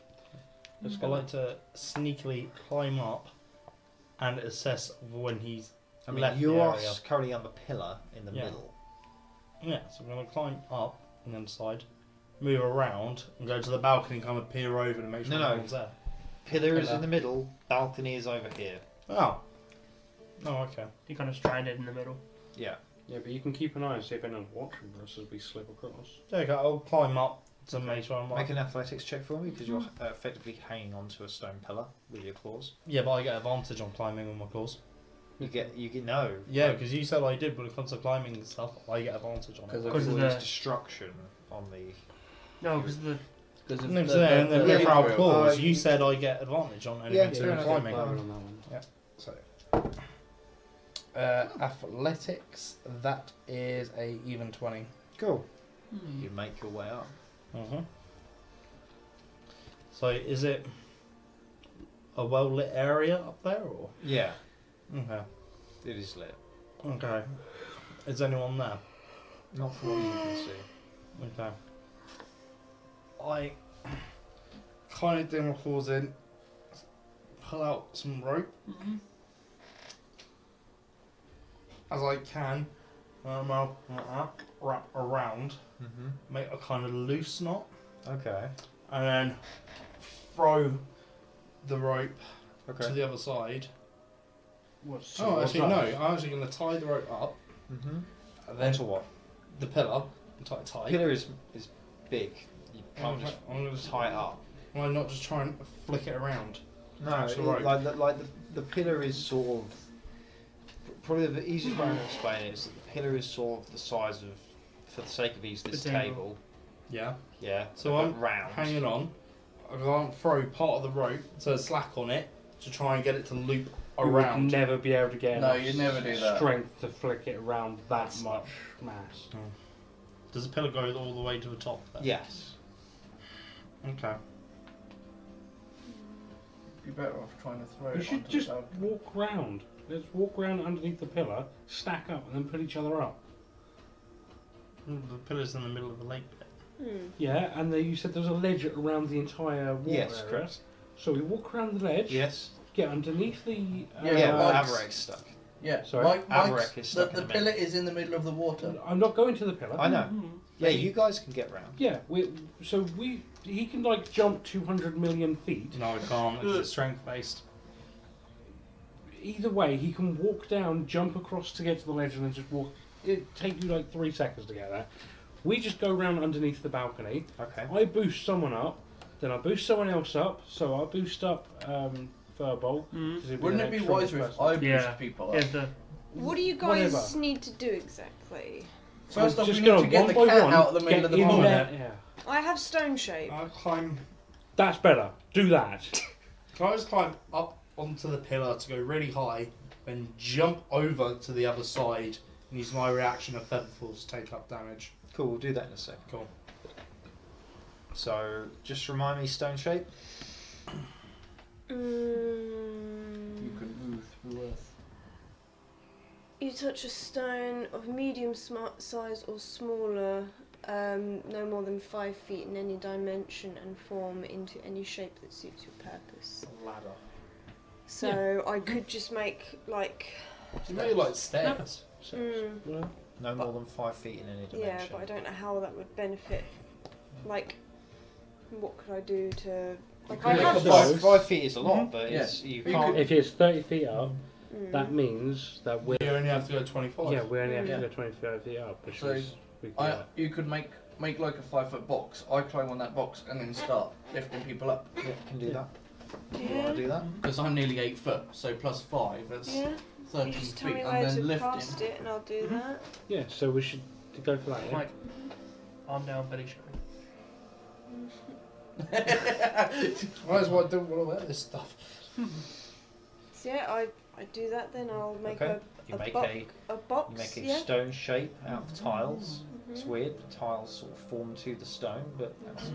Speaker 5: Let's
Speaker 6: I
Speaker 5: go.
Speaker 6: like to sneakily climb up and assess when he's.
Speaker 2: I mean
Speaker 6: Left
Speaker 2: you
Speaker 6: the
Speaker 2: are
Speaker 6: area.
Speaker 2: s- currently on the pillar in the
Speaker 6: Yeah.
Speaker 2: middle
Speaker 6: Yeah, so I'm gonna climb up and then side, move around, and go to the balcony and kind of peer over and make sure
Speaker 2: No,
Speaker 6: no
Speaker 2: no.
Speaker 6: one's there.
Speaker 2: pillar is
Speaker 6: Pillar.
Speaker 2: in the middle balcony is over here
Speaker 6: Oh. Oh, okay.
Speaker 4: You're kind of stranded in the middle.
Speaker 2: yeah
Speaker 5: Yeah, but you can keep an eye and see if anyone's watching us as we slip across.
Speaker 6: Yeah, okay, I'll climb up to make sure I'm like.
Speaker 2: make an athletics check for me because you're uh, effectively hanging onto a stone pillar with your claws
Speaker 6: Yeah, but I get advantage on climbing on my claws.
Speaker 2: you get you get no
Speaker 6: Yeah, because you said I did, but when it comes to climbing and stuff, I get advantage on it.
Speaker 8: Because of,
Speaker 4: Because of
Speaker 2: There's
Speaker 4: the-
Speaker 2: destruction on the.
Speaker 4: No, because the
Speaker 8: because of
Speaker 6: No, so then, and then
Speaker 2: yeah,
Speaker 6: with
Speaker 2: you-
Speaker 6: our
Speaker 8: material.
Speaker 6: claws,
Speaker 2: uh,
Speaker 6: you said I get advantage on anything
Speaker 2: Yeah,
Speaker 6: to
Speaker 2: fair
Speaker 6: do with
Speaker 2: enough.
Speaker 6: climbing.
Speaker 5: Climbing on that one.
Speaker 6: So, uh, athletics. That is a even twenty.
Speaker 2: Cool. You make your way up.
Speaker 6: Mm-hmm. So is it a well lit area up there, or
Speaker 2: Yeah,
Speaker 6: okay,
Speaker 2: it is lit.
Speaker 6: okay? Is anyone there?
Speaker 2: Not from what you can see.
Speaker 6: Okay. I kind of do my claws in, pull out some rope as I can, um, I'll uh, wrap around,
Speaker 2: Mm-hmm.
Speaker 6: make a kind of loose knot,
Speaker 2: Okay.
Speaker 6: and then throw the rope
Speaker 2: Okay.
Speaker 6: to the other side.
Speaker 5: What's
Speaker 6: oh,
Speaker 5: what's
Speaker 6: actually,
Speaker 5: that?
Speaker 6: no, I'm actually going to tie the rope up,
Speaker 2: mm-hmm.
Speaker 6: and
Speaker 2: Then
Speaker 6: then
Speaker 2: to what?
Speaker 6: the pillar, and tie it
Speaker 2: The
Speaker 6: tight.
Speaker 2: pillar is is big. You
Speaker 6: I'm
Speaker 2: can't
Speaker 6: just,
Speaker 2: just
Speaker 6: I'm going to tie
Speaker 2: tie it up.
Speaker 6: it. Why not just try and flick it around?
Speaker 2: No,
Speaker 6: It's
Speaker 2: it-
Speaker 6: alright.
Speaker 2: like the, like the, the pillar is sort of probably the easiest way to explain it is that the pillar is sort of the size of, for the sake of ease,
Speaker 4: The
Speaker 2: this
Speaker 4: table.
Speaker 2: table.
Speaker 6: Yeah.
Speaker 2: Yeah.
Speaker 6: So
Speaker 2: but
Speaker 6: I'm
Speaker 2: round.
Speaker 6: Hanging on. I can't throw part of the rope to slack on it to try and get it to loop
Speaker 5: You would
Speaker 6: around.
Speaker 5: never be able to get
Speaker 8: No,
Speaker 5: enough
Speaker 8: you'd never do that.
Speaker 5: strength to flick it around that much mass.
Speaker 6: Does the pillar go all the way to the top? Then?
Speaker 2: Yes.
Speaker 6: Okay.
Speaker 8: Be better off trying to throw
Speaker 5: You
Speaker 8: it
Speaker 5: should
Speaker 8: onto
Speaker 5: just
Speaker 8: the balcony.
Speaker 5: walk round. Let's walk round underneath the pillar, stack up, and then pull each other up.
Speaker 6: The pillar's in the middle of the lake. bit.
Speaker 1: Hmm.
Speaker 5: Yeah, and then you said there's a ledge around the entire water
Speaker 2: Yes,
Speaker 5: area.
Speaker 2: correct.
Speaker 5: So we walk around the ledge,
Speaker 2: Yes.
Speaker 5: get underneath the. Uh,
Speaker 8: Yeah,
Speaker 2: Yeah, but
Speaker 8: Mike's-
Speaker 2: Avarek's stuck.
Speaker 8: Yeah,
Speaker 5: Sorry,
Speaker 8: Mike, Mike's,
Speaker 2: Avarek is stuck
Speaker 8: the, the
Speaker 2: in the
Speaker 8: pillar
Speaker 2: middle.
Speaker 8: is in the middle of the water.
Speaker 5: I'm not going to the pillar.
Speaker 2: I know.
Speaker 6: Mm-hmm.
Speaker 2: Yeah, you guys can get round.
Speaker 5: Yeah, we. So we. He can like jump 200 million feet.
Speaker 6: No, I can't. It's strength based.
Speaker 5: Either way, he can walk down, jump across to get to the ledge, and then just walk it take you like three seconds to get there. We just go round underneath the balcony.
Speaker 2: Okay.
Speaker 5: I boost someone up, then I boost someone else up. So I boost up um, Furball.
Speaker 4: Mm.
Speaker 5: 'cause he'd
Speaker 8: Wouldn't
Speaker 5: the
Speaker 8: it be
Speaker 5: next strongest
Speaker 8: wiser if
Speaker 5: person.
Speaker 8: I pushed
Speaker 4: Yeah.
Speaker 8: people up?
Speaker 4: Yeah, the,
Speaker 16: What do you guys
Speaker 5: Whatever.
Speaker 16: need to do exactly?
Speaker 8: First off,
Speaker 5: Just
Speaker 8: we need to
Speaker 5: gonna
Speaker 8: get the
Speaker 5: one by
Speaker 8: cat
Speaker 5: one,
Speaker 8: out of the middle
Speaker 5: get
Speaker 8: of the
Speaker 5: in
Speaker 8: barn.
Speaker 5: there. Yeah.
Speaker 16: I have stone shape.
Speaker 6: I'll climb.
Speaker 5: That's better. Do that.
Speaker 6: Can I just climb up onto the pillar to go really high, then jump over to the other side and use my reaction of feather falls to take up damage?
Speaker 2: Cool, we'll do that in a second.
Speaker 6: Cool.
Speaker 2: So just remind me stone shape.
Speaker 1: Mm,
Speaker 8: Uh. You can move through earth.
Speaker 1: you touch a stone of medium sma- size or smaller, um, no more than five feet in any dimension, and form into any shape that suits your purpose.
Speaker 6: Ladder.
Speaker 1: So I could just make like,
Speaker 6: You made like stairs.
Speaker 2: So
Speaker 1: mm,
Speaker 2: no more than five feet in any dimension.
Speaker 1: yeah, but I don't know how that would benefit. Like, what could I do to? Like, I
Speaker 8: could
Speaker 1: have
Speaker 8: make a
Speaker 1: this-
Speaker 2: Five, five feet is a lot, but
Speaker 8: Yeah.
Speaker 2: it's, you
Speaker 8: But you
Speaker 2: can't.
Speaker 5: if it's thirty feet up,
Speaker 1: mm.
Speaker 5: that means that we're
Speaker 6: You only have to go 25.
Speaker 5: yeah we only have
Speaker 8: Yeah.
Speaker 5: to go twenty-five feet up, which
Speaker 8: So,
Speaker 5: is we,
Speaker 8: I,
Speaker 5: yeah.
Speaker 8: you could make make like a five foot box. I climb on that box and then start lifting people up
Speaker 2: Yeah, can do that. You
Speaker 1: Yeah.
Speaker 2: want to do that?
Speaker 8: because I'm nearly eight foot. So plus five, that's
Speaker 1: Yeah, you
Speaker 8: thirteen
Speaker 1: just tell
Speaker 8: feet,
Speaker 1: me
Speaker 8: and
Speaker 1: where to
Speaker 8: then
Speaker 1: cast
Speaker 8: lifting.
Speaker 1: it, and I'll do that.
Speaker 5: yeah. So we should go for that. Yeah?
Speaker 4: like, arm down, belly showing.
Speaker 6: Might as well I don't want to wear this stuff.
Speaker 1: So yeah, I I do that. Then I'll make
Speaker 2: Okay. You
Speaker 1: A
Speaker 2: make
Speaker 1: box,
Speaker 2: a
Speaker 1: a a box.
Speaker 2: you make a
Speaker 1: yeah.
Speaker 2: stone shape out of tiles. It's
Speaker 1: Mhm.
Speaker 2: weird. The tiles sort of form to the stone, but
Speaker 1: Mm-hmm.
Speaker 2: that's,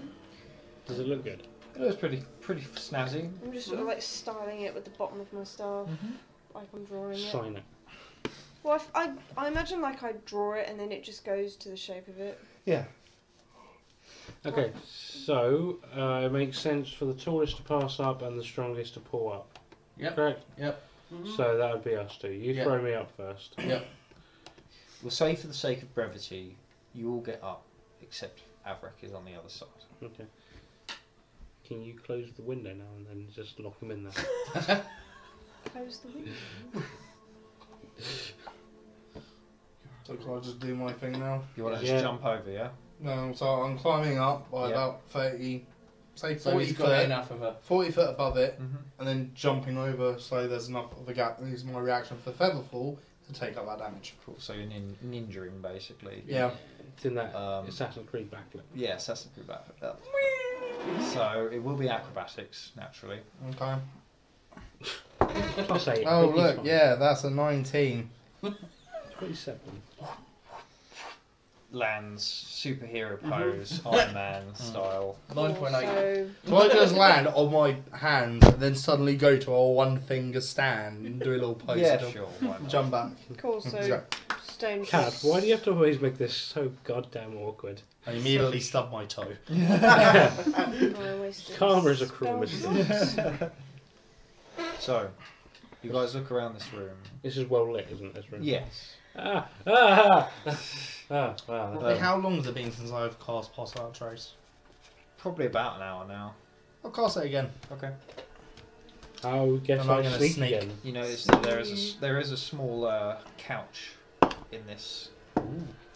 Speaker 5: Does it look good?
Speaker 2: it was pretty pretty snazzy.
Speaker 1: I'm just sort of like styling it with the bottom of my staff, like I'm drawing it.
Speaker 5: Sign it.
Speaker 1: Well, if I, I imagine like I draw it and then it just goes to the shape of it.
Speaker 5: Okay, so uh, it makes sense for the tallest to pass up and the strongest to pull up.
Speaker 8: Yep.
Speaker 5: Correct.
Speaker 8: Yep.
Speaker 5: So that would be us two. You
Speaker 8: Yep.
Speaker 5: throw me up first.
Speaker 2: We'll say for the sake of brevity, you all get up, except Avrak is on the other side.
Speaker 5: Okay. Can you close the window now and then just lock him in there?
Speaker 1: Close the window.
Speaker 6: So can I just do my thing now?
Speaker 2: You want to
Speaker 5: Yeah.
Speaker 2: just jump over, yeah?
Speaker 6: No, so I'm climbing up by
Speaker 2: Yeah.
Speaker 6: about 30, say 40
Speaker 8: So he's
Speaker 6: foot.
Speaker 8: got enough of a
Speaker 6: 40 foot above it,
Speaker 2: Mm-hmm.
Speaker 6: and then jumping over so there's enough of a gap. And use my reaction for feather fall to take up that damage.
Speaker 2: Cool. So you're nin- ninjaing basically.
Speaker 6: Yeah.
Speaker 5: It's in that
Speaker 2: Um,
Speaker 5: Assassin's Creed backlit.
Speaker 2: Yes, that's a good back. So it will be acrobatics naturally.
Speaker 6: Okay.
Speaker 5: Plus eight. I
Speaker 6: Oh
Speaker 5: think he's
Speaker 6: look,
Speaker 5: fine.
Speaker 6: yeah, that's a 19.
Speaker 5: Twenty-seven.
Speaker 2: Lands superhero pose, Iron Man style.
Speaker 8: nine point eight.
Speaker 1: So
Speaker 6: Do I just land on my hands and then suddenly go to a one finger stand and do a little pose?
Speaker 2: yeah,
Speaker 6: and jump-
Speaker 2: sure. why not?
Speaker 6: Jump back.
Speaker 1: cool. So
Speaker 6: Yeah.
Speaker 1: stone.
Speaker 5: Cat, why do you have to always make this so goddamn awkward?
Speaker 6: I immediately stub my toe.
Speaker 5: Karma is a cruel
Speaker 1: Spell
Speaker 5: mistake.
Speaker 2: So you guys look around this room.
Speaker 5: This is well lit, isn't it? This room.
Speaker 2: Yes.
Speaker 5: Ah, ah, ah, ah, ah.
Speaker 2: Um,
Speaker 6: How long has it been since I've cast Passile Trace?
Speaker 2: Probably about an hour now.
Speaker 6: I'll cast it again.
Speaker 2: Okay.
Speaker 5: I'll guess
Speaker 6: Am I
Speaker 5: I'll
Speaker 6: gonna
Speaker 5: sneak,
Speaker 6: sneak?
Speaker 5: again.
Speaker 2: You notice that there is a s- there is a small uh, couch in this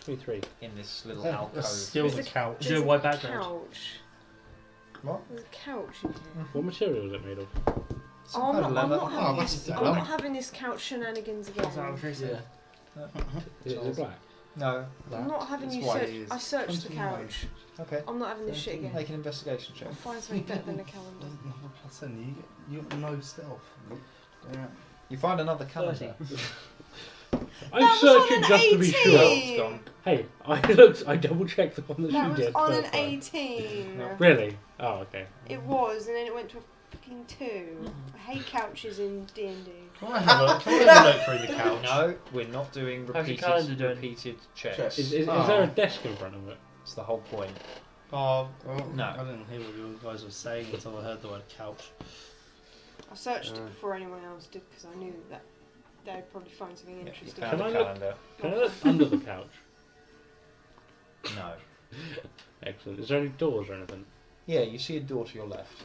Speaker 5: Twenty-three.
Speaker 2: in this little
Speaker 6: Yeah,
Speaker 2: alcove.
Speaker 6: Steal the
Speaker 1: It's
Speaker 6: couch.
Speaker 4: Do you know why background?
Speaker 1: couch.
Speaker 2: What?
Speaker 1: There's a couch in here.
Speaker 5: What material is it made of?
Speaker 1: Oh, I'm,
Speaker 2: kind of
Speaker 1: not, I'm,
Speaker 2: leather.
Speaker 1: not
Speaker 6: Oh,
Speaker 1: having
Speaker 6: that's
Speaker 1: this,
Speaker 6: a
Speaker 1: I'm
Speaker 6: leather.
Speaker 1: not having this couch shenanigans again.
Speaker 4: That's what I was thinking.
Speaker 8: Yeah.
Speaker 5: Is it, is it black?
Speaker 2: No.
Speaker 1: I'm not having
Speaker 6: That's
Speaker 1: you
Speaker 6: why
Speaker 1: search.
Speaker 6: it is.
Speaker 1: I searched the
Speaker 6: Twenty-nine.
Speaker 1: couch.
Speaker 2: Okay.
Speaker 1: I'm not having this shit again.
Speaker 2: Make an investigation check.
Speaker 1: I'll find something better than a calendar.
Speaker 6: Plus in, you you got no stealth. Yeah.
Speaker 2: You find another calendar.
Speaker 5: I'm searching
Speaker 1: on an
Speaker 5: just to be
Speaker 1: 18.
Speaker 5: sure. Hey, I looked. I double checked the one that,
Speaker 1: That
Speaker 5: you
Speaker 1: was
Speaker 5: did.
Speaker 1: on an
Speaker 5: first time.
Speaker 1: 18.
Speaker 2: No.
Speaker 5: Really? Oh, okay.
Speaker 1: It was, and then it went to a fucking 2. I hate couches in D&D.
Speaker 6: Can I have a look? Can I have a look through the couch?
Speaker 2: No, we're not doing
Speaker 4: How's your
Speaker 2: repeated
Speaker 4: calendar doing?
Speaker 2: repeated checks.
Speaker 8: Checks.
Speaker 5: Is, is,
Speaker 6: Oh.
Speaker 5: is there a desk in front of it?
Speaker 2: It's the whole point.
Speaker 6: Oh,
Speaker 2: No.
Speaker 6: I didn't hear what you guys were saying until I heard the word couch.
Speaker 1: I searched
Speaker 5: Uh.
Speaker 1: it before anyone else did because I knew that they'd probably find something
Speaker 2: Yeah, you
Speaker 1: interesting.
Speaker 2: found
Speaker 5: Can
Speaker 2: a
Speaker 5: I look-
Speaker 2: calendar.
Speaker 5: Can I look under the couch?
Speaker 2: No.
Speaker 5: Excellent. Is there any doors or anything?
Speaker 2: Yeah, you see a door to your left.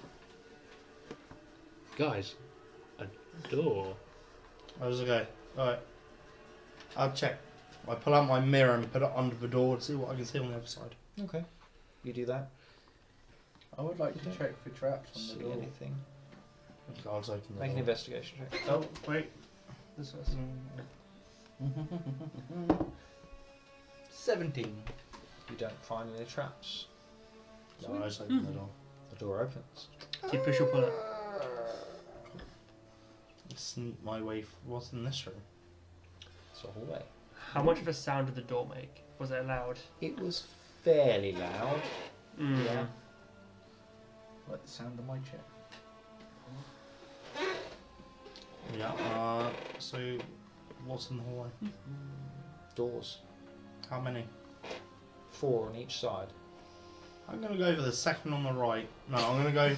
Speaker 5: Guys, a door.
Speaker 6: I was okay. Alright. I'll check. I pull out my mirror and put it under the door to see what I can see on the other side.
Speaker 2: Okay. You do that.
Speaker 8: I would like to check for traps on
Speaker 2: See
Speaker 8: the door.
Speaker 2: anything?
Speaker 6: Guards open the
Speaker 2: Make an
Speaker 6: door.
Speaker 2: investigation check.
Speaker 6: Oh, wait.
Speaker 8: This was- 17.
Speaker 2: You don't find any traps.
Speaker 6: No, I just open the door.
Speaker 2: The door opens.
Speaker 4: Do you push or pull it?
Speaker 6: Sneak my way. f- What's in this room?
Speaker 2: It's a hallway.
Speaker 4: How much of a sound did the door make? Was it loud?
Speaker 2: It was fairly loud.
Speaker 4: Mm.
Speaker 2: Yeah.
Speaker 8: Like the sound of my chair.
Speaker 6: Yeah. Uh, so, what's in the hallway?
Speaker 2: Doors.
Speaker 6: How many?
Speaker 2: Four on each side.
Speaker 6: I'm gonna go for the second on the right. No, I'm gonna go.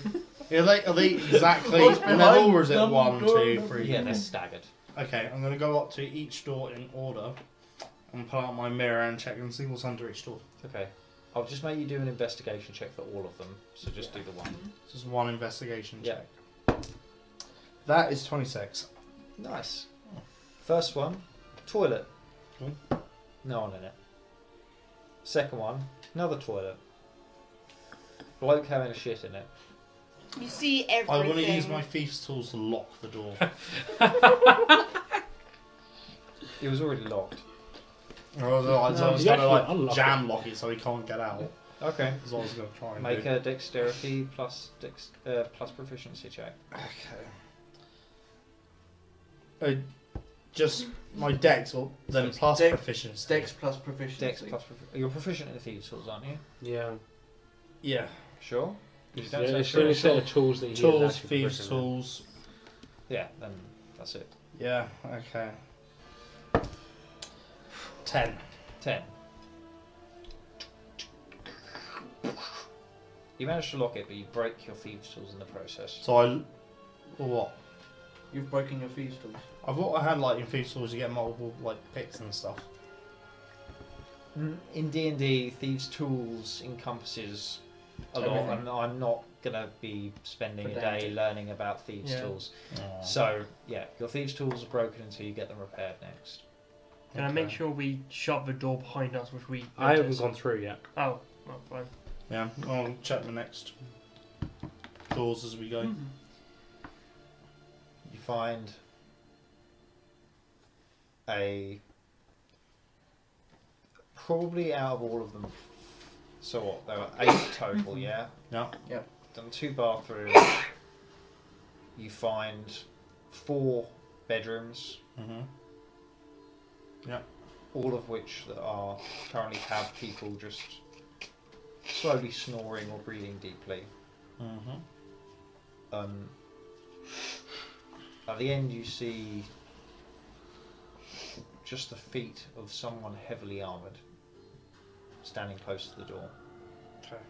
Speaker 6: Are they, are they exactly
Speaker 8: What's
Speaker 6: level
Speaker 8: behind
Speaker 6: or is it
Speaker 8: double
Speaker 6: one,
Speaker 8: door
Speaker 6: two,
Speaker 8: number
Speaker 6: three?
Speaker 2: Yeah, they're staggered.
Speaker 6: Okay, I'm gonna go up to each door in order and pull out my mirror and check and see what's under each door.
Speaker 2: Okay. I'll just make you do an investigation check for all of them. So just do the one.
Speaker 6: Just one investigation
Speaker 2: Yeah.
Speaker 6: check. That is 26.
Speaker 2: Nice. First one, toilet.
Speaker 6: Hmm.
Speaker 2: No one in it. Second one, another toilet. Bloke having a shit in it.
Speaker 12: You see
Speaker 6: I
Speaker 12: everything.
Speaker 6: want to use my thief's tools to lock the door.
Speaker 2: It was already locked.
Speaker 6: Otherwise, I was
Speaker 5: No,
Speaker 6: going to like
Speaker 5: actually unlock
Speaker 6: jam lock it so he can't get out.
Speaker 2: Okay.
Speaker 6: That's what I was going to try and
Speaker 2: Make
Speaker 6: do.
Speaker 2: a dexterity plus dex uh, plus proficiency check.
Speaker 6: Okay. Uh, just my dex or then plus
Speaker 8: Dex-
Speaker 6: proficiency.
Speaker 8: Dex plus proficiency.
Speaker 2: Dex plus profi- you're proficient in thieves tools, aren't you?
Speaker 5: Yeah.
Speaker 6: Yeah.
Speaker 2: Sure. You
Speaker 5: It's
Speaker 2: don't
Speaker 5: the
Speaker 2: say
Speaker 5: it's the
Speaker 2: sure.
Speaker 5: only set of tools that he
Speaker 6: Tools,
Speaker 5: actually
Speaker 6: thieves'
Speaker 5: proficient in.
Speaker 6: tools.
Speaker 2: Yeah. Then that's it.
Speaker 6: Yeah. Okay. Ten.
Speaker 2: Ten. You manage to lock it, but you break your thieves tools in the process.
Speaker 6: So I. What?
Speaker 8: You've broken your thieves tools.
Speaker 6: I thought I had like in thieves' tools you get multiple like picks and stuff.
Speaker 2: Mm, in D and D, thieves' tools encompasses a lot,
Speaker 8: Everything.
Speaker 2: and I'm not gonna be spending a
Speaker 8: Pedantic.
Speaker 2: day learning about thieves'
Speaker 4: Yeah.
Speaker 2: tools. So yeah, your thieves' tools are broken until you get them repaired next.
Speaker 4: Can I make sure we shut the door behind us, which we.
Speaker 5: I haven't
Speaker 4: noticed?
Speaker 5: gone through yet.
Speaker 4: Oh, well, fine.
Speaker 6: Yeah, I'll check the next doors as we go.
Speaker 2: You find a probably out of all of them. So what? There were eight total, yeah.
Speaker 6: Yeah.
Speaker 8: Yep.
Speaker 2: Done two bathrooms. you find four bedrooms.
Speaker 6: hmm
Speaker 2: all of which that are currently have people just slowly snoring or breathing deeply.
Speaker 6: hmm
Speaker 2: Um, at the end, you see just the feet of someone heavily armoured standing close to the door,
Speaker 6: Okay.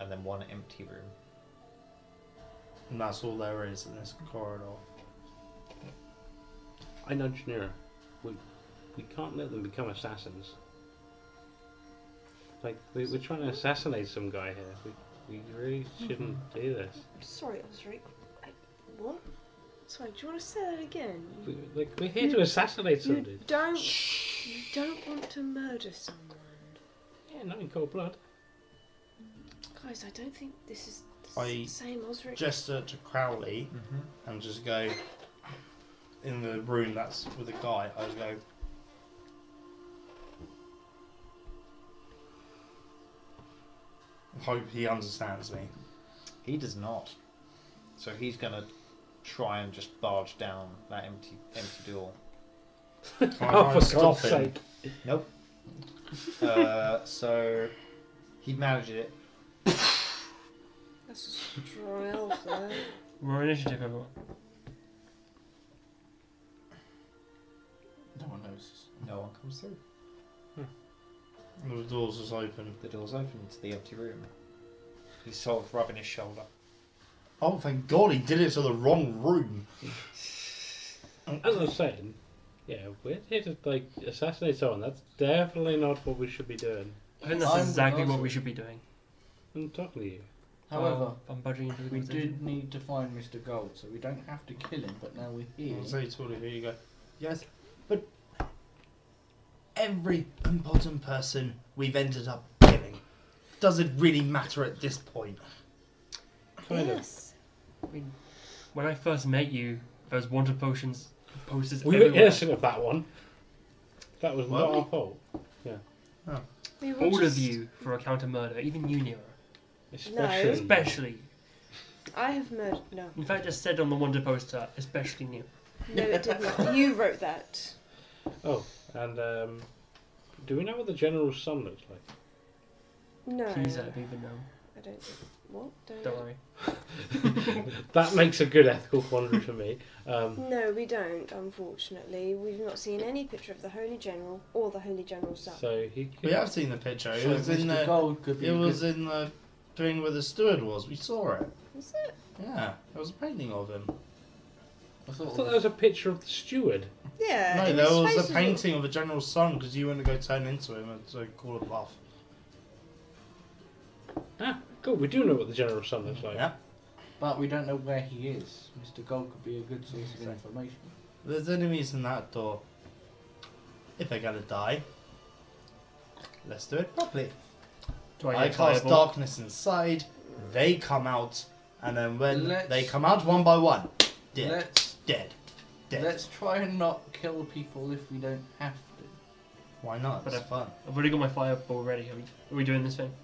Speaker 2: and then one empty room.
Speaker 6: And that's all there is in this corridor.
Speaker 5: I nudge Nira. We we can't let them become assassins. Like we, we're trying to assassinate some guy here. We, we really shouldn't do this.
Speaker 12: Sorry, Osric. I, what? Sorry, do you want to say that again? You,
Speaker 5: We, like we're here to assassinate
Speaker 12: you
Speaker 5: somebody.
Speaker 12: don't. You don't want to murder someone,
Speaker 5: Yeah, not in cold blood.
Speaker 12: guys. I don't think this is the s-
Speaker 6: I
Speaker 12: same Osric.
Speaker 6: Gesture to Crowley
Speaker 2: Mm-hmm.
Speaker 6: and just go in the room that's with the guy. I just go. Hope he understands me.
Speaker 2: He does not. So he's gonna try and just barge down that empty empty door.
Speaker 6: Can I
Speaker 5: Oh,
Speaker 6: try
Speaker 5: for
Speaker 6: and stop
Speaker 5: God's
Speaker 6: him?
Speaker 5: sake!
Speaker 2: Nope. uh, so he managed it.
Speaker 12: That's a strong elf there.
Speaker 4: We're initiative, everyone.
Speaker 8: No one knows.
Speaker 2: No one comes through.
Speaker 6: The door's just open.
Speaker 2: The door's open to the empty room. He's sort of rubbing his shoulder.
Speaker 6: Oh, thank God he did it to the wrong room.
Speaker 5: As I was saying, yeah, we're here to like assassinate someone. That's definitely not what we should be doing.
Speaker 4: I think that's
Speaker 8: I'm
Speaker 4: exactly what
Speaker 8: Osric.
Speaker 4: we should be doing.
Speaker 5: I'm talking to you.
Speaker 8: However,
Speaker 6: Oh.
Speaker 4: Um, I'm budging into the
Speaker 8: we
Speaker 4: conversation.
Speaker 8: did need to find Mr. Gold, so we don't have to kill him, but now we're here.
Speaker 6: Say, Tony, here you go. Yes, but every important person we've ended up killing. Does it really matter at this point?
Speaker 5: Kind of.
Speaker 1: yes.
Speaker 4: When I first met you, there was wanted potions posters
Speaker 5: We were
Speaker 4: everywhere.
Speaker 5: innocent of that one. That was not
Speaker 6: Were we?
Speaker 5: our fault.
Speaker 1: We were
Speaker 4: All of
Speaker 1: just-
Speaker 4: you for a counter murder, even you, Nero.
Speaker 5: Especially.
Speaker 4: Especially.
Speaker 1: I have murdered. No,
Speaker 4: In fact, it said on the wanted poster, especially Nero.
Speaker 1: no, it did not. You wrote that.
Speaker 5: And um, do we know what the general's son looks like?
Speaker 1: No,
Speaker 4: Please, I don't even know.
Speaker 1: I don't. What? Don't.
Speaker 4: Don't worry.
Speaker 5: That makes a good ethical quandary for me. Um,
Speaker 1: No, we don't. Unfortunately, we've not seen any picture of the Holy General or the Holy General's son.
Speaker 5: so he
Speaker 6: We
Speaker 5: could.
Speaker 6: have seen the picture. It
Speaker 8: So
Speaker 6: was in
Speaker 8: Mr.
Speaker 6: the.
Speaker 8: Gold could be
Speaker 6: It
Speaker 8: a
Speaker 6: was
Speaker 8: good-
Speaker 6: in the thing where the steward was. We saw it.
Speaker 1: Is it?
Speaker 6: Yeah, there was a painting of him.
Speaker 8: I
Speaker 5: I
Speaker 8: thought
Speaker 5: thought
Speaker 8: it
Speaker 5: that
Speaker 8: was-
Speaker 5: was a picture of the steward.
Speaker 1: Yeah.
Speaker 6: no,
Speaker 1: his
Speaker 6: there
Speaker 1: face
Speaker 6: was a
Speaker 1: all-
Speaker 6: painting of a general's son because you want to go turn into him and so call a bluff.
Speaker 5: Ah, cool. We do know what the general's son looks like.
Speaker 6: Yeah.
Speaker 8: but we don't know where he is. Mr. Gold could be a good source of information.
Speaker 6: There's enemies in that door. If they're gonna die, let's do it properly.
Speaker 4: Do
Speaker 6: I
Speaker 4: get
Speaker 6: cast
Speaker 4: fireball?
Speaker 6: darkness inside. They come out, and then when
Speaker 8: Let's-
Speaker 6: they come out one by one, dead,
Speaker 8: Let's
Speaker 6: dead, dead.
Speaker 8: let's try and not kill people if we don't have to.
Speaker 6: Why not?
Speaker 4: But
Speaker 6: It's fun.
Speaker 4: I've already got my fireball ready. Are we, are we doing this thing?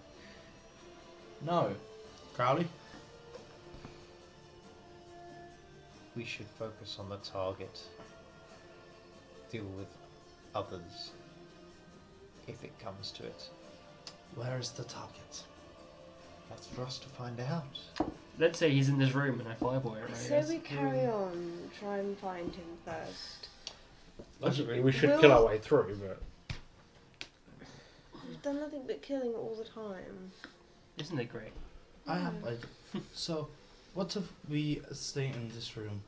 Speaker 8: No,
Speaker 6: Crowley.
Speaker 2: We should focus on the target. Deal with others. If it comes to it.
Speaker 6: Where is the target?
Speaker 2: That's for us to find out.
Speaker 4: Let's say he's in this room and I fireball it. Right?
Speaker 1: So
Speaker 4: Yes.
Speaker 1: we carry on. Try and find him first.
Speaker 5: Logically, we should kill our way through, but
Speaker 1: We've done nothing but killing all the time.
Speaker 4: Isn't it great?
Speaker 6: I have.
Speaker 2: Mm.
Speaker 6: I, so, what if we stay in this room,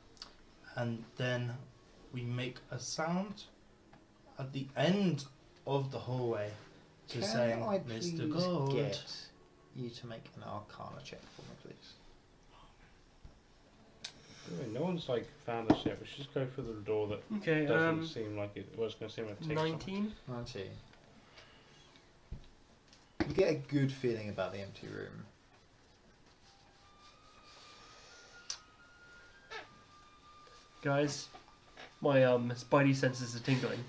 Speaker 6: and then we make a sound at the end of the hallway to
Speaker 2: Can
Speaker 6: say,
Speaker 2: I please
Speaker 6: "Mr. Gold."
Speaker 2: get you to make an Arcana check for me, please?
Speaker 5: Anyway, no one's like found us yet. We should just go through the door that
Speaker 4: Okay,
Speaker 5: doesn't
Speaker 4: um,
Speaker 5: seem like it was going to seem like it takes someone.
Speaker 4: 19?
Speaker 2: 19. You get a good feeling about the empty room.
Speaker 4: Guys, my um, spidey senses are tingling.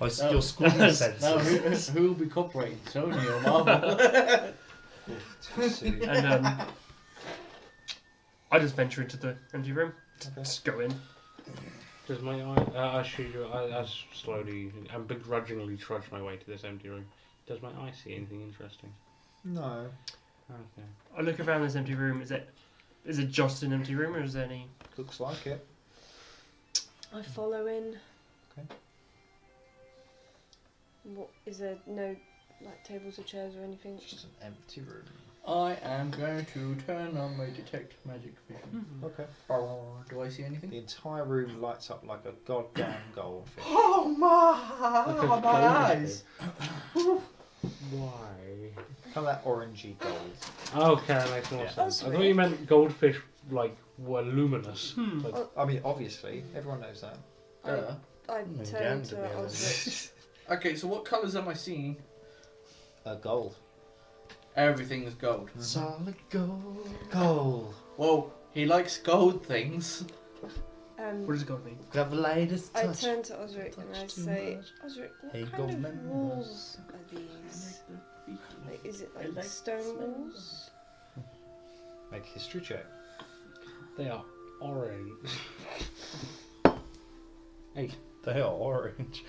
Speaker 6: Oh, it's
Speaker 8: No.
Speaker 6: your school senses.
Speaker 8: no. Who, who will be cooperating, Sony or Marvel?
Speaker 4: and um, I just venture into the empty room. Just go in.
Speaker 5: Does my eye? Uh, I shoot you. I, I slowly and begrudgingly trudge my way to this empty room. Does my eye see anything interesting?
Speaker 2: No.
Speaker 5: Okay.
Speaker 4: I look around this empty room. Is it is it just an empty room, or is there any?
Speaker 2: Looks like it.
Speaker 1: I follow in.
Speaker 2: Okay.
Speaker 1: What is there? No, like tables or chairs or anything.
Speaker 2: Just an empty room.
Speaker 8: I am going to turn on my detect magic vision.
Speaker 2: Okay.
Speaker 8: Oh, Do I see anything?
Speaker 2: The entire room lights up like a goddamn goldfish.
Speaker 8: Oh my!
Speaker 5: Gold. Why?
Speaker 2: Kind of that orangey gold.
Speaker 5: Oh, Okay, that makes more
Speaker 2: Yeah.
Speaker 5: sense.
Speaker 1: That's
Speaker 5: I thought
Speaker 1: weird.
Speaker 5: you meant goldfish like were luminous.
Speaker 4: Hmm.
Speaker 5: Like,
Speaker 2: I mean, obviously, everyone knows that.
Speaker 8: Uh,
Speaker 1: I
Speaker 6: Mm, damn,
Speaker 1: turn
Speaker 6: to
Speaker 1: into
Speaker 6: be
Speaker 1: an
Speaker 6: honest.
Speaker 1: ostrich.
Speaker 8: okay, so what colours am I seeing?
Speaker 2: A gold.
Speaker 8: Everything is gold.
Speaker 2: Solid gold. Gold.
Speaker 8: Well, he likes gold things.
Speaker 4: What
Speaker 1: Um,
Speaker 4: does it got me?
Speaker 6: Grab the latest
Speaker 1: I
Speaker 6: touch.
Speaker 1: turn to Osric and I
Speaker 6: touch too
Speaker 1: say,
Speaker 6: much.
Speaker 1: Osric, what
Speaker 6: Hey,
Speaker 1: kind
Speaker 6: gold
Speaker 1: of
Speaker 6: members.
Speaker 1: rules are these? Like, is it like the stone walls?
Speaker 2: Make a history check.
Speaker 5: they are orange.
Speaker 6: They are orange.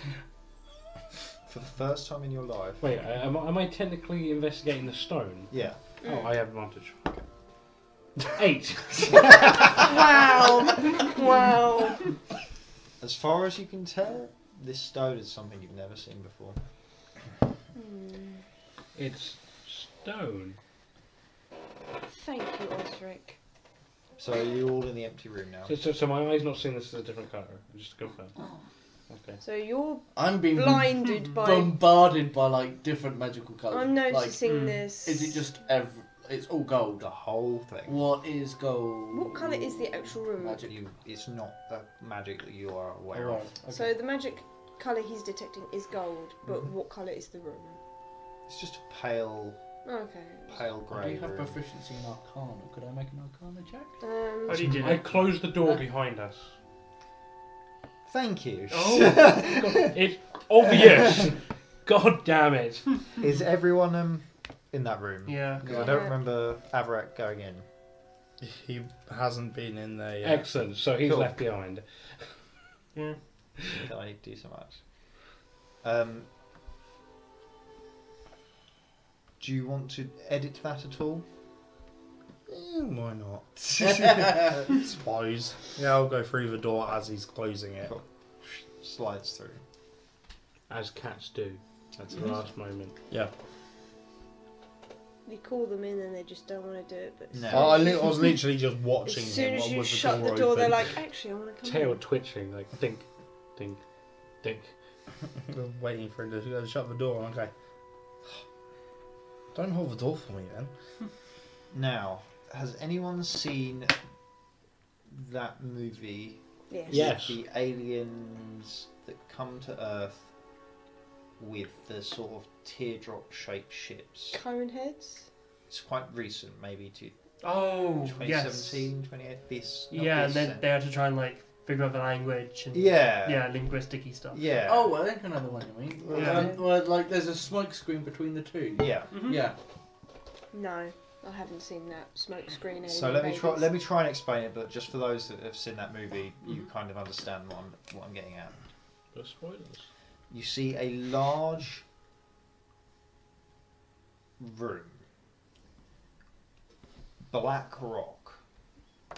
Speaker 2: For the first time in your life.
Speaker 5: Wait, uh, am, I- am I technically investigating the stone?
Speaker 2: Yeah.
Speaker 5: Oh, I have advantage. Eight.
Speaker 1: Hmm. Wow!
Speaker 2: As far as you can tell, this stone is something you've never seen before.
Speaker 1: Hmm.
Speaker 5: It's stone.
Speaker 1: Thank you, Osric.
Speaker 2: So you're all in the empty room now.
Speaker 5: So, so, so my eye's not seeing this as a different colour. Just to confirm. Okay.
Speaker 1: So you're
Speaker 8: I'm being
Speaker 1: blinded by.
Speaker 8: bombarded by like different magical colours.
Speaker 1: I'm
Speaker 8: like,
Speaker 1: noticing
Speaker 4: mm.
Speaker 1: this.
Speaker 8: is it just ev? It's all gold.
Speaker 2: The whole thing.
Speaker 8: What is gold?
Speaker 1: What colour is the actual room?
Speaker 8: Magic.
Speaker 2: You, it's not that magic that you are aware
Speaker 8: Alright,
Speaker 2: of.
Speaker 8: okay.
Speaker 1: So the magic colour he's detecting is gold, but what colour is the room?
Speaker 2: It's just a pale,
Speaker 1: Okay.
Speaker 2: pale
Speaker 8: I do
Speaker 2: grey.
Speaker 8: have
Speaker 2: room.
Speaker 8: proficiency in Arcana. Could I make an Arcana check?
Speaker 4: How
Speaker 1: Um,
Speaker 4: do Oh, you do
Speaker 5: I
Speaker 4: that?
Speaker 5: closed the door behind us.
Speaker 2: Thank you.
Speaker 8: Oh.
Speaker 5: It's obvious. God damn it.
Speaker 2: Is everyone um, in that room?
Speaker 4: Yeah.
Speaker 2: Because I don't
Speaker 1: Yeah.
Speaker 2: remember Avarak going in.
Speaker 6: He hasn't been in there yet.
Speaker 5: Excellent. So he's
Speaker 2: Cool.
Speaker 5: left behind.
Speaker 4: Yeah.
Speaker 2: that I need to do so much. Um, do you want to edit that at all?
Speaker 6: Eh, why not? Suppose. Yeah, I'll go through the door as he's closing it.
Speaker 2: Cool. Slides through.
Speaker 5: As cats do.
Speaker 6: That's
Speaker 5: That's the last moment.
Speaker 1: you call them in and they just don't want to do it. But as
Speaker 2: No.
Speaker 1: soon
Speaker 6: I, I
Speaker 1: as-
Speaker 6: li- I was literally just watching
Speaker 1: as soon
Speaker 6: him.
Speaker 1: as
Speaker 6: what
Speaker 1: you
Speaker 6: was
Speaker 1: shut the door,
Speaker 6: open.
Speaker 1: they're like, actually, I want to come.
Speaker 5: Tail
Speaker 1: in."
Speaker 5: twitching, like think, think, think.
Speaker 6: I'm waiting for him to go shut the door. Okay. Don't hold the door for me then.
Speaker 2: Now, has anyone seen that movie?
Speaker 1: Yes.
Speaker 2: with
Speaker 5: Yes.
Speaker 2: The aliens that come to Earth with the sort of teardrop shaped ships.
Speaker 1: Cone heads.
Speaker 2: It's quite recent, maybe to
Speaker 4: Oh, yes.
Speaker 2: 2017, 28. This. not
Speaker 4: Yeah, and
Speaker 2: this
Speaker 4: then
Speaker 2: cent-
Speaker 4: they had to try and like figure out the language and
Speaker 2: Yeah.
Speaker 4: yeah, linguisticy stuff.
Speaker 2: Yeah.
Speaker 8: Oh, I think I know the one you mean.
Speaker 4: Yeah.
Speaker 8: Um, well, like there's a smoke screen between the two.
Speaker 2: Yeah.
Speaker 4: Mhm.
Speaker 8: Yeah.
Speaker 1: No, I haven't seen that smoke screen.
Speaker 2: So let me try let me try and explain it, but just for those that have seen that movie, you kind of understand what I'm what I'm getting at.
Speaker 5: No spoilers.
Speaker 2: You see a large room. Black rock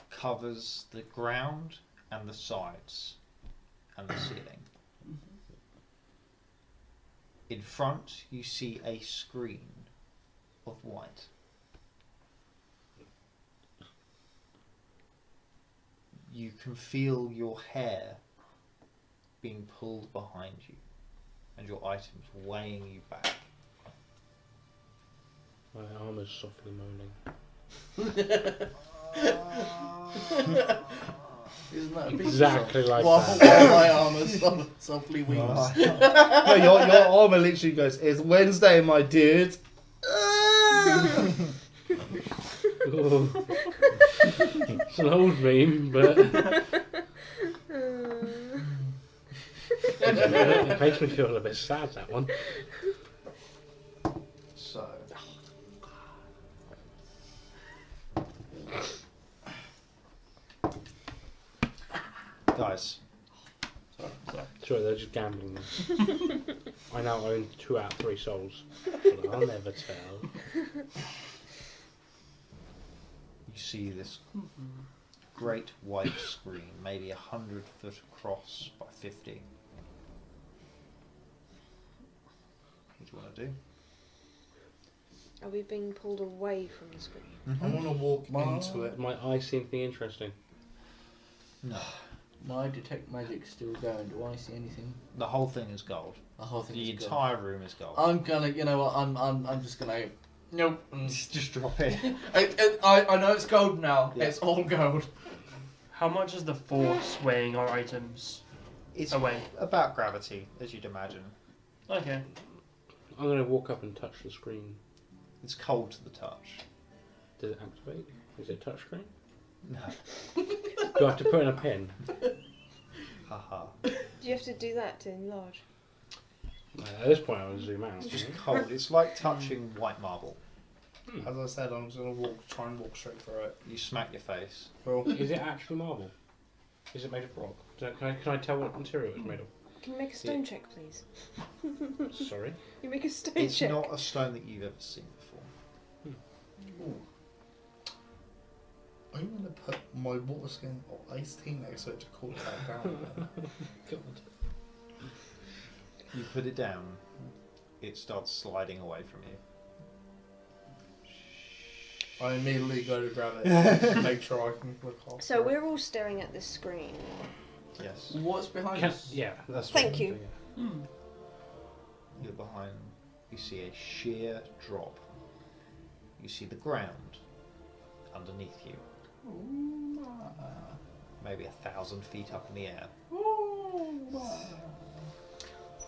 Speaker 2: covers the ground and the sides and the ceiling. In front, you see a screen of white. You can feel your hair being pulled behind you and your items weighing you back.
Speaker 5: My armor's softly moaning.
Speaker 8: Isn't that a big
Speaker 5: Exactly like
Speaker 8: While,
Speaker 5: that.
Speaker 8: while my armor so- softly weeps.
Speaker 6: no, your, your armor literally goes. It's Wednesday, my dude.
Speaker 5: Ooh. it's an old meme, but it
Speaker 1: Uh,
Speaker 5: makes me feel a bit sad. That one.
Speaker 2: So. Guys,
Speaker 5: Sorry, they're just gambling. now. I now own two out of three souls. But I'll never tell.
Speaker 2: you see this great white screen, maybe a hundred foot across by fifty. What do you want to do?
Speaker 1: Are we being pulled away from the screen?
Speaker 6: I
Speaker 2: Mm-hmm.
Speaker 6: want to walk into it.
Speaker 5: Might I see anything interesting?
Speaker 2: No,
Speaker 8: My detect magic's still going. Do I see anything?
Speaker 2: the whole thing is gold. Oh.
Speaker 8: The whole thing
Speaker 2: The
Speaker 8: is gone.
Speaker 2: entire room is gold.
Speaker 8: I'm gonna, you know what? I'm, I'm, I'm just gonna. Nope. I,
Speaker 2: Just drop it.
Speaker 8: I, I know it's gold now.
Speaker 2: Yeah.
Speaker 8: It's all gold.
Speaker 4: How much is the force weighing our items
Speaker 2: It's
Speaker 4: away?
Speaker 2: Oh, about gravity, as you'd imagine.
Speaker 4: Okay.
Speaker 5: I'm gonna walk up and touch the screen.
Speaker 2: It's cold to the touch.
Speaker 5: Does it activate? Is it touch screen?
Speaker 2: No.
Speaker 5: Do I have to put in a pin?
Speaker 2: Haha.
Speaker 1: Do you have to do that to enlarge?
Speaker 5: Uh, at this point, I'll zoom out.
Speaker 2: It's just cold. It's like touching white marble. Hmm.
Speaker 6: As I said, I'm just gonna walk, try and walk straight through it.
Speaker 2: You smack your face.
Speaker 6: Cool.
Speaker 5: Is it actually marble? Is it made of rock? Do I- can, I, can I tell what material it's made of?
Speaker 1: Can you make a stone check, please?
Speaker 5: Sorry.
Speaker 1: You make a stone
Speaker 2: It's
Speaker 1: check.
Speaker 2: not a stone that you've ever seen before.
Speaker 6: I want to put my water skin or iced tea next to it to cool it back down.
Speaker 5: God.
Speaker 2: You put it down, it starts sliding away from you.
Speaker 6: I immediately go to grab it, make sure I can look off.
Speaker 1: So we're all staring at this screen.
Speaker 2: Yes.
Speaker 8: What's behind
Speaker 5: Can,
Speaker 8: us?
Speaker 5: yeah, that's
Speaker 1: Thank
Speaker 5: what I'm
Speaker 1: you.
Speaker 5: doing.
Speaker 2: You're behind. You see a sheer drop. You see the ground underneath you,
Speaker 8: Ooh,
Speaker 2: maybe a thousand feet up in the air.
Speaker 8: ah, ooh, ah.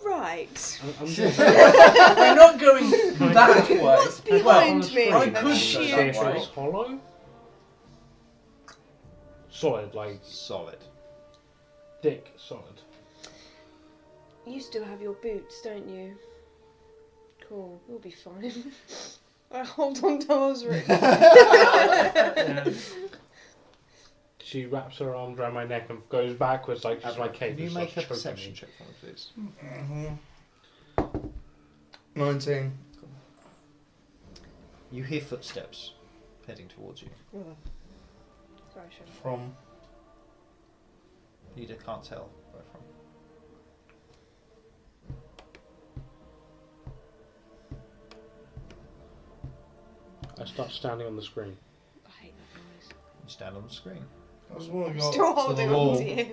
Speaker 17: right.
Speaker 5: I'm, I'm just
Speaker 8: We're not going that way.
Speaker 17: What's behind
Speaker 5: on a
Speaker 17: me?
Speaker 5: screen,
Speaker 8: I
Speaker 17: The
Speaker 8: could
Speaker 5: see
Speaker 8: shield
Speaker 5: if
Speaker 8: wall.
Speaker 5: it's hollow. Solid, like
Speaker 2: Solid.
Speaker 5: thick, solid.
Speaker 1: You still have your boots, don't you? Cool, you'll be fine. Uh,
Speaker 17: I hold on to Osric.
Speaker 5: She wraps her arms around my neck and goes backwards like she's my
Speaker 2: Can
Speaker 5: cape.
Speaker 2: you
Speaker 5: and
Speaker 2: make a
Speaker 5: starts
Speaker 2: perception
Speaker 5: choking me.
Speaker 2: check for me, please?
Speaker 8: Mhm.
Speaker 6: 19.
Speaker 2: You hear footsteps heading towards you.
Speaker 1: Sorry, Shadow.
Speaker 6: From.
Speaker 2: Nita can't tell where from.
Speaker 5: I start standing on the screen.
Speaker 1: I hate that noise.
Speaker 2: You stand on the screen.
Speaker 6: I just want to go
Speaker 17: Still
Speaker 6: up to the
Speaker 17: holding
Speaker 6: wall.
Speaker 17: on to you.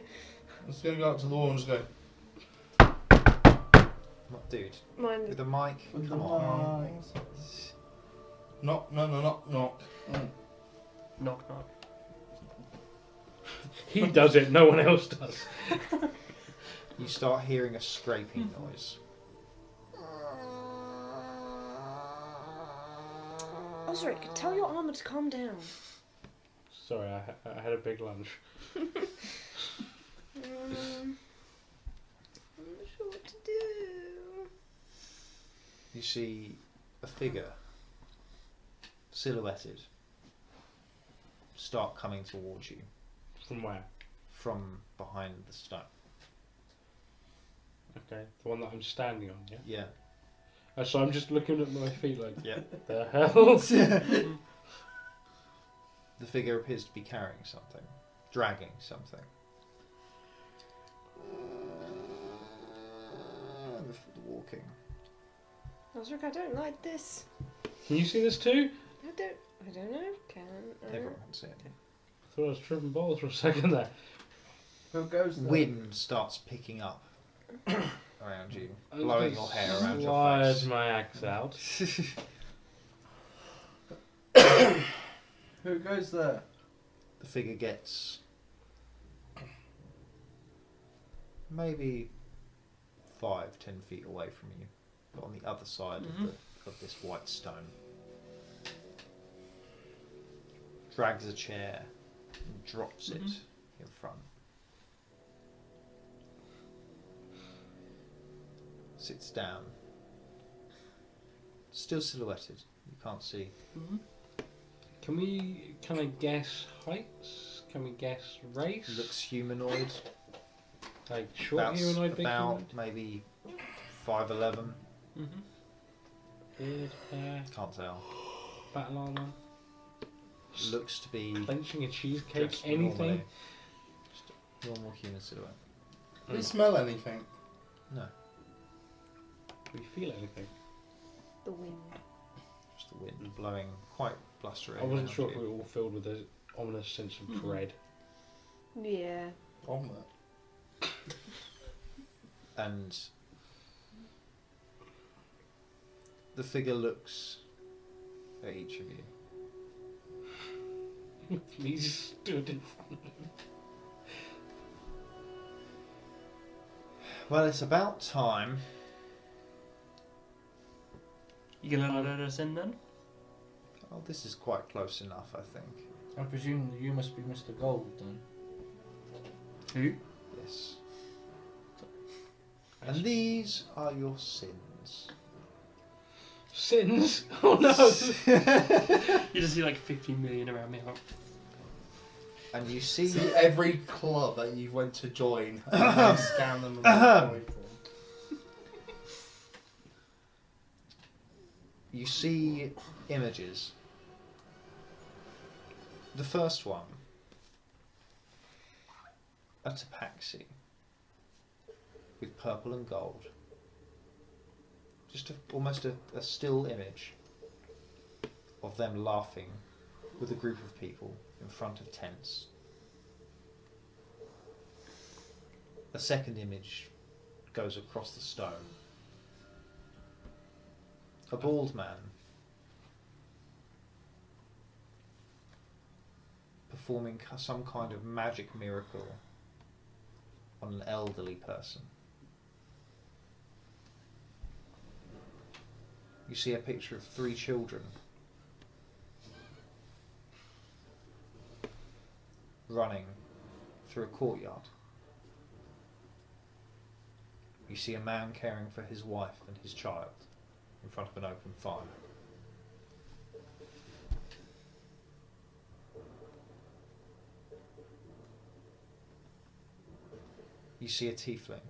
Speaker 6: I'm just going to go up to the wall and just go.
Speaker 2: Not dude.
Speaker 1: Mine
Speaker 2: With a mic.
Speaker 8: With the
Speaker 2: Come on.
Speaker 8: lines.
Speaker 6: Knock, no, no, knock, knock.
Speaker 4: Knock knock.
Speaker 5: He does it, no one else does.
Speaker 2: You start hearing a scraping noise.
Speaker 1: Osric, tell your armour to calm down.
Speaker 5: Sorry, I, ha- I had a big lunch.
Speaker 1: Um, I'm not sure what to do.
Speaker 2: You see a figure silhouetted start coming towards you
Speaker 5: From where?
Speaker 2: from behind the stone.
Speaker 5: Okay, the one that I'm standing on, yeah?
Speaker 2: Yeah.
Speaker 5: Uh, So I'm just looking at my feet like,
Speaker 2: Yeah.
Speaker 5: the hell?
Speaker 2: The figure appears to be carrying something, dragging something. And the f- walking.
Speaker 1: Osric, I don't like this.
Speaker 5: Can you see this too?
Speaker 1: I don't. I don't know. Can I?
Speaker 2: Everyone can see it.
Speaker 5: I thought I was tripping balls for a second there.
Speaker 8: Who goes there?
Speaker 2: Wind starts picking up around you, blowing your hair around your
Speaker 5: Slide
Speaker 2: face.
Speaker 5: my axe out.
Speaker 8: Who goes there?
Speaker 2: The figure gets maybe five, ten feet away from you, but on the other side of, the, of this white stone. Drags a chair and drops it in front. Sits down. Still silhouetted. You can't see.
Speaker 5: Can we, can I guess heights? Can we guess race?
Speaker 2: Looks humanoid.
Speaker 5: like short
Speaker 2: About,
Speaker 5: humanoid, big
Speaker 2: about maybe five eleven.
Speaker 5: humanoid, Mm-hmm. beard, hair,
Speaker 2: Can't tell.
Speaker 5: battle armor,
Speaker 2: Looks to be
Speaker 5: clenching a cheesecake,
Speaker 2: dressed
Speaker 5: anything.
Speaker 2: normally. Just normal human silhouette.
Speaker 6: Do you smell anything?
Speaker 5: Do we feel anything?
Speaker 1: The wind.
Speaker 2: Just the wind blowing quite blustery.
Speaker 5: I wasn't
Speaker 2: around
Speaker 5: sure if
Speaker 2: you.
Speaker 5: we were all filled with an ominous sense of
Speaker 2: Mm-hmm.
Speaker 5: dread.
Speaker 1: Yeah.
Speaker 6: Omelette.
Speaker 2: and the figure looks at each of you.
Speaker 5: He stood in
Speaker 2: Well, it's about time.
Speaker 4: You gonna let us in then?
Speaker 2: Oh, this is quite close enough, I think.
Speaker 8: I presume that you must be Mr. Gold then.
Speaker 4: Who?
Speaker 2: Yes. And these are your sins.
Speaker 5: sins. Oh no!
Speaker 4: You just see like 50 million around me. I'm like,
Speaker 2: And you see
Speaker 6: See every club that you went to join and then scan them and make a point
Speaker 2: you see images. The first one, a tapaxi with purple and gold. Just a, almost a, a still image of them laughing with a group of people in front of tents. A second image goes across the stone. A bald man performing ca- some kind of magic miracle on an elderly person. you see a picture of three children running through a courtyard. You see a man caring for his wife and his child in front of an open fire. You see a tiefling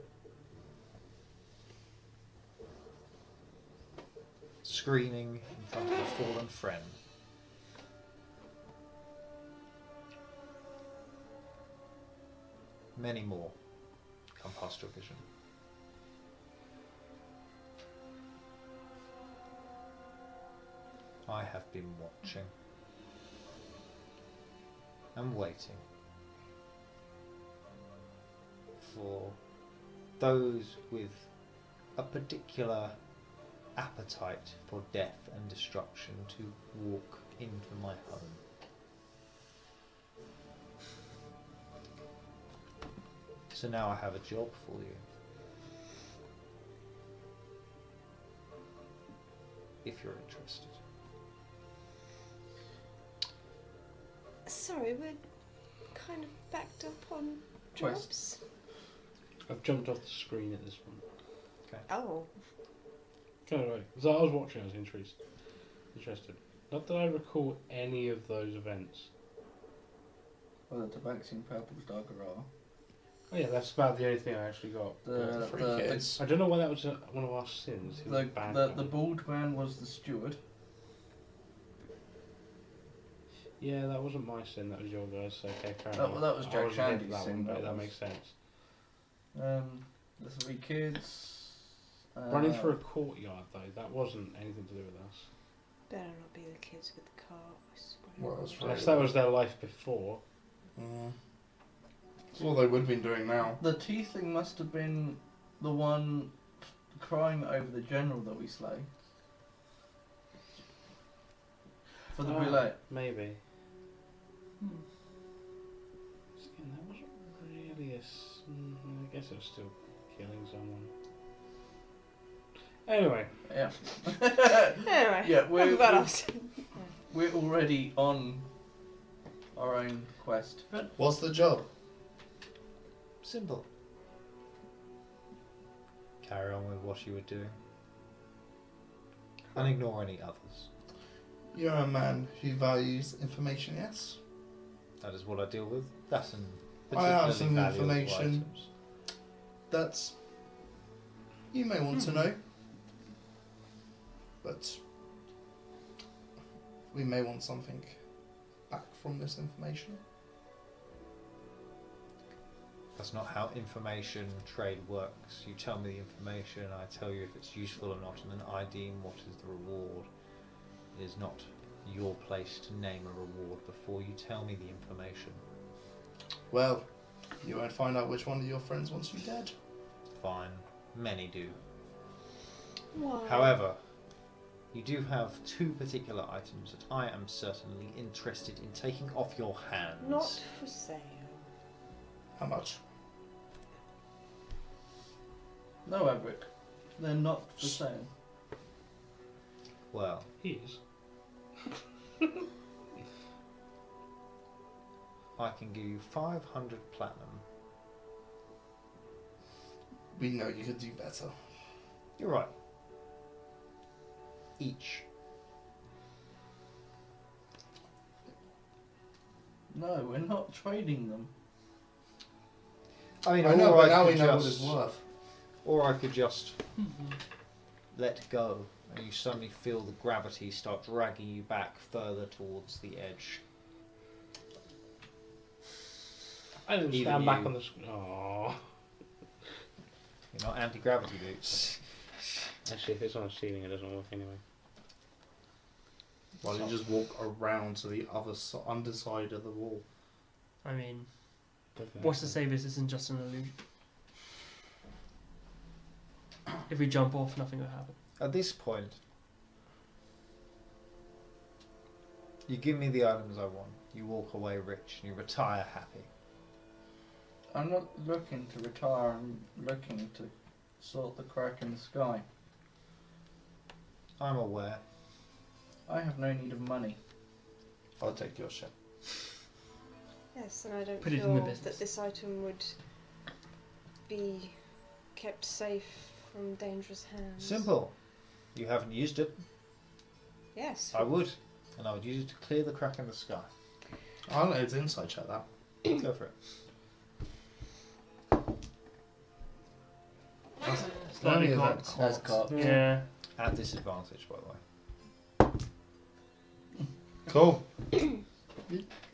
Speaker 2: screaming in front of a fallen friend. Many more come past your vision. I have been watching and waiting for those with a particular appetite for death and destruction to walk into my home. So now I have a job for you. If you're interested.
Speaker 12: Sorry, we're kind of backed up on
Speaker 8: Twice.
Speaker 12: jobs.
Speaker 5: I've jumped off the screen at this one.
Speaker 12: Oh,
Speaker 5: Kind of right. So I was watching. I was interested. Interested. Not that I recall any of those events.
Speaker 8: Well, the vaccine purples Daggerah.
Speaker 5: Oh yeah, that's about the only thing I actually got.
Speaker 8: The the,
Speaker 6: Three
Speaker 8: the,
Speaker 6: kids.
Speaker 5: I don't know why that was uh, one of our sins. He was
Speaker 8: the,
Speaker 5: a bad
Speaker 8: the,
Speaker 5: guy.
Speaker 8: the bald man was the steward.
Speaker 5: yeah, that wasn't my sin. That was your guys. So okay, fair
Speaker 8: That-
Speaker 5: enough.
Speaker 8: that was
Speaker 5: I
Speaker 8: Jack
Speaker 5: wasn't here for
Speaker 8: Shandy's
Speaker 5: that
Speaker 8: sin,
Speaker 5: one, but
Speaker 8: that
Speaker 5: that
Speaker 8: was-
Speaker 5: makes sense.
Speaker 8: Um, the three kids. Uh,
Speaker 5: Running through a courtyard though, that wasn't anything to do with us.
Speaker 12: better not be the kids with the car. I swear.
Speaker 6: Well, that's
Speaker 5: Unless
Speaker 6: right.
Speaker 5: that was their life before.
Speaker 6: Mm. That's all they would have been doing now.
Speaker 8: Uh, The tiefling must have been the one crying over the general that we slay. For the
Speaker 5: Ah,
Speaker 8: relay.
Speaker 5: Maybe. So Again, that wasn't really a. s- mm, I guess it was still killing someone. Anyway,
Speaker 8: Yeah.
Speaker 1: Anyway,
Speaker 8: yeah,
Speaker 1: have
Speaker 8: we're,
Speaker 1: about
Speaker 8: we're,
Speaker 1: us.
Speaker 8: we're already on our own quest.
Speaker 6: What's the job?
Speaker 2: Simple. Carry on with what you were doing. And ignore any others.
Speaker 6: You're a man who values information, yes?
Speaker 2: That is what I deal with. That's an
Speaker 6: I have some
Speaker 2: particularly valuable
Speaker 6: information.
Speaker 2: items.
Speaker 6: That's. You may want to know. But. We may want something back from this information.
Speaker 2: That's not how information trade works. You tell me the information, I tell you if it's useful or not, and then I deem what is the reward. It is not your place to name a reward before you tell me the information.
Speaker 6: Well, you won't find out which one of your friends wants you dead.
Speaker 2: Fine. Many do.
Speaker 12: Why?
Speaker 2: However, you do have two particular items that I am certainly interested in taking off your hands.
Speaker 12: Not for sale.
Speaker 6: How much?
Speaker 8: No, Everick. They're not for sale.
Speaker 2: Well,
Speaker 5: he is.
Speaker 2: I can give you 500 platinum.
Speaker 6: We know you could do better.
Speaker 2: You're right. Each.
Speaker 8: No, we're not trading them.
Speaker 2: I mean,
Speaker 6: I know,
Speaker 2: or
Speaker 6: but
Speaker 2: I
Speaker 6: now we
Speaker 2: could
Speaker 6: know what
Speaker 2: just-
Speaker 6: it's worth.
Speaker 2: Or I could just let go, and you suddenly feel the gravity start dragging you back further towards the edge.
Speaker 5: I didn't
Speaker 2: Either
Speaker 5: stand back
Speaker 2: you-
Speaker 5: on the screen. Oh,
Speaker 2: You know, anti gravity boots.
Speaker 5: actually, if it's on a ceiling, it doesn't work anyway.
Speaker 6: Why don't you just walk around to the other si- underside of the wall?
Speaker 4: I mean,
Speaker 5: Doesn't
Speaker 4: what's to
Speaker 5: it?
Speaker 4: say this isn't just an illusion? If we jump off, nothing will happen.
Speaker 2: At this point, you give me the items I want, you walk away rich, and you retire happy.
Speaker 8: I'm not looking to retire, I'm looking to sort the crack in the sky.
Speaker 2: I'm aware.
Speaker 8: I have no need of money.
Speaker 6: I'll take your ship.
Speaker 1: Yes, and I don't
Speaker 4: Put it in
Speaker 1: feel
Speaker 4: the
Speaker 1: that
Speaker 4: business.
Speaker 1: this item would be kept safe from dangerous hands.
Speaker 2: Simple. You haven't used it.
Speaker 1: Yes.
Speaker 2: I would. And I would use it to clear the crack in the sky.
Speaker 6: I'll let his inside check that.
Speaker 2: Go for it.
Speaker 4: Slightly
Speaker 6: Only
Speaker 4: cocked.
Speaker 6: that-
Speaker 8: That's got
Speaker 4: Yeah.
Speaker 2: At disadvantage, by the way.
Speaker 6: Cool.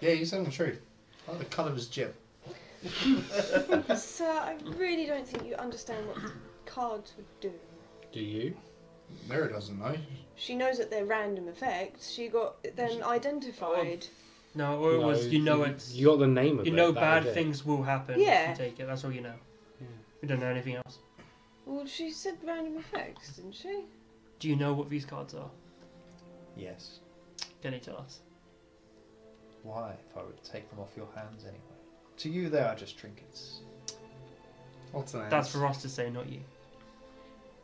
Speaker 6: yeah, you said the truth. I like the colour of his jib.
Speaker 12: Sir, I really don't think you understand what cards would do.
Speaker 5: Do you?
Speaker 6: Mira doesn't know.
Speaker 12: She knows that they're random effects. She got then identified.
Speaker 4: No, or it was you know it's
Speaker 5: You got the name of
Speaker 4: you
Speaker 5: it.
Speaker 4: know
Speaker 5: that
Speaker 4: bad
Speaker 5: was it.
Speaker 4: things will happen
Speaker 12: Yeah.
Speaker 4: if you take it. That's all you know.
Speaker 5: Yeah.
Speaker 4: You don't know anything else.
Speaker 12: Well, she said random effects, didn't she?
Speaker 4: Do you know what these cards are?
Speaker 2: Yes.
Speaker 4: Can you tell us?
Speaker 2: Why? If I would take them off your hands anyway. To you, they are just trinkets.
Speaker 6: What's the name?
Speaker 4: That's for us to say, not you.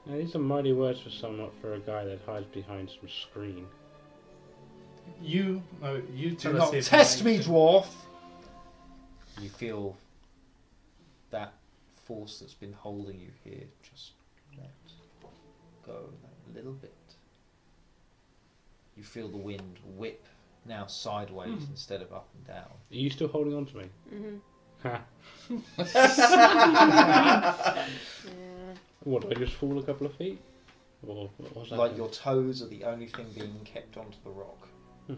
Speaker 5: Now, these are mighty words for someone, not for a guy that hides behind some screen.
Speaker 6: You. No, you
Speaker 2: Do
Speaker 6: two.
Speaker 2: not test me, dwarf! You feel that force that's been holding you here just let go that little bit. You feel the wind whip now sideways
Speaker 4: Hmm.
Speaker 2: instead of up and down.
Speaker 5: Are you still holding on to me?
Speaker 1: Mm-hmm.
Speaker 5: Ha!
Speaker 1: Yeah.
Speaker 5: What, did I just fall a couple of feet? Or what was that?
Speaker 2: Like your toes are the only thing being kept onto the rock.
Speaker 5: Hmm.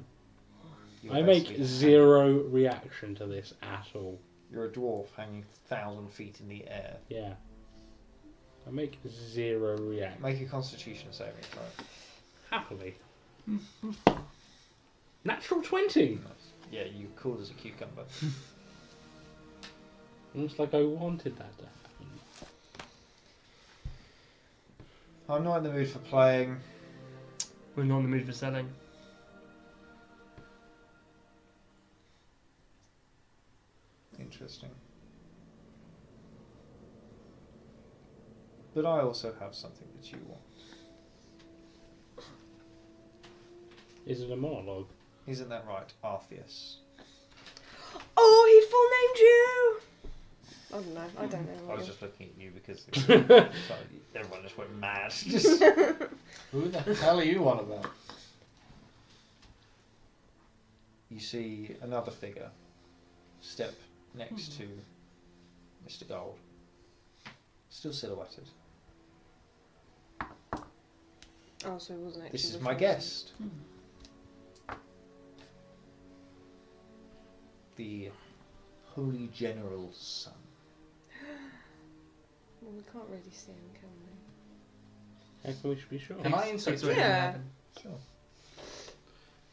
Speaker 2: You're
Speaker 5: I make
Speaker 2: basically-
Speaker 5: zero reaction to this at all.
Speaker 2: You're a dwarf hanging thousand feet in the air.
Speaker 5: Yeah. I make zero reaction.
Speaker 2: Make a constitution saving throw.
Speaker 5: Happily. Natural 20!
Speaker 2: Yeah, you cool as a cucumber.
Speaker 5: Almost like I wanted that to happen.
Speaker 2: I'm not in the mood for playing.
Speaker 4: We're not in the mood for selling.
Speaker 2: Interesting. But I also have something that you want.
Speaker 5: Is it a monologue?
Speaker 2: Isn't that right, Artheus?
Speaker 12: Oh, he full named you. I don't know. I don't know.
Speaker 2: I was
Speaker 12: why.
Speaker 2: just looking at you because everyone just went mad. Just
Speaker 6: Who the hell are you one of them?
Speaker 2: you see another figure step next to Mr. Gold, still silhouetted.
Speaker 12: Oh, so it wasn't actually.
Speaker 2: This is Hmm.
Speaker 12: the
Speaker 2: my
Speaker 12: first
Speaker 2: guest. The Holy General's son.
Speaker 12: one. Well, we can't really see him, can we?
Speaker 5: How can we be sure?
Speaker 3: Can I inside
Speaker 4: That's what
Speaker 3: check?
Speaker 4: didn't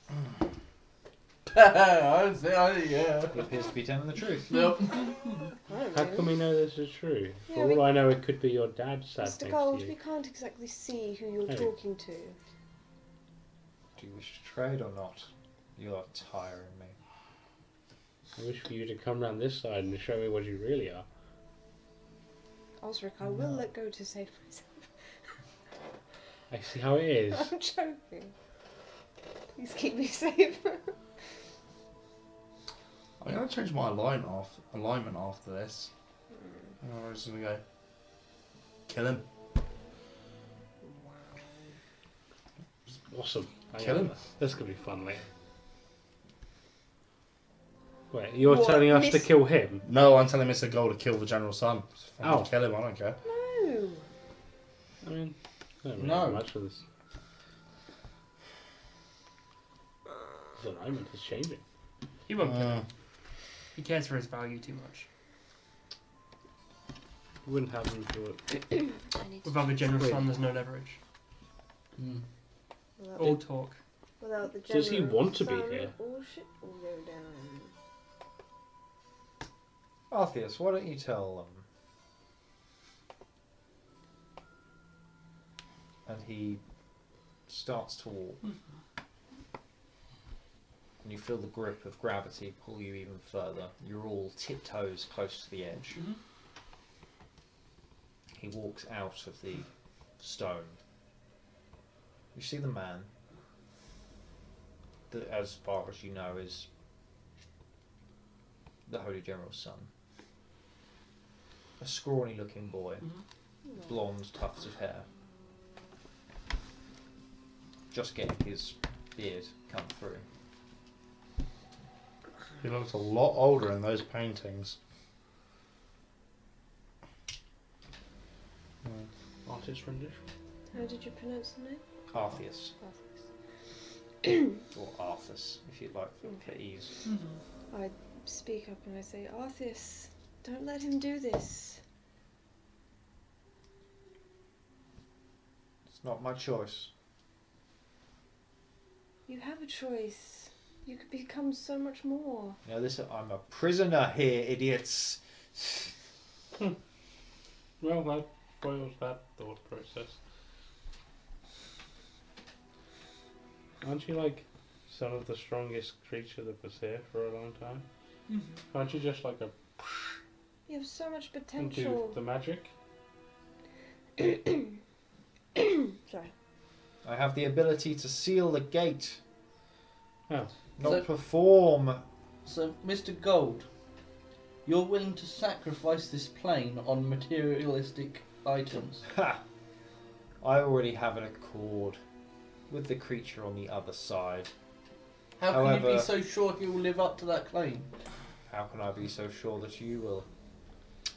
Speaker 12: Yeah.
Speaker 4: happen.
Speaker 8: I was, I, yeah.
Speaker 2: He appears to be telling the truth.
Speaker 8: Nope.
Speaker 12: I don't
Speaker 5: How
Speaker 12: know.
Speaker 5: can we know this is true? For
Speaker 12: Yeah,
Speaker 5: all
Speaker 12: we-
Speaker 5: I know, it could be your dad sat
Speaker 12: Mr.
Speaker 5: next
Speaker 12: Gold,
Speaker 5: to
Speaker 12: we
Speaker 5: you.
Speaker 12: can't exactly see who you're
Speaker 5: Hey.
Speaker 12: talking to.
Speaker 2: Do you wish to trade or not? You are tiring me.
Speaker 5: I wish for you to come round this side and show me what you really are.
Speaker 12: Osric, I will let go to save myself.
Speaker 5: I see how it is.
Speaker 12: I'm joking. Please keep me safe.
Speaker 6: I'm gonna change my alignment off alignment after this. And I'm just gonna go kill him.
Speaker 5: It's awesome. Hang
Speaker 6: Kill
Speaker 5: on.
Speaker 6: him.
Speaker 5: This could be fun later. Wait, you're
Speaker 12: What,
Speaker 5: telling us to
Speaker 12: miss-
Speaker 5: kill him?
Speaker 6: No, I'm telling Mr. Gold to kill the General Sun.
Speaker 5: Oh.
Speaker 6: Kill him, I don't care.
Speaker 12: no.
Speaker 5: I mean, I don't really
Speaker 6: No.
Speaker 5: have much for this. The alignment is changing.
Speaker 4: He won't. care.
Speaker 6: Mm.
Speaker 4: He cares for his value too much.
Speaker 5: Wouldn't happen for
Speaker 12: I need to
Speaker 4: With other general
Speaker 5: Wait.
Speaker 4: son, there's no leverage.
Speaker 12: without
Speaker 4: All talk.
Speaker 12: the, without the
Speaker 5: Oh, Does he
Speaker 12: general
Speaker 5: want to be
Speaker 12: sun,
Speaker 5: here?
Speaker 12: All shit will go down.
Speaker 2: Artheus, why don't you tell them? And he starts to walk. And you feel the grip of gravity pull you even further. You're all tiptoes close to the edge.
Speaker 4: Mhm.
Speaker 2: He walks out of the stone. You see the man that, as far as you know, is the Holy General's son. A scrawny looking boy, blonde tufts of hair. Just getting his beard come through.
Speaker 6: He looks a lot older in those paintings.
Speaker 5: Artist rendition.
Speaker 12: How did you pronounce the name?
Speaker 2: Artheus, or Arthas, if you'd like, for ease.
Speaker 1: Speak up and I say, Arthas, don't let him do this.
Speaker 2: It's not my choice.
Speaker 1: You have a choice. You could become so much more.
Speaker 2: You know this. I'm a prisoner here, idiots.
Speaker 5: Well, that boils that thought process. Aren't you like some of the strongest creature that was here for a long time? Aren't you just like a
Speaker 1: You have so much
Speaker 5: into
Speaker 1: potential.
Speaker 5: the magic?
Speaker 1: Sorry.
Speaker 2: I have the ability to seal the gate,
Speaker 5: Oh,
Speaker 2: not
Speaker 8: So-
Speaker 2: perform.
Speaker 8: So, Mr. Gold, you're willing to sacrifice this plane on materialistic items.
Speaker 2: Ha! I already have an accord with the creature on the other side.
Speaker 8: How can you
Speaker 2: However-
Speaker 8: be so sure he will live up to that claim?
Speaker 2: How can I be so sure that you will?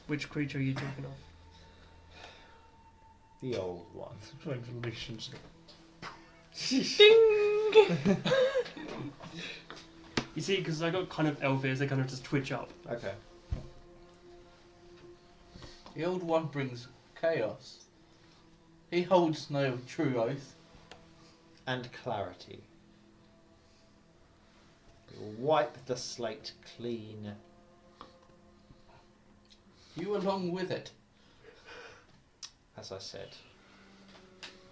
Speaker 4: Which creature are you talking of?
Speaker 2: The old one.
Speaker 6: Revolutions.
Speaker 4: You see, because I got kind of elf ears, they kind of just twitch up.
Speaker 2: Okay.
Speaker 8: The old one brings chaos. He holds no true oath.
Speaker 2: And clarity. It will wipe the slate clean.
Speaker 8: You along with it.
Speaker 2: As I said,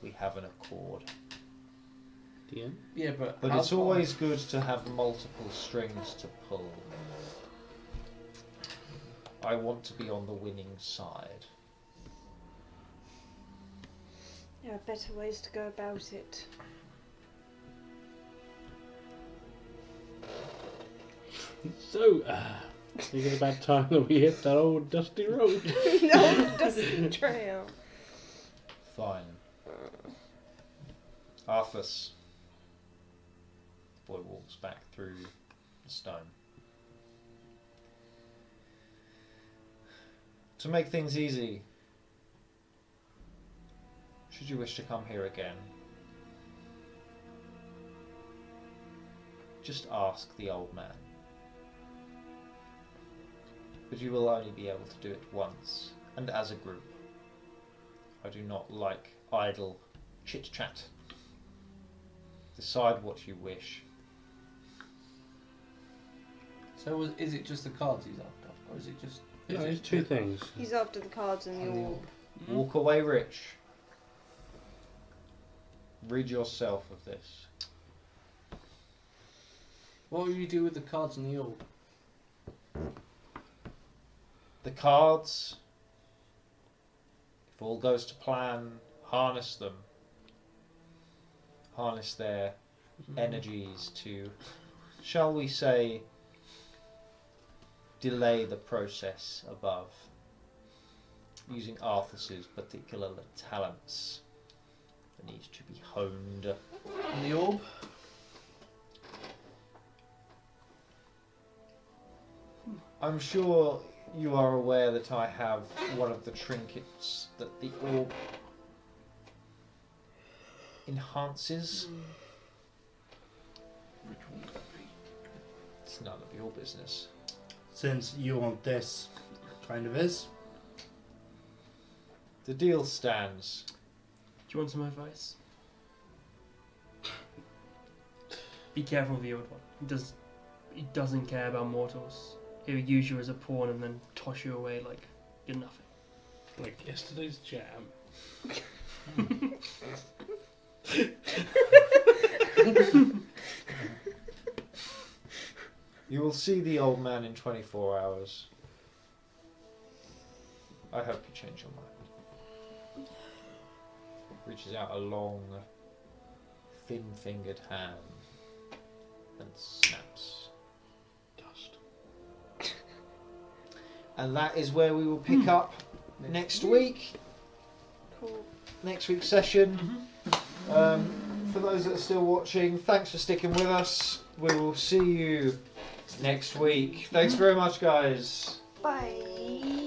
Speaker 2: we have an accord.
Speaker 5: DM?
Speaker 8: Yeah, but
Speaker 2: But
Speaker 8: how
Speaker 2: it's
Speaker 8: far-
Speaker 2: always good to have multiple strings to pull. I want to be on the winning side.
Speaker 1: There are better ways to go about it.
Speaker 5: So, uh, you get about time that we hit that old dusty road.
Speaker 1: no, doesn't trail.
Speaker 2: Fine. Arthas. The boy walks back through the stone. To make things easy, should you wish to come here again, just ask the old man. But you will only be able to do it once, and as a group. I do not like idle chit chat. Decide what you wish.
Speaker 8: So was, is it just the cards he's after, or is it just?
Speaker 5: No,
Speaker 8: is
Speaker 5: it's
Speaker 8: it-
Speaker 5: two things.
Speaker 1: He's after the cards and the orb.
Speaker 2: Walk away rich. Rid yourself of this.
Speaker 8: What will you do with the cards and the orb?
Speaker 2: The cards, if all goes to plan, harness them. Harness their energies to, shall we say, delay the process above. Using Arthas's particular talents that needs to be honed.
Speaker 8: And the orb?
Speaker 2: I'm sure you are aware that I have one of the trinkets that the orb enhances. It's none of your business.
Speaker 6: Since you want this, kind of is.
Speaker 2: The deal stands.
Speaker 4: Do you want some advice? Be careful of the old one. He does. He doesn't care about mortals. He'll use you as a pawn and then toss you away like you're nothing.
Speaker 5: Like yesterday's jam.
Speaker 2: You will see the old man in 24 hours. I hope you change your mind. Reaches out a long thin fingered hand and snaps.
Speaker 5: Dust.
Speaker 2: And that is where we will pick up next week,
Speaker 1: Cool.
Speaker 2: next week's session. Um, for those that are still watching, thanks for sticking with us. We will see you next week. Thanks very much, guys.
Speaker 1: Bye.